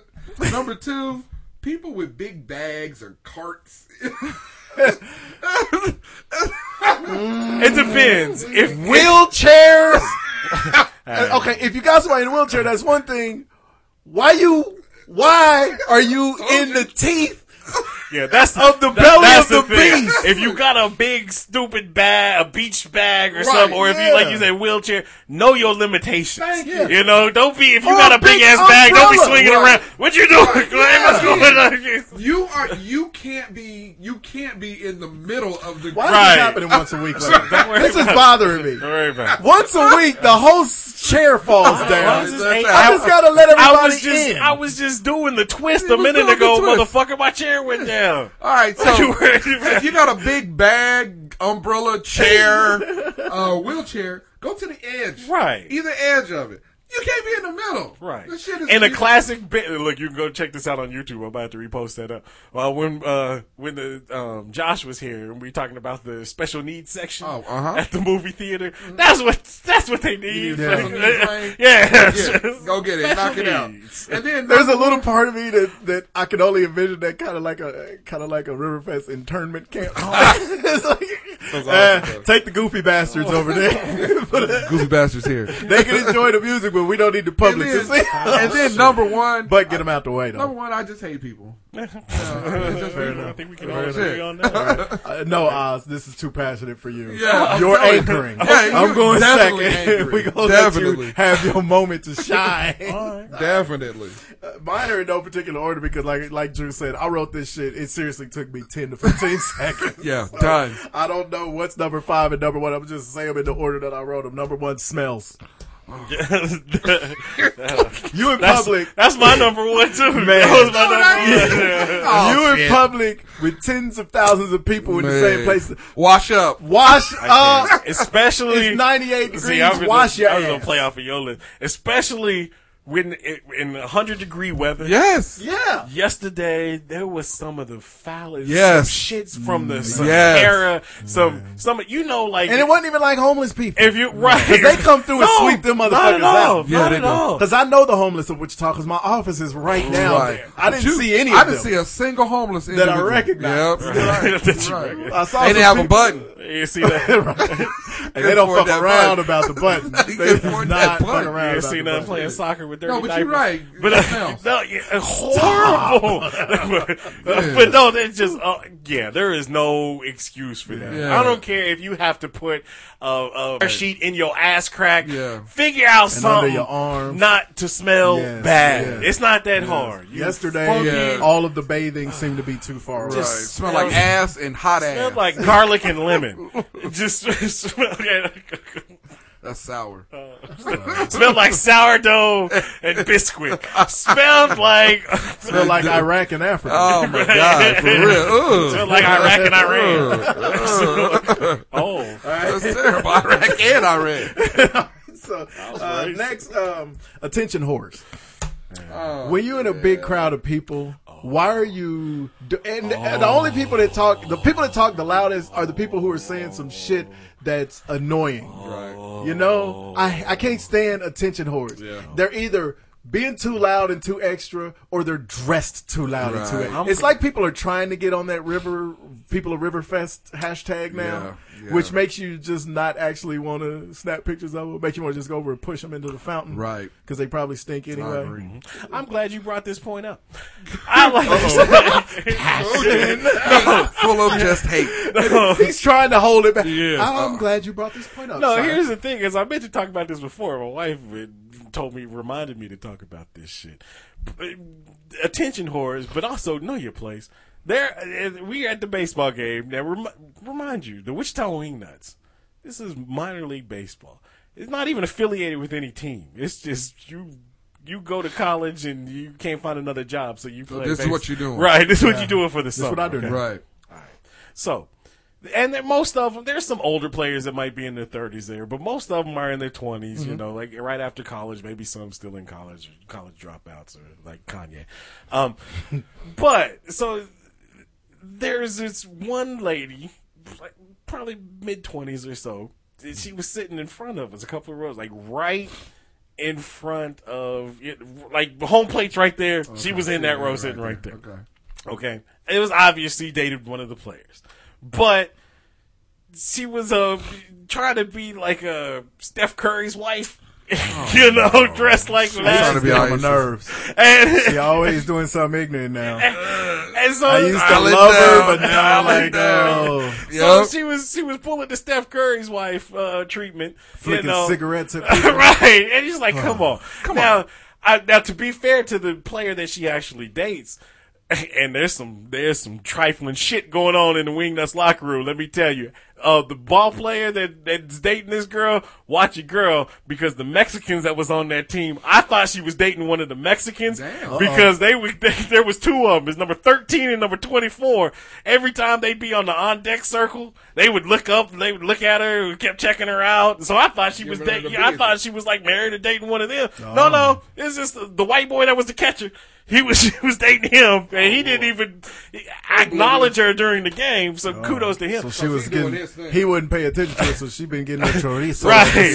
[SPEAKER 13] Number two, people with big bags or carts.
[SPEAKER 2] It depends. If
[SPEAKER 15] Wheelchairs. okay, if you got somebody in a wheelchair, that's one thing. Why you? Why are you in the teeth?
[SPEAKER 2] Yeah, that's
[SPEAKER 15] Of the
[SPEAKER 2] that-
[SPEAKER 15] belly
[SPEAKER 2] that's
[SPEAKER 15] of the
[SPEAKER 2] thing.
[SPEAKER 15] beast.
[SPEAKER 2] If you got a big stupid bag, a beach bag or
[SPEAKER 15] Right,
[SPEAKER 2] something, or if you like
[SPEAKER 15] yeah.
[SPEAKER 2] you say wheelchair, know your limitations.
[SPEAKER 13] Thank you.
[SPEAKER 2] You know, don't be if you
[SPEAKER 13] Or
[SPEAKER 2] got
[SPEAKER 13] a
[SPEAKER 2] a big
[SPEAKER 13] big
[SPEAKER 2] ass bag, don't be
[SPEAKER 13] umbrella.
[SPEAKER 2] swinging
[SPEAKER 13] Right.
[SPEAKER 2] around. What you doing? Clay? What's going on? here?
[SPEAKER 13] You are you can't be you can't be in the middle of the
[SPEAKER 15] Why is
[SPEAKER 2] Right.
[SPEAKER 15] this happening once a week? Like
[SPEAKER 2] Don't worry
[SPEAKER 15] this is
[SPEAKER 2] about it.
[SPEAKER 15] bothering me.
[SPEAKER 2] Don't worry about it.
[SPEAKER 15] Once a week, the whole s- chair falls
[SPEAKER 2] I
[SPEAKER 15] down.
[SPEAKER 2] was just,
[SPEAKER 15] I
[SPEAKER 2] hey,
[SPEAKER 15] just gotta let everybody
[SPEAKER 2] I was just,
[SPEAKER 15] in.
[SPEAKER 2] I was just doing the twist
[SPEAKER 13] You
[SPEAKER 2] a
[SPEAKER 13] was
[SPEAKER 2] minute
[SPEAKER 13] doing the
[SPEAKER 2] ago,
[SPEAKER 13] twist.
[SPEAKER 2] motherfucker. My chair went down.
[SPEAKER 13] All right, so
[SPEAKER 2] You were-
[SPEAKER 13] if you got a big bag, umbrella, chair, uh, wheelchair, go to the edge.
[SPEAKER 2] Right.
[SPEAKER 13] Either edge of it. You can't be in the middle.
[SPEAKER 2] Right.
[SPEAKER 13] This shit is
[SPEAKER 2] and a classic bit. Look, you can go check this out on YouTube. I'm about to repost that up. Uh, when uh, when the um, Josh was here and we were talking about the special needs section
[SPEAKER 13] Oh, uh-huh.
[SPEAKER 2] at the movie theater, that's what that's what they need.
[SPEAKER 13] Yeah.
[SPEAKER 2] Like,
[SPEAKER 13] Yeah.
[SPEAKER 2] yeah, yeah.
[SPEAKER 13] Go get it. Knock it out. And then
[SPEAKER 15] There's a little part of me that, that I can only envision that kind of like a kind of like a Riverfest internment camp. It's like, uh, take the goofy bastards over there. But, uh,
[SPEAKER 13] Goofy bastards here.
[SPEAKER 15] they can enjoy the music, but we don't need the public
[SPEAKER 13] and
[SPEAKER 15] to
[SPEAKER 13] then,
[SPEAKER 15] see.
[SPEAKER 13] and then number one,
[SPEAKER 15] But get them out the way
[SPEAKER 13] number
[SPEAKER 15] though.
[SPEAKER 13] one, I just hate people. Uh,
[SPEAKER 15] Fair enough.
[SPEAKER 2] I think we can
[SPEAKER 15] Fair
[SPEAKER 2] all
[SPEAKER 15] enough.
[SPEAKER 2] agree on
[SPEAKER 15] All
[SPEAKER 2] that.
[SPEAKER 15] right. Uh, no, Oz, this is too passionate for you.
[SPEAKER 13] Yeah, I'm
[SPEAKER 15] you're
[SPEAKER 13] telling you.
[SPEAKER 15] anchoring.
[SPEAKER 13] Yeah, you
[SPEAKER 15] I'm going
[SPEAKER 13] definitely
[SPEAKER 15] second.
[SPEAKER 13] anchoring.
[SPEAKER 15] we gonna let
[SPEAKER 13] Definitely.
[SPEAKER 15] you have your moment to shine.
[SPEAKER 13] Definitely.
[SPEAKER 15] Uh, Mine are in no particular order because, like, like Drew said, I wrote this shit. It seriously took me ten to fifteen seconds.
[SPEAKER 13] Yeah, done.
[SPEAKER 15] I don't know what's number five and number one. I'm just saying them in the order that I wrote them. Number one smells. You in
[SPEAKER 2] That's,
[SPEAKER 15] public,
[SPEAKER 2] that's my number one too.
[SPEAKER 15] Man.
[SPEAKER 2] That was my
[SPEAKER 13] No,
[SPEAKER 2] number one.
[SPEAKER 13] that-
[SPEAKER 2] Yeah.
[SPEAKER 15] you in public with tens of thousands of people in the same
[SPEAKER 13] Man.
[SPEAKER 15] place.
[SPEAKER 13] Wash up.
[SPEAKER 15] Wash up.
[SPEAKER 2] Especially
[SPEAKER 15] It's 98 degrees.
[SPEAKER 2] See, I was gonna-
[SPEAKER 15] Wash your
[SPEAKER 2] I was
[SPEAKER 15] ass.
[SPEAKER 2] gonna play off of your list, especially when it, in 100 degree weather.
[SPEAKER 13] Yes.
[SPEAKER 15] Yeah.
[SPEAKER 2] Yesterday there was some of the foulest
[SPEAKER 13] Yes.
[SPEAKER 2] shits from the
[SPEAKER 13] yes.
[SPEAKER 2] Sahara. Some some you know like
[SPEAKER 15] Mm, And it wasn't even like homeless people.
[SPEAKER 2] if you right
[SPEAKER 15] Because they come through and
[SPEAKER 2] No,
[SPEAKER 15] sweep them motherfuckers
[SPEAKER 2] not at all,
[SPEAKER 15] out.
[SPEAKER 2] Not
[SPEAKER 13] Yeah, they
[SPEAKER 2] at
[SPEAKER 13] do.
[SPEAKER 2] all.
[SPEAKER 15] Because I know the homeless of Wichita because my office is right now
[SPEAKER 13] Right.
[SPEAKER 15] there. I didn't
[SPEAKER 13] You-
[SPEAKER 15] see any of
[SPEAKER 13] I
[SPEAKER 15] them.
[SPEAKER 13] didn't see a single homeless
[SPEAKER 15] I
[SPEAKER 13] individual.
[SPEAKER 15] recognized.
[SPEAKER 13] Yep.
[SPEAKER 2] That you
[SPEAKER 13] Right.
[SPEAKER 2] reckon.
[SPEAKER 15] I saw some
[SPEAKER 13] They didn't have a
[SPEAKER 15] people-
[SPEAKER 13] button.
[SPEAKER 2] You see that?
[SPEAKER 15] And they don't
[SPEAKER 13] Afford
[SPEAKER 15] fuck
[SPEAKER 13] that
[SPEAKER 15] around
[SPEAKER 13] button.
[SPEAKER 15] about the button.
[SPEAKER 13] You
[SPEAKER 15] They
[SPEAKER 13] afford
[SPEAKER 15] do not
[SPEAKER 13] that
[SPEAKER 15] fuck
[SPEAKER 13] button.
[SPEAKER 15] around
[SPEAKER 2] You
[SPEAKER 15] about
[SPEAKER 2] see
[SPEAKER 15] the
[SPEAKER 2] them
[SPEAKER 15] button.
[SPEAKER 2] playing soccer with dirty
[SPEAKER 13] No, but
[SPEAKER 2] diapers.
[SPEAKER 13] you're right.
[SPEAKER 2] But
[SPEAKER 13] It
[SPEAKER 2] uh,
[SPEAKER 13] smells.
[SPEAKER 2] no, yeah, horrible. but no, that's just uh, yeah. There is no excuse for that.
[SPEAKER 13] Yeah.
[SPEAKER 2] I don't care if you have to put uh, a sheet in your ass crack.
[SPEAKER 13] Yeah.
[SPEAKER 2] Figure out
[SPEAKER 15] And under
[SPEAKER 2] something
[SPEAKER 15] your arms.
[SPEAKER 2] not to smell
[SPEAKER 15] Yes,
[SPEAKER 2] bad.
[SPEAKER 15] yes.
[SPEAKER 2] It's not that hard. You
[SPEAKER 15] Yesterday,
[SPEAKER 2] funky-
[SPEAKER 13] Yeah.
[SPEAKER 15] all of the bathing seemed to be too far away.
[SPEAKER 13] Right. Smell like ass and hot
[SPEAKER 2] smelled
[SPEAKER 13] ass.
[SPEAKER 2] like garlic and lemon. It just smelled,
[SPEAKER 13] That's sour.
[SPEAKER 2] Oh, smelled like sourdough and biscuit. Smelled like
[SPEAKER 15] Smelled like Iraq and Africa.
[SPEAKER 13] Oh my god, for real. Ugh.
[SPEAKER 2] smelled like Iraq and Iran. oh,
[SPEAKER 13] That's terrible. Iraq and Iran.
[SPEAKER 15] so uh,
[SPEAKER 2] racist.
[SPEAKER 15] next um, attention horse
[SPEAKER 13] Oh,
[SPEAKER 15] when you're in a big crowd of people why are you do- and, and the only people that talk the people that talk the loudest are the people who are saying some shit that's annoying
[SPEAKER 2] Oh,
[SPEAKER 15] right you know
[SPEAKER 13] Oh.
[SPEAKER 15] i i can't stand attention whores they're either being too loud and too extra, or they're dressed too loud and too.
[SPEAKER 13] Right.
[SPEAKER 15] Extra. It's like people are trying to get on that river, people of Riverfest hashtag now,
[SPEAKER 13] Yeah, yeah.
[SPEAKER 15] which makes you just not actually want to snap pictures of them. Makes you want to just go over and push them into the fountain,
[SPEAKER 13] Right.
[SPEAKER 15] Because they probably stink anyway.
[SPEAKER 2] I'm glad you brought this point up. I like
[SPEAKER 13] Full of just hate.
[SPEAKER 15] He's trying to hold it back.
[SPEAKER 2] Yeah.
[SPEAKER 13] Uh,
[SPEAKER 15] I'm glad you brought this point up.
[SPEAKER 2] No,
[SPEAKER 15] son.
[SPEAKER 2] here's the thing: is I meant to talk about this before. My wife uh, told me, reminded me to talk about this shit. Uh, Attention whores, but also know your place. There, uh, we at the baseball game. Now, rem- remind you, the Wichita Wingnuts. This is minor league baseball. It's not even affiliated with any team. It's just you you go to college and you can't find another job, so you
[SPEAKER 13] So
[SPEAKER 2] play.
[SPEAKER 13] this is
[SPEAKER 2] bas-
[SPEAKER 13] what you're doing.
[SPEAKER 2] right? This is what
[SPEAKER 13] Yeah.
[SPEAKER 2] you're doing for the
[SPEAKER 13] This is
[SPEAKER 2] summer.
[SPEAKER 13] what I do.
[SPEAKER 2] okay?
[SPEAKER 13] Right.
[SPEAKER 2] All right. So, and then most of them, there's some older players that might be in their 30s there, but most of them are in their 20s. You
[SPEAKER 13] Mhm.
[SPEAKER 2] know, like right after college, maybe some still in college, or college dropouts, or like Kanye. Um, but so there's this one lady, like probably mid 20s or so. and She was sitting in front of us, a couple of rows, like right in front of, like home plate's right there. She was in that row sitting right there.
[SPEAKER 13] Okay.
[SPEAKER 2] Okay. It was obviously dated one of the players. But she was uh, trying to be like uh, Steph Curry's wife.
[SPEAKER 15] Oh,
[SPEAKER 2] you know, dressed like
[SPEAKER 15] She's
[SPEAKER 2] that.
[SPEAKER 15] trying to be on my nerves.
[SPEAKER 2] And-
[SPEAKER 15] she always doing something ignorant now.
[SPEAKER 2] And so
[SPEAKER 15] I used to
[SPEAKER 2] I let
[SPEAKER 15] love her,
[SPEAKER 2] down.
[SPEAKER 15] but now
[SPEAKER 2] I
[SPEAKER 15] I'm
[SPEAKER 2] let
[SPEAKER 15] like, oh.
[SPEAKER 2] down.
[SPEAKER 15] no.
[SPEAKER 2] So she was she was pulling the Steph Curry's wife uh, treatment,
[SPEAKER 15] Flicking
[SPEAKER 2] you know.
[SPEAKER 15] cigarettes at people.
[SPEAKER 2] right? And he's like, "Come on,
[SPEAKER 15] Come
[SPEAKER 2] now, I, now to be fair to the player that she actually dates, and there's some there's some trifling shit going on in the Wingnuts locker room. Let me tell you, uh, the ball player that that's dating this girl, watch your girl because the Mexicans that was on that team, I thought she was dating one of the Mexicans
[SPEAKER 13] Uh-oh.
[SPEAKER 2] because they were there was two of them. It's number thirteen and number twenty four. Every time they'd be on the on deck circle, they would look up, they would look at her, and kept checking her out. So I thought she was
[SPEAKER 13] Giving her
[SPEAKER 2] dating.
[SPEAKER 13] the
[SPEAKER 2] I
[SPEAKER 13] biz.
[SPEAKER 2] thought she was like married or dating one of them. No, no, it's just the, the white boy that was the catcher. He was she was dating him, and
[SPEAKER 13] Oh,
[SPEAKER 2] he didn't even acknowledge her during the game. So
[SPEAKER 13] Oh,
[SPEAKER 2] kudos to him.
[SPEAKER 15] So she was getting. He wouldn't pay attention to it, so she been getting her chorizo.
[SPEAKER 2] Right.
[SPEAKER 15] on the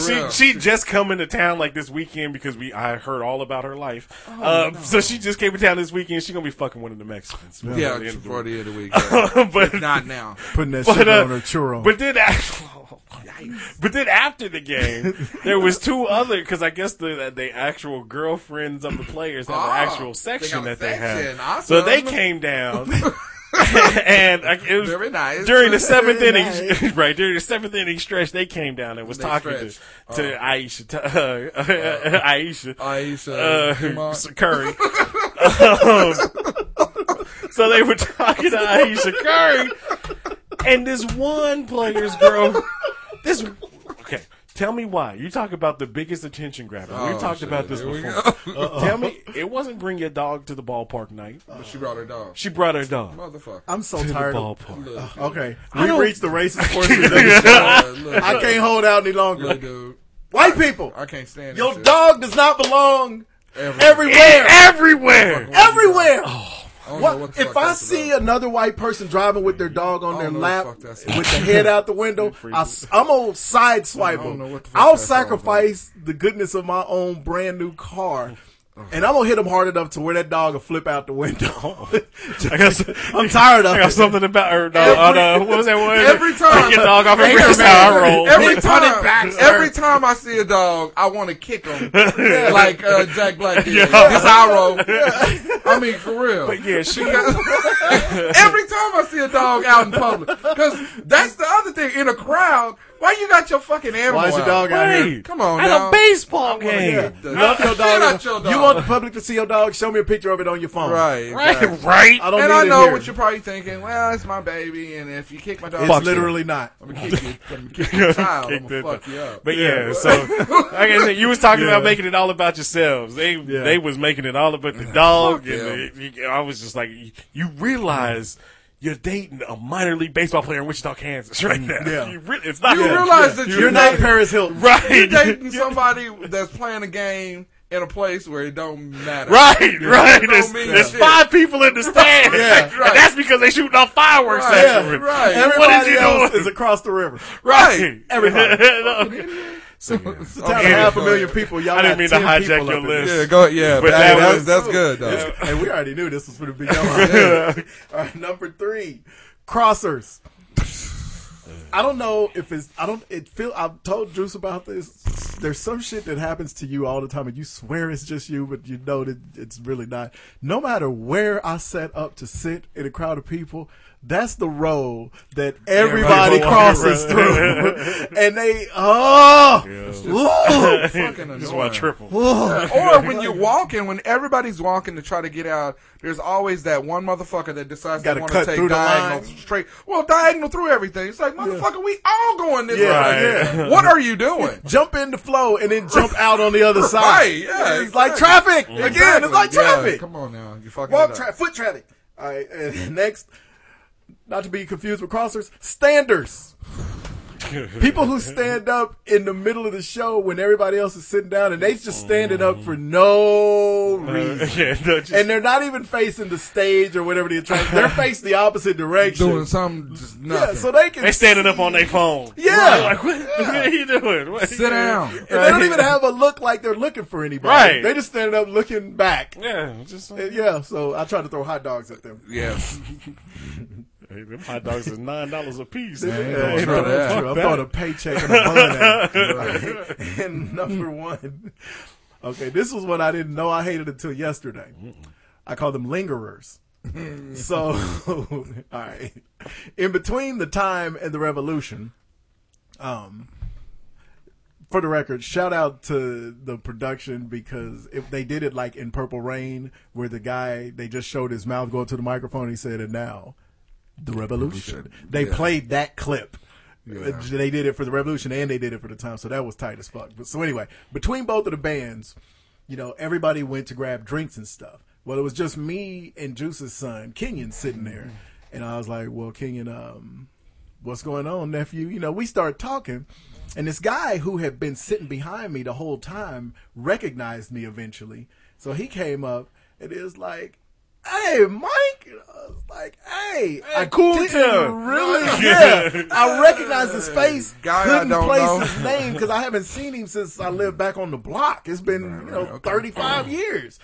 [SPEAKER 15] side.
[SPEAKER 2] Yeah, she she just come into town like this weekend because we I heard all about her life. uh, So she just came in town this weekend. She gonna be fucking one of the Mexicans. before
[SPEAKER 13] Yeah,
[SPEAKER 2] the end of
[SPEAKER 13] before the end of the week.
[SPEAKER 2] but
[SPEAKER 13] If not now.
[SPEAKER 15] Putting that shit on her churro.
[SPEAKER 2] uh, But then after, but then after the game, there was two other because I guess the the actual girlfriends of the players have
[SPEAKER 13] Ah,
[SPEAKER 2] an actual section
[SPEAKER 13] they got
[SPEAKER 2] that
[SPEAKER 13] a
[SPEAKER 2] they
[SPEAKER 13] section.
[SPEAKER 2] had. So
[SPEAKER 13] Awesome.
[SPEAKER 2] they came down. and like, it was
[SPEAKER 13] Very nice.
[SPEAKER 2] during the seventh
[SPEAKER 13] Very
[SPEAKER 2] inning,
[SPEAKER 13] nice.
[SPEAKER 2] right during the seventh inning stretch, they came down and was
[SPEAKER 13] They
[SPEAKER 2] talking to,
[SPEAKER 13] stretched.
[SPEAKER 2] to
[SPEAKER 13] Oh.
[SPEAKER 2] Aisha, to, uh, Aisha,
[SPEAKER 13] Aisha, Kumar.
[SPEAKER 2] uh, Curry. Um, so they were talking to Aisha Curry, and this one player's girl, this okay. Tell me why you talk about the biggest attention grabber.
[SPEAKER 13] Oh,
[SPEAKER 2] we talked
[SPEAKER 13] shit.
[SPEAKER 2] about this
[SPEAKER 13] Here we
[SPEAKER 2] before.
[SPEAKER 13] go.
[SPEAKER 2] Tell me, it wasn't bring your dog to the ballpark night.
[SPEAKER 13] But she brought her dog.
[SPEAKER 2] She brought her dog.
[SPEAKER 13] Motherfucker.
[SPEAKER 15] I'm so
[SPEAKER 2] To the
[SPEAKER 15] tired. Of,
[SPEAKER 2] ballpark.
[SPEAKER 15] Ugh, okay,
[SPEAKER 2] I
[SPEAKER 15] we
[SPEAKER 2] don't-
[SPEAKER 15] reached the racist portion. Of
[SPEAKER 2] Yeah.
[SPEAKER 15] the show.
[SPEAKER 13] Look,
[SPEAKER 15] I can't
[SPEAKER 13] look.
[SPEAKER 15] hold out any longer.
[SPEAKER 13] Look, dude.
[SPEAKER 15] White people,
[SPEAKER 13] I can't stand that
[SPEAKER 15] your
[SPEAKER 13] shit.
[SPEAKER 15] dog does not belong
[SPEAKER 13] Everywhere.
[SPEAKER 15] everywhere.
[SPEAKER 2] Everywhere.
[SPEAKER 15] Everywhere.
[SPEAKER 13] I don't know
[SPEAKER 15] What,
[SPEAKER 13] what the
[SPEAKER 15] if
[SPEAKER 13] fuck
[SPEAKER 15] I
[SPEAKER 13] that's
[SPEAKER 15] see another white person driving with their dog on their
[SPEAKER 13] know what
[SPEAKER 15] lap
[SPEAKER 13] the fuck that's
[SPEAKER 15] with
[SPEAKER 13] about.
[SPEAKER 15] the head out the window, I, am gonna sideswipe
[SPEAKER 13] I don't know
[SPEAKER 15] them.
[SPEAKER 13] what the fuck
[SPEAKER 15] I'll
[SPEAKER 13] that's all about.
[SPEAKER 15] sacrifice the goodness of my own brand new car. And I'm gonna hit them hard enough to where that dog will flip out the window.
[SPEAKER 2] I guess
[SPEAKER 15] I'm tired of
[SPEAKER 2] I got
[SPEAKER 15] it.
[SPEAKER 2] something about her. No,
[SPEAKER 15] Every-
[SPEAKER 2] oh, no, what was that word?
[SPEAKER 13] Every time.
[SPEAKER 2] Take your dog off her
[SPEAKER 13] Every
[SPEAKER 2] That's how I
[SPEAKER 13] time-
[SPEAKER 2] roll.
[SPEAKER 13] Every
[SPEAKER 2] Put it
[SPEAKER 13] time,
[SPEAKER 2] back, sir.
[SPEAKER 13] every time I see a dog, I want to kick him.
[SPEAKER 2] Yeah.
[SPEAKER 13] Like uh, Jack Black did.
[SPEAKER 2] Yeah.
[SPEAKER 13] This I roll. I mean, for real.
[SPEAKER 2] But yeah, she.
[SPEAKER 13] Because every time I see a dog out in public, because that's the other thing. In a crowd, why you got your fucking animal
[SPEAKER 15] Why is your dog out here?
[SPEAKER 2] Right.
[SPEAKER 13] Come on
[SPEAKER 2] At
[SPEAKER 13] now.
[SPEAKER 2] a baseball
[SPEAKER 15] Yeah.
[SPEAKER 2] game.
[SPEAKER 13] the-
[SPEAKER 15] Love your
[SPEAKER 13] Shit out
[SPEAKER 15] dog.
[SPEAKER 13] your
[SPEAKER 15] You
[SPEAKER 13] dog.
[SPEAKER 15] want the public to see your dog? Show me a picture of it on your phone.
[SPEAKER 13] Right,
[SPEAKER 2] Right, right.
[SPEAKER 15] I don't
[SPEAKER 13] and
[SPEAKER 15] need
[SPEAKER 13] I
[SPEAKER 15] it
[SPEAKER 13] know
[SPEAKER 15] here.
[SPEAKER 13] what you're probably thinking. Well, it's my baby, and if you kick my dog,
[SPEAKER 15] It's
[SPEAKER 13] fuck you.
[SPEAKER 15] literally not.
[SPEAKER 13] I'm gonna kick you. I'm gonna kick your child. I'm gonna
[SPEAKER 2] Kicked
[SPEAKER 13] fuck
[SPEAKER 2] it.
[SPEAKER 13] you up.
[SPEAKER 2] But yeah, so like I said, you was talking
[SPEAKER 15] Yeah.
[SPEAKER 2] about making it all about yourselves. They
[SPEAKER 15] Yeah.
[SPEAKER 2] they was making it all about the dog,
[SPEAKER 13] Fuck
[SPEAKER 2] and the, you- I was just like, you- you realize. You're dating a minor league baseball player in Wichita, Kansas, right now.
[SPEAKER 15] Yeah.
[SPEAKER 2] You re- it's not
[SPEAKER 13] Mm, You
[SPEAKER 2] Yeah.
[SPEAKER 13] realize that
[SPEAKER 15] You're
[SPEAKER 13] You're
[SPEAKER 15] not
[SPEAKER 13] dating-
[SPEAKER 15] Paris Hilton.
[SPEAKER 2] right.
[SPEAKER 13] you're dating somebody that's playing a game in a place where it don't matter.
[SPEAKER 2] Right, right.
[SPEAKER 13] It don't
[SPEAKER 2] There's,
[SPEAKER 13] mean
[SPEAKER 2] there's
[SPEAKER 13] shit.
[SPEAKER 2] five people in the stand.
[SPEAKER 15] Yeah,
[SPEAKER 2] and that's because they shooting off fireworks
[SPEAKER 13] Right,
[SPEAKER 2] at you.
[SPEAKER 13] right.
[SPEAKER 2] What
[SPEAKER 15] Everybody
[SPEAKER 2] did you
[SPEAKER 15] else
[SPEAKER 2] do?
[SPEAKER 15] is across the river.
[SPEAKER 2] Right.
[SPEAKER 15] Everybody.
[SPEAKER 2] No. so,
[SPEAKER 13] It's
[SPEAKER 15] Down to
[SPEAKER 2] Yeah.
[SPEAKER 15] half a million people. Y'all
[SPEAKER 2] I didn't
[SPEAKER 15] got
[SPEAKER 2] mean to
[SPEAKER 15] 10
[SPEAKER 2] hijack
[SPEAKER 15] people
[SPEAKER 2] your
[SPEAKER 15] up in
[SPEAKER 2] list.
[SPEAKER 15] this.
[SPEAKER 13] Yeah, go. Yeah,
[SPEAKER 2] But
[SPEAKER 13] but
[SPEAKER 2] that
[SPEAKER 13] that
[SPEAKER 2] was-
[SPEAKER 13] was, that's good though.
[SPEAKER 15] It's- hey, we already knew this was going to be going. All right, number three, crossers. I don't know if it's I don't it feel I've told Juice about this. There's some shit that happens to you all the time and you swear it's just you, but you know that it's really not. No matter where I set up to sit in a crowd of people, that's the road that everybody,
[SPEAKER 13] Everybody
[SPEAKER 15] crosses
[SPEAKER 13] walking
[SPEAKER 15] through,
[SPEAKER 13] around.
[SPEAKER 15] and they oh, ooh.
[SPEAKER 2] Just want triple.
[SPEAKER 13] or when you're walking, when everybody's walking to try to get out, there's always that one motherfucker that decides
[SPEAKER 15] Gotta
[SPEAKER 13] they want
[SPEAKER 15] cut
[SPEAKER 13] to take
[SPEAKER 15] through the
[SPEAKER 13] diagonal
[SPEAKER 15] line.
[SPEAKER 13] straight. Well, diagonal through everything. It's like motherfucker, we all going this
[SPEAKER 15] Yeah,
[SPEAKER 13] way.
[SPEAKER 15] yeah.
[SPEAKER 13] What are you doing?
[SPEAKER 15] jump in the flow and then jump out on the other side.
[SPEAKER 13] Right, yeah,
[SPEAKER 15] it's like
[SPEAKER 13] exactly.
[SPEAKER 15] traffic
[SPEAKER 13] Exactly,
[SPEAKER 15] again. It's like
[SPEAKER 13] yeah.
[SPEAKER 15] traffic.
[SPEAKER 13] Come on now, you fucking
[SPEAKER 15] Walk
[SPEAKER 13] it up.
[SPEAKER 15] tra- foot traffic. All right, and next, not to be confused with crossers, standers. People who stand up in the middle of the show when everybody else is sitting down and they just standing up for no reason.
[SPEAKER 2] yeah, no, just-
[SPEAKER 15] and they're not even facing the stage or whatever the attraction. They're faced the opposite direction.
[SPEAKER 13] doing something just
[SPEAKER 15] yeah,
[SPEAKER 13] nothing.
[SPEAKER 15] so they can
[SPEAKER 2] They standing up on their phone.
[SPEAKER 15] Yeah.
[SPEAKER 2] Like, what, what are you doing? What are you
[SPEAKER 13] Sit
[SPEAKER 2] doing?
[SPEAKER 13] down.
[SPEAKER 15] and they don't even have a look like they're looking for anybody.
[SPEAKER 2] Right.
[SPEAKER 15] They just standing up looking back.
[SPEAKER 2] Yeah, just
[SPEAKER 15] Uh, yeah, so I tried to throw hot dogs at them.
[SPEAKER 13] Yes.
[SPEAKER 2] Hey, them hot dogs is nine dollars a piece.
[SPEAKER 15] Yeah,
[SPEAKER 2] man.
[SPEAKER 15] yeah,
[SPEAKER 2] Don't
[SPEAKER 15] true that.
[SPEAKER 2] fuck
[SPEAKER 15] True. I
[SPEAKER 2] that.
[SPEAKER 15] thought a paycheck and a bun at it. Right. And number one, okay, this was one I didn't know I hated until yesterday. I call them lingerers. so, all right, in between the time and the revolution, um, for the record, shout out to the production because if they did it like in Purple Rain, where the guy they just showed his mouth go to the microphone, he said, "And now, the revolution." They
[SPEAKER 13] Yeah.
[SPEAKER 15] played that clip.
[SPEAKER 13] Yeah.
[SPEAKER 15] Uh, They did it for the revolution and they did it for the time, so that was tight as fuck. But so anyway, between both of the bands, you know, everybody went to grab drinks and stuff. Well, it was just me and Juice's son, Kenyon, sitting there,
[SPEAKER 13] Mm-hmm.
[SPEAKER 15] and I was like, "Well, Kenyon, um, what's going on, nephew? You know, we start talking, and this guy who had been sitting behind me the whole time recognized me eventually. So he came up and is like, Hey, Mike. And I was like, Hey, I
[SPEAKER 2] cool
[SPEAKER 15] didn't
[SPEAKER 2] town.
[SPEAKER 15] Really? Yeah. I recognize his face.
[SPEAKER 13] Guy I
[SPEAKER 15] couldn't
[SPEAKER 13] don't
[SPEAKER 15] place
[SPEAKER 13] know.
[SPEAKER 15] his name because I haven't seen him since I lived back on the block. It's been, you know, 35 years.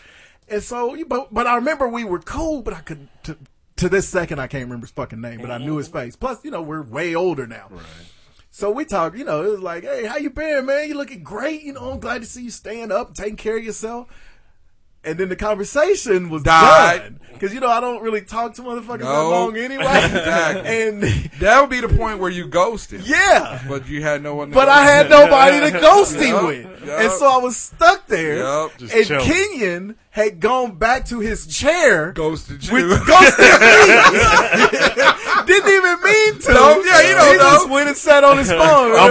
[SPEAKER 15] And so, but, but I remember we were cool, but I could, to, to this second, I can't remember his fucking name, but I knew his face. Plus, you know, we're way older now. So we talked, you know, it was like, hey, how you been, man? You looking great. You know, I'm glad to see you staying up, taking care of yourself. And then the conversation was
[SPEAKER 13] Died.
[SPEAKER 15] done. Because, you know, I don't really talk to motherfuckers that
[SPEAKER 13] No.
[SPEAKER 15] long anyway.
[SPEAKER 13] Exactly.
[SPEAKER 15] and
[SPEAKER 13] that would be the point where you ghosted.
[SPEAKER 15] yeah.
[SPEAKER 13] But you had no one. to
[SPEAKER 15] But I
[SPEAKER 13] ghost.
[SPEAKER 15] had nobody to ghost him
[SPEAKER 13] Yup,
[SPEAKER 15] with.
[SPEAKER 13] yup.
[SPEAKER 15] And so I was stuck there.
[SPEAKER 13] Yup. Just
[SPEAKER 15] and
[SPEAKER 13] chilling.
[SPEAKER 15] Kenyon had gone back to his chair.
[SPEAKER 13] Ghosted you.
[SPEAKER 15] With ghosted me. Didn't even mean to.
[SPEAKER 13] No, yeah, he don't
[SPEAKER 15] He just
[SPEAKER 13] know.
[SPEAKER 15] went and sat on his phone.
[SPEAKER 2] I'm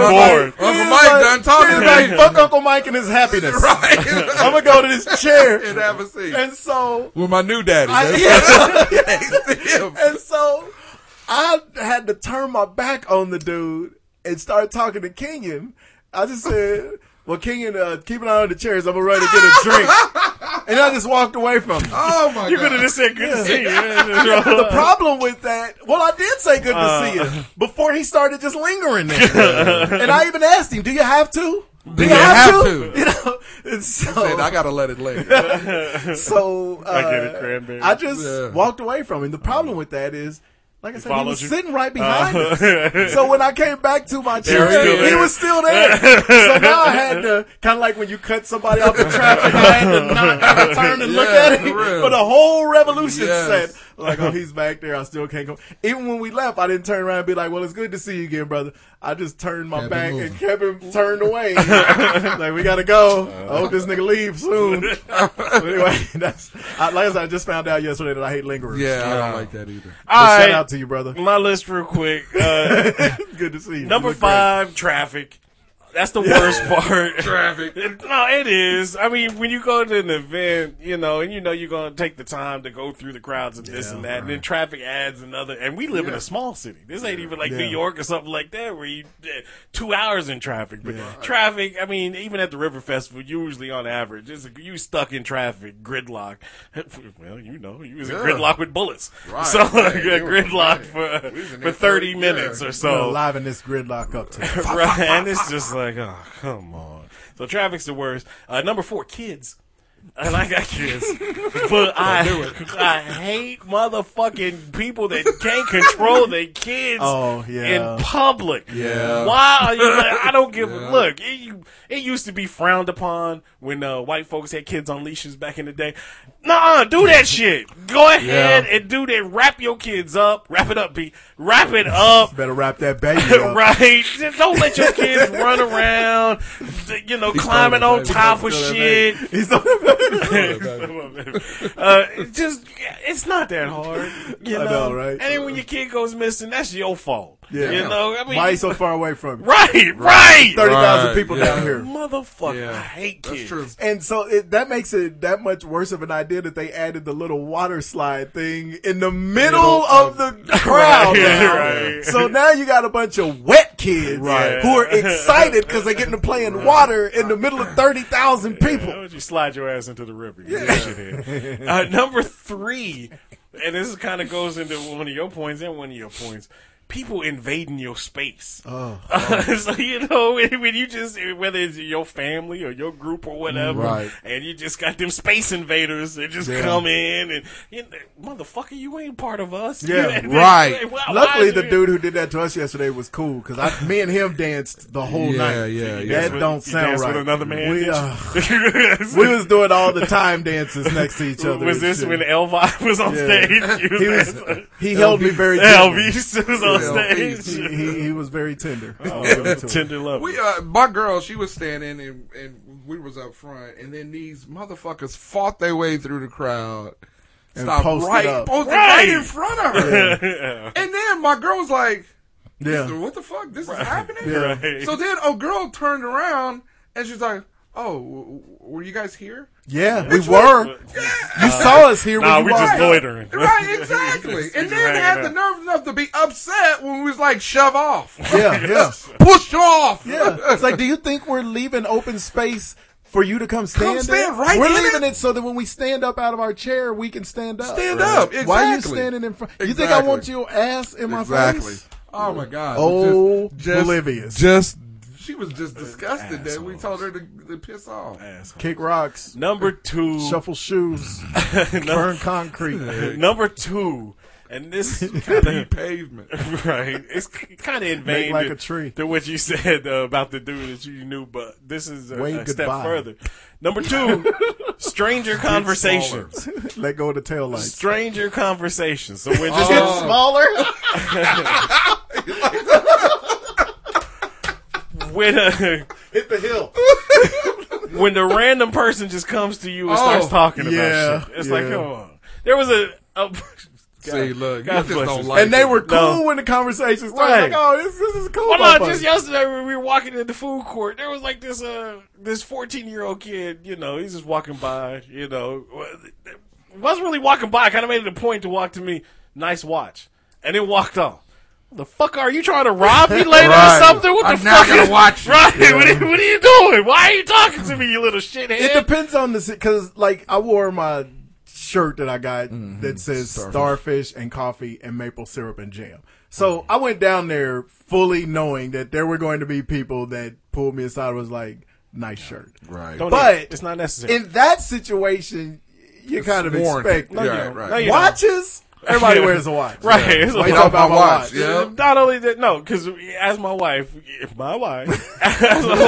[SPEAKER 15] He was
[SPEAKER 2] bored.
[SPEAKER 15] he
[SPEAKER 13] Uncle
[SPEAKER 15] was
[SPEAKER 13] Mike done talking
[SPEAKER 15] he was
[SPEAKER 13] to
[SPEAKER 15] like,
[SPEAKER 13] me.
[SPEAKER 15] Fuck Uncle Mike and his happiness.
[SPEAKER 13] Right.
[SPEAKER 15] I'm gonna go to this chair.
[SPEAKER 13] and have a seat
[SPEAKER 15] And so
[SPEAKER 13] with my new daddy.
[SPEAKER 15] I-
[SPEAKER 13] man.
[SPEAKER 15] and so I had to turn my back on the dude and start talking to Kenyon. I just said, "Well, Kenyon, uh, keep an eye on the chairs. I'm gonna run and get a drink." and I just walked away from him.
[SPEAKER 13] Oh my
[SPEAKER 2] You
[SPEAKER 13] god.
[SPEAKER 2] could have just said good to see you.
[SPEAKER 15] The problem with that, well, I did say good to see
[SPEAKER 13] Uh.
[SPEAKER 15] you before he started just lingering there, and I even asked him, "Do you have to? Do
[SPEAKER 13] you have to?"
[SPEAKER 15] You know, and so
[SPEAKER 13] Said, I gotta let it linger.
[SPEAKER 15] so uh,
[SPEAKER 2] I
[SPEAKER 15] I,
[SPEAKER 2] get it, cranberry.
[SPEAKER 15] just
[SPEAKER 13] Yeah.
[SPEAKER 15] walked away from him. The problem with that is, like I said, he
[SPEAKER 2] followed
[SPEAKER 15] was
[SPEAKER 2] you?
[SPEAKER 15] sitting right
[SPEAKER 13] Uh-huh.
[SPEAKER 15] behind
[SPEAKER 2] Uh.
[SPEAKER 15] us. So when I came back to my chair,
[SPEAKER 2] was still
[SPEAKER 15] he
[SPEAKER 2] there.
[SPEAKER 15] was still there. so now I had to kind of like when you cut somebody off in traffic, I had to knock and turn and look
[SPEAKER 13] Yeah,
[SPEAKER 15] at him
[SPEAKER 13] for real.
[SPEAKER 15] for the whole revolution
[SPEAKER 13] Yes.
[SPEAKER 15] set. Like, oh, he's back there. I still can't go. Even when we left, I didn't turn around and be like, "Well, it's good to see you again, brother." I just turned my
[SPEAKER 13] Kept it
[SPEAKER 15] back
[SPEAKER 13] moving.
[SPEAKER 15] and kept him turned away. like, we gotta go. I hope this nigga leaves soon. But anyway, that's I, like I said, I just found out yesterday that I hate lingerers.
[SPEAKER 13] yeah, I don't like that either.
[SPEAKER 15] But
[SPEAKER 2] All
[SPEAKER 15] shout
[SPEAKER 2] right.
[SPEAKER 15] out to you, brother.
[SPEAKER 2] My list real quick. Uh,
[SPEAKER 15] Good to see you.
[SPEAKER 2] number
[SPEAKER 15] You look great.
[SPEAKER 2] five, traffic. That's the worst part.
[SPEAKER 13] Traffic.
[SPEAKER 2] No, it is. I mean, when you go to an event, you know, and you know you're going to take the time to go through the crowds and this and that, and then traffic adds another. And we live in a small city. This ain't even like New
[SPEAKER 15] Yeah.
[SPEAKER 2] York or something like that where you eh, two hours in traffic. But traffic, I mean, even at the River Festival, usually on average, it's, you stuck in traffic, gridlock. Well, you know, you was in
[SPEAKER 13] Yeah.
[SPEAKER 2] gridlock with bullets.
[SPEAKER 13] Right.
[SPEAKER 2] So like,
[SPEAKER 13] Yeah,
[SPEAKER 2] a
[SPEAKER 13] you were-
[SPEAKER 2] gridlock
[SPEAKER 13] yeah.
[SPEAKER 2] for
[SPEAKER 13] We was in
[SPEAKER 2] for
[SPEAKER 13] there
[SPEAKER 2] 30
[SPEAKER 13] for-
[SPEAKER 2] minutes
[SPEAKER 13] yeah.
[SPEAKER 2] or
[SPEAKER 15] I'm gonna
[SPEAKER 2] so.
[SPEAKER 15] liven this gridlock up today.
[SPEAKER 2] Right, and it's just like, oh, come on. So traffic's the worst. Uh, number four, kids. I like that kiss, but I I hate motherfucking people that can't control their kids
[SPEAKER 15] Oh, yeah.
[SPEAKER 2] in public.
[SPEAKER 15] Yeah.
[SPEAKER 2] why are you? Like, I don't give a look. It, you- it used to be frowned upon when uh, white folks had kids on leashes back in the day. Nah, do that shit. Go ahead and do that. Wrap your kids up. Wrap it up, B. Wrap it up.
[SPEAKER 15] Better wrap that baby up.
[SPEAKER 2] right? Just Don't let your kids run around, th- you know, climbing
[SPEAKER 15] throwing
[SPEAKER 2] on
[SPEAKER 15] that baby.
[SPEAKER 2] top of
[SPEAKER 15] He's throwing
[SPEAKER 2] shit.
[SPEAKER 15] that baby. He's throwing
[SPEAKER 2] uh, it just, it's not that hard, you
[SPEAKER 15] I
[SPEAKER 2] know.
[SPEAKER 15] know, right?
[SPEAKER 2] And then when your kid goes missing, that's your fault.
[SPEAKER 15] Yeah.
[SPEAKER 2] You know, I mean,
[SPEAKER 15] Why you so far away from it?
[SPEAKER 2] Right, right.
[SPEAKER 15] 30,000
[SPEAKER 2] Right,
[SPEAKER 15] people
[SPEAKER 2] yeah.
[SPEAKER 15] down here.
[SPEAKER 2] Motherfucker, I hate kids.
[SPEAKER 15] And so it, that makes it that much worse of an idea that they added the little water slide thing in the middle of the crowd.
[SPEAKER 16] Right,
[SPEAKER 15] now.
[SPEAKER 16] right.
[SPEAKER 15] So now you got a bunch of wet kids
[SPEAKER 16] Right.
[SPEAKER 15] who are excited because they're getting to play in water in the middle of 30,000 people.
[SPEAKER 2] Why don't you slide your ass into the river? you shit head? uh, number three, and this kind of goes into one of your points and one of your points. People invading your space. Uh,
[SPEAKER 15] Oh.
[SPEAKER 2] so you know when, when you just whether it's your family or your group or whatever,
[SPEAKER 15] Right.
[SPEAKER 2] and you just got them space invaders that just
[SPEAKER 15] Yeah.
[SPEAKER 2] come in and you know, motherfucker, you ain't part of us.
[SPEAKER 15] Yeah,
[SPEAKER 2] You-
[SPEAKER 15] right.
[SPEAKER 2] Why- why
[SPEAKER 15] Luckily,
[SPEAKER 2] you
[SPEAKER 15] the
[SPEAKER 2] here?
[SPEAKER 15] dude who did that to us yesterday was cool because me and him danced the whole
[SPEAKER 13] Yeah,
[SPEAKER 15] night.
[SPEAKER 13] yeah, yeah.
[SPEAKER 15] That
[SPEAKER 13] You
[SPEAKER 15] don't
[SPEAKER 13] danced
[SPEAKER 15] sound
[SPEAKER 13] with
[SPEAKER 15] right.
[SPEAKER 13] another man,
[SPEAKER 15] We,
[SPEAKER 13] did
[SPEAKER 15] uh,
[SPEAKER 2] you?
[SPEAKER 15] we was doing all the time dances next to each other.
[SPEAKER 2] Was
[SPEAKER 15] and
[SPEAKER 2] this
[SPEAKER 15] shit.
[SPEAKER 2] when Elvi was on
[SPEAKER 15] Yeah.
[SPEAKER 2] stage?
[SPEAKER 15] He, was, he held me very.
[SPEAKER 2] Elvis was on
[SPEAKER 15] Yeah,
[SPEAKER 2] stage.
[SPEAKER 15] He, he, he was very tender. I'll
[SPEAKER 2] Oh.
[SPEAKER 15] give it to him.
[SPEAKER 2] Tender love.
[SPEAKER 13] We, uh, my girl, she was standing and, and we was up front, and then these motherfuckers fought their way through the crowd.
[SPEAKER 15] And
[SPEAKER 13] stopped
[SPEAKER 15] posted
[SPEAKER 13] right,
[SPEAKER 15] up.
[SPEAKER 13] posted
[SPEAKER 15] Right.
[SPEAKER 13] right. in front of her. And then my girl was like,
[SPEAKER 15] Yeah.
[SPEAKER 13] "This- "What the fuck? This is happening."
[SPEAKER 15] Yeah.
[SPEAKER 13] So then a girl turned around and she's like, "Oh, w- w- were you guys here?"
[SPEAKER 15] Yeah,
[SPEAKER 13] Which
[SPEAKER 15] we were.
[SPEAKER 13] was-
[SPEAKER 15] You saw us here.
[SPEAKER 2] Nah,
[SPEAKER 15] when you
[SPEAKER 2] we just
[SPEAKER 15] walked.
[SPEAKER 2] loitering.
[SPEAKER 13] Right, exactly. and then had the nerve enough to be upset when we was like, "Shove off."
[SPEAKER 15] Yeah, yeah.
[SPEAKER 13] Push off.
[SPEAKER 15] Yeah. It's like, do you think we're leaving open space for you to come stand?
[SPEAKER 13] stand
[SPEAKER 15] in?
[SPEAKER 13] right
[SPEAKER 15] We're
[SPEAKER 13] in
[SPEAKER 15] leaving it? so that when we stand up out of our chair, we can stand up.
[SPEAKER 13] Stand up,
[SPEAKER 15] Why are you
[SPEAKER 13] exactly.
[SPEAKER 15] standing in front? You think I
[SPEAKER 13] Exactly.
[SPEAKER 15] want your ass in my face?
[SPEAKER 13] Oh my god.
[SPEAKER 15] Oh,
[SPEAKER 13] Just- just-
[SPEAKER 15] oblivious.
[SPEAKER 13] Just she was just disgusted that we told her to, to piss off.
[SPEAKER 15] kick rocks.
[SPEAKER 2] Number two,
[SPEAKER 15] shuffle shoes, burn concrete.
[SPEAKER 2] Number two, and this kind of
[SPEAKER 13] pavement,
[SPEAKER 2] right? It's kind of in
[SPEAKER 15] Make
[SPEAKER 2] vain
[SPEAKER 15] like
[SPEAKER 2] to,
[SPEAKER 15] a tree.
[SPEAKER 2] to what you said uh, about the dude that you knew, but this is a,
[SPEAKER 15] Wave
[SPEAKER 2] a step
[SPEAKER 15] goodbye.
[SPEAKER 2] further. Number two, stranger conversations.
[SPEAKER 15] Let go of the taillights.
[SPEAKER 2] Stranger conversations. So when
[SPEAKER 15] Just get smaller.
[SPEAKER 2] when a,
[SPEAKER 15] Hit the hill.
[SPEAKER 2] when the random person just comes to you and
[SPEAKER 15] Oh,
[SPEAKER 2] starts
[SPEAKER 15] yeah,
[SPEAKER 2] talking about shit, it's like,
[SPEAKER 15] yeah.
[SPEAKER 2] come on. There was a. a
[SPEAKER 13] See, look, you just
[SPEAKER 2] bless
[SPEAKER 13] don't
[SPEAKER 2] us.
[SPEAKER 13] like
[SPEAKER 15] and they were cool
[SPEAKER 2] No.
[SPEAKER 15] when the conversation started.
[SPEAKER 2] Right.
[SPEAKER 15] Like, oh, this, this is cool.
[SPEAKER 2] Well, no,
[SPEAKER 15] motherfucker.
[SPEAKER 2] just yesterday when we were walking in the food court, there was like this uh this fourteen year old kid. You know, he's just walking by. You know, wasn't really walking by. Kind of made it a point to walk to me. Nice watch, and then walked off. The fuck are you trying to rob me later
[SPEAKER 13] Right.
[SPEAKER 2] or something? What
[SPEAKER 13] I'm
[SPEAKER 2] the
[SPEAKER 13] not
[SPEAKER 2] fuck?
[SPEAKER 13] gonna
[SPEAKER 2] is-
[SPEAKER 13] watch you.
[SPEAKER 2] Right?
[SPEAKER 13] Yeah.
[SPEAKER 2] What, are, what are you doing? Why are you talking to me, you little shithead?
[SPEAKER 15] It depends on the because like I wore my shirt that I got
[SPEAKER 13] Mm-hmm.
[SPEAKER 15] that says starfish. and coffee and maple syrup and jam. So I went down there fully knowing that there were going to be people that pulled me aside and was like, "Nice shirt,"
[SPEAKER 13] right?
[SPEAKER 2] Don't
[SPEAKER 15] but
[SPEAKER 2] even- it's not necessary.
[SPEAKER 15] in that situation, you
[SPEAKER 13] It's
[SPEAKER 15] kind of
[SPEAKER 13] warranted.
[SPEAKER 15] expect
[SPEAKER 13] No, you Yeah, don't. right. No, you don't.
[SPEAKER 15] watches. Everybody wears a watch,
[SPEAKER 2] Right.
[SPEAKER 15] Yeah.
[SPEAKER 2] It's a
[SPEAKER 15] Why you
[SPEAKER 2] watch.
[SPEAKER 15] talking about my
[SPEAKER 13] Watch,
[SPEAKER 15] watch?
[SPEAKER 13] yeah.
[SPEAKER 2] Not only that, no, because as my wife, if my wife, as my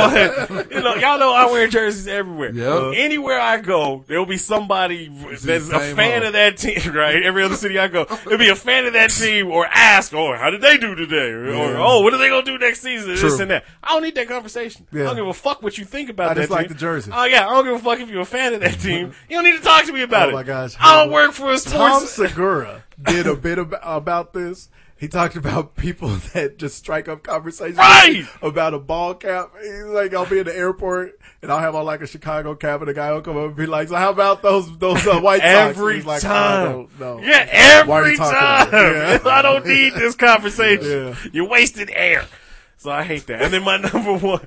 [SPEAKER 2] wife, you know, y'all know I wear jerseys everywhere.
[SPEAKER 13] Yep.
[SPEAKER 2] Anywhere I go, there'll be somebody that's a
[SPEAKER 13] same
[SPEAKER 2] fan
[SPEAKER 13] hoe.
[SPEAKER 2] of that team, right? Every other city I go, there'll be a fan of that team or ask, or how did they do today? Or, or, oh, what are they going to do next season? This
[SPEAKER 15] True.
[SPEAKER 2] and that. I don't need that conversation. I
[SPEAKER 15] Yeah.
[SPEAKER 2] don't give a fuck what you think about
[SPEAKER 15] I
[SPEAKER 2] that
[SPEAKER 15] just like
[SPEAKER 2] team.
[SPEAKER 15] the jersey.
[SPEAKER 2] Oh, yeah. I don't give a fuck if you're a fan of that team. You don't need to talk to me about
[SPEAKER 15] Oh,
[SPEAKER 2] it.
[SPEAKER 15] my gosh.
[SPEAKER 2] I don't work for a
[SPEAKER 15] Tom
[SPEAKER 2] sports.
[SPEAKER 15] Segura did a bit ab- about this. He talked about people that just strike up conversations
[SPEAKER 2] Right!
[SPEAKER 15] about a ball cap. He's like, I'll be in the airport and I'll have on like a Chicago cap, and the guy will come up and be like, "So how about those those uh, White Sox?"
[SPEAKER 2] every
[SPEAKER 15] He's like,
[SPEAKER 2] time.
[SPEAKER 15] I don't know.
[SPEAKER 2] Yeah,
[SPEAKER 15] Why are
[SPEAKER 2] every
[SPEAKER 15] you talking
[SPEAKER 2] time.
[SPEAKER 15] about it? Yeah.
[SPEAKER 2] I don't need this conversation.
[SPEAKER 15] Yeah.
[SPEAKER 2] You're wasting air. So I hate that. And then my number one,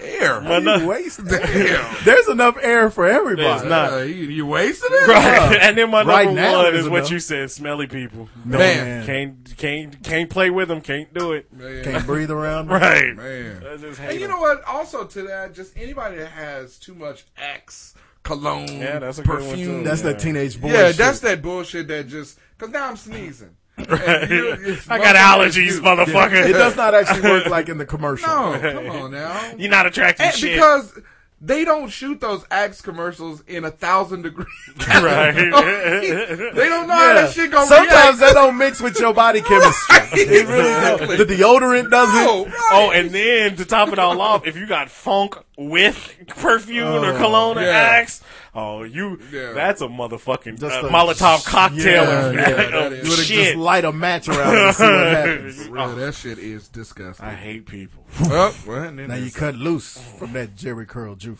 [SPEAKER 13] air.
[SPEAKER 2] my
[SPEAKER 15] You
[SPEAKER 2] nu-
[SPEAKER 15] wasted There's enough air for everybody.
[SPEAKER 2] There's not.
[SPEAKER 13] Uh, you, you wasted it.
[SPEAKER 2] Right. And then my
[SPEAKER 15] Right
[SPEAKER 2] number
[SPEAKER 15] now
[SPEAKER 2] one
[SPEAKER 15] there's
[SPEAKER 2] is what
[SPEAKER 15] enough.
[SPEAKER 2] you said, smelly people.
[SPEAKER 15] No,
[SPEAKER 13] Man.
[SPEAKER 2] Can't can't can't play with them. Can't do it.
[SPEAKER 15] Can't breathe around.
[SPEAKER 2] Right.
[SPEAKER 13] Man.
[SPEAKER 2] I just hate
[SPEAKER 13] And you
[SPEAKER 2] 'em.
[SPEAKER 13] know what? Also to that, just anybody that has too much X cologne,
[SPEAKER 2] Yeah, that's a good one, too.
[SPEAKER 13] perfume.
[SPEAKER 15] That's that teenage boy
[SPEAKER 13] Yeah,
[SPEAKER 15] shit.
[SPEAKER 13] that's that bullshit that just because now I'm sneezing.
[SPEAKER 15] Right.
[SPEAKER 13] And you- it's
[SPEAKER 2] I got
[SPEAKER 13] motherfucker,
[SPEAKER 2] allergies,
[SPEAKER 13] you-
[SPEAKER 2] motherfucker.
[SPEAKER 15] It does not actually work like in the commercial.
[SPEAKER 13] No, come on now.
[SPEAKER 2] You're not attracting
[SPEAKER 15] Eh,
[SPEAKER 13] And
[SPEAKER 2] shit.
[SPEAKER 13] because they don't shoot those Axe commercials in a thousand degrees.
[SPEAKER 2] Right.
[SPEAKER 13] they
[SPEAKER 15] Oh,
[SPEAKER 13] don't know how
[SPEAKER 15] Yeah.
[SPEAKER 13] that shit gonna
[SPEAKER 15] Sometimes
[SPEAKER 13] react.
[SPEAKER 15] that don't mix with your body chemistry. It really
[SPEAKER 2] Exactly.
[SPEAKER 15] don't. The deodorant doesn't.
[SPEAKER 2] Oh, and then to top it all off, if you got funk with perfume or
[SPEAKER 15] Oh,
[SPEAKER 2] cologne or
[SPEAKER 15] yeah.
[SPEAKER 2] axe, oh, you
[SPEAKER 15] Yeah.
[SPEAKER 2] that's a motherfucking
[SPEAKER 15] Just
[SPEAKER 2] uh,
[SPEAKER 15] a-
[SPEAKER 2] Molotov cocktail
[SPEAKER 15] Yeah,
[SPEAKER 2] of,
[SPEAKER 15] yeah,
[SPEAKER 2] of
[SPEAKER 15] that is. You would've just
[SPEAKER 2] shit.
[SPEAKER 15] light a match around it and see what happens.
[SPEAKER 13] For
[SPEAKER 2] oh.
[SPEAKER 13] real, that shit is disgusting. I
[SPEAKER 2] hate people.
[SPEAKER 13] Oh, well, and then
[SPEAKER 15] Now you
[SPEAKER 13] it's-
[SPEAKER 15] cut loose from that Jerry Curl juice.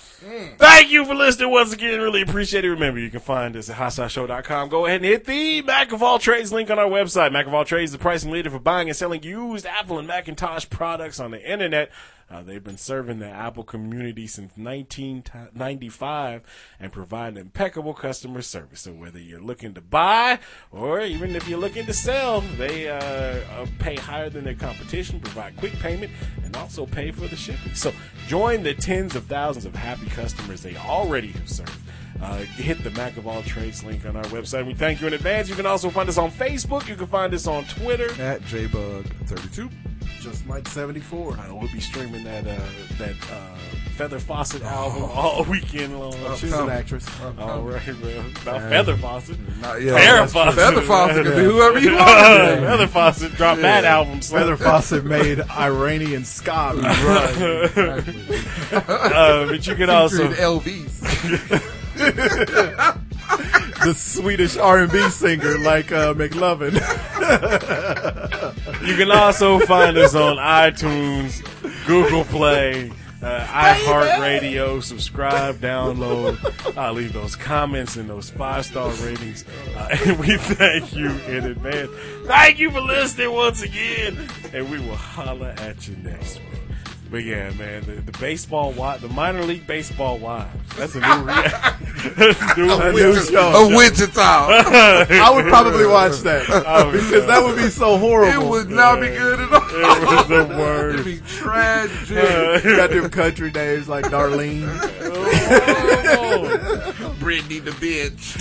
[SPEAKER 2] Thank you for listening once again. Really appreciate it. Remember, you can find us at HotSideShow.com. Go ahead and hit the Mac of All Trades link on our website. Mac of All Trades is the pricing leader for buying and selling used Apple and Macintosh products on the internet. Uh, they've been serving the Apple community since 1995 and provide impeccable customer service. So whether you're looking to buy or even if you're looking to sell, they uh, uh, pay higher than their competition, provide quick payment, and also pay for the shipping. So join the tens of thousands of happy customers they already have served. Uh, hit the Mac of All Trades link on our website. We thank you in advance. You can also find us on Facebook. You can find us on Twitter.
[SPEAKER 13] At JBug32.
[SPEAKER 15] Just Mike 74.
[SPEAKER 2] I will be streaming that uh, that uh, Feather Fawcett album
[SPEAKER 13] Oh.
[SPEAKER 2] all weekend long.
[SPEAKER 15] Oh, she's
[SPEAKER 13] Mm.
[SPEAKER 15] an actress.
[SPEAKER 2] All right, man. Not
[SPEAKER 15] Yeah.
[SPEAKER 2] Feather Fawcett.
[SPEAKER 15] Not-
[SPEAKER 13] yeah,
[SPEAKER 2] Farrah
[SPEAKER 13] that's true.
[SPEAKER 2] Fawcett.
[SPEAKER 13] Feather Fawcett could be whoever you want.
[SPEAKER 2] Feather Fawcett dropped that album. son.
[SPEAKER 15] Feather Fawcett made Iranian ska. music.
[SPEAKER 2] Uh, but you can also
[SPEAKER 15] the Swedish R&B singer like uh, McLovin.
[SPEAKER 2] You can also find us on iTunes, Google Play, uh, iHeartRadio. Subscribe, download. Uh, leave those comments and those five star ratings. Uh, and we thank you in advance. Thank you for listening once again. And we will holler at you next week. But yeah, man, the, the baseball wives, the minor league baseball wives. That's a new, rea- new,
[SPEAKER 13] A
[SPEAKER 2] new
[SPEAKER 13] Wichita-
[SPEAKER 2] show.
[SPEAKER 13] a Wichita.
[SPEAKER 15] I would probably watch that
[SPEAKER 2] I would,
[SPEAKER 15] because that would be so horrible.
[SPEAKER 13] Oh, It would not be good at all.
[SPEAKER 2] It was the worst.
[SPEAKER 13] It'd be tragic.
[SPEAKER 15] Got them country names like Darlene.
[SPEAKER 13] Brittany the bitch.